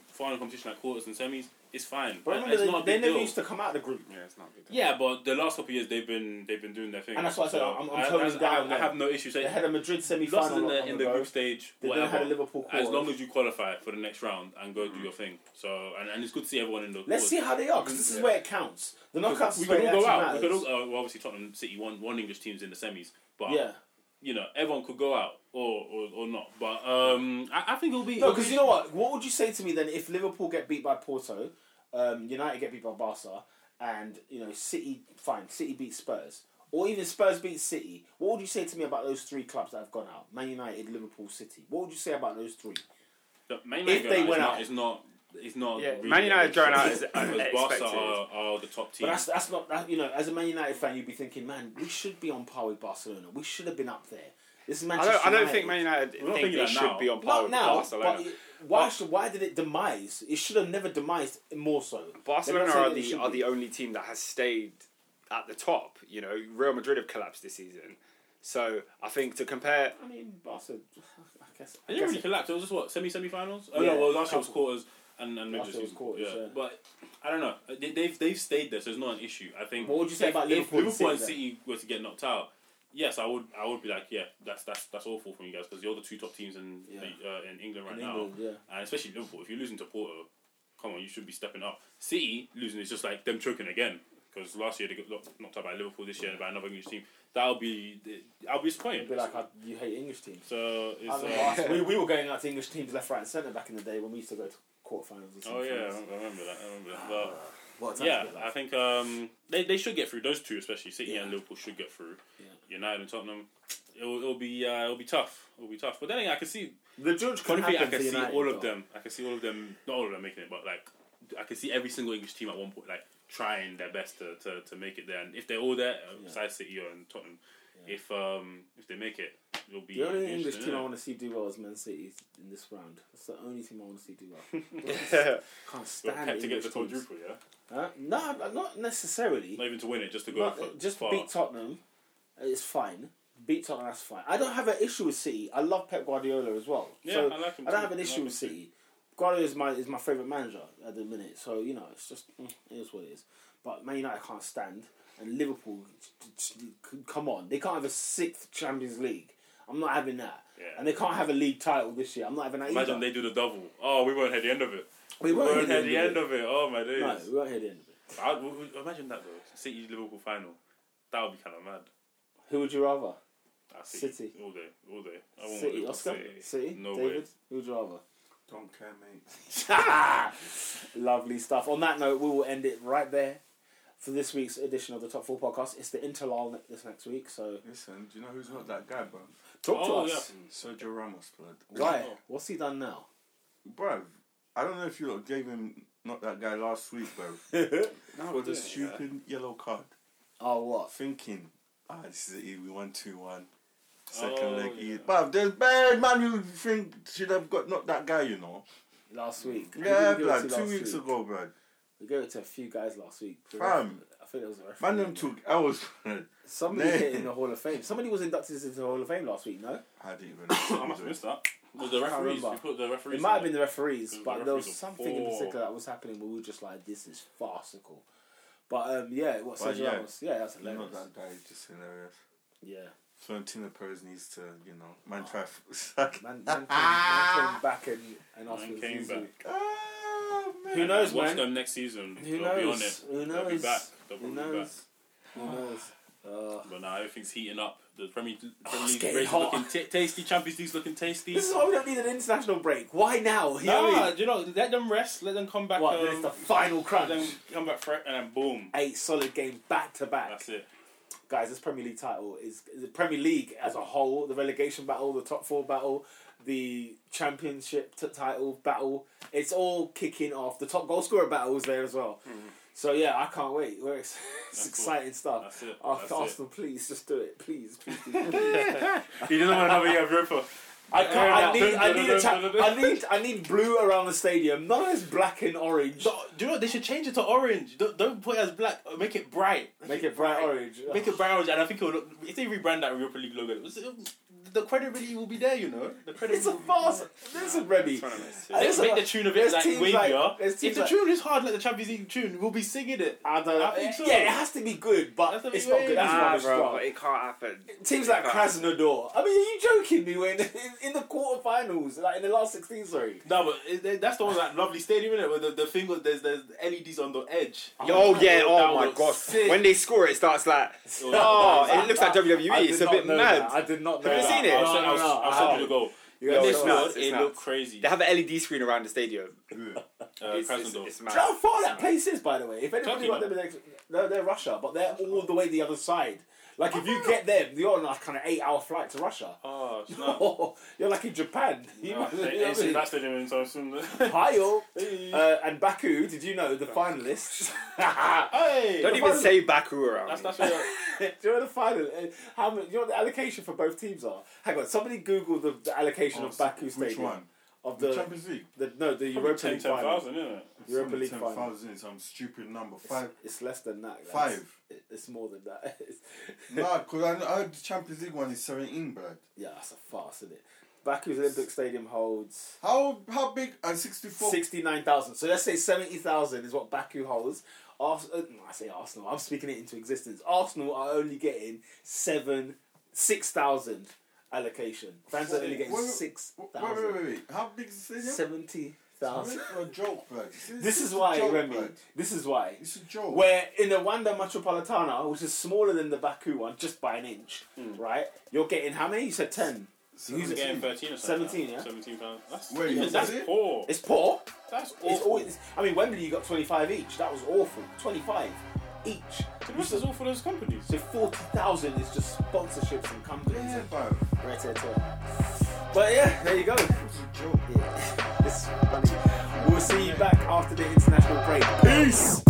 [SPEAKER 4] final competition like quarters and semis, it's fine.
[SPEAKER 1] But
[SPEAKER 4] And
[SPEAKER 1] remember,
[SPEAKER 4] it's
[SPEAKER 1] they,
[SPEAKER 4] not a
[SPEAKER 1] they
[SPEAKER 4] big
[SPEAKER 1] never
[SPEAKER 4] deal.
[SPEAKER 1] used to come out of the group.
[SPEAKER 3] Yeah, it's not good.
[SPEAKER 4] yeah, but the last couple of years they've been they've been doing their thing,
[SPEAKER 1] And that's why I said I'm- I'm
[SPEAKER 4] I-
[SPEAKER 1] toning
[SPEAKER 4] that's-
[SPEAKER 1] down
[SPEAKER 4] I, I
[SPEAKER 1] there.
[SPEAKER 4] have no issue
[SPEAKER 1] They
[SPEAKER 4] saying
[SPEAKER 1] had a Madrid
[SPEAKER 4] losses
[SPEAKER 1] semi-final
[SPEAKER 4] in
[SPEAKER 1] not
[SPEAKER 4] the
[SPEAKER 1] long
[SPEAKER 4] in the
[SPEAKER 1] ago.
[SPEAKER 4] group stage.
[SPEAKER 1] They
[SPEAKER 4] whatever,
[SPEAKER 1] then had a Liverpool
[SPEAKER 4] as
[SPEAKER 1] quarter.
[SPEAKER 4] long as you qualify for the next round and go do your thing. So and, and it's good to see everyone in the.
[SPEAKER 1] Let's see how they are, because this is
[SPEAKER 4] Yeah.
[SPEAKER 1] where it counts. The knockouts
[SPEAKER 4] we
[SPEAKER 1] is where
[SPEAKER 4] could
[SPEAKER 1] it
[SPEAKER 4] all go
[SPEAKER 1] actually
[SPEAKER 4] out.
[SPEAKER 1] matters.
[SPEAKER 4] We could all, uh, well, obviously Tottenham City one one English teams in the semis, but
[SPEAKER 1] yeah.
[SPEAKER 4] you know everyone could go out or or, or not. But um, I, I think it'll be
[SPEAKER 1] No, because you know what? What would you say to me then if Liverpool get beat by Porto, um, United get beat by Barca, and you know City fine, City beat Spurs, or even Spurs beat City? What would you say to me about those three clubs that have gone out? Man United, Liverpool, City. What would you say about those three?
[SPEAKER 4] The Man
[SPEAKER 1] If
[SPEAKER 4] United
[SPEAKER 1] they
[SPEAKER 4] going
[SPEAKER 1] went out.
[SPEAKER 4] out, it's not. It's not.
[SPEAKER 3] Yeah,
[SPEAKER 4] really
[SPEAKER 3] Man United going out is
[SPEAKER 4] because Barca
[SPEAKER 3] unexpected.
[SPEAKER 4] are, are the top team.
[SPEAKER 1] But that's that's not that you know. As a Man United fan, you'd be thinking, man, we should be on par with Barcelona. We should have been up there. This is
[SPEAKER 3] I
[SPEAKER 1] Manchester.
[SPEAKER 3] don't, I don't
[SPEAKER 1] United.
[SPEAKER 3] think Man United
[SPEAKER 4] We're not
[SPEAKER 3] think
[SPEAKER 4] thinking
[SPEAKER 3] they
[SPEAKER 4] that
[SPEAKER 3] should
[SPEAKER 4] now.
[SPEAKER 3] be on par
[SPEAKER 1] Not
[SPEAKER 3] with
[SPEAKER 1] now,
[SPEAKER 3] Barcelona.
[SPEAKER 1] but it- why should, why did it demise? It should have never demised more so. They're
[SPEAKER 3] Barcelona
[SPEAKER 1] not saying
[SPEAKER 3] are
[SPEAKER 1] that it
[SPEAKER 3] the
[SPEAKER 1] should
[SPEAKER 3] are
[SPEAKER 1] be.
[SPEAKER 3] the only team that has stayed at the top. You know, Real Madrid have collapsed this season, so I think to compare,
[SPEAKER 1] I mean, Barca. I guess. I
[SPEAKER 4] They didn't
[SPEAKER 1] guess
[SPEAKER 4] really collapse. It was just what semi semi finals. Oh
[SPEAKER 1] Yeah,
[SPEAKER 4] no, well last year was
[SPEAKER 1] couple.
[SPEAKER 4] quarters and and
[SPEAKER 1] Last
[SPEAKER 4] midweek
[SPEAKER 1] year was
[SPEAKER 4] season.
[SPEAKER 1] quarters, yeah.
[SPEAKER 4] but I don't know. They, they've they've stayed there, so it's not an issue. I think.
[SPEAKER 1] What would you say
[SPEAKER 4] if-
[SPEAKER 1] about
[SPEAKER 4] if
[SPEAKER 1] Liverpool and
[SPEAKER 4] Liverpool and
[SPEAKER 1] City
[SPEAKER 4] City were to get knocked out. Yes, I would. I would be like, yeah, that's that's that's awful for you guys because you're the two top teams in
[SPEAKER 1] Yeah.
[SPEAKER 4] the, uh, in England right
[SPEAKER 1] in
[SPEAKER 4] now,
[SPEAKER 1] England, yeah.
[SPEAKER 4] and especially Liverpool. If you're losing to Porto, come on, you should be stepping up. City losing is just like them choking again because last year they got knocked- knocked out by Liverpool. This year by another English team. That'll be. I'll be disappointed.
[SPEAKER 1] It'd be like how you hate English teams.
[SPEAKER 4] so it's,
[SPEAKER 1] I remember
[SPEAKER 4] uh,
[SPEAKER 1] us- we, we were going out to English teams left, right, and centre back in the day when we used to go to quarterfinals. and
[SPEAKER 4] Oh yeah, I
[SPEAKER 1] semi-finals.
[SPEAKER 4] remember, I remember that. I remember that. But
[SPEAKER 1] What Oh, a time
[SPEAKER 4] yeah,
[SPEAKER 1] to be
[SPEAKER 4] I
[SPEAKER 1] alive.
[SPEAKER 4] think um, they they should get through those two, especially City
[SPEAKER 1] Yeah.
[SPEAKER 4] and Liverpool should get through.
[SPEAKER 1] Yeah.
[SPEAKER 4] United and Tottenham, it'll, it'll be uh, it'll be tough. It'll be tough. But then again, I can see
[SPEAKER 1] the judge
[SPEAKER 4] funny
[SPEAKER 1] can
[SPEAKER 4] thing. I
[SPEAKER 1] happen
[SPEAKER 4] can
[SPEAKER 1] to
[SPEAKER 4] see
[SPEAKER 1] United,
[SPEAKER 4] all of
[SPEAKER 1] though.
[SPEAKER 4] them. I can see all of them. Not all of them making it, but like I can see every single English team at one point like trying their best to, to, to make it there. And if they're all there, uh,
[SPEAKER 1] Yeah.
[SPEAKER 4] besides City and Tottenham, if um if they make it, it'll be
[SPEAKER 1] The only
[SPEAKER 4] it'll be
[SPEAKER 1] English
[SPEAKER 4] interesting,
[SPEAKER 1] team I
[SPEAKER 4] yeah.
[SPEAKER 1] want to see do well is Man City in this round. That's the only team I want to see do well. Can't
[SPEAKER 4] But
[SPEAKER 1] stand
[SPEAKER 4] Pep to get
[SPEAKER 1] English
[SPEAKER 4] the
[SPEAKER 1] teams.
[SPEAKER 4] quadruple, yeah.
[SPEAKER 1] Huh? No, not necessarily.
[SPEAKER 4] Not even to win it, just to go
[SPEAKER 1] But,
[SPEAKER 4] for,
[SPEAKER 1] uh, just
[SPEAKER 4] far.
[SPEAKER 1] beat Tottenham. It's fine. Beat Tottenham, that's fine. I don't have an issue with City. I love Pep Guardiola as well.
[SPEAKER 4] Yeah,
[SPEAKER 1] so
[SPEAKER 4] I like him
[SPEAKER 1] I don't
[SPEAKER 4] too.
[SPEAKER 1] have an
[SPEAKER 4] I
[SPEAKER 1] issue
[SPEAKER 4] like
[SPEAKER 1] with
[SPEAKER 4] him too.
[SPEAKER 1] City. Guardiola is my is my favorite manager at the minute. So you know, it's just mm, it is what it is. But Man United can't stand, and Liverpool, t- t- t- come on, they can't have a sixth Champions League. I'm not having that.
[SPEAKER 4] Yeah.
[SPEAKER 1] And they can't have a league title this year. I'm not having that
[SPEAKER 4] Imagine
[SPEAKER 1] either.
[SPEAKER 4] they do the double. Oh, we won't at the end of it.
[SPEAKER 1] we
[SPEAKER 4] We
[SPEAKER 1] won't
[SPEAKER 4] weren't
[SPEAKER 1] hear
[SPEAKER 4] at the end of it. Oh my days.
[SPEAKER 1] No, we won't hear the end of it.
[SPEAKER 4] I, w- w- imagine that though. City Liverpool final. That would be kind of mad.
[SPEAKER 1] Who would you rather?
[SPEAKER 4] Ah,
[SPEAKER 1] City.
[SPEAKER 4] All day. All day. I want
[SPEAKER 1] City,
[SPEAKER 4] Liverpool
[SPEAKER 1] Oscar,
[SPEAKER 4] City.
[SPEAKER 1] City,
[SPEAKER 4] No
[SPEAKER 1] David.
[SPEAKER 4] way.
[SPEAKER 1] Who would you rather?
[SPEAKER 2] Don't care, mate.
[SPEAKER 1] Lovely stuff. On that note, we will end it right there for this week's edition of the Top Four Podcast. It's the Interlal ne- this next week, so
[SPEAKER 2] Listen, do you know who's not that guy, bro?
[SPEAKER 1] talk
[SPEAKER 4] Oh,
[SPEAKER 1] to us.
[SPEAKER 2] Sergio Ramos, blood.
[SPEAKER 1] Why? What's he done now?
[SPEAKER 2] Bruv, I don't know if you lot gave him not that guy last week, bro.
[SPEAKER 3] No,
[SPEAKER 2] With a stupid yellow card.
[SPEAKER 1] Oh, what?
[SPEAKER 2] Thinking, ah, this is it, we won 2 1. Second
[SPEAKER 4] Oh,
[SPEAKER 2] leg.
[SPEAKER 4] yeah.
[SPEAKER 2] Yeah. Bruv, there's bad man who think should have got not that guy, you know.
[SPEAKER 1] Last week? We
[SPEAKER 2] Yeah,
[SPEAKER 1] didn't give it to
[SPEAKER 2] blood,
[SPEAKER 1] you
[SPEAKER 2] two
[SPEAKER 1] last
[SPEAKER 2] weeks
[SPEAKER 1] week.
[SPEAKER 2] ago, bro.
[SPEAKER 1] We gave it to a few guys last week.
[SPEAKER 2] Fam.
[SPEAKER 1] I think it was a referee.
[SPEAKER 2] Man, them took hours. I
[SPEAKER 1] Somebody hit
[SPEAKER 2] Nah.
[SPEAKER 1] in the Hall of Fame. Somebody was inducted into the Hall of Fame last week, no?
[SPEAKER 2] didn't even
[SPEAKER 4] I must have missed that. Was the
[SPEAKER 1] I can't
[SPEAKER 4] referees? We
[SPEAKER 1] remember.
[SPEAKER 4] put the referees.
[SPEAKER 1] It might have
[SPEAKER 4] in
[SPEAKER 1] been the referees,
[SPEAKER 4] It was
[SPEAKER 1] but
[SPEAKER 4] the
[SPEAKER 1] there was
[SPEAKER 4] referees
[SPEAKER 1] something in
[SPEAKER 4] before.
[SPEAKER 1] particular that was happening where we were just like, this is farcical. But um, yeah, what
[SPEAKER 2] But
[SPEAKER 1] Sergio
[SPEAKER 2] yeah.
[SPEAKER 1] Ramos? Yeah, that's hilarious.
[SPEAKER 2] Not that guy, just hilarious.
[SPEAKER 1] Yeah.
[SPEAKER 2] Florentino Perez needs to, you know, man try. f-
[SPEAKER 1] Ah. Man, man, came, man came back and, and asked
[SPEAKER 4] Man
[SPEAKER 1] for
[SPEAKER 4] came
[SPEAKER 1] Zizou.
[SPEAKER 4] back.
[SPEAKER 2] Ah, man.
[SPEAKER 1] Who knows,
[SPEAKER 4] Watch
[SPEAKER 1] man?
[SPEAKER 4] them next season.
[SPEAKER 1] Who
[SPEAKER 4] They'll be
[SPEAKER 1] knows?
[SPEAKER 4] on it.
[SPEAKER 1] Who
[SPEAKER 4] They'll be
[SPEAKER 1] knows?
[SPEAKER 4] back. They'll
[SPEAKER 1] Who
[SPEAKER 4] probably be back.
[SPEAKER 1] knows? Who knows? Uh,
[SPEAKER 4] But now everything's heating up. The Premier, Premier
[SPEAKER 1] Oh, it's
[SPEAKER 4] League
[SPEAKER 1] getting
[SPEAKER 4] race is
[SPEAKER 1] hot.
[SPEAKER 4] looking t- tasty. Champions League's looking tasty.
[SPEAKER 1] this is why we don't need an international break. Why now? You know what I
[SPEAKER 4] Nah,
[SPEAKER 1] mean?
[SPEAKER 4] do you know? Let them rest. Let them come back.
[SPEAKER 1] What,
[SPEAKER 4] um,
[SPEAKER 1] there's the final crunch.
[SPEAKER 4] let them come back fresh, and then boom.
[SPEAKER 1] Eight solid games back to back.
[SPEAKER 4] That's it.
[SPEAKER 1] Guys, this Premier League title is the Premier League as a whole, the relegation battle, the top four battle, the championship t- title battle. It's all kicking off. The top goal scorer battle is there as well. So yeah, I can't wait. We're ex-
[SPEAKER 4] Hmm.
[SPEAKER 1] it's
[SPEAKER 4] That's
[SPEAKER 1] exciting stuff.
[SPEAKER 4] That's it.
[SPEAKER 1] Oh,
[SPEAKER 4] That's it.
[SPEAKER 1] Arsenal, please just do it, please, please. please, please.
[SPEAKER 4] He doesn't want another year of Europa.
[SPEAKER 1] I can't. I need. I need a cha- I
[SPEAKER 4] I
[SPEAKER 1] need. I need blue around the stadium. Not as black and orange.
[SPEAKER 4] Do you know what? They should change it to orange. Don't, don't put it as black. Make it bright.
[SPEAKER 1] Make it bright orange.
[SPEAKER 4] Make it bright orange, and I think it will look, if they rebrand that Europa League logo, it was- the credibility will be there. You know, the
[SPEAKER 1] It's
[SPEAKER 4] credibility.
[SPEAKER 1] a farce. Listen, Rebby.
[SPEAKER 4] Make-
[SPEAKER 3] Ah,
[SPEAKER 1] It's a-
[SPEAKER 4] make the tune of
[SPEAKER 1] there's
[SPEAKER 4] it like
[SPEAKER 1] teams
[SPEAKER 4] wavier.
[SPEAKER 1] like- there's
[SPEAKER 4] if
[SPEAKER 1] teams
[SPEAKER 4] the
[SPEAKER 1] like-
[SPEAKER 4] tune is hard, like the Champions League tune, we'll be singing it.
[SPEAKER 1] I don't know.
[SPEAKER 4] I think so.
[SPEAKER 1] Yeah, it has to be good,
[SPEAKER 4] That's
[SPEAKER 1] but
[SPEAKER 4] the
[SPEAKER 1] it's not good.
[SPEAKER 4] way-
[SPEAKER 1] That's
[SPEAKER 3] Nah,
[SPEAKER 1] rubbish,
[SPEAKER 3] bro,
[SPEAKER 1] bro.
[SPEAKER 3] it can't happen.
[SPEAKER 1] Teams like Krasnodar. I mean, are you joking me? When in, in the quarterfinals, like in the last sixteen, sorry.
[SPEAKER 4] No, but it, it- that's the one that lovely stadium, innit? Where the, the thing was, there's there's LEDs on the edge.
[SPEAKER 3] Oh, yeah,
[SPEAKER 4] That
[SPEAKER 3] oh my
[SPEAKER 4] was
[SPEAKER 3] god.
[SPEAKER 4] sick.
[SPEAKER 3] When they score, it starts like.
[SPEAKER 4] It was-
[SPEAKER 3] Oh,
[SPEAKER 4] that was-
[SPEAKER 3] it looks like WWE.
[SPEAKER 1] I did
[SPEAKER 3] It's a
[SPEAKER 1] not
[SPEAKER 3] bit
[SPEAKER 1] know
[SPEAKER 3] mad.
[SPEAKER 1] that. I did not know.
[SPEAKER 3] Have you
[SPEAKER 1] that.
[SPEAKER 3] seen it?
[SPEAKER 1] No,
[SPEAKER 4] I'll, send-
[SPEAKER 1] no,
[SPEAKER 4] I'll,
[SPEAKER 1] no,
[SPEAKER 4] I'll
[SPEAKER 1] I
[SPEAKER 4] send
[SPEAKER 1] haven't.
[SPEAKER 4] you the goal.
[SPEAKER 1] You
[SPEAKER 4] It
[SPEAKER 1] gotta
[SPEAKER 3] It's
[SPEAKER 1] show
[SPEAKER 3] nuts,
[SPEAKER 1] us.
[SPEAKER 4] looked-
[SPEAKER 3] it's
[SPEAKER 4] it
[SPEAKER 3] nuts.
[SPEAKER 4] looked crazy.
[SPEAKER 3] They have an LED screen around the stadium.
[SPEAKER 4] uh,
[SPEAKER 3] It's, it's,
[SPEAKER 4] Krasnodar.
[SPEAKER 3] it's
[SPEAKER 1] Do you know
[SPEAKER 3] mad.
[SPEAKER 1] how far that place is, by the way? If anybody
[SPEAKER 4] Turkey,
[SPEAKER 1] got
[SPEAKER 4] no?
[SPEAKER 1] them, in ex- no, they're Russia, but they're all the way the other side. Like if you get them, you're on like kind of eight-hour flight to Russia.
[SPEAKER 4] Oh, snap.
[SPEAKER 1] you're like in Japan. You know
[SPEAKER 4] No,
[SPEAKER 1] what
[SPEAKER 4] they-
[SPEAKER 1] I
[SPEAKER 4] they see
[SPEAKER 1] mean?
[SPEAKER 4] that stadium in time soon.
[SPEAKER 1] Ohio
[SPEAKER 4] Hey.
[SPEAKER 1] uh, and Baku. Did you know the finalists?
[SPEAKER 4] Hey!
[SPEAKER 3] Don't
[SPEAKER 1] The
[SPEAKER 3] even
[SPEAKER 1] final-
[SPEAKER 3] say Baku around.
[SPEAKER 4] That's,
[SPEAKER 3] me.
[SPEAKER 4] that's where
[SPEAKER 1] do you know the final? uh, How many? You know what the allocation for both teams are? Hang on, somebody Google the, the allocation
[SPEAKER 2] Oh,
[SPEAKER 1] of Baku
[SPEAKER 2] which
[SPEAKER 1] Stadium.
[SPEAKER 2] one?
[SPEAKER 1] Of
[SPEAKER 2] The
[SPEAKER 1] the,
[SPEAKER 2] Champions League.
[SPEAKER 1] the no the
[SPEAKER 4] you're
[SPEAKER 1] Europa
[SPEAKER 4] 10,000,
[SPEAKER 1] League final.
[SPEAKER 4] innit?
[SPEAKER 1] Europa League final.
[SPEAKER 2] 10,000, some stupid number. Five.
[SPEAKER 1] It's, it's less than that. lads.
[SPEAKER 2] Five.
[SPEAKER 1] It- It's more than that. It's-
[SPEAKER 2] nah, because I, know- I heard the Champions League one is 17, blood.
[SPEAKER 1] Yeah, that's a farce, isn't it? Baku's Olympic Stadium holds
[SPEAKER 2] How how big? uh, And 64.
[SPEAKER 1] 69,000. So let's say 70,000 is what Baku holds. Ars- uh, no, I say Arsenal, I'm speaking it into existence. Arsenal are only getting seven, 6,000 allocation. Fans are only getting
[SPEAKER 2] Wait, wait, Wait, wait,
[SPEAKER 1] 6,000.
[SPEAKER 2] wait, wait. How big is the stadium?
[SPEAKER 1] 70,000.
[SPEAKER 2] It's a joke, blood. It's-
[SPEAKER 1] This
[SPEAKER 2] it's
[SPEAKER 1] is
[SPEAKER 2] a
[SPEAKER 1] why,
[SPEAKER 2] joke,
[SPEAKER 1] Remy.
[SPEAKER 2] blood.
[SPEAKER 1] This is why.
[SPEAKER 2] It's a joke.
[SPEAKER 1] Where in the Wanda Metropolitana, which is smaller than the Baku one, just by an inch,
[SPEAKER 2] Hmm.
[SPEAKER 1] right? You're getting how many? You said 10.
[SPEAKER 2] Seventeen.
[SPEAKER 1] who's
[SPEAKER 4] Getting 13 or something.
[SPEAKER 1] 17, yeah?
[SPEAKER 4] 17 pounds. That's,
[SPEAKER 2] Wait,
[SPEAKER 4] even-
[SPEAKER 2] is
[SPEAKER 4] that's
[SPEAKER 2] it?
[SPEAKER 4] poor.
[SPEAKER 1] It's poor.
[SPEAKER 4] That's awful.
[SPEAKER 1] It's always. I mean, Wembley, you got twenty five each. That was awful. Twenty five each.
[SPEAKER 4] The rest is all for those companies.
[SPEAKER 1] So forty thousand is just sponsorships and companies.
[SPEAKER 2] Yeah,
[SPEAKER 1] and
[SPEAKER 2] bro.
[SPEAKER 1] right, right, But yeah, there you go.
[SPEAKER 2] It's a joke.
[SPEAKER 1] Yeah. It's funny. We'll see you back after the international break. Peace.